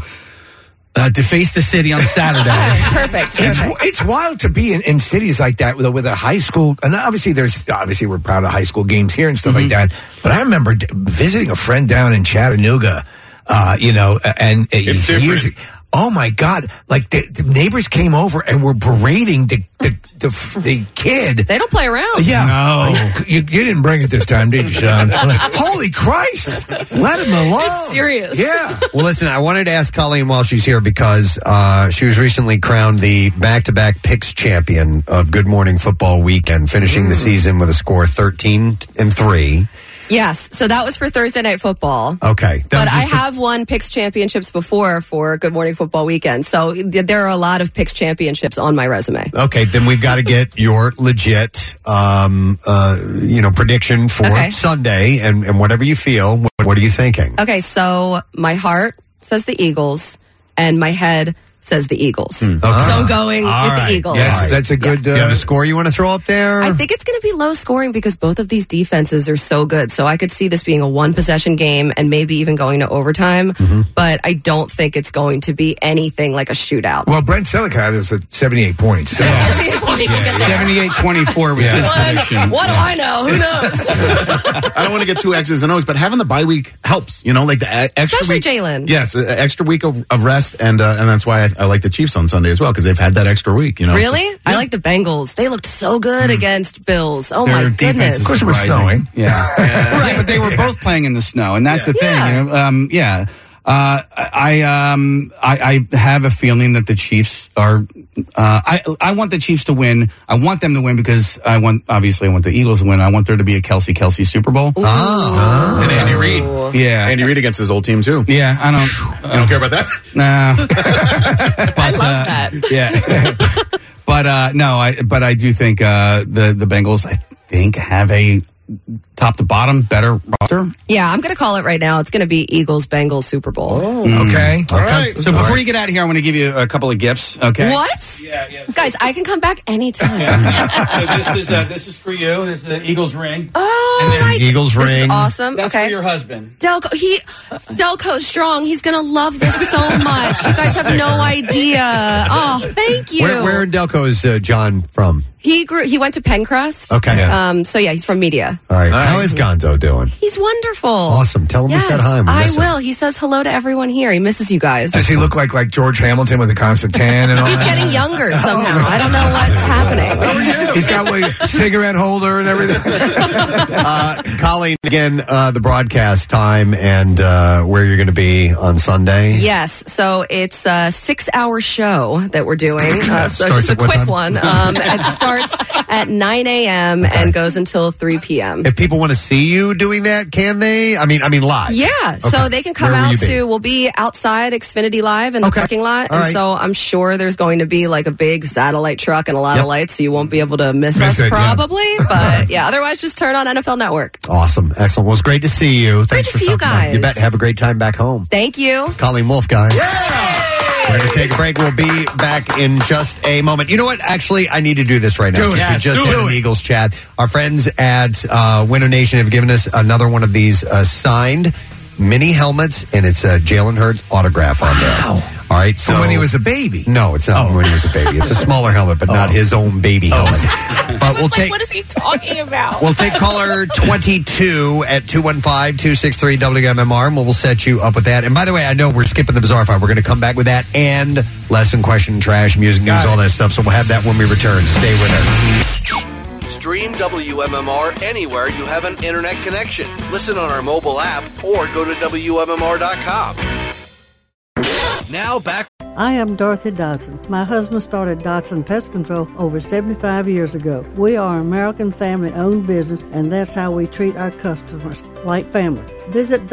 Speaker 5: uh, deface the city on Saturday.
Speaker 15: [LAUGHS] Perfect.
Speaker 1: It's, it's wild to be in, in cities like that with a, with a high school, and obviously there's obviously we're proud of high school games here and stuff like that. But I remember d- visiting a friend down in Chattanooga, uh, you know, a- and it, it's years. Oh my God! Like the, the neighbors came over and were berating the the the, f- the kid.
Speaker 15: They don't play around.
Speaker 1: Yeah, no, you, you didn't bring it this time, did you, Sean? [LAUGHS] Holy Christ! Let him alone.
Speaker 15: It's serious.
Speaker 1: Yeah.
Speaker 3: well, listen, I wanted to ask Colleen while she's here because uh, she was recently crowned the back to back picks champion of Good Morning Football Weekend, finishing the season with a score 13 and 3.
Speaker 15: Yes. So that was for Thursday night football.
Speaker 3: Okay.
Speaker 15: But I have won picks championships before for Good Morning Football Weekend. So th- there are a lot of picks championships on my resume.
Speaker 3: Okay, then we've got to get your legit, um, uh, you know, prediction for
Speaker 15: Okay.
Speaker 3: Sunday, and, and whatever you feel. What, what are you thinking?
Speaker 15: Okay, so my heart says the Eagles, and my head says the Eagles. So I'm going
Speaker 3: All
Speaker 15: with
Speaker 3: right.
Speaker 15: the Eagles.
Speaker 3: All right.
Speaker 1: a good.
Speaker 3: you have a score you want to throw up there?
Speaker 15: I think it's going to be low scoring because both of these defenses are so good. So I could see this being a one possession game and maybe even going to overtime. But I don't think it's going to be anything like a shootout.
Speaker 1: Well, Brent Silicott is at 78 points. So.
Speaker 5: Seventy-eight twenty-four was his prediction.
Speaker 15: What do I know? Who knows?
Speaker 7: I don't want to get two X's and O's, but having the bye week helps. You know, like the e- extra
Speaker 15: Especially
Speaker 7: week,
Speaker 15: Jalen.
Speaker 7: Yes, uh, extra week of, of rest, and uh, and that's why I I like the Chiefs on Sunday as well because they've had that extra week. You know,
Speaker 15: really? I like the Bengals. They looked so good against Bills. Oh my goodness!
Speaker 7: [LAUGHS]
Speaker 5: Yeah. yeah, but they were both playing in the snow, and that's the thing. You know? um, yeah. Uh, I um I, I have a feeling that the Chiefs are. Uh, I I want the Chiefs to win. I want them to win because I want obviously I want the Eagles to win. I want there to be a Kelsey Kelsey Super Bowl.
Speaker 7: Oh. And Andy Reid.
Speaker 5: Yeah,
Speaker 7: Andy Reid against his old team too.
Speaker 5: Yeah, I don't.
Speaker 7: you don't care about that.
Speaker 5: Nah. I love
Speaker 3: uh,
Speaker 5: that. [LAUGHS] Yeah. but uh, no, I but I do think uh, the the Bengals I think have a top to bottom better roster.
Speaker 3: Hmm.
Speaker 15: Yeah, I'm going to call it right now. It's going to be Eagles Bengals Super Bowl.
Speaker 5: Mm.
Speaker 1: Okay.
Speaker 5: All right. So before you get out of here, I want to give you a couple of gifts. Okay.
Speaker 15: What? Guys, I can come back anytime.
Speaker 5: so this is uh, this is for you. This is the Eagles ring.
Speaker 15: Oh,
Speaker 5: It's an
Speaker 15: my-
Speaker 5: Eagles
Speaker 15: this is
Speaker 5: ring.
Speaker 15: awesome.
Speaker 5: That's
Speaker 15: okay.
Speaker 5: for your husband.
Speaker 15: Delco, he Delco Strong. He's gonna love this so
Speaker 3: [LAUGHS]
Speaker 15: much. You guys have no idea. Oh, thank you.
Speaker 3: Where, where in Delco is uh, John from?
Speaker 15: He grew. He went to Pencrest.
Speaker 3: Okay. Yeah.
Speaker 15: Um. So yeah, he's from media.
Speaker 3: All right. How is Gonzo
Speaker 15: [LAUGHS]
Speaker 3: doing?
Speaker 15: He's wonderful.
Speaker 3: Awesome. Tell him
Speaker 15: Yes,
Speaker 3: we said hi. We
Speaker 15: I
Speaker 3: miss him.
Speaker 15: will. He says hello to everyone here. He misses you guys.
Speaker 1: Does he look like like George Hamilton with a constant tan and all
Speaker 15: He's
Speaker 1: that?
Speaker 15: getting
Speaker 3: [LAUGHS]
Speaker 15: younger somehow. I don't know what's happening.
Speaker 1: He's got like cigarette holder and everything.
Speaker 15: Uh,
Speaker 3: Colleen, again, uh, the broadcast time and uh, where you're going to be on Sunday.
Speaker 15: Yes, so it's a six-hour show that we're doing. Uh, so
Speaker 3: Starts
Speaker 15: it's just a
Speaker 3: at what
Speaker 15: quick
Speaker 3: time?
Speaker 15: one. Um, it starts at 9 a.m. and goes until 3 p.m.
Speaker 3: If people want to see you doing that, can they? I mean, I mean live.
Speaker 15: Yeah, so
Speaker 3: Okay.
Speaker 15: they can come
Speaker 3: Where will you
Speaker 15: out
Speaker 3: be?
Speaker 15: to. We'll be outside Xfinity Live in the parking lot,
Speaker 3: All
Speaker 15: and
Speaker 3: right.
Speaker 15: so I'm sure there's going to be like a big satellite truck and a lot
Speaker 3: Yep.
Speaker 15: of lights, so you won't be able to miss,
Speaker 3: Miss it,
Speaker 15: us
Speaker 3: yeah.
Speaker 15: probably.
Speaker 3: [LAUGHS]
Speaker 15: But yeah, otherwise just turn on NFL Network.
Speaker 3: Awesome, excellent. Well, it's great to see you. Thanks
Speaker 15: to
Speaker 3: for
Speaker 15: see you
Speaker 3: stopping by.
Speaker 15: guys.
Speaker 3: You bet. Have a great time back home.
Speaker 15: Thank you.
Speaker 3: Colleen Wolf, guys. We're going to take a break. We'll be back in just a moment. You know what? Actually, I need to do this right now.
Speaker 8: Do it.
Speaker 3: since we
Speaker 8: Yes,
Speaker 3: just
Speaker 8: do
Speaker 3: had
Speaker 8: it.
Speaker 3: an Eagles chat. Our friends at uh, Winter Nation have given us another one of these uh, signed mini helmets, and it's uh, Jalen Hurts autograph on there. All right. So
Speaker 1: when he was a baby.
Speaker 3: No, it's not when he was a baby. It's a smaller helmet, but not his own baby helmet. But we'll take
Speaker 4: what is he talking about?
Speaker 3: We'll [LAUGHS] take caller 22 at 215-263-WMMR, and we'll set you up with that. And by the way, I know we're skipping the bizarre fight. We're going to come back with that and lesson, question, trash, music, news, all that stuff. So we'll have that when we return. Stay with us.
Speaker 14: Stream WMMR anywhere you have an internet connection. Listen on our mobile app or go to WMMR.com. Now back
Speaker 20: I am Dorothy Dodson. My husband started Dodson Pest Control over 75 years ago. We are an American family owned business, and that's how we treat our customers like family. Visit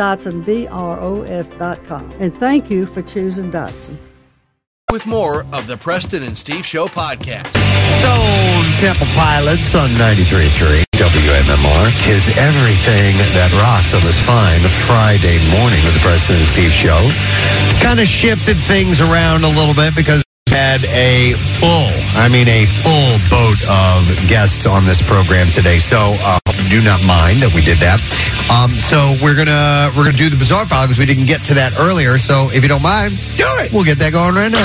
Speaker 20: DodsonBROS.com and thank you for choosing Dodson.
Speaker 14: with more of the Preston and Steve Show podcast.
Speaker 3: Stone Temple Pilots on 93.3 WMMR. Tis everything that rocks on this fine Friday morning with the President and Steve Show. Kind of shifted things around a little bit because we had a full, I mean a full boat of guests on this program today. So uh, do not mind that we did that. Um, so we're gonna we're gonna do the bizarre file because we didn't get to that earlier. So if you don't mind, do it. We'll get that going right now.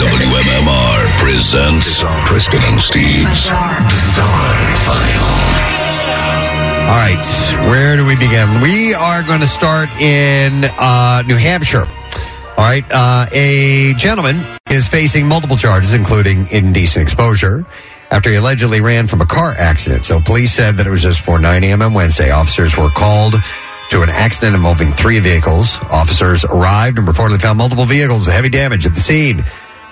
Speaker 10: WMMR presents Preston and Steve's Bizarre File.
Speaker 3: All right, where do we begin? We are going to start in uh, New Hampshire. All right, uh, a gentleman is facing multiple charges, including indecent exposure, after he allegedly ran from a car accident. So, police said that it was just before 9 a.m. on Wednesday. Officers were called to an accident involving three vehicles. Officers arrived and reportedly found multiple vehicles with heavy damage at the scene.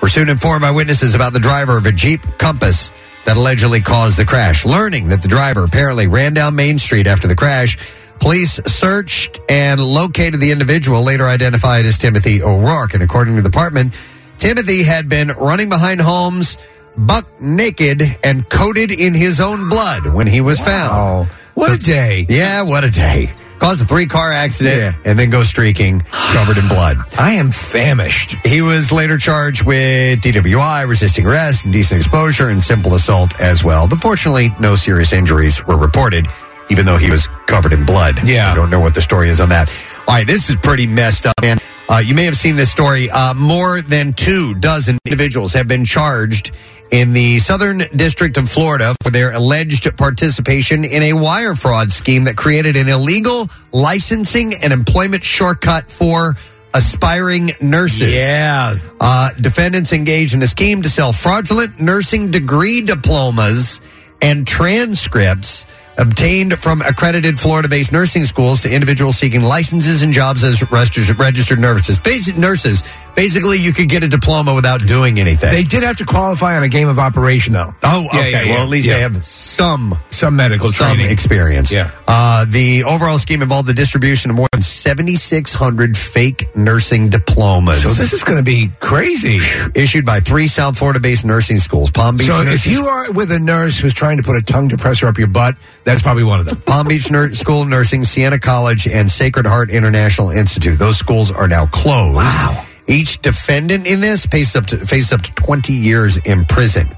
Speaker 3: We're soon informed by witnesses about the driver of a Jeep Compass that allegedly caused the crash. Learning that the driver apparently ran down Main Street after the crash, police searched and located the individual, later identified as Timothy O'Rourke. And according to the department, Timothy had been running behind homes, buck naked, and coated in his own blood when he was found.
Speaker 1: What a day.
Speaker 3: Yeah, what a day. Caused a three car accident and then goes streaking covered in blood.
Speaker 1: [SIGHS] I am famished.
Speaker 3: He was later charged with DWI, resisting arrest, indecent exposure, and simple assault as well. But fortunately, no serious injuries were reported, even though he was covered in blood. Yeah. I don't know what the story is on that. All right, this is pretty messed up, man. Uh, you may have seen this story. Uh, more than two dozen individuals have been charged in the Southern District of Florida for their alleged participation in a wire fraud scheme that created an illegal licensing and employment shortcut for aspiring nurses.
Speaker 1: Yeah.
Speaker 3: Uh, defendants engaged in a scheme to sell fraudulent nursing degree diplomas and transcripts obtained from accredited Florida based nursing schools to individuals seeking licenses and jobs as regis- registered nurses. Basic nurses. Basically, you could get a diploma without doing anything.
Speaker 1: They did have to qualify on a game of operation, though.
Speaker 3: Oh,
Speaker 1: Yeah,
Speaker 3: okay.
Speaker 1: yeah, yeah.
Speaker 3: well, at least
Speaker 1: Yeah.
Speaker 3: they have some
Speaker 1: some medical
Speaker 3: some
Speaker 1: training.
Speaker 3: experience.
Speaker 1: Yeah.
Speaker 3: Uh, the overall scheme involved the distribution of more than seventy six hundred fake nursing diplomas.
Speaker 1: So this is going to be crazy.
Speaker 3: issued by three South Florida based nursing schools, Palm Beach.
Speaker 1: So if
Speaker 3: Nurses-
Speaker 1: you are with a nurse who's trying to put a tongue depressor up your butt, that's probably one of them.
Speaker 3: Palm Beach Nur- School of Nursing, Siena College, and Sacred Heart International Institute. Those schools are now closed. Wow. Each defendant in this faces up to, faces up to 20 years in prison.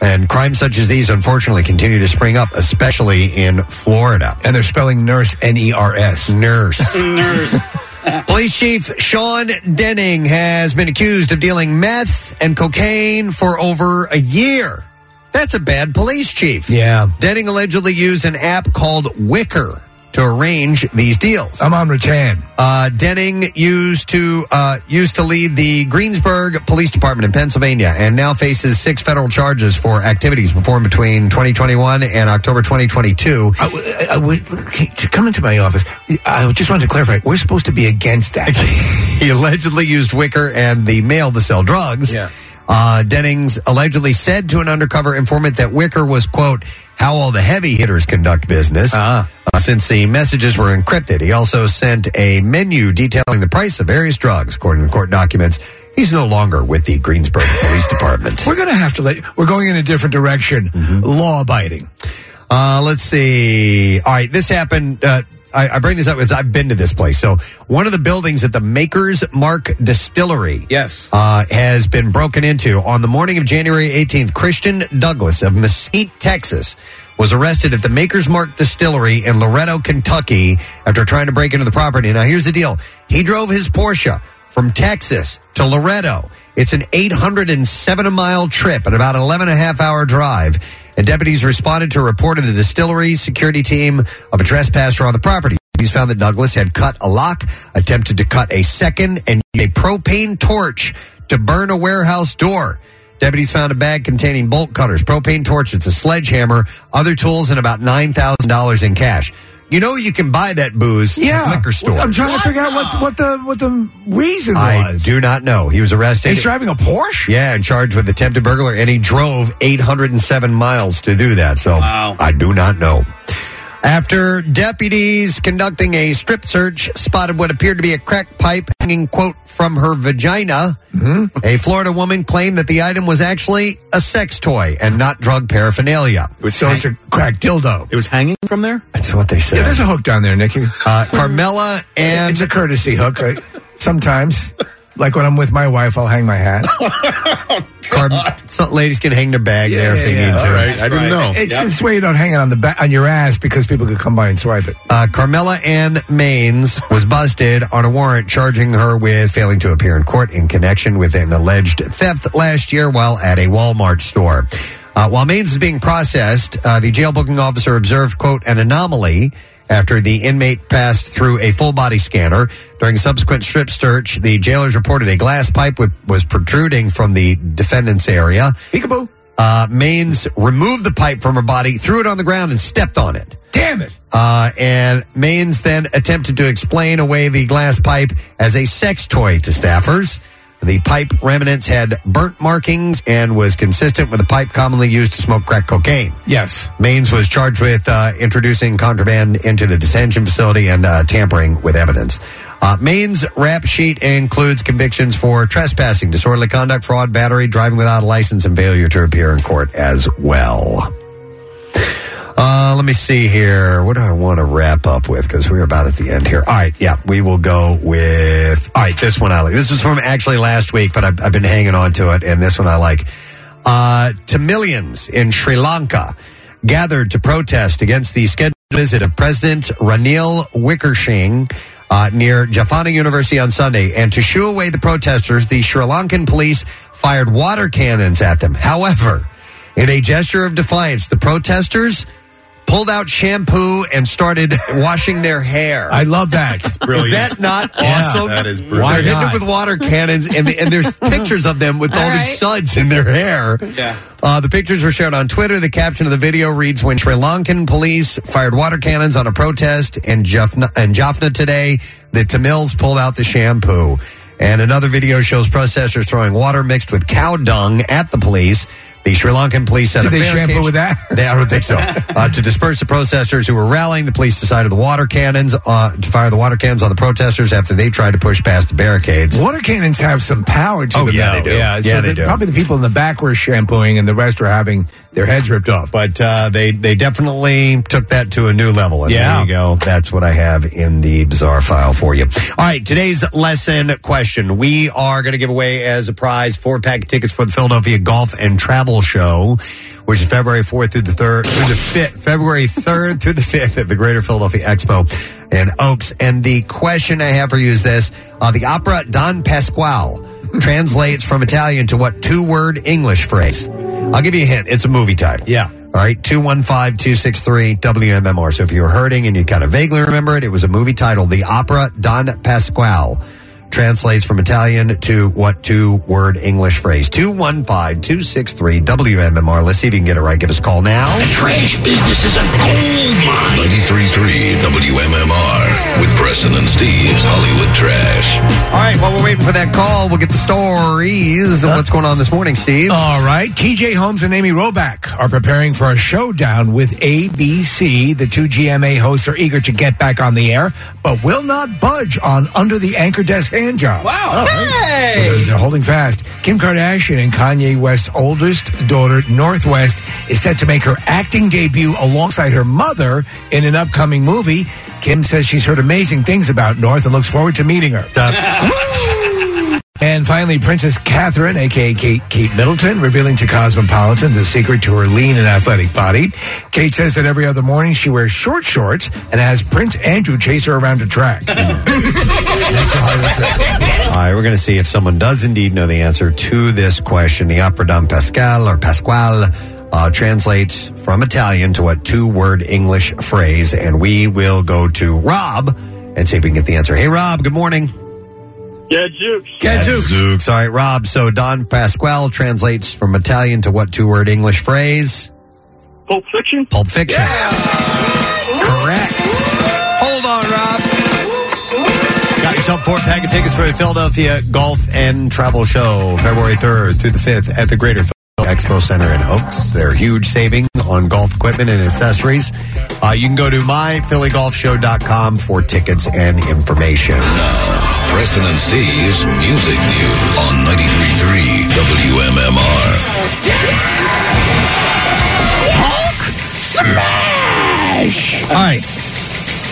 Speaker 3: And crimes such as these, unfortunately, continue to spring up, especially in Florida.
Speaker 1: And they're spelling nurse N E R S.
Speaker 3: Nurse. [LAUGHS] Police Chief Sean Denning has been accused of dealing meth and cocaine for over a year. That's a bad police chief.
Speaker 1: Yeah.
Speaker 3: Denning allegedly used an app called Wicker to arrange these deals.
Speaker 1: I'm on Rattan.
Speaker 3: Uh, Denning used to uh, used to lead the Greensburg Police Department in Pennsylvania, and now faces six federal charges for activities performed between 2021 and October 2022.
Speaker 1: I w- I would- to come into my office. I just wanted to clarify. We're supposed to be against that.
Speaker 3: [LAUGHS] he allegedly used Wicker and the mail to sell drugs. Yeah. Uh, Dennings allegedly said to an undercover informant that Wicker was, quote, how all the heavy hitters conduct business,
Speaker 1: Uh-huh.
Speaker 3: uh, since the messages were encrypted. He also sent a menu detailing the price of various drugs, according to court documents. He's no longer with the Greensburg Police Department.
Speaker 1: [LAUGHS]
Speaker 3: Mm-hmm.
Speaker 1: We're going to have to let. We're going in a different direction. Law abiding.
Speaker 3: Uh, let's see. All right, this happened. Uh, I, I bring this up because I've been to this place. So one of the buildings at the Maker's Mark Distillery,
Speaker 5: yes,
Speaker 3: uh, has been broken into on the morning of January 18th. Christian Douglas of Mesquite, Texas, was arrested at the Maker's Mark Distillery in Loretto, Kentucky, after trying to break into the property. Now here's the deal: he drove his Porsche from Texas to Loretto. It's an 807 mile trip and about 11 and a half hour drive. And deputies responded to a report of the distillery security team of a trespasser on the property. Deputies found that Douglas had cut a lock, attempted to cut a second, and used a propane torch to burn a warehouse door. Deputies found a bag containing bolt cutters, propane torches, a sledgehammer, other tools, and about $9,000 in cash. You know you can buy that booze
Speaker 1: Yeah.
Speaker 3: at liquor stores.
Speaker 1: I'm trying to figure out what what the what the reason
Speaker 3: I
Speaker 1: was.
Speaker 3: do not know. He was arrested.
Speaker 1: He's driving a Porsche?
Speaker 3: Yeah, and charged with attempted burglary, and he drove 807 miles to do that. So I do not know. After deputies conducting a strip search spotted what appeared to be a crack pipe hanging, quote, from her vagina,
Speaker 1: Mm-hmm.
Speaker 3: a Florida woman claimed that the item was actually a sex toy and not drug paraphernalia.
Speaker 1: so it's a crack dildo.
Speaker 3: It was hanging from there? That's what they said.
Speaker 1: Yeah, there's a hook down there, Nikki.
Speaker 3: Uh, Carmela and
Speaker 1: it's a courtesy hook. Right? Sometimes, like when I'm with my wife, I'll hang
Speaker 3: [LAUGHS]
Speaker 1: my hat.
Speaker 3: Car- some ladies can hang their bag there if they need to.
Speaker 1: It's this way you don't hang it on the back on your ass because people could come by and swipe it.
Speaker 3: Uh, Carmela Ann Maines was busted on a warrant charging her with failing to appear in court in connection with an alleged theft last year while at a Walmart store. Uh, while Maines was being processed, uh, the jail booking officer observed, quote, an anomaly after the inmate passed through a full body scanner. During subsequent strip search, the jailers reported a glass pipe wa- was protruding from the defendant's area.
Speaker 1: Peekaboo.
Speaker 3: Uh, Maines removed the pipe from her body, threw it on the ground, and stepped on it.
Speaker 1: Damn it.
Speaker 3: Uh, and Maines then attempted to explain away the glass pipe as a sex toy to staffers. The pipe remnants had burnt markings and was consistent with the pipe commonly used to smoke crack cocaine.
Speaker 1: Yes.
Speaker 3: Maines was charged with uh, introducing contraband into the detention facility and uh, tampering with evidence. Uh, Maine's rap sheet includes convictions for trespassing, disorderly conduct, fraud, battery, driving without a license, and failure to appear in court as well. Uh, let me see here. What do I want to wrap up with? Because we're about at the end here. All right, yeah, we will go with. All right, this one I like. This was from actually last week, but I've, I've been hanging on to it, and this one I like. Uh, to millions in Sri Lanka gathered to protest against the scheduled visit of President Ranil Wickersinghe uh, near Jaffana University on Sunday. And to shoo away the protesters, the Sri Lankan police fired water cannons at them. However, in a gesture of defiance, the protesters pulled out shampoo and started [LAUGHS] washing their hair.
Speaker 1: I love that.
Speaker 3: Is that not awesome?
Speaker 1: Why
Speaker 3: They're hitting
Speaker 1: not?
Speaker 3: it with water cannons, and, and
Speaker 1: [LAUGHS]
Speaker 3: there's pictures of them with all, these suds in their hair.
Speaker 5: Yeah.
Speaker 3: Uh, the pictures were shared on Twitter. The caption of the video reads: "When Sri Lankan police fired water cannons on a protest in Jaffna, in Jaffna today, the Tamils pulled out the shampoo." And another video shows protesters throwing water mixed with cow dung at the police. The Sri Lankan police said
Speaker 1: Did
Speaker 3: a
Speaker 1: they shampoo
Speaker 3: barricade-
Speaker 1: with
Speaker 3: [LAUGHS]
Speaker 1: that?
Speaker 3: They, I don't think so. Uh, to disperse the protesters who were rallying, the police decided the water cannons uh, to fire the water cannons on the protesters after they tried to push past the barricades.
Speaker 1: Water cannons have some power to
Speaker 3: Oh,
Speaker 1: them,
Speaker 3: yeah,
Speaker 1: though.
Speaker 3: they do.
Speaker 1: Yeah, so
Speaker 3: Yeah, they
Speaker 1: the-
Speaker 3: do.
Speaker 1: Probably the people in the back were shampooing, and the rest were having their heads ripped off.
Speaker 3: But uh, they they definitely took that to a new level. And
Speaker 1: Yeah.
Speaker 3: there you go. That's what I have in the bizarre file for you. All right, today's lesson question. We are going to give away as a prize four pack tickets for the Philadelphia Golf and Travel Show, which is February fourth through the third through the fifth, February third through the fifth at the Greater Philadelphia Expo in Oaks. And the question I have for you is this: uh, The opera Don Pasquale translates from Italian to what two-word English phrase? I'll give you a hint. It's a movie title.
Speaker 11: Yeah.
Speaker 3: All right, 215 263 WMMR. So if you're hurting and you kind of vaguely remember it, it was a movie titled The Opera Don Pasquale. Translates from Italian to what two word English phrase? 215 263 WMMR. Let's see if you can get it right. Give us a call now.
Speaker 10: Trash business is a gold mine. 93.3 WMMR with Preston and Steve's Hollywood Trash.
Speaker 3: All right, while we're waiting for that call, we'll get the stories of what's going on this morning, Steve.
Speaker 1: All right. TJ Holmes and Amy Roback are preparing for a showdown with ABC. The two GMA hosts are eager to get back on the air, but will not budge on under the anchor desk hand jobs.
Speaker 3: Oh,
Speaker 1: Wow.
Speaker 5: Hey!
Speaker 1: So they're, they're holding fast. Kim Kardashian and Kanye West's oldest daughter, Northwest, is set to make her acting debut alongside her mother in an upcoming movie. Kim says she's heard amazing things about North and looks forward to meeting her. [LAUGHS] And finally, Princess Catherine, aka Kate, Kate Middleton, revealing to Cosmopolitan the secret to her lean and athletic body. Kate says that every other morning she wears short shorts and has Prince Andrew chase her around a track.
Speaker 3: All right, we're going to see if someone does indeed know the answer to this question. The opera Don Pascal or Pasquale uh, translates from Italian to a two word English phrase, and we will go to Rob and see if we can get the answer. Hey, Rob, good morning.
Speaker 13: Gadzooks.
Speaker 3: Gadzooks. All right, Rob. So Don Pasquale translates from Italian to what two word English phrase?
Speaker 13: Pulp Fiction.
Speaker 3: Pulp Fiction. Correct. Hold on, Rob. Got yourself four pack of tickets for the Philadelphia Golf and Travel Show, February 3rd through the 5th at the Greater Philadelphia Expo Center in Oaks. They're huge saving on golf equipment and accessories. Uh, you can go to myphillygolfshow.com for tickets and information.
Speaker 10: Preston and Steve's Music News on 93.3 WMMR.
Speaker 3: All right.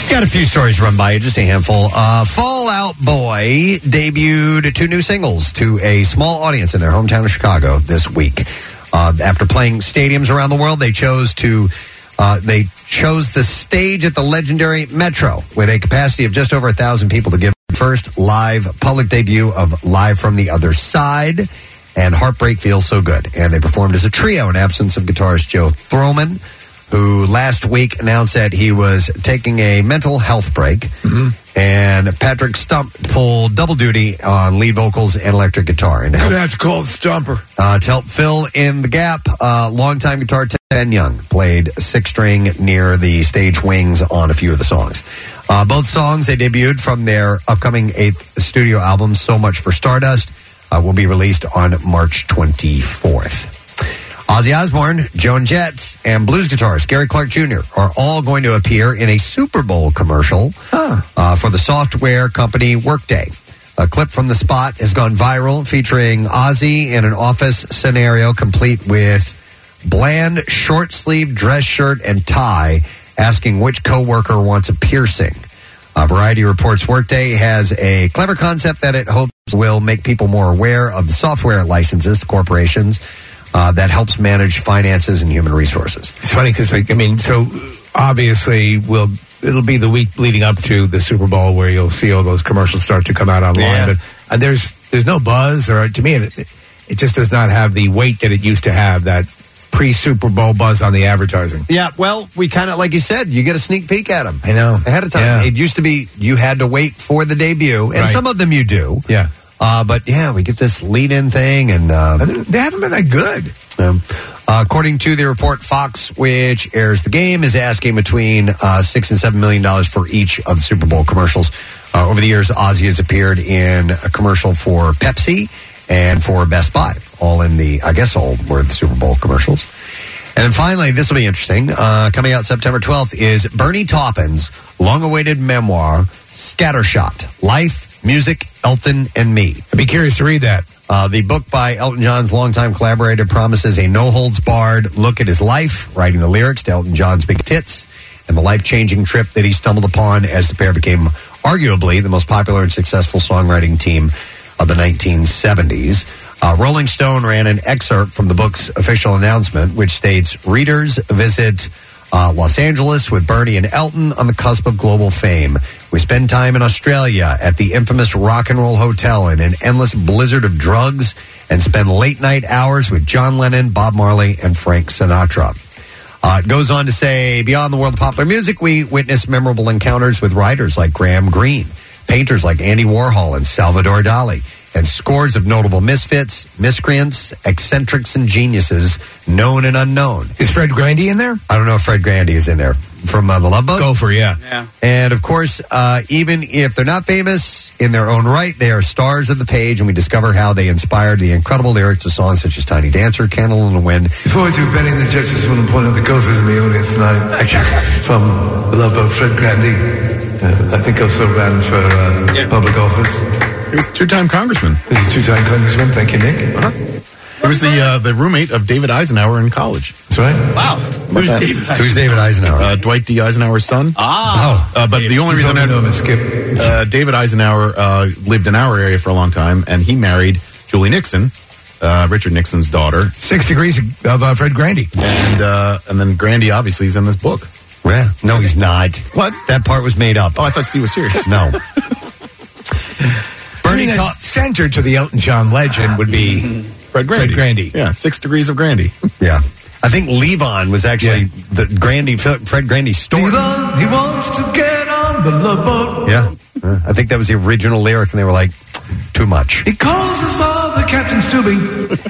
Speaker 3: Got a few stories run by you, just a handful. Uh, Fallout Boy debuted two new singles to a small audience in their hometown of Chicago this week. Uh, after playing stadiums around the world, they chose to uh, they chose the stage at the legendary Metro with a capacity of just over a thousand people to give first live public debut of Live from the Other Side and Heartbreak Feels So Good. And they performed as a trio in absence of guitarist Joe Throman, who last week announced that he was taking a mental health break. And Patrick Stump pulled double duty on lead vocals and electric guitar. And to help
Speaker 1: Gonna have to call the stumper.
Speaker 3: uh, to help fill in the gap, uh, longtime guitar tech Ben Young played six string near the stage wings on a few of the songs. Uh, both songs they debuted from their upcoming eighth studio album, So Much for Stardust, uh, will be released on March 24th. Ozzy Osbourne, Joan Jett, and blues guitarist Gary Clark Jr. are all going to appear in a Super Bowl commercial uh, for the software company Workday. A clip from the spot has gone viral featuring Ozzy in an office scenario complete with bland short sleeve dress shirt and tie, asking which coworker wants a piercing. Uh, Variety reports Workday has a clever concept that it hopes will make people more aware of the software it licenses to corporations uh, that helps manage finances and human resources.
Speaker 1: It's funny because, like, I mean, so obviously we'll it'll be the week leading up to the Super Bowl where you'll see all those commercials start to come out online. But uh, there's there's no buzz, or to me, it, it just does not have the weight that it used to have. That pre Super Bowl buzz on the advertising.
Speaker 3: Yeah, well, we kind of like you said, you get a sneak peek at them.
Speaker 1: I know
Speaker 3: ahead of time. It used to be you had to wait for the debut, and
Speaker 1: Right.
Speaker 3: some of them you do.
Speaker 1: Yeah.
Speaker 3: Uh, but yeah, we get this lead-in thing, and uh,
Speaker 1: they haven't been that good.
Speaker 3: Um, uh, according to the report, Fox, which airs the game, is asking between uh, six and seven million dollars for each of the Super Bowl commercials. Uh, over the years, Ozzy has appeared in a commercial for Pepsi and for Best Buy, all in the I guess all were the Super Bowl commercials. And then finally, this will be interesting. Uh, coming out September 12th is Bernie Taupin's long awaited memoir, Scattershot Life, Music, Elton, and Me.
Speaker 1: I'd be curious to read that.
Speaker 3: Uh, the book by Elton John's longtime collaborator promises a no holds barred look at his life, writing the lyrics to Elton John's Big Tits, and the life changing trip that he stumbled upon as the pair became arguably the most popular and successful songwriting team of the 1970s. Uh, Rolling Stone ran an excerpt from the book's official announcement, which states readers visit uh, Los Angeles with Bernie and Elton on the cusp of global fame. We spend time in Australia at the infamous Rock and Roll Hotel in an endless blizzard of drugs and spend late night hours with John Lennon, Bob Marley, and Frank Sinatra. Uh, it goes on to say, beyond the world of popular music, we witness memorable encounters with writers like Graham Greene, painters like Andy Warhol and Salvador Dali, and scores of notable misfits, miscreants, eccentrics, and geniuses, known and unknown.
Speaker 1: Is Fred Grandy in there?
Speaker 3: I don't know if Fred Grandy is in there from uh, the Love Boat.
Speaker 1: Gopher, yeah.
Speaker 3: And of course, uh, even if they're not famous in their own right, they are stars of the page, and we discover how they inspired the incredible lyrics of songs such as Tiny Dancer, Candle in the Wind,
Speaker 1: Before I do betting, the judges want to point out the golfers in the audience tonight. From the love boat, Fred Grandy. Uh, I think also ran for uh, public office.
Speaker 7: He was two-time congressman.
Speaker 1: He's a two-time congressman. Thank you, Nick.
Speaker 7: He was the uh, the roommate of David Eisenhower in college.
Speaker 1: That's right.
Speaker 7: Wow.
Speaker 1: Who's David Eisenhower?
Speaker 3: Who's David Eisenhower?
Speaker 7: Uh, Dwight D. Eisenhower's son.
Speaker 5: Ah.
Speaker 7: Uh, but the only
Speaker 1: You
Speaker 7: reason I
Speaker 1: probably know him as Skip.
Speaker 7: Uh, David Eisenhower uh, lived in our area for a long time, and he married Julie Nixon, uh, Richard Nixon's daughter.
Speaker 1: Six degrees of uh, Fred Grandy.
Speaker 7: And uh, and then Grandy obviously is in this book.
Speaker 3: Yeah. No, he's not.
Speaker 7: What?
Speaker 3: That part was made up.
Speaker 7: Oh, I thought Steve was serious.
Speaker 3: No.
Speaker 1: Bernie center to the Elton John legend would be
Speaker 7: Fred Grandy.
Speaker 1: Fred Grandy.
Speaker 7: Yeah, [LAUGHS] six degrees of Grandy.
Speaker 3: Yeah. I think Levon was actually the Grandy, Fred Grandy story.
Speaker 1: Levon, he wants to get on the love boat.
Speaker 3: Yeah. Uh, I think that was the original lyric, and they were like, too much.
Speaker 1: He calls his father Captain Stubby.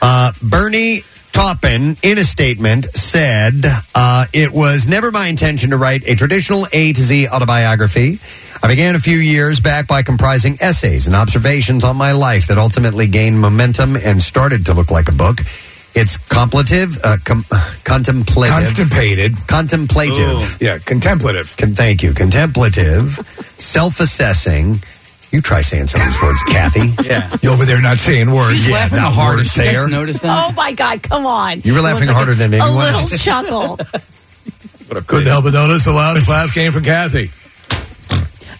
Speaker 3: Uh, Bernie Taupin, in a statement, said, uh, It was never my intention to write a traditional A to Z autobiography. I began a few years back by comprising essays and observations on my life that ultimately gained momentum and started to look like a book. It's contemplative, uh, com- contemplative,
Speaker 1: Constipated.
Speaker 3: contemplative.
Speaker 1: Ooh. Yeah, contemplative.
Speaker 3: Con- thank you. Contemplative, self-assessing. You try saying some of these words, Kathy.
Speaker 5: [LAUGHS] Yeah.
Speaker 1: You over there not saying words.
Speaker 5: She's
Speaker 3: Yeah,
Speaker 5: laughing the
Speaker 3: not
Speaker 5: hardest.
Speaker 3: word
Speaker 5: You guys
Speaker 3: sayer.
Speaker 5: notice that?
Speaker 4: Oh my God! Come on.
Speaker 3: You were laughing
Speaker 4: It was
Speaker 3: harder than
Speaker 4: a,
Speaker 3: anyone
Speaker 4: A little
Speaker 3: else. [LAUGHS]
Speaker 4: chuckle.
Speaker 1: Couldn't help but notice the loudest laugh came from Kathy.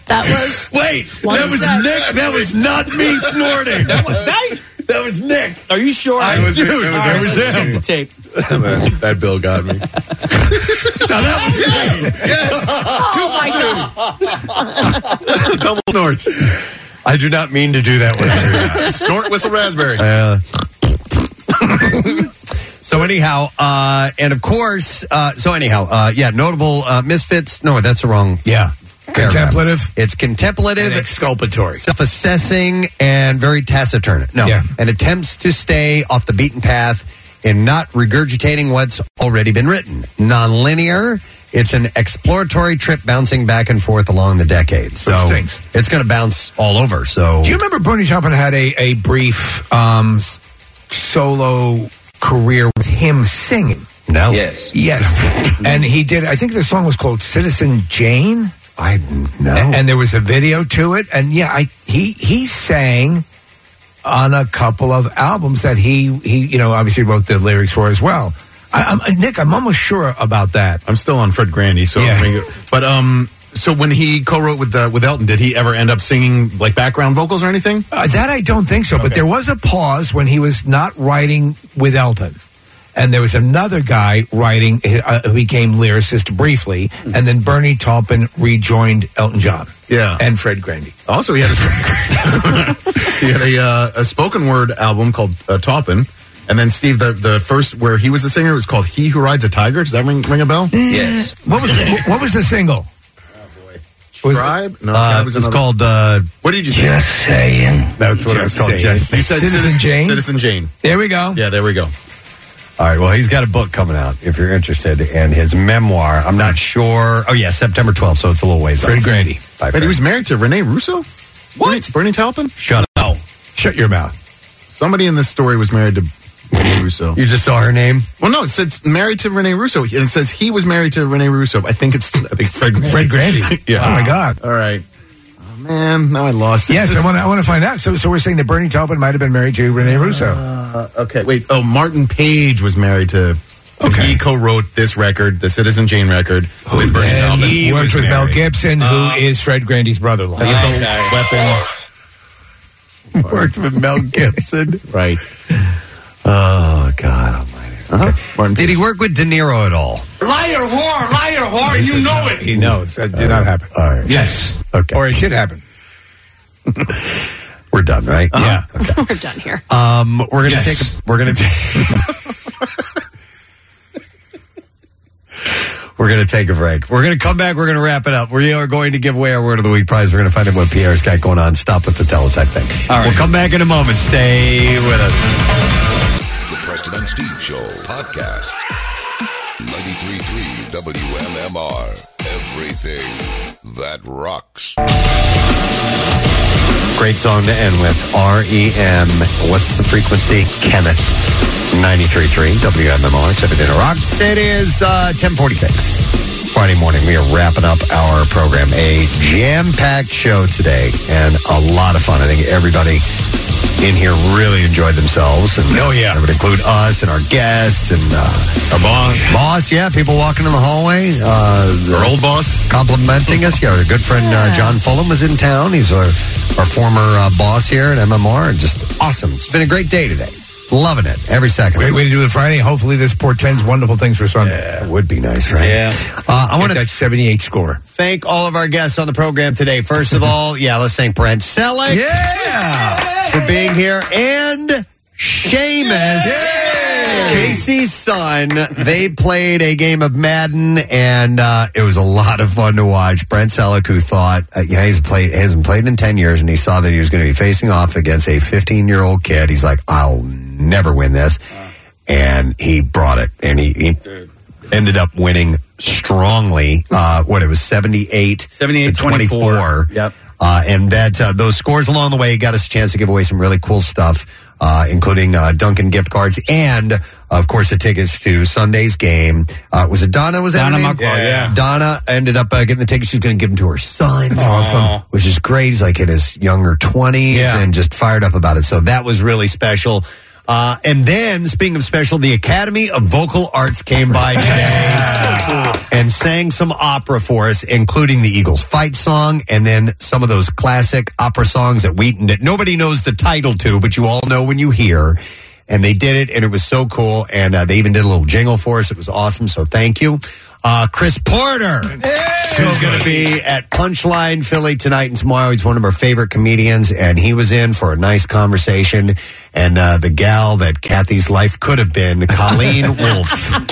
Speaker 4: That was
Speaker 3: Wait,
Speaker 4: One that was sec.
Speaker 3: Nick. That was not me snorting. that, was, Nick.
Speaker 5: Are you sure?
Speaker 3: I was-
Speaker 5: Dude,
Speaker 3: it was- it
Speaker 5: all right,
Speaker 3: was
Speaker 5: let's
Speaker 3: him.
Speaker 5: shoot the tape.
Speaker 7: [LAUGHS] that, that bill got me.
Speaker 3: Now that was
Speaker 7: [LAUGHS]
Speaker 3: [LAUGHS]
Speaker 7: Double snorts.
Speaker 3: I do not mean to do that when I do that.
Speaker 7: [LAUGHS] Snort whistle raspberry.
Speaker 3: Uh, [LAUGHS] so anyhow, uh, and of course, uh, so anyhow, uh, yeah, notable uh, misfits. No, that's the wrong.
Speaker 1: Yeah.
Speaker 3: paragraph.
Speaker 1: Contemplative.
Speaker 3: It's contemplative.
Speaker 1: And exculpatory.
Speaker 3: self-assessing and very taciturn. No,
Speaker 1: Yeah.
Speaker 3: and attempts to stay off the beaten path and not regurgitating what's already been written. Nonlinear. It's an exploratory trip bouncing back and forth along the decades. So
Speaker 1: Which stinks.
Speaker 3: it's going to bounce all over. So
Speaker 1: Do you remember Bernie Taupin had a, a brief um, s- solo career with him singing?
Speaker 3: no,
Speaker 5: Yes.
Speaker 1: [LAUGHS] Yes. and he did, I think the song was called Citizen Jane.
Speaker 3: I no.
Speaker 1: A- And there was a video to it. And yeah, I, he, he sang on a couple of albums that he, he, you know, obviously wrote the lyrics for as well. I, I'm, Nick, I'm almost sure about that.
Speaker 7: I'm still on Fred Grandy, so
Speaker 1: Yeah.
Speaker 7: I mean, but um so when he co-wrote with uh, with Elton, did he ever end up singing like background vocals or anything?
Speaker 1: Uh, that I don't think so. But
Speaker 7: Okay.
Speaker 1: there was a pause when he was not writing with Elton. And there was another guy writing uh, who became lyricist briefly.
Speaker 7: Mm-hmm.
Speaker 1: And then Bernie Taupin rejoined Elton John
Speaker 7: Yeah.
Speaker 1: and Fred Grandy.
Speaker 7: [LAUGHS] Also, he had a he had a, uh, a spoken word album called uh, Taupin, And then Steve, the, the first where he was a singer was called "He Who Rides a Tiger." Does that ring ring a bell?
Speaker 5: Yes.
Speaker 1: What was the, what was the single?
Speaker 7: Tribe? No,
Speaker 3: Uh,
Speaker 7: Tribe
Speaker 3: it's
Speaker 7: was another-
Speaker 3: called. Uh,
Speaker 7: What did you say? Just saying. That's what it was
Speaker 3: Just
Speaker 7: called.
Speaker 3: saying.
Speaker 7: Just
Speaker 3: You said Citizen Jane?
Speaker 7: Citizen Jane.
Speaker 1: There we go.
Speaker 7: Yeah, there we go.
Speaker 3: All right. Well, he's got a book coming out if you're interested, and his memoir. I'm not sure. Oh yeah, September 12th, so it's a little ways.
Speaker 1: Fred
Speaker 3: off.
Speaker 1: Grandy.
Speaker 3: Bye,
Speaker 7: But
Speaker 3: Fred.
Speaker 7: he was married to Renee
Speaker 3: [LAUGHS]
Speaker 7: Russo. What? Bernie Taupin?
Speaker 3: Shut
Speaker 7: up.
Speaker 1: Shut your mouth.
Speaker 7: Somebody in this story was married to Renee Russo.
Speaker 3: You just saw her name.
Speaker 7: Well, no, it says married to Renee Russo, and it says he was married to Renee Russo. I think it's I think it's Fred.
Speaker 1: Fred Grandy.
Speaker 7: [LAUGHS] yeah.
Speaker 1: Oh my God.
Speaker 7: All right. Oh, man, now I lost. it.
Speaker 1: Yes,
Speaker 7: This-
Speaker 1: I want I want to find out. So so we're saying that Bernie Taupin might have been married to Rene Russo.
Speaker 7: Uh, okay, wait. Oh, Martin Page was married to. Okay. He co-wrote this record, the Citizen Jane record, with Bernie
Speaker 1: And
Speaker 7: Taupin.
Speaker 1: he works with Mel Gibson,
Speaker 7: Uh,
Speaker 1: who is Fred Grandy's brother-in-law.
Speaker 7: Weapon.
Speaker 3: Oh, [LAUGHS] Worked with Mel Oh, Gibson.
Speaker 7: right.
Speaker 3: Oh God Almighty.
Speaker 1: Uh-huh.
Speaker 3: Okay. Did he work with De Niro at all?
Speaker 5: Liar, whore, liar,
Speaker 1: Oh,
Speaker 5: whore.
Speaker 3: This
Speaker 5: you
Speaker 3: is
Speaker 5: know
Speaker 3: not-
Speaker 5: it.
Speaker 1: He knows that did not happen.
Speaker 3: All right.
Speaker 1: Yes.
Speaker 3: Okay.
Speaker 1: Or it did happen.
Speaker 3: [LAUGHS]
Speaker 1: Uh-huh.
Speaker 3: We're done, right? Yeah.
Speaker 4: [LAUGHS] We're done here.
Speaker 3: Um, we're gonna
Speaker 4: Yes.
Speaker 3: take. A, we're gonna take. we're gonna take a break. We're gonna come back. We're gonna wrap it up. We are going to give away our word of the week prize. We're gonna find out what Pierre's got going on. Stop with the teletype thing. All right. We'll come back in a moment. Stay with us.
Speaker 10: The Preston and Steve Show podcast. 93.3 WMMR. Everything that rocks.
Speaker 3: Great song to end with. R E M. What's the frequency? Kenneth. 93.3 WMMR. It's everything that rocks. It is uh, 1046. Friday morning. We are wrapping up our program. A jam-packed show today and a lot of fun. I think everybody in here really enjoyed themselves. And oh, yeah. That would include us and our guests and uh,
Speaker 7: our boss.
Speaker 3: Boss, yeah. People walking in the hallway. Uh,
Speaker 7: Our old boss.
Speaker 3: Complimenting us. Yeah, our good friend uh, John Fulham was in town. He's our, our former uh, boss here at MMR. And just awesome. It's been a great day today. Loving it every second.
Speaker 1: Great way to do it Friday. Hopefully, this portends wonderful things for Sunday.
Speaker 3: That would be nice, right? Yeah. Uh, I want
Speaker 1: that 78 score.
Speaker 3: thank all of our guests on the program today. First of all, [LAUGHS] yeah, let's thank Brent Selleck for being here and Seamus. Casey's son, they played a game of Madden, and uh, it was a lot of fun to watch. Brent Selleck, who thought uh, yeah, he's played hasn't played in ten years, and he saw that he was going to be facing off against a 15 year old kid. He's like, "I'll never win this,"
Speaker 5: Uh.
Speaker 3: and he brought it, and he, he ended up winning strongly. Uh, what it was 78,
Speaker 5: 78,
Speaker 3: 24.
Speaker 5: 24. Yep.
Speaker 3: Uh, and that uh, those scores along the way got us a chance to give away some really cool stuff, uh, including uh, Duncan gift cards and, of course, the tickets to Sunday's game. Uh, was it Donna? Was that
Speaker 5: Donna
Speaker 3: her name?
Speaker 5: McCall, yeah.
Speaker 3: Donna ended up uh, getting the tickets. She's going to give them to her son.
Speaker 5: Awesome.
Speaker 3: which is great. He's like in his younger twenties and just fired up about it. So that was really special. Uh, and then, speaking of special, the Academy of Vocal Arts came by today and sang some opera for us, including the Eagles fight song and then some of those classic opera songs that we that nobody knows the title to, but you all know when you hear. And they did it, and it was so cool. And uh, they even did a little jingle for us. It was awesome. So thank you, uh, Chris Porter, who's going to be at Punchline Philly tonight and tomorrow. He's one of our favorite comedians, and he was in for a nice conversation. And uh, the gal that Kathy's life could have been,
Speaker 6: [LAUGHS]
Speaker 11: [LAUGHS]
Speaker 3: Colleen Wolf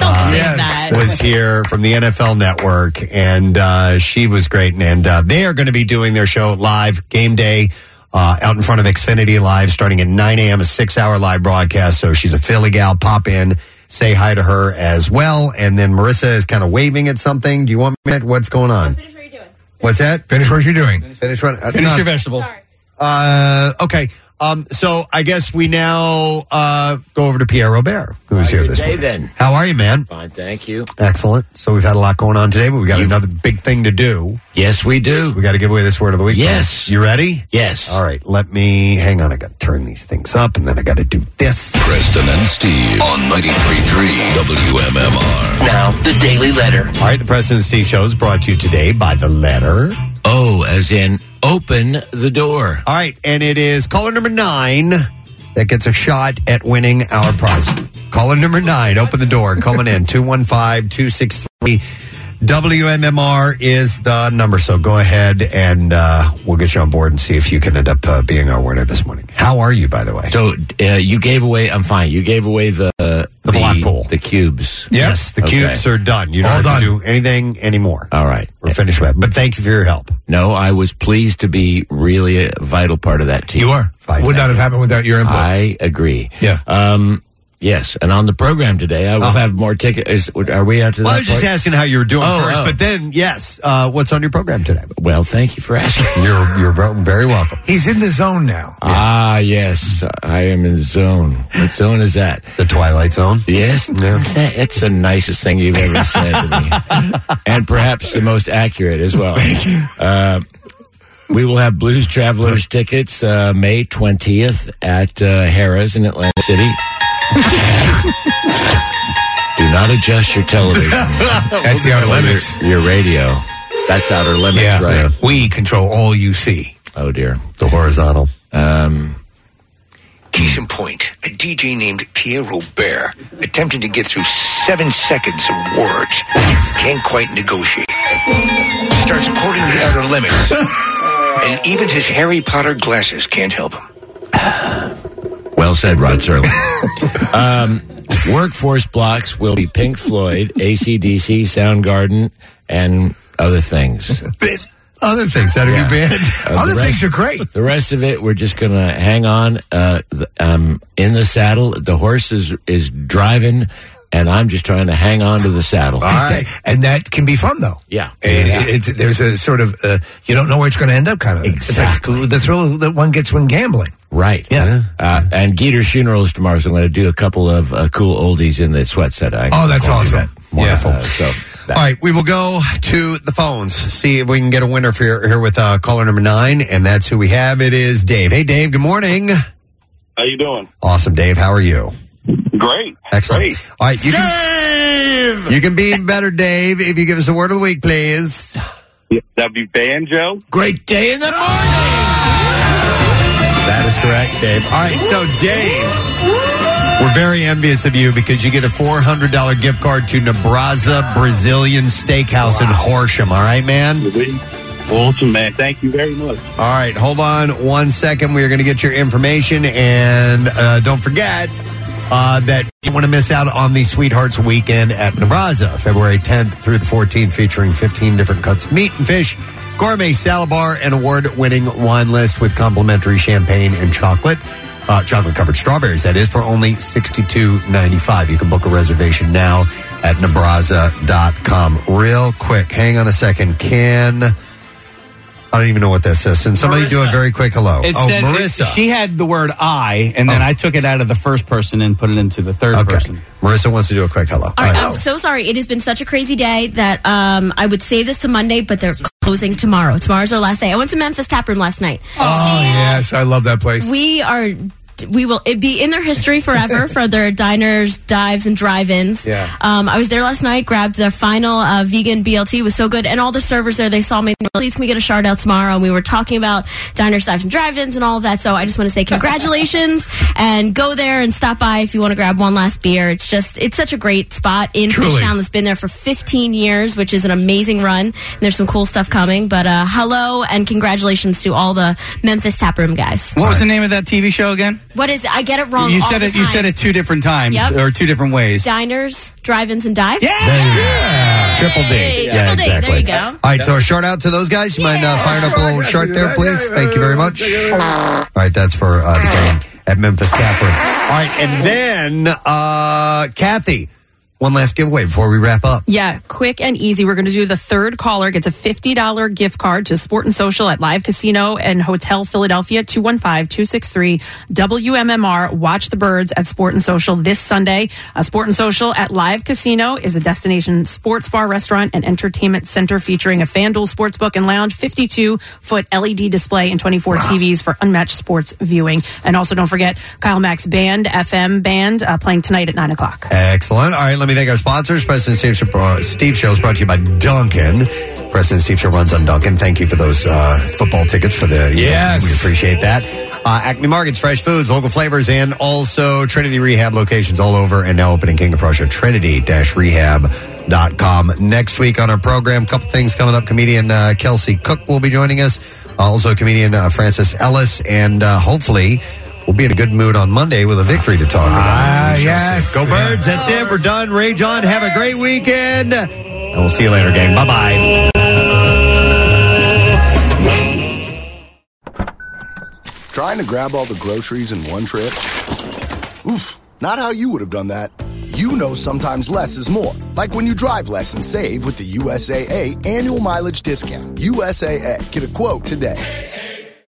Speaker 3: Uh, was here from the NFL Network, and uh, she was great. And uh, they are going to be doing their show live game day. Uh, out in front of Xfinity Live starting at 9 a.m., a six hour live broadcast. So she's a Philly gal. Pop in, say hi to her as well. And then Marissa is kind of waving at something. Do you want me? What's going on? Finish what you're doing. What's that?
Speaker 1: Finish what you're doing.
Speaker 3: Finish, what,
Speaker 11: Finish
Speaker 3: no.
Speaker 11: your vegetables.
Speaker 3: Uh, okay. Um, so I guess we now uh, go over to Pierre Robert, who's here this
Speaker 2: day
Speaker 3: morning.
Speaker 2: then.
Speaker 3: How are you, man?
Speaker 2: Fine, thank you.
Speaker 3: Excellent. So we've had a lot going on today, but we got another big thing to do.
Speaker 2: Yes, we do.
Speaker 3: We got to give away this word of the week.
Speaker 2: Yes.
Speaker 3: You ready?
Speaker 2: Yes.
Speaker 3: All right. Let me hang on. I got to turn these things up, and then I got to do this.
Speaker 10: Preston and Steve on 93.3 WMMR.
Speaker 3: Now, the Daily Letter. All right. The President Steve Show is brought to you today by the letter.
Speaker 2: Oh, as in open the door.
Speaker 3: All right. And it is caller number nine that gets a shot at winning
Speaker 2: [LAUGHS]
Speaker 3: our prize. Caller number nine, open the door. Coming in 215 263 WMMR is the number, so go ahead and uh, we'll get you on board and see if you can end up uh, being our winner this morning. How are you, by the way?
Speaker 2: So uh, you gave away. I'm fine. You gave away the the, pool, the cubes.
Speaker 3: Yes, the
Speaker 2: Okay.
Speaker 3: cubes are done. You don't
Speaker 2: All
Speaker 3: have to
Speaker 2: done.
Speaker 3: do anything anymore.
Speaker 2: All right,
Speaker 3: we're finished with. it. But thank you for your help.
Speaker 2: No, I was pleased to be really a vital part of that team.
Speaker 1: You are. Would not have happened without your input.
Speaker 2: I agree.
Speaker 1: Yeah.
Speaker 2: Um, yes, and on the program today, I will have more tickets. Are we out to
Speaker 3: Uh-huh. Well,
Speaker 2: that
Speaker 3: I was just
Speaker 2: point?
Speaker 3: asking how you were doing
Speaker 2: Oh,
Speaker 3: first,
Speaker 2: oh.
Speaker 3: but then yes, uh, what's on your program today?
Speaker 2: Well, thank you for asking. [LAUGHS]
Speaker 3: You're you're very welcome.
Speaker 1: He's in the zone now.
Speaker 2: Ah, yes, I am in zone. What zone is that?
Speaker 3: The Twilight Zone.
Speaker 2: Yes, That- that's the nicest thing
Speaker 1: [LAUGHS]
Speaker 2: you've ever said to me, and perhaps the most accurate as well. Uh, we will have Blues Travelers tickets uh, May twentieth at uh, Harrah's in
Speaker 1: [LAUGHS]
Speaker 2: Atlantic City. Do not adjust your television.
Speaker 1: That's the outer limits.
Speaker 2: Your, your radio. That's outer limits,
Speaker 1: Yeah.
Speaker 2: right?
Speaker 1: We control all you see.
Speaker 2: Oh dear.
Speaker 3: The horizontal.
Speaker 2: Um,
Speaker 1: Case in point, a DJ named Pierre Robert attempting to get through seven seconds of words. Can't quite negotiate. Starts quoting the outer
Speaker 3: [LAUGHS]
Speaker 1: limits. And even his Harry Potter glasses can't help him.
Speaker 2: Well said, Rod
Speaker 1: [LAUGHS]
Speaker 2: Serling. um, workforce blocks will be Pink Floyd, ACDC, Soundgarden, and
Speaker 1: [LAUGHS]
Speaker 2: other things.
Speaker 3: Other things that are
Speaker 2: Yeah.
Speaker 3: your band. [LAUGHS]
Speaker 2: Uh, the rest- The rest of it, we're just going to hang on. Uh, the, um, in the saddle, the horse is, is driving, and I'm just trying to hang on to the saddle.
Speaker 1: And that can be fun, though.
Speaker 2: Yeah.
Speaker 1: It-
Speaker 2: Yeah.
Speaker 1: it's, there's a sort of uh, you don't know where it's going to end up kind of exactly the thrill that one gets when gambling.
Speaker 2: Right. Yeah. Uh, and Geeter's funeral is tomorrow, so I'm going to do a couple of uh, cool oldies in the sweat set. I
Speaker 1: Oh, that's awesome.
Speaker 3: Wonderful.
Speaker 2: Uh, so
Speaker 3: All right, we will go to the phones, see if we can get a winner for here with uh, caller number nine, and that's who we have. It is Dave. Hey, Dave. Good morning.
Speaker 8: How you doing?
Speaker 3: Awesome, Dave. How are you?
Speaker 8: Great.
Speaker 3: Excellent.
Speaker 8: Great.
Speaker 3: All right, you can, you can be even better, Dave, if you give us a word of the week, please.
Speaker 8: That'd be banjo.
Speaker 2: Great day in the morning.
Speaker 3: That is correct, Dave. All right, so Dave, we're very envious of you because you get a $400 gift card to Nebraza Brazilian Steakhouse in Horsham. All right, man?
Speaker 8: Awesome, man. Thank you very much.
Speaker 3: All right, hold on one second. We are going to get your information, and uh, don't forget uh, that you don't want to miss out on the Sweethearts Weekend at Nebraza, February 10th through the 14th, featuring 15 different cuts of meat and fish, gourmet salad bar, and award-winning wine list with complimentary champagne and chocolate. Uh, chocolate covered strawberries, that is, for only $62.95. You can book a reservation now at Nebraza.com. Real quick, hang on a second. Can. I don't even know what that says. And somebody do a very quick hello.
Speaker 5: It
Speaker 3: oh,
Speaker 5: said- it-
Speaker 3: Marissa. Oh.
Speaker 5: she had the word I, and then I took it out of the first person and put it into the third person.
Speaker 3: Marissa wants to do a quick hello.
Speaker 22: All right, I'm so sorry. It has been such a crazy day that um, I would save this to Monday, but they're closing tomorrow. Tomorrow's our last day. I went to Memphis Tap Room last night.
Speaker 1: Oh yes, I love that place.
Speaker 22: We are. We will it be in their history
Speaker 1: [LAUGHS]
Speaker 22: forever for their diners, dives, and drive-ins.
Speaker 1: Yeah.
Speaker 22: Um, I was there last night, grabbed their final uh, vegan BLT. It was so good, and all the servers there, they saw me. They were, Please, can we get a shout out tomorrow? And we were talking about diners, dives, and drive-ins, and all of that. So I just want to say
Speaker 1: [LAUGHS]
Speaker 22: congratulations, and go there and stop by if you want to grab one last beer. It's just it's such a great spot in
Speaker 1: Truly.
Speaker 22: Fishtown that's been there for 15 years, which is an amazing run. And there's some cool stuff coming. But uh, hello and congratulations to all the Memphis Taproom guys.
Speaker 5: What was the name of that TV show again?
Speaker 22: What is I get it wrong?
Speaker 5: you
Speaker 22: all
Speaker 5: said
Speaker 22: the
Speaker 5: it. You
Speaker 22: time.
Speaker 5: said it two different times
Speaker 22: Yep.
Speaker 5: or two different ways.
Speaker 22: Diners, drive-ins, and dives. Yeah,
Speaker 3: Triple D.
Speaker 22: Hey, Triple D, there you go.
Speaker 3: All right, so a shout out to those guys. You mind uh, firing up a little short there, please? Thank you very much. All right, that's for uh, the game at Memphis Stafford. All right, and then uh, Kathy, one last giveaway before we wrap up.
Speaker 4: Yeah, quick and easy. We're going to do the third caller gets a $50 gift card to Sport and Social at Live Casino and Hotel Philadelphia 215-263 WMMR. Watch the birds at Sport and Social this Sunday. Uh, Sport and Social at Live Casino is a destination sports bar, restaurant, and entertainment center featuring a FanDuel sportsbook and lounge, 52-foot LED E display, and 24 TVs for unmatched sports viewing. And also don't forget Kyle Max Band, FM Band, uh, playing tonight at 9 o'clock.
Speaker 3: Excellent. All right, let me thank our sponsors. President Steve Show, uh, Steve Show is brought to you by Duncan. President Steve Show runs on Duncan. Thank you for those uh, football tickets for the
Speaker 1: Yes.
Speaker 3: We appreciate that. Uh, Acme Markets, fresh foods, local flavors, and also Trinity Rehab locations all over and now open in King of Prussia, trinity-rehab.com. Next week on our program, a couple things coming up. Comedian uh, Kelsey Cook will be joining us. Also comedian uh, Francis Ellis. And uh, hopefully we'll be in a good mood on Monday with a victory to talk about.
Speaker 11: Uh,
Speaker 6: Ah, yes.
Speaker 3: Go Birds. That's it. We're done. Ray John, have a great weekend. And we'll see you later, gang. Bye bye.
Speaker 18: Trying to grab all the groceries in one trip? Oof, not how you would have done that. You know sometimes less is more. Like when you drive less and save with the USAA annual mileage discount. USAA, get a quote today.